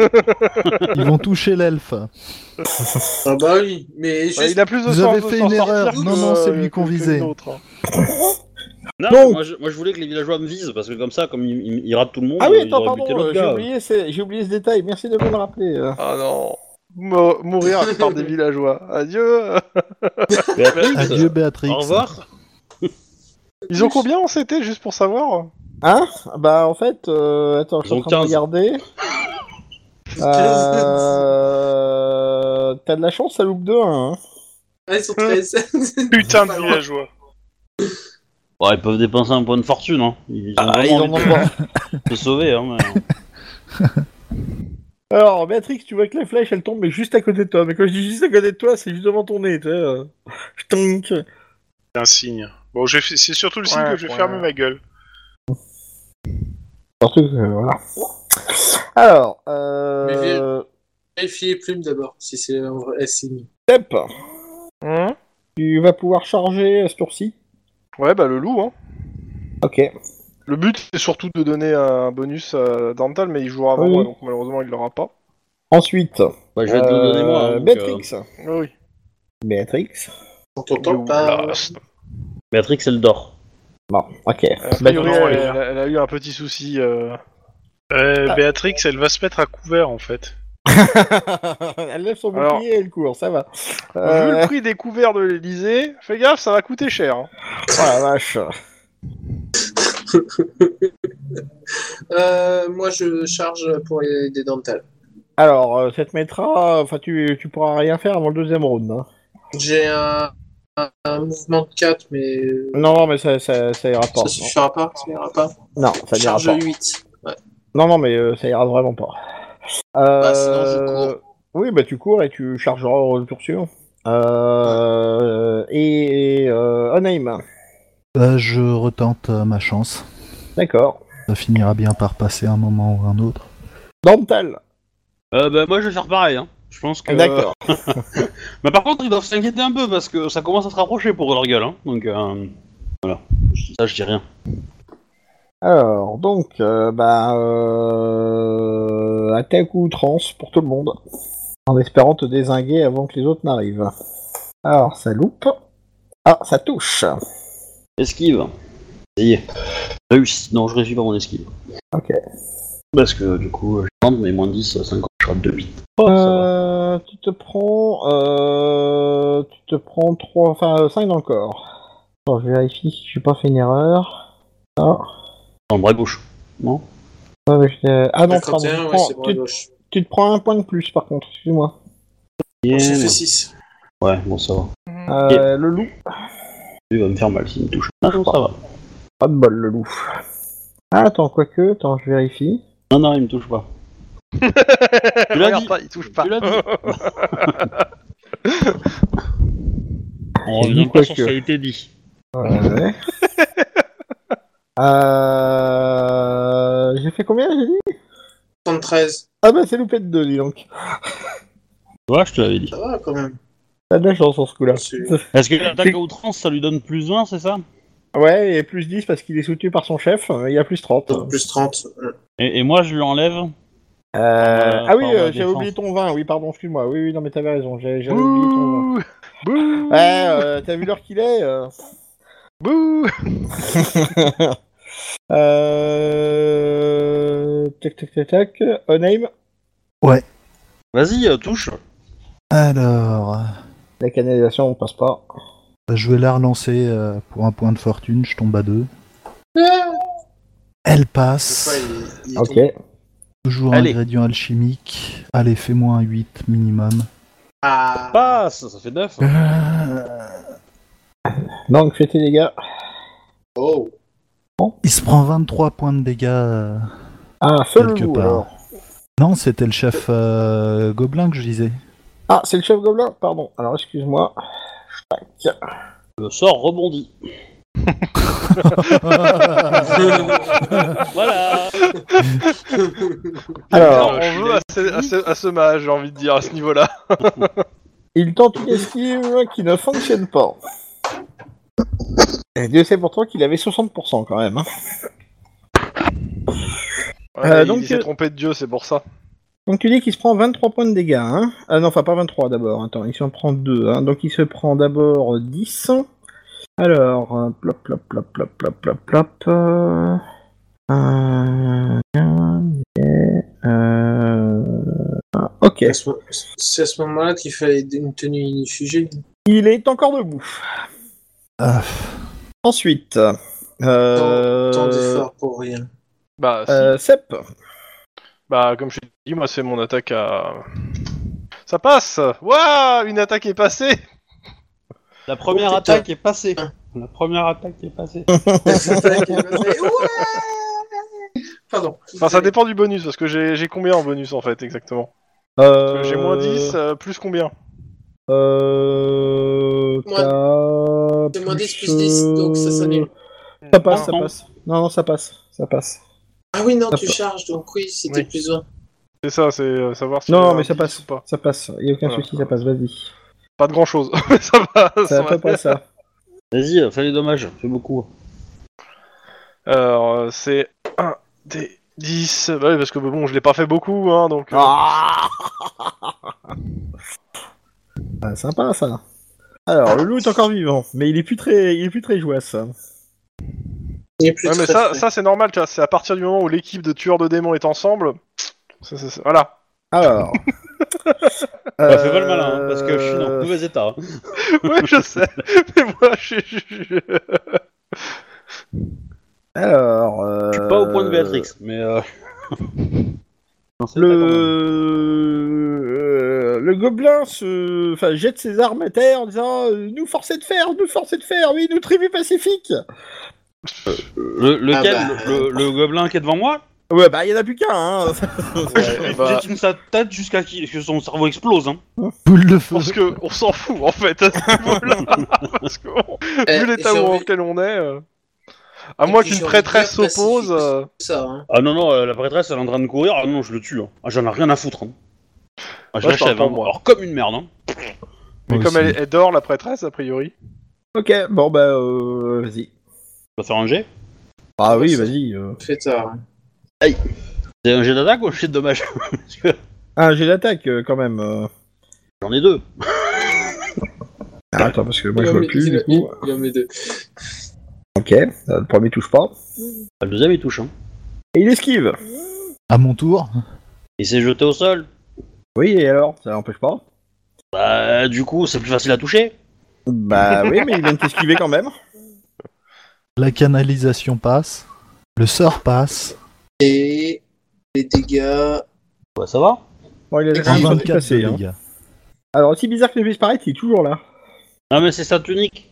[SPEAKER 6] Ils vont toucher l'elfe.
[SPEAKER 4] ah bah oui, mais
[SPEAKER 3] Bah,
[SPEAKER 4] juste...
[SPEAKER 3] il a plus de
[SPEAKER 6] Vous
[SPEAKER 3] sens
[SPEAKER 6] avez
[SPEAKER 3] de
[SPEAKER 6] fait
[SPEAKER 3] s'en
[SPEAKER 6] une
[SPEAKER 3] sortir
[SPEAKER 6] erreur.
[SPEAKER 3] que,
[SPEAKER 6] Non, non, c'est
[SPEAKER 3] euh,
[SPEAKER 6] lui
[SPEAKER 3] que-
[SPEAKER 6] qu'on
[SPEAKER 3] que
[SPEAKER 6] visait.
[SPEAKER 3] une autre, hein.
[SPEAKER 1] Non,
[SPEAKER 2] Donc-
[SPEAKER 1] moi, je, moi je voulais que les villageois me visent parce que comme ça, comme ils, ils- ils ratent tout le monde,
[SPEAKER 2] Ah oui,
[SPEAKER 1] euh, ils
[SPEAKER 2] attends,
[SPEAKER 1] auraient
[SPEAKER 2] pardon,
[SPEAKER 1] buté
[SPEAKER 2] euh,
[SPEAKER 1] l'autre
[SPEAKER 2] j'ai
[SPEAKER 1] gars.
[SPEAKER 2] oublié, ce- j'ai oublié ce détail. Merci de me le rappeler. euh.
[SPEAKER 3] Ah non. Mo- mourir par des villageois. Adieu.
[SPEAKER 1] Béatrix,
[SPEAKER 6] Adieu Béatrix.
[SPEAKER 1] Au revoir.
[SPEAKER 3] Ils ont combien en CT juste pour savoir
[SPEAKER 2] Hein Bah en fait, euh, attends, je
[SPEAKER 1] Ils
[SPEAKER 2] suis en
[SPEAKER 1] ont
[SPEAKER 2] train de
[SPEAKER 1] 15.
[SPEAKER 2] regarder. Euh, T'as de la chance, ça loupe 2 1. Hein.
[SPEAKER 4] Ah, ils sont 13.
[SPEAKER 5] Putain de
[SPEAKER 4] Pas loin.
[SPEAKER 5] villageois.
[SPEAKER 1] Bon, ils peuvent dépenser un point de fortune, hein. Ils ont
[SPEAKER 2] Ah, ils
[SPEAKER 1] vraiment
[SPEAKER 2] en
[SPEAKER 1] envie
[SPEAKER 2] ont pas.
[SPEAKER 1] de se sauver, hein. mais-
[SPEAKER 2] Alors, Béatrix, tu vois que la flèche, elle tombe mais juste à côté de toi. Mais quand je dis juste à côté de toi, c'est juste devant ton nez, tu sais. euh. Chtonk.
[SPEAKER 5] C'est un signe. Bon, je vais f- c'est surtout le signe
[SPEAKER 3] Ouais,
[SPEAKER 5] que je vais
[SPEAKER 3] ouais.
[SPEAKER 5] fermer ma gueule.
[SPEAKER 2] Surtout que, euh, voilà. Alors, euh...
[SPEAKER 4] Vérifiez les plumes d'abord, si c'est un vrai signe.
[SPEAKER 2] Step,
[SPEAKER 3] hein
[SPEAKER 2] tu vas pouvoir charger euh, ce tour-ci.
[SPEAKER 3] Ouais, bah le loup. Hein.
[SPEAKER 2] Ok.
[SPEAKER 3] Le but c'est surtout de donner un bonus à Dantal, mais il jouera avant
[SPEAKER 2] Oui.
[SPEAKER 3] moi, donc malheureusement il l'aura pas.
[SPEAKER 2] Ensuite,
[SPEAKER 1] Bah, je vais te le
[SPEAKER 2] euh,
[SPEAKER 1] donner moi. hein, donc, euh,
[SPEAKER 2] Béatrix.
[SPEAKER 3] Oui.
[SPEAKER 2] Béatrix.
[SPEAKER 4] On t'entend pas.
[SPEAKER 1] Béatrix, elle dort.
[SPEAKER 2] Bon, ok.
[SPEAKER 3] A
[SPEAKER 2] Bah,
[SPEAKER 3] priori,
[SPEAKER 5] non, non,
[SPEAKER 3] elle,
[SPEAKER 5] elle-
[SPEAKER 3] elle a eu un petit souci. euh.
[SPEAKER 5] Euh, Béatrix, elle va se mettre à couvert en fait.
[SPEAKER 2] elle lève son
[SPEAKER 3] Alors-
[SPEAKER 2] bouclier et elle court, ça va.
[SPEAKER 3] Vu
[SPEAKER 2] Euh,
[SPEAKER 3] le prix des couverts de l'Elysée, fais gaffe, ça va coûter cher. hein.
[SPEAKER 2] oh la vache.
[SPEAKER 4] Euh, moi, je charge pour aider Dental.
[SPEAKER 2] Alors, euh, ça te mettra... Enfin, tu, tu pourras rien faire avant le deuxième round. hein.
[SPEAKER 4] J'ai un, un- un mouvement de 4, mais euh,
[SPEAKER 2] Non, non, mais ça, ça, ça ira pas.
[SPEAKER 4] ça suffira pas. Ça ira pas.
[SPEAKER 2] Non, ça n'ira
[SPEAKER 4] Charge
[SPEAKER 2] pas.
[SPEAKER 4] 8. Ouais.
[SPEAKER 2] Non, non, mais euh, ça ira vraiment pas. Euh,
[SPEAKER 4] Bah, sinon, je
[SPEAKER 2] Oui, bah tu cours et tu chargeras au tour suivant. Euh, et euh, Onaim,
[SPEAKER 6] Bah, je retente euh, ma chance.
[SPEAKER 2] d'accord.
[SPEAKER 6] Ça finira bien par passer un moment ou un autre.
[SPEAKER 2] Dental, Euh,
[SPEAKER 1] Euh, bah, moi, je vais faire pareil, hein. Je pense que. euh,
[SPEAKER 2] d'accord.
[SPEAKER 1] Mais par contre, ils doivent s'inquiéter un peu parce que ça commence à se rapprocher pour leur gueule, hein. Donc, euh, voilà. Je- Ça, je dis rien.
[SPEAKER 2] Alors, donc, euh, bah, euh, attaque ou outrance pour tout le monde, en espérant te désinguer avant que les autres n'arrivent. Alors, ça loupe. Ah, ça touche.
[SPEAKER 1] Esquive. Essayez. Réussi. Non, je réussis pas mon esquive.
[SPEAKER 2] Ok.
[SPEAKER 1] Parce que du coup, je tente, mais moins 10, 50, je rate de 8. Oh, ça va.
[SPEAKER 2] Euh, tu te prends, euh, tu te prends trois, enfin 5 dans le corps. Attends, je vérifie si j'ai pas fait une erreur. Ah,
[SPEAKER 1] Dans le bras gauche. Non
[SPEAKER 2] ouais, mais j'étais- ah non, pardon.
[SPEAKER 4] 51,
[SPEAKER 2] tu,
[SPEAKER 4] ouais,
[SPEAKER 2] prends-
[SPEAKER 4] c'est bon, à
[SPEAKER 2] tu,
[SPEAKER 4] gauche.
[SPEAKER 2] tu te prends un point de plus par contre, excuse-moi.
[SPEAKER 1] Yeah,
[SPEAKER 2] Mmh.
[SPEAKER 4] J'ai
[SPEAKER 1] non.
[SPEAKER 4] fait 6.
[SPEAKER 1] Ouais, bon, ça va.
[SPEAKER 2] Euh, Le loup,
[SPEAKER 1] Il va me faire mal s'il me touche. Ah, non, ça va.
[SPEAKER 2] pas de bol le loup. Ah, attends, quoique, attends, je vérifie.
[SPEAKER 1] Non, non, il me touche pas. tu l'as dit
[SPEAKER 3] Regarde pas, il touche pas.
[SPEAKER 1] Tu l'as dit On
[SPEAKER 2] J'ai dit
[SPEAKER 1] revient
[SPEAKER 2] quoi
[SPEAKER 1] pas sur ce
[SPEAKER 2] que.
[SPEAKER 1] qui a été dit.
[SPEAKER 2] Ouais. euh, j'ai fait combien j'ai dit
[SPEAKER 4] 73.
[SPEAKER 2] Ah bah c'est loupé de 2 dis donc.
[SPEAKER 1] Ouais, je te l'avais dit.
[SPEAKER 4] Ça va quand même.
[SPEAKER 2] T'as de la chance en ce coup-là.
[SPEAKER 4] C'est-
[SPEAKER 1] Est-ce que l'attaque à outrance, ça lui donne plus 1, c'est ça
[SPEAKER 2] Ouais, et plus 10 parce qu'il est soutenu par son chef, euh, il y a plus 30.
[SPEAKER 4] Donc, plus 30. euh,
[SPEAKER 1] et, et moi, je lui enlève.
[SPEAKER 2] Euh, ah oui,
[SPEAKER 1] par la
[SPEAKER 2] euh, j'avais
[SPEAKER 1] défense.
[SPEAKER 2] oublié ton vin, oui, pardon, excuse-moi. Oui, oui, non, mais t'avais raison, j'ai- j'avais oublié ton vin.
[SPEAKER 3] Bouh Bouh
[SPEAKER 2] Ouais, euh, t'as vu l'heure qu'il est euh.
[SPEAKER 3] Bouh
[SPEAKER 2] Euh, Tac, tac, tac, tac. Euh, Onaim
[SPEAKER 1] Vas-y, euh, touche.
[SPEAKER 6] Alors,
[SPEAKER 2] La canalisation, on passe pas.
[SPEAKER 6] Bah, je vais la relancer euh, pour un point de fortune, je tombe à deux. Elle passe.
[SPEAKER 4] Des fois, il- il
[SPEAKER 2] Ok.
[SPEAKER 4] tombe.
[SPEAKER 6] Toujours
[SPEAKER 1] Allez.
[SPEAKER 6] ingrédient alchimique. Allez, fais-moi un 8 minimum.
[SPEAKER 4] Ah,
[SPEAKER 1] Passe, ça fait 9. Euh.
[SPEAKER 2] Donc, fais tes dégâts.
[SPEAKER 4] oh.
[SPEAKER 6] Il se prend 23 points de dégâts. euh.
[SPEAKER 2] Ah, feu le
[SPEAKER 6] Quelque
[SPEAKER 2] loup,
[SPEAKER 6] part.
[SPEAKER 2] alors.
[SPEAKER 6] Non, c'était le chef euh, gobelin que je disais.
[SPEAKER 2] Ah, c'est le chef gobelin Pardon. Alors, excuse-moi. Tac.
[SPEAKER 1] Le sort rebondit. Voilà
[SPEAKER 2] Alors,
[SPEAKER 3] Alors, on veut à ce, à ce- à ce mage, j'ai envie de dire, à ce niveau-là.
[SPEAKER 2] il tente une esquive qui ne fonctionne pas. Et Dieu sait pourtant qu'il avait 60% quand même. hein.
[SPEAKER 3] Ouais,
[SPEAKER 2] Euh,
[SPEAKER 3] il
[SPEAKER 2] donc,
[SPEAKER 3] s'est
[SPEAKER 2] euh,
[SPEAKER 3] trompé de Dieu, c'est pour ça.
[SPEAKER 2] Donc tu dis qu'il se prend 23 points de dégâts, hein Ah non, enfin pas 23 d'abord, attends, il s'en prend 2, hein Donc il se prend d'abord 10. Alors, euh, plop, plop, plop, plop, plop, plop, plop. euh, euh, euh, ah, ok.
[SPEAKER 4] C'est à ce mo- C'est à ce moment-là qu'il fallait une tenue inifugée.
[SPEAKER 2] Il est encore debout.
[SPEAKER 6] Ah,
[SPEAKER 2] Ensuite, euh,
[SPEAKER 4] Tant d'efforts pour rien.
[SPEAKER 3] Bah, si.
[SPEAKER 2] euh, Sep.
[SPEAKER 3] bah comme je t'ai dit, moi, c'est mon attaque à... Ça passe Waouh Une attaque est passée
[SPEAKER 1] La première
[SPEAKER 4] Oh, putain.
[SPEAKER 1] attaque est passée. La première attaque est passée.
[SPEAKER 4] Ouais. Pardon.
[SPEAKER 3] Enfin, ça dépend du bonus, parce que j'ai j'ai combien en bonus, en fait, exactement
[SPEAKER 2] Euh,
[SPEAKER 3] Parce que J'ai moins 10, euh, plus combien
[SPEAKER 2] Euh...
[SPEAKER 4] Moins-
[SPEAKER 2] t'as
[SPEAKER 4] C'est moins 10 plus 10, donc ça s'annule.
[SPEAKER 2] Ça passe, ça
[SPEAKER 1] Non.
[SPEAKER 2] passe. Non, non, ça passe, ça passe.
[SPEAKER 4] Ah oui, non, tu
[SPEAKER 2] Hop.
[SPEAKER 4] charges, donc oui, c'était
[SPEAKER 3] Oui.
[SPEAKER 4] plus 1.
[SPEAKER 3] C'est ça, c'est euh, savoir si...
[SPEAKER 2] Non,
[SPEAKER 3] j'ai un
[SPEAKER 2] mais ça
[SPEAKER 3] 10
[SPEAKER 2] passe.
[SPEAKER 3] ou pas.
[SPEAKER 2] Ça passe, il a aucun
[SPEAKER 3] Voilà.
[SPEAKER 2] souci, ça passe, vas-y.
[SPEAKER 3] Pas de grand-chose, mais ça passe.
[SPEAKER 2] C'est à peu près ça.
[SPEAKER 1] Vas-y, euh, fais les dommages, fais beaucoup.
[SPEAKER 3] Alors, euh, c'est 1 des 10. Bah oui, parce que bon, je l'ai pas fait beaucoup, hein, donc... euh,
[SPEAKER 2] Ah, sympa ça. Alors, le loup est encore vivant, mais il est plus très, il est plus très jouasse.
[SPEAKER 4] Il est plus
[SPEAKER 3] Ouais, mais
[SPEAKER 4] très
[SPEAKER 3] ça,
[SPEAKER 4] frais.
[SPEAKER 3] ça c'est normal, tu vois, c'est à partir du moment où l'équipe de tueurs de démons est ensemble. ça, ça, ça- voilà.
[SPEAKER 2] Alors.
[SPEAKER 1] Bah, fais pas le malin, hein, parce que je suis
[SPEAKER 2] Euh,
[SPEAKER 1] dans mauvais état. hein.
[SPEAKER 3] ouais, je sais. Mais moi, je, je- je-
[SPEAKER 2] Alors. euh,
[SPEAKER 1] Je suis pas au point de Béatrix, mais... euh, Non, c'est pas quand même.
[SPEAKER 2] Le... euh, le gobelin se... enfin, jette ses armes à terre en disant euh, Nous forcer de faire, nous forcer de faire, oui, nous tribu pacifique
[SPEAKER 1] Le, lequel
[SPEAKER 4] Ah bah.
[SPEAKER 1] le, le gobelin qui est devant moi
[SPEAKER 2] Ouais, bah, il y en a plus qu'un, hein
[SPEAKER 1] Eh
[SPEAKER 3] Ouais, bah,
[SPEAKER 1] J'estime sa tête jusqu'à ce que son cerveau explose. Hein.
[SPEAKER 6] boule de
[SPEAKER 3] je
[SPEAKER 6] feu.
[SPEAKER 3] pense que on s'en fout en fait à ce niveau-là. Parce que bon,
[SPEAKER 4] Eh,
[SPEAKER 3] vu l'état
[SPEAKER 4] j'ai
[SPEAKER 3] où-
[SPEAKER 4] envie-
[SPEAKER 3] auquel on est, euh, à
[SPEAKER 4] Et
[SPEAKER 3] moins
[SPEAKER 4] puis,
[SPEAKER 3] qu'une
[SPEAKER 4] j'ai envie
[SPEAKER 3] prêtresse
[SPEAKER 4] de dire
[SPEAKER 3] s'oppose.
[SPEAKER 4] pacifique.
[SPEAKER 3] euh,
[SPEAKER 4] ça, hein.
[SPEAKER 1] Ah non, non, euh, la prêtresse elle est en train de courir. Ah non, je le tue. hein. Ah, J'en ai rien à foutre. hein. Ah, je
[SPEAKER 3] Ouais, je
[SPEAKER 1] l'achève.
[SPEAKER 3] t'entends,
[SPEAKER 1] hein.
[SPEAKER 3] moi.
[SPEAKER 1] Alors, comme une merde. Hein.
[SPEAKER 3] Mais
[SPEAKER 6] Moi
[SPEAKER 3] comme
[SPEAKER 6] aussi.
[SPEAKER 3] elle, elle dort, la prêtresse, a priori.
[SPEAKER 2] Ok, bon, bah, euh, vas-y.
[SPEAKER 1] On va faire un jet.
[SPEAKER 2] Ah oui,
[SPEAKER 4] oui,
[SPEAKER 2] vas-y.
[SPEAKER 4] Fait tard.
[SPEAKER 1] C'est un jet d'attaque ou un jet de dommage Parce que
[SPEAKER 2] Ah, j'ai l'attaque euh, quand même. euh.
[SPEAKER 1] J'en ai deux.
[SPEAKER 2] Ah, attends, parce que moi
[SPEAKER 4] Il
[SPEAKER 2] je
[SPEAKER 4] en
[SPEAKER 2] vois
[SPEAKER 4] met-
[SPEAKER 2] plus
[SPEAKER 4] il
[SPEAKER 2] du hein.
[SPEAKER 4] en-
[SPEAKER 2] coup.
[SPEAKER 4] Il en met deux.
[SPEAKER 2] Ok, euh, le premier touche pas.
[SPEAKER 1] Ah, Le deuxième il touche. Hein.
[SPEAKER 2] Et il esquive
[SPEAKER 6] À mon tour.
[SPEAKER 1] Il s'est jeté au sol.
[SPEAKER 2] Oui, et alors Ça l'empêche pas
[SPEAKER 1] Bah, du coup, c'est plus facile à toucher.
[SPEAKER 2] Bah oui, mais il vient de t'esquiver quand même.
[SPEAKER 6] La canalisation passe. Le sort passe.
[SPEAKER 4] Et les dégâts.
[SPEAKER 1] Bah, ça va.
[SPEAKER 2] Bon, il a
[SPEAKER 4] Ah,
[SPEAKER 6] En
[SPEAKER 2] quand
[SPEAKER 4] il va
[SPEAKER 2] même
[SPEAKER 6] 24
[SPEAKER 2] dépassé.
[SPEAKER 6] de
[SPEAKER 2] Hein.
[SPEAKER 6] dégâts.
[SPEAKER 2] Alors, aussi bizarre que le vice paraît, il est toujours là.
[SPEAKER 1] Non, mais c'est sa tunique.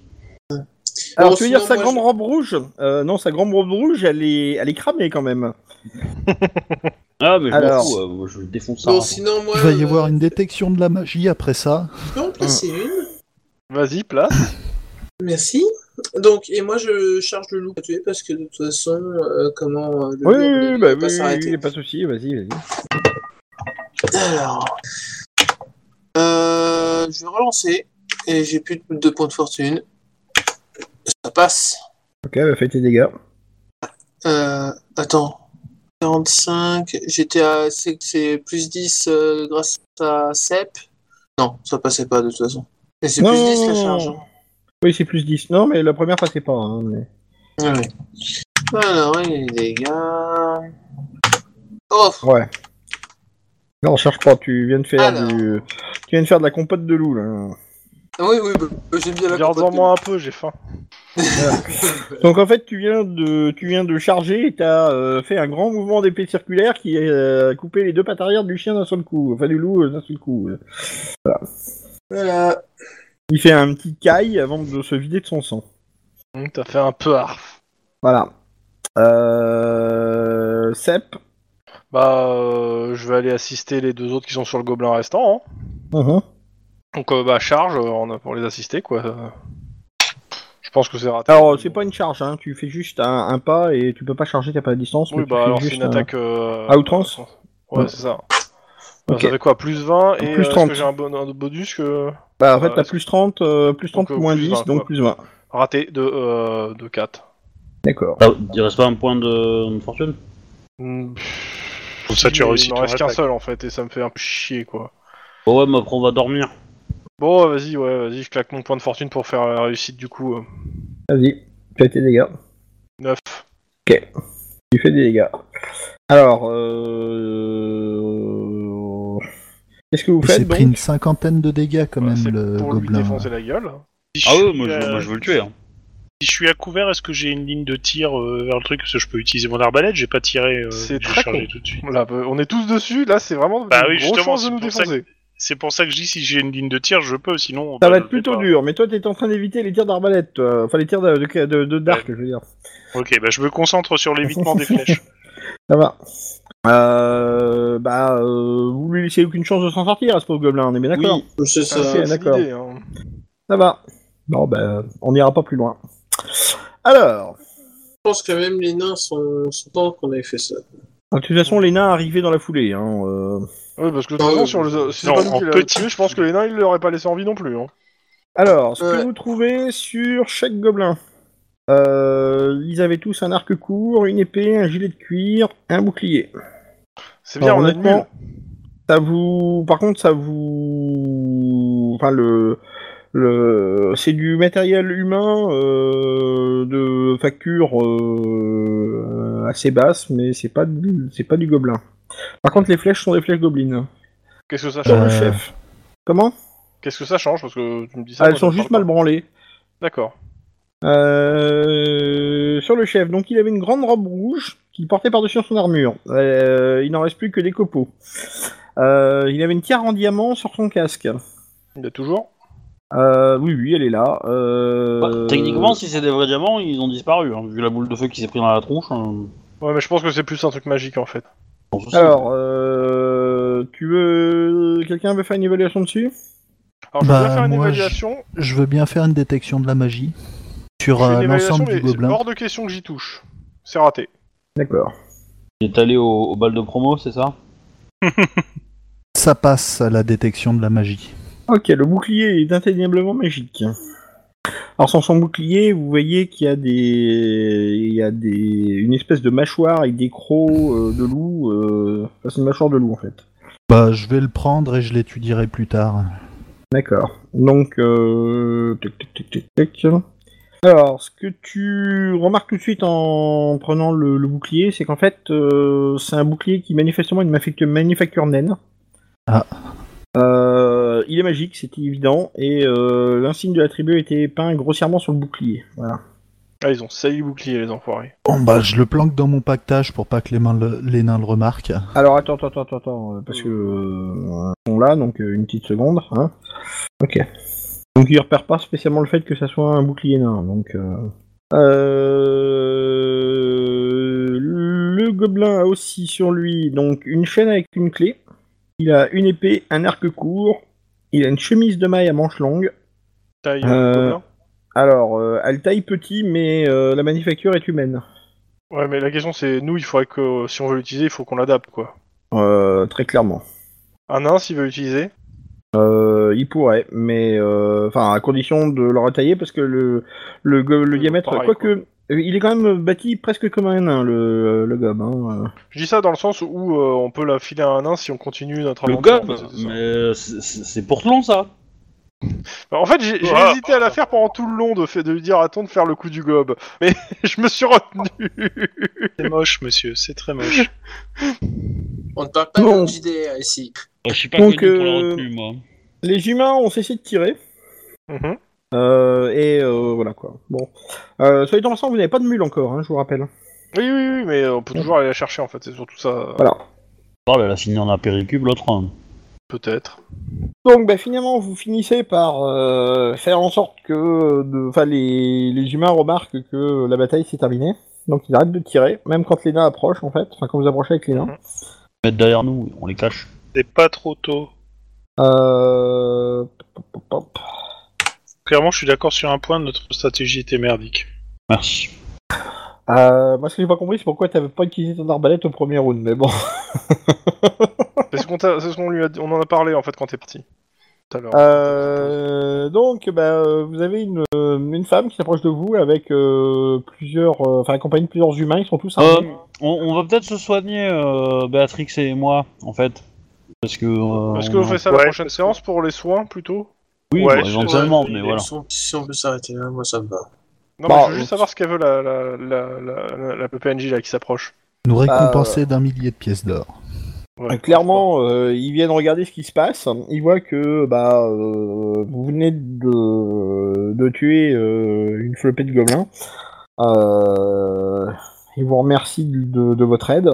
[SPEAKER 2] Alors,
[SPEAKER 4] Bon,
[SPEAKER 2] tu veux dire
[SPEAKER 4] sinon,
[SPEAKER 2] sa
[SPEAKER 4] moi,
[SPEAKER 2] grande
[SPEAKER 4] je-
[SPEAKER 2] robe rouge Euh, Non, sa grande robe rouge, elle est, elle est cramée quand même.
[SPEAKER 1] Ah, mais je m'en
[SPEAKER 2] Alors.
[SPEAKER 1] fous. euh, moi, je le défonce ça.
[SPEAKER 4] Bon, sinon, moi.
[SPEAKER 6] Il va y
[SPEAKER 4] euh,
[SPEAKER 6] avoir une détection de la magie après ça.
[SPEAKER 4] Je peux en placer
[SPEAKER 2] Hein.
[SPEAKER 4] une.
[SPEAKER 3] Vas-y, place.
[SPEAKER 4] Merci. Donc, et moi, je charge le loup à tuer parce que de toute façon, euh, comment. euh, le
[SPEAKER 2] Oui,
[SPEAKER 4] loup,
[SPEAKER 2] oui,
[SPEAKER 4] il
[SPEAKER 2] oui,
[SPEAKER 4] va
[SPEAKER 2] bah,
[SPEAKER 4] pas
[SPEAKER 2] oui,
[SPEAKER 4] s'arrêter.
[SPEAKER 2] oui, pas de souci, vas-y, vas-y.
[SPEAKER 4] Alors. Euh, je vais relancer. Et j'ai plus de deux points de fortune. Ça passe.
[SPEAKER 2] Ok, bah, fais tes dégâts.
[SPEAKER 4] Euh, attends. 45. J'étais à. C'est c'est plus 10 euh, grâce à CEP. Non, ça passait pas de toute façon. Et c'est
[SPEAKER 2] Non,
[SPEAKER 4] plus 10
[SPEAKER 2] non,
[SPEAKER 4] la
[SPEAKER 2] non,
[SPEAKER 4] charge. hein.
[SPEAKER 2] non. Oui, c'est plus 10. Non, mais la première passait pas. Hein, mais-
[SPEAKER 4] Ah oui. Alors, et les dégâts. Oh,
[SPEAKER 2] Ouais. Non, cherche pas, tu viens de faire
[SPEAKER 4] Alors.
[SPEAKER 3] Euh.
[SPEAKER 2] du... Tu viens de faire de la compote de loup, là.
[SPEAKER 4] Ah oui, oui, bah, bah, j'aime bien la
[SPEAKER 3] Garde-en
[SPEAKER 4] compote.
[SPEAKER 3] moi un peu, j'ai faim.
[SPEAKER 2] Donc en fait, tu viens de, tu viens de charger et t'as euh, fait un grand mouvement d'épée circulaire qui euh, a coupé les deux pattes arrière du chien d'un seul coup, enfin du loup euh, d'un seul coup.
[SPEAKER 4] Voilà.
[SPEAKER 2] Il fait un petit caille avant de se vider de son sang.
[SPEAKER 3] Hum, T'as fait un peu arf.
[SPEAKER 2] Voilà. Euh... Sep.
[SPEAKER 3] Bah, euh, je vais aller assister les deux autres qui sont sur le gobelin restant. hein. Donc, euh, bah, charge euh, en- pour les assister, quoi. Euh, Je pense que c'est raté.
[SPEAKER 2] Alors c'est pas une charge, hein. tu fais juste un, un pas et tu peux pas charger, t'as pas la distance. mais
[SPEAKER 3] Oui,
[SPEAKER 2] tu
[SPEAKER 3] bah,
[SPEAKER 2] fais
[SPEAKER 3] alors c'est
[SPEAKER 2] juste
[SPEAKER 3] une
[SPEAKER 2] un-
[SPEAKER 3] attaque. euh,
[SPEAKER 2] à outrance
[SPEAKER 3] euh, Ouais,
[SPEAKER 2] Ouais.
[SPEAKER 3] c'est ça. Bah,
[SPEAKER 2] Ok.
[SPEAKER 3] Ça fait quoi Plus 20 et
[SPEAKER 2] Plus
[SPEAKER 3] euh, est-ce
[SPEAKER 2] 30.
[SPEAKER 3] que j'ai un, bon, un bonus que.
[SPEAKER 2] Bah en fait
[SPEAKER 3] euh,
[SPEAKER 2] t'as plus 30, euh, plus 30
[SPEAKER 3] Donc, euh,
[SPEAKER 2] moins
[SPEAKER 3] plus
[SPEAKER 2] 10,
[SPEAKER 3] 20,
[SPEAKER 2] donc
[SPEAKER 3] quoi.
[SPEAKER 2] plus 20.
[SPEAKER 3] Raté de, euh, de 4.
[SPEAKER 2] D'accord.
[SPEAKER 1] Ah, Il reste pas un point de fortune
[SPEAKER 5] Pour ça, tu réussis
[SPEAKER 3] Hmm, euh, Il
[SPEAKER 5] ton
[SPEAKER 3] m'en reste qu'un
[SPEAKER 5] attaque.
[SPEAKER 3] seul en fait, et ça me fait un peu chier quoi.
[SPEAKER 1] Bon ouais, mais après on va dormir.
[SPEAKER 3] Bon, vas-y, ouais, vas-y, je claque mon point de fortune pour faire la réussite du coup. euh,
[SPEAKER 2] Vas-y, tu as tes dégâts.
[SPEAKER 3] 9.
[SPEAKER 2] Tu fais des dégâts. Alors, euh... qu'est-ce que vous
[SPEAKER 6] Il
[SPEAKER 2] faites
[SPEAKER 6] s'est
[SPEAKER 2] donc
[SPEAKER 6] pris une cinquantaine de dégâts quand
[SPEAKER 3] Voilà,
[SPEAKER 6] même,
[SPEAKER 3] c'est
[SPEAKER 6] le
[SPEAKER 3] pour lui
[SPEAKER 6] gobelin.
[SPEAKER 3] défoncer la gueule.
[SPEAKER 5] Si
[SPEAKER 1] Ah
[SPEAKER 5] je
[SPEAKER 1] ouais,
[SPEAKER 5] suis
[SPEAKER 1] moi je,
[SPEAKER 5] à-
[SPEAKER 1] moi, je veux le tuer. hein.
[SPEAKER 5] Euh, Si je suis à couvert, est-ce que j'ai une ligne de tir euh, vers le truc Parce que je peux utiliser mon arbalète, j'ai pas tiré. euh,
[SPEAKER 3] C'est
[SPEAKER 5] j'ai
[SPEAKER 3] très
[SPEAKER 5] chargé
[SPEAKER 3] con.
[SPEAKER 5] tout de suite.
[SPEAKER 3] Là, bah, on est tous dessus, là c'est vraiment
[SPEAKER 5] Bah oui,
[SPEAKER 3] une grosse
[SPEAKER 5] justement,
[SPEAKER 3] chance de
[SPEAKER 5] c'est
[SPEAKER 3] nous
[SPEAKER 5] pour ça que-
[SPEAKER 3] défoncer.
[SPEAKER 4] Ah,
[SPEAKER 5] C'est pour ça que je dis si j'ai une ligne de tir, je peux, sinon.
[SPEAKER 2] Ça
[SPEAKER 5] bah,
[SPEAKER 2] va
[SPEAKER 5] je
[SPEAKER 2] être
[SPEAKER 5] le fais
[SPEAKER 2] plutôt
[SPEAKER 5] pas.
[SPEAKER 2] dur, mais toi t'es en train d'éviter les tirs d'arbalète, toi. enfin les tirs de, de, de- de d'arc, je veux dire.
[SPEAKER 5] Ok, bah je me concentre sur l'évitement des flèches.
[SPEAKER 2] Ça va. Euh, bah, euh, vous lui laissez aucune chance de s'en sortir à ce pauvre gobelin, on est bien d'accord
[SPEAKER 4] C'est ça.
[SPEAKER 3] Ah,
[SPEAKER 2] c'est-
[SPEAKER 3] c'est
[SPEAKER 2] d'accord.
[SPEAKER 3] l'idée, hein.
[SPEAKER 2] Ça va. Bon, bah, on n'ira pas plus loin. Alors,
[SPEAKER 4] Je pense que même les nains sont, sont contents qu'on ait fait ça.
[SPEAKER 2] de toute façon, les nains arrivaient dans la foulée. Hein, euh.
[SPEAKER 3] Oui, parce que de toute
[SPEAKER 4] Non,
[SPEAKER 3] façon, si on
[SPEAKER 4] euh,
[SPEAKER 3] les a- si c'est
[SPEAKER 5] non,
[SPEAKER 3] pas nous
[SPEAKER 5] en
[SPEAKER 3] qui l'a
[SPEAKER 5] petit.
[SPEAKER 3] tué, je pense que les nains ils l'auraient pas laissé en vie non plus. hein.
[SPEAKER 2] Alors, ce que
[SPEAKER 4] Ouais.
[SPEAKER 2] vous trouvez sur chaque gobelin, euh, ils avaient tous un arc court, une épée, un gilet de cuir, un bouclier.
[SPEAKER 3] C'est bien,
[SPEAKER 6] Bah,
[SPEAKER 2] Alors,
[SPEAKER 3] on hein. est
[SPEAKER 2] honnêtement,
[SPEAKER 3] nul.
[SPEAKER 2] Ça vous, par contre, ça vous, enfin le, le, c'est du matériel humain euh, de facture euh, assez basse, mais c'est pas, du- c'est pas du gobelin. Par contre, les flèches sont des flèches gobelines.
[SPEAKER 3] Qu'est-ce que ça
[SPEAKER 2] Sur
[SPEAKER 3] change
[SPEAKER 2] le
[SPEAKER 6] Euh.
[SPEAKER 2] chef. Comment
[SPEAKER 3] Qu'est-ce que ça change Parce que tu me dis ça.
[SPEAKER 2] Ah,
[SPEAKER 3] moi,
[SPEAKER 2] Elles
[SPEAKER 3] je
[SPEAKER 2] sont
[SPEAKER 3] parle
[SPEAKER 2] juste
[SPEAKER 3] pas.
[SPEAKER 2] mal branlées.
[SPEAKER 3] D'accord.
[SPEAKER 2] Euh, sur le chef, donc il avait une grande robe rouge qu'il portait par-dessus son armure. Euh, il n'en reste plus que des copeaux. Euh, il avait une tiare en diamant sur son casque.
[SPEAKER 3] Il y a toujours.
[SPEAKER 2] Euh, oui, oui, elle est là. Euh,
[SPEAKER 1] Bah, techniquement, si c'est des vrais diamants, ils ont disparu. hein, vu la boule de feu qui s'est pris dans la tronche. hein,
[SPEAKER 3] Ouais, mais je pense que c'est plus un truc magique en fait.
[SPEAKER 1] sans souci.
[SPEAKER 2] Alors, euh, tu veux. Quelqu'un veut faire une évaluation dessus
[SPEAKER 3] Alors, je
[SPEAKER 6] Bah,
[SPEAKER 3] vais faire une
[SPEAKER 6] moi, je-
[SPEAKER 3] évaluation.
[SPEAKER 6] Je veux bien faire une détection de la magie
[SPEAKER 3] Je
[SPEAKER 6] sur
[SPEAKER 3] fais
[SPEAKER 6] euh,
[SPEAKER 3] une évaluation,
[SPEAKER 6] l'ensemble du
[SPEAKER 3] mais c'est
[SPEAKER 6] gobelin.
[SPEAKER 3] hors de question que j'y touche. C'est raté.
[SPEAKER 2] D'accord.
[SPEAKER 1] Il est allé au, au bal de promo, c'est ça
[SPEAKER 6] Ça passe à la détection de la magie.
[SPEAKER 2] Ok, le bouclier est indéniablement magique. Alors, sans son bouclier, vous voyez qu'il y a des. Il y a des. Une espèce de mâchoire avec des crocs euh, de loup. euh, Enfin, c'est une mâchoire de loup en fait.
[SPEAKER 6] Bah, je vais le prendre et je l'étudierai plus tard.
[SPEAKER 2] D'accord. Donc, euh... tic, tic, tic, tic, tic. Alors, ce que tu remarques tout de suite en prenant le, le bouclier, c'est qu'en fait, euh, c'est un bouclier qui manifestement est une manufacture, manufacture naine.
[SPEAKER 6] Ah.
[SPEAKER 2] Euh, il est magique, c'était évident, et euh, l'insigne de la tribu était peint grossièrement sur le bouclier. Voilà.
[SPEAKER 3] Ah, ils ont sailli le bouclier, les enfoirés.
[SPEAKER 6] Bon, bah, je le planque dans mon pactage pour pas que les, mains le- les nains le remarquent.
[SPEAKER 2] Alors, attends, attends, attends, attends, euh, parce que euh, ils sont là, donc euh, une petite seconde. Hein. Ok. Donc il repère pas spécialement le fait que ça soit un bouclier nain. Donc euh... Euh, le gobelin a aussi sur lui donc une chaîne avec une clé. Il a une épée, un arc court. Il a une chemise de maille à manches longues.
[SPEAKER 3] Taille.
[SPEAKER 2] Euh,
[SPEAKER 3] gobelin.
[SPEAKER 2] Alors, euh, elle taille petit, mais euh, la manufacture est humaine.
[SPEAKER 3] Ouais, mais la question c'est, nous, il faudrait que, si on veut l'utiliser, il faut qu'on l'adapte, quoi.
[SPEAKER 2] Euh, très clairement.
[SPEAKER 3] Un nain, s'il veut l'utiliser,
[SPEAKER 2] Euh, il pourrait, mais euh, enfin à condition de le retailler parce que le le, go- le
[SPEAKER 3] Oui,
[SPEAKER 2] diamètre,
[SPEAKER 3] pareil,
[SPEAKER 2] quoique, euh, il est quand même bâti presque comme un nain le le gob. Hein.
[SPEAKER 3] je dis ça dans le sens où euh, on peut la filer à un nain si on continue notre
[SPEAKER 1] Le
[SPEAKER 3] aventure,
[SPEAKER 1] gob
[SPEAKER 3] en fait, c'est ça.
[SPEAKER 1] Mais c'est- c'est c'est pour long, ça
[SPEAKER 3] Bah, En fait, j'ai j'ai
[SPEAKER 5] Ah.
[SPEAKER 3] hésité à la faire pendant tout le long de, fait, de lui dire attends de faire le coup du gob, mais je me suis retenu.
[SPEAKER 5] C'est moche, monsieur, c'est très moche.
[SPEAKER 4] On ne parle pas
[SPEAKER 2] Bon.
[SPEAKER 4] de JDR ici.
[SPEAKER 1] Je suis pas
[SPEAKER 2] Donc,
[SPEAKER 1] connu pour la
[SPEAKER 2] euh,
[SPEAKER 1] retenue, moi.
[SPEAKER 2] Les humains ont cessé de tirer.
[SPEAKER 3] Mhm.
[SPEAKER 2] Euh, et euh, voilà quoi. Bon. Euh, soyez dans le sens, vous n'avez pas de mule encore, hein, je vous rappelle.
[SPEAKER 3] Oui, oui, oui, mais on peut toujours aller la chercher en fait, c'est surtout ça,
[SPEAKER 2] Voilà.
[SPEAKER 1] parle, Oh, elle a fini en apéricube, l'autre. hein.
[SPEAKER 3] peut-être.
[SPEAKER 2] Donc bah, finalement, vous finissez par euh, faire en sorte que euh, de- enfin, les, les humains remarquent que la bataille s'est terminée. Donc ils arrêtent de tirer, même quand les nains approchent en fait, enfin quand vous approchez avec les nains.
[SPEAKER 1] Mettre derrière nous, on les cache.
[SPEAKER 5] C'est pas trop tôt.
[SPEAKER 2] Euh... pop, pop, pop.
[SPEAKER 5] Clairement, je suis d'accord sur un point, notre stratégie était merdique.
[SPEAKER 1] Merci.
[SPEAKER 2] Euh, moi ce que j'ai pas compris c'est pourquoi t'avais pas utilisé ton arbalète au premier round, mais bon.
[SPEAKER 3] C'est ce qu'on t'a- c'est ce qu'on lui a dit- on en a parlé en fait quand t'es parti. Tout à l'heure.
[SPEAKER 2] Ah, Euh, donc, bah, euh, vous avez une, euh, une femme qui s'approche de vous avec euh, plusieurs, euh, enfin, accompagnée de plusieurs humains. Ils sont tous
[SPEAKER 1] Euh,
[SPEAKER 2] armés.
[SPEAKER 1] on, on va peut-être se soigner, euh, Béatrix et moi, en fait. Parce que. euh,
[SPEAKER 3] Est-ce que
[SPEAKER 1] on
[SPEAKER 3] vous
[SPEAKER 1] a-
[SPEAKER 3] faites ça
[SPEAKER 5] Ouais.
[SPEAKER 3] la prochaine séance pour les soins plutôt
[SPEAKER 1] Oui,
[SPEAKER 5] Ouais,
[SPEAKER 1] bah,
[SPEAKER 5] je-
[SPEAKER 1] éventuellement,
[SPEAKER 5] ouais,
[SPEAKER 1] mais
[SPEAKER 5] il
[SPEAKER 1] voilà.
[SPEAKER 4] Si on- Si on peut s'arrêter là, moi ça me va.
[SPEAKER 3] Non,
[SPEAKER 2] Bah,
[SPEAKER 3] mais je veux
[SPEAKER 2] euh,
[SPEAKER 3] juste savoir ce qu'elle veut la, la, la, la, la, la PNJ là qui s'approche.
[SPEAKER 6] Nous récompenser d'un millier de pièces d'or.
[SPEAKER 3] Ouais.
[SPEAKER 2] Clairement, euh, ils viennent regarder ce qui se passe. Ils voient que bah, euh, vous venez de, de tuer euh, une flopée de gobelins. Euh, ils vous remercient de, de- de votre aide.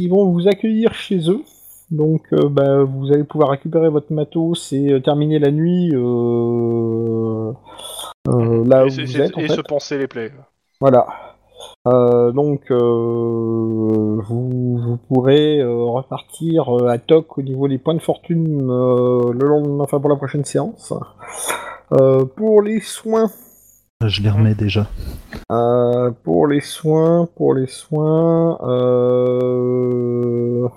[SPEAKER 2] Ils vont vous accueillir chez eux. Donc, euh, bah, vous allez pouvoir récupérer votre matos et euh, terminer la nuit euh, euh, là où
[SPEAKER 3] et, c'est-
[SPEAKER 2] vous
[SPEAKER 3] c'est-
[SPEAKER 2] êtes. en
[SPEAKER 3] et
[SPEAKER 2] fait.
[SPEAKER 3] se penser les plaies.
[SPEAKER 2] Voilà. Euh, donc, euh, vous, vous pourrez euh, repartir euh, à toc au niveau des points de fortune euh, le lendemain, enfin pour la prochaine séance. Euh, pour les soins,
[SPEAKER 6] Je les
[SPEAKER 3] Hum.
[SPEAKER 6] remets déjà.
[SPEAKER 2] euh, pour les soins, pour les soins. Euh...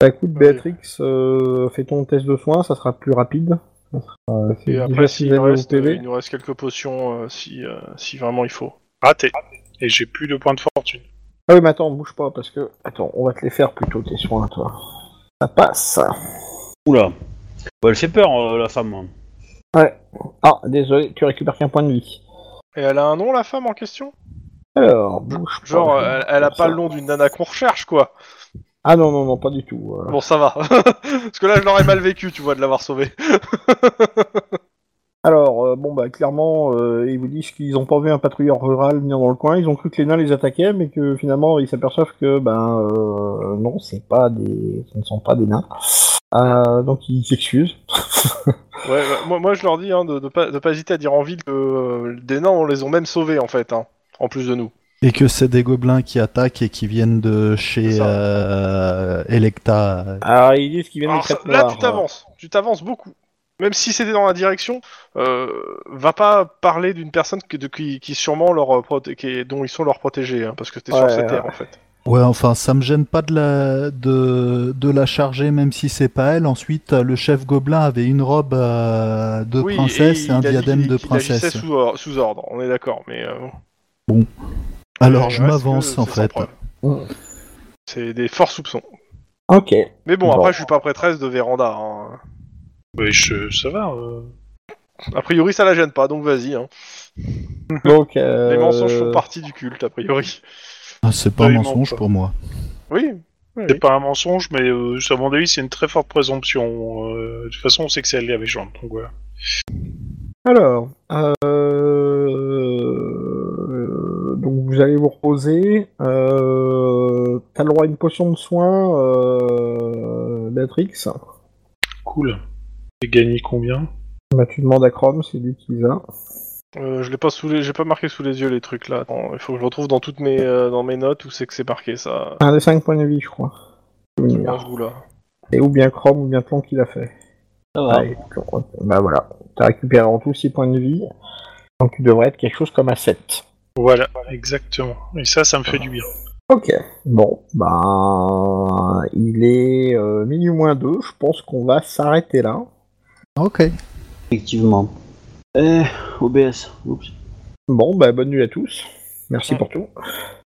[SPEAKER 2] Bah écoute, Béatrix, euh, fais ton test de soins, ça sera plus rapide. Ça sera- c'est
[SPEAKER 3] Et
[SPEAKER 2] déjà
[SPEAKER 3] après,
[SPEAKER 2] six
[SPEAKER 3] s'il
[SPEAKER 2] années au
[SPEAKER 3] reste,
[SPEAKER 2] PV.
[SPEAKER 3] euh, il nous reste quelques potions euh, si, euh, si vraiment il faut.
[SPEAKER 5] Raté. Ah, Et j'ai plus de points de fortune.
[SPEAKER 2] Ah oui, mais attends, bouge pas, parce que. Attends, on va te les faire plutôt, tes soins, toi. Ça passe.
[SPEAKER 1] Oula. Ouais, elle fait peur, euh, la femme.
[SPEAKER 2] Ah, désolé, tu récupères qu'un point de vie.
[SPEAKER 3] Et elle a un nom, la femme en question
[SPEAKER 2] Alors, bouge pas.
[SPEAKER 3] Genre, elle, elle a
[SPEAKER 2] Ça.
[SPEAKER 3] pas le nom d'une nana qu'on recherche, quoi.
[SPEAKER 2] Ah non, non, non, pas du tout. euh.
[SPEAKER 3] Bon, ça va. Parce que là, je l'aurais mal vécu, tu vois, de l'avoir sauvée.
[SPEAKER 2] Alors, euh, bon, bah, clairement, euh, ils vous disent qu'ils ont pas vu un patrouilleur rural venir dans le coin, ils ont cru que les nains les attaquaient, mais que finalement, ils s'aperçoivent que, ben, euh, non, c'est pas des. Ce ne sont pas des nains. Euh, donc, ils s'excusent.
[SPEAKER 3] Ouais, bah, moi, moi, je leur dis hein, de, de pas, de pas hésiter à dire en ville que euh, des nains, on les ont même sauvés, en fait, hein, en plus de nous.
[SPEAKER 6] Et que c'est des gobelins qui attaquent et qui viennent de
[SPEAKER 3] C'est
[SPEAKER 6] chez
[SPEAKER 3] ça.
[SPEAKER 6] euh, Electa.
[SPEAKER 2] Alors, ils disent qu'ils viennent
[SPEAKER 3] Alors,
[SPEAKER 2] des
[SPEAKER 3] ça-
[SPEAKER 2] crêpes
[SPEAKER 3] là,
[SPEAKER 2] noires,
[SPEAKER 3] tu t'avances. Tu t'avances beaucoup. Même si c'était dans la direction, euh, va pas parler d'une personne que, de, qui, qui sûrement leur euh, proté- qui est- dont ils sont leurs protégés, hein, parce que t'es sur
[SPEAKER 2] Ouais,
[SPEAKER 3] ces
[SPEAKER 2] ouais.
[SPEAKER 3] terres, en fait.
[SPEAKER 6] Ouais, enfin, ça me gêne pas de la, de, de la charger, même si c'est pas elle. Ensuite, euh, le chef gobelin avait une robe euh, de
[SPEAKER 3] Oui,
[SPEAKER 6] princesse et
[SPEAKER 3] il
[SPEAKER 6] un
[SPEAKER 3] a dit
[SPEAKER 6] diadème
[SPEAKER 3] qu'il-
[SPEAKER 6] de
[SPEAKER 3] qu'il agissait
[SPEAKER 6] princesse.
[SPEAKER 3] Sous, or- sous ordre, on est d'accord, mais. euh,
[SPEAKER 6] Alors,
[SPEAKER 3] le
[SPEAKER 6] je
[SPEAKER 3] reste,
[SPEAKER 6] m'avance,
[SPEAKER 3] euh,
[SPEAKER 6] en
[SPEAKER 3] c'est sans
[SPEAKER 6] fait.
[SPEAKER 3] preuve.
[SPEAKER 2] euh.
[SPEAKER 3] C'est des forts soupçons.
[SPEAKER 2] Ok.
[SPEAKER 3] Mais bon,
[SPEAKER 2] Bon.
[SPEAKER 3] après, je suis pas prêtresse de Véranda. hein.
[SPEAKER 5] Ouais, je, ça va. euh.
[SPEAKER 3] A priori, ça la gêne pas, donc vas-y. hein.
[SPEAKER 2] Donc, euh...
[SPEAKER 3] Les mensonges font partie du culte, a priori.
[SPEAKER 6] Ah, c'est pas un
[SPEAKER 5] Absolument
[SPEAKER 6] mensonge
[SPEAKER 5] pas.
[SPEAKER 6] pour moi.
[SPEAKER 3] Oui,
[SPEAKER 5] C'est pas un mensonge, mais euh, à mon avis, c'est une très forte présomption. euh, de toute façon, on sait que c'est elle avec Jean, donc voilà.
[SPEAKER 2] Alors, euh, euh, donc vous allez vous reposer. Euh, T'as le droit à une potion de soin, euh, Datrix.
[SPEAKER 5] Cool. J'ai gagné combien
[SPEAKER 2] Bah, tu demandes à Chrome, c'est lui qui les a.
[SPEAKER 3] Euh, je l'ai pas sous les... j'ai pas marqué sous les yeux les trucs là. Attends, il faut que je retrouve dans toutes mes euh, dans mes notes où c'est que c'est marqué ça.
[SPEAKER 2] Un des 5 points de vie, je crois.
[SPEAKER 3] Dans ce goût-là.
[SPEAKER 2] Et ou bien Chrome ou bien Tlon qui l'a fait.
[SPEAKER 1] Ça va.
[SPEAKER 2] Ouais, Tlon. bah voilà. T'as récupéré en tout 6 points de vie. Donc tu devrais être quelque chose comme à 7.
[SPEAKER 5] Voilà, exactement. Et ça, ça me fait du bien.
[SPEAKER 2] Ok. Bon, bah il est euh, minuit moins 2. Je pense qu'on va s'arrêter là.
[SPEAKER 6] Ok.
[SPEAKER 1] Effectivement. Eh, OBS. Oups.
[SPEAKER 2] Bon, bah, bonne nuit à tous. Merci
[SPEAKER 3] Mm.
[SPEAKER 2] pour tout.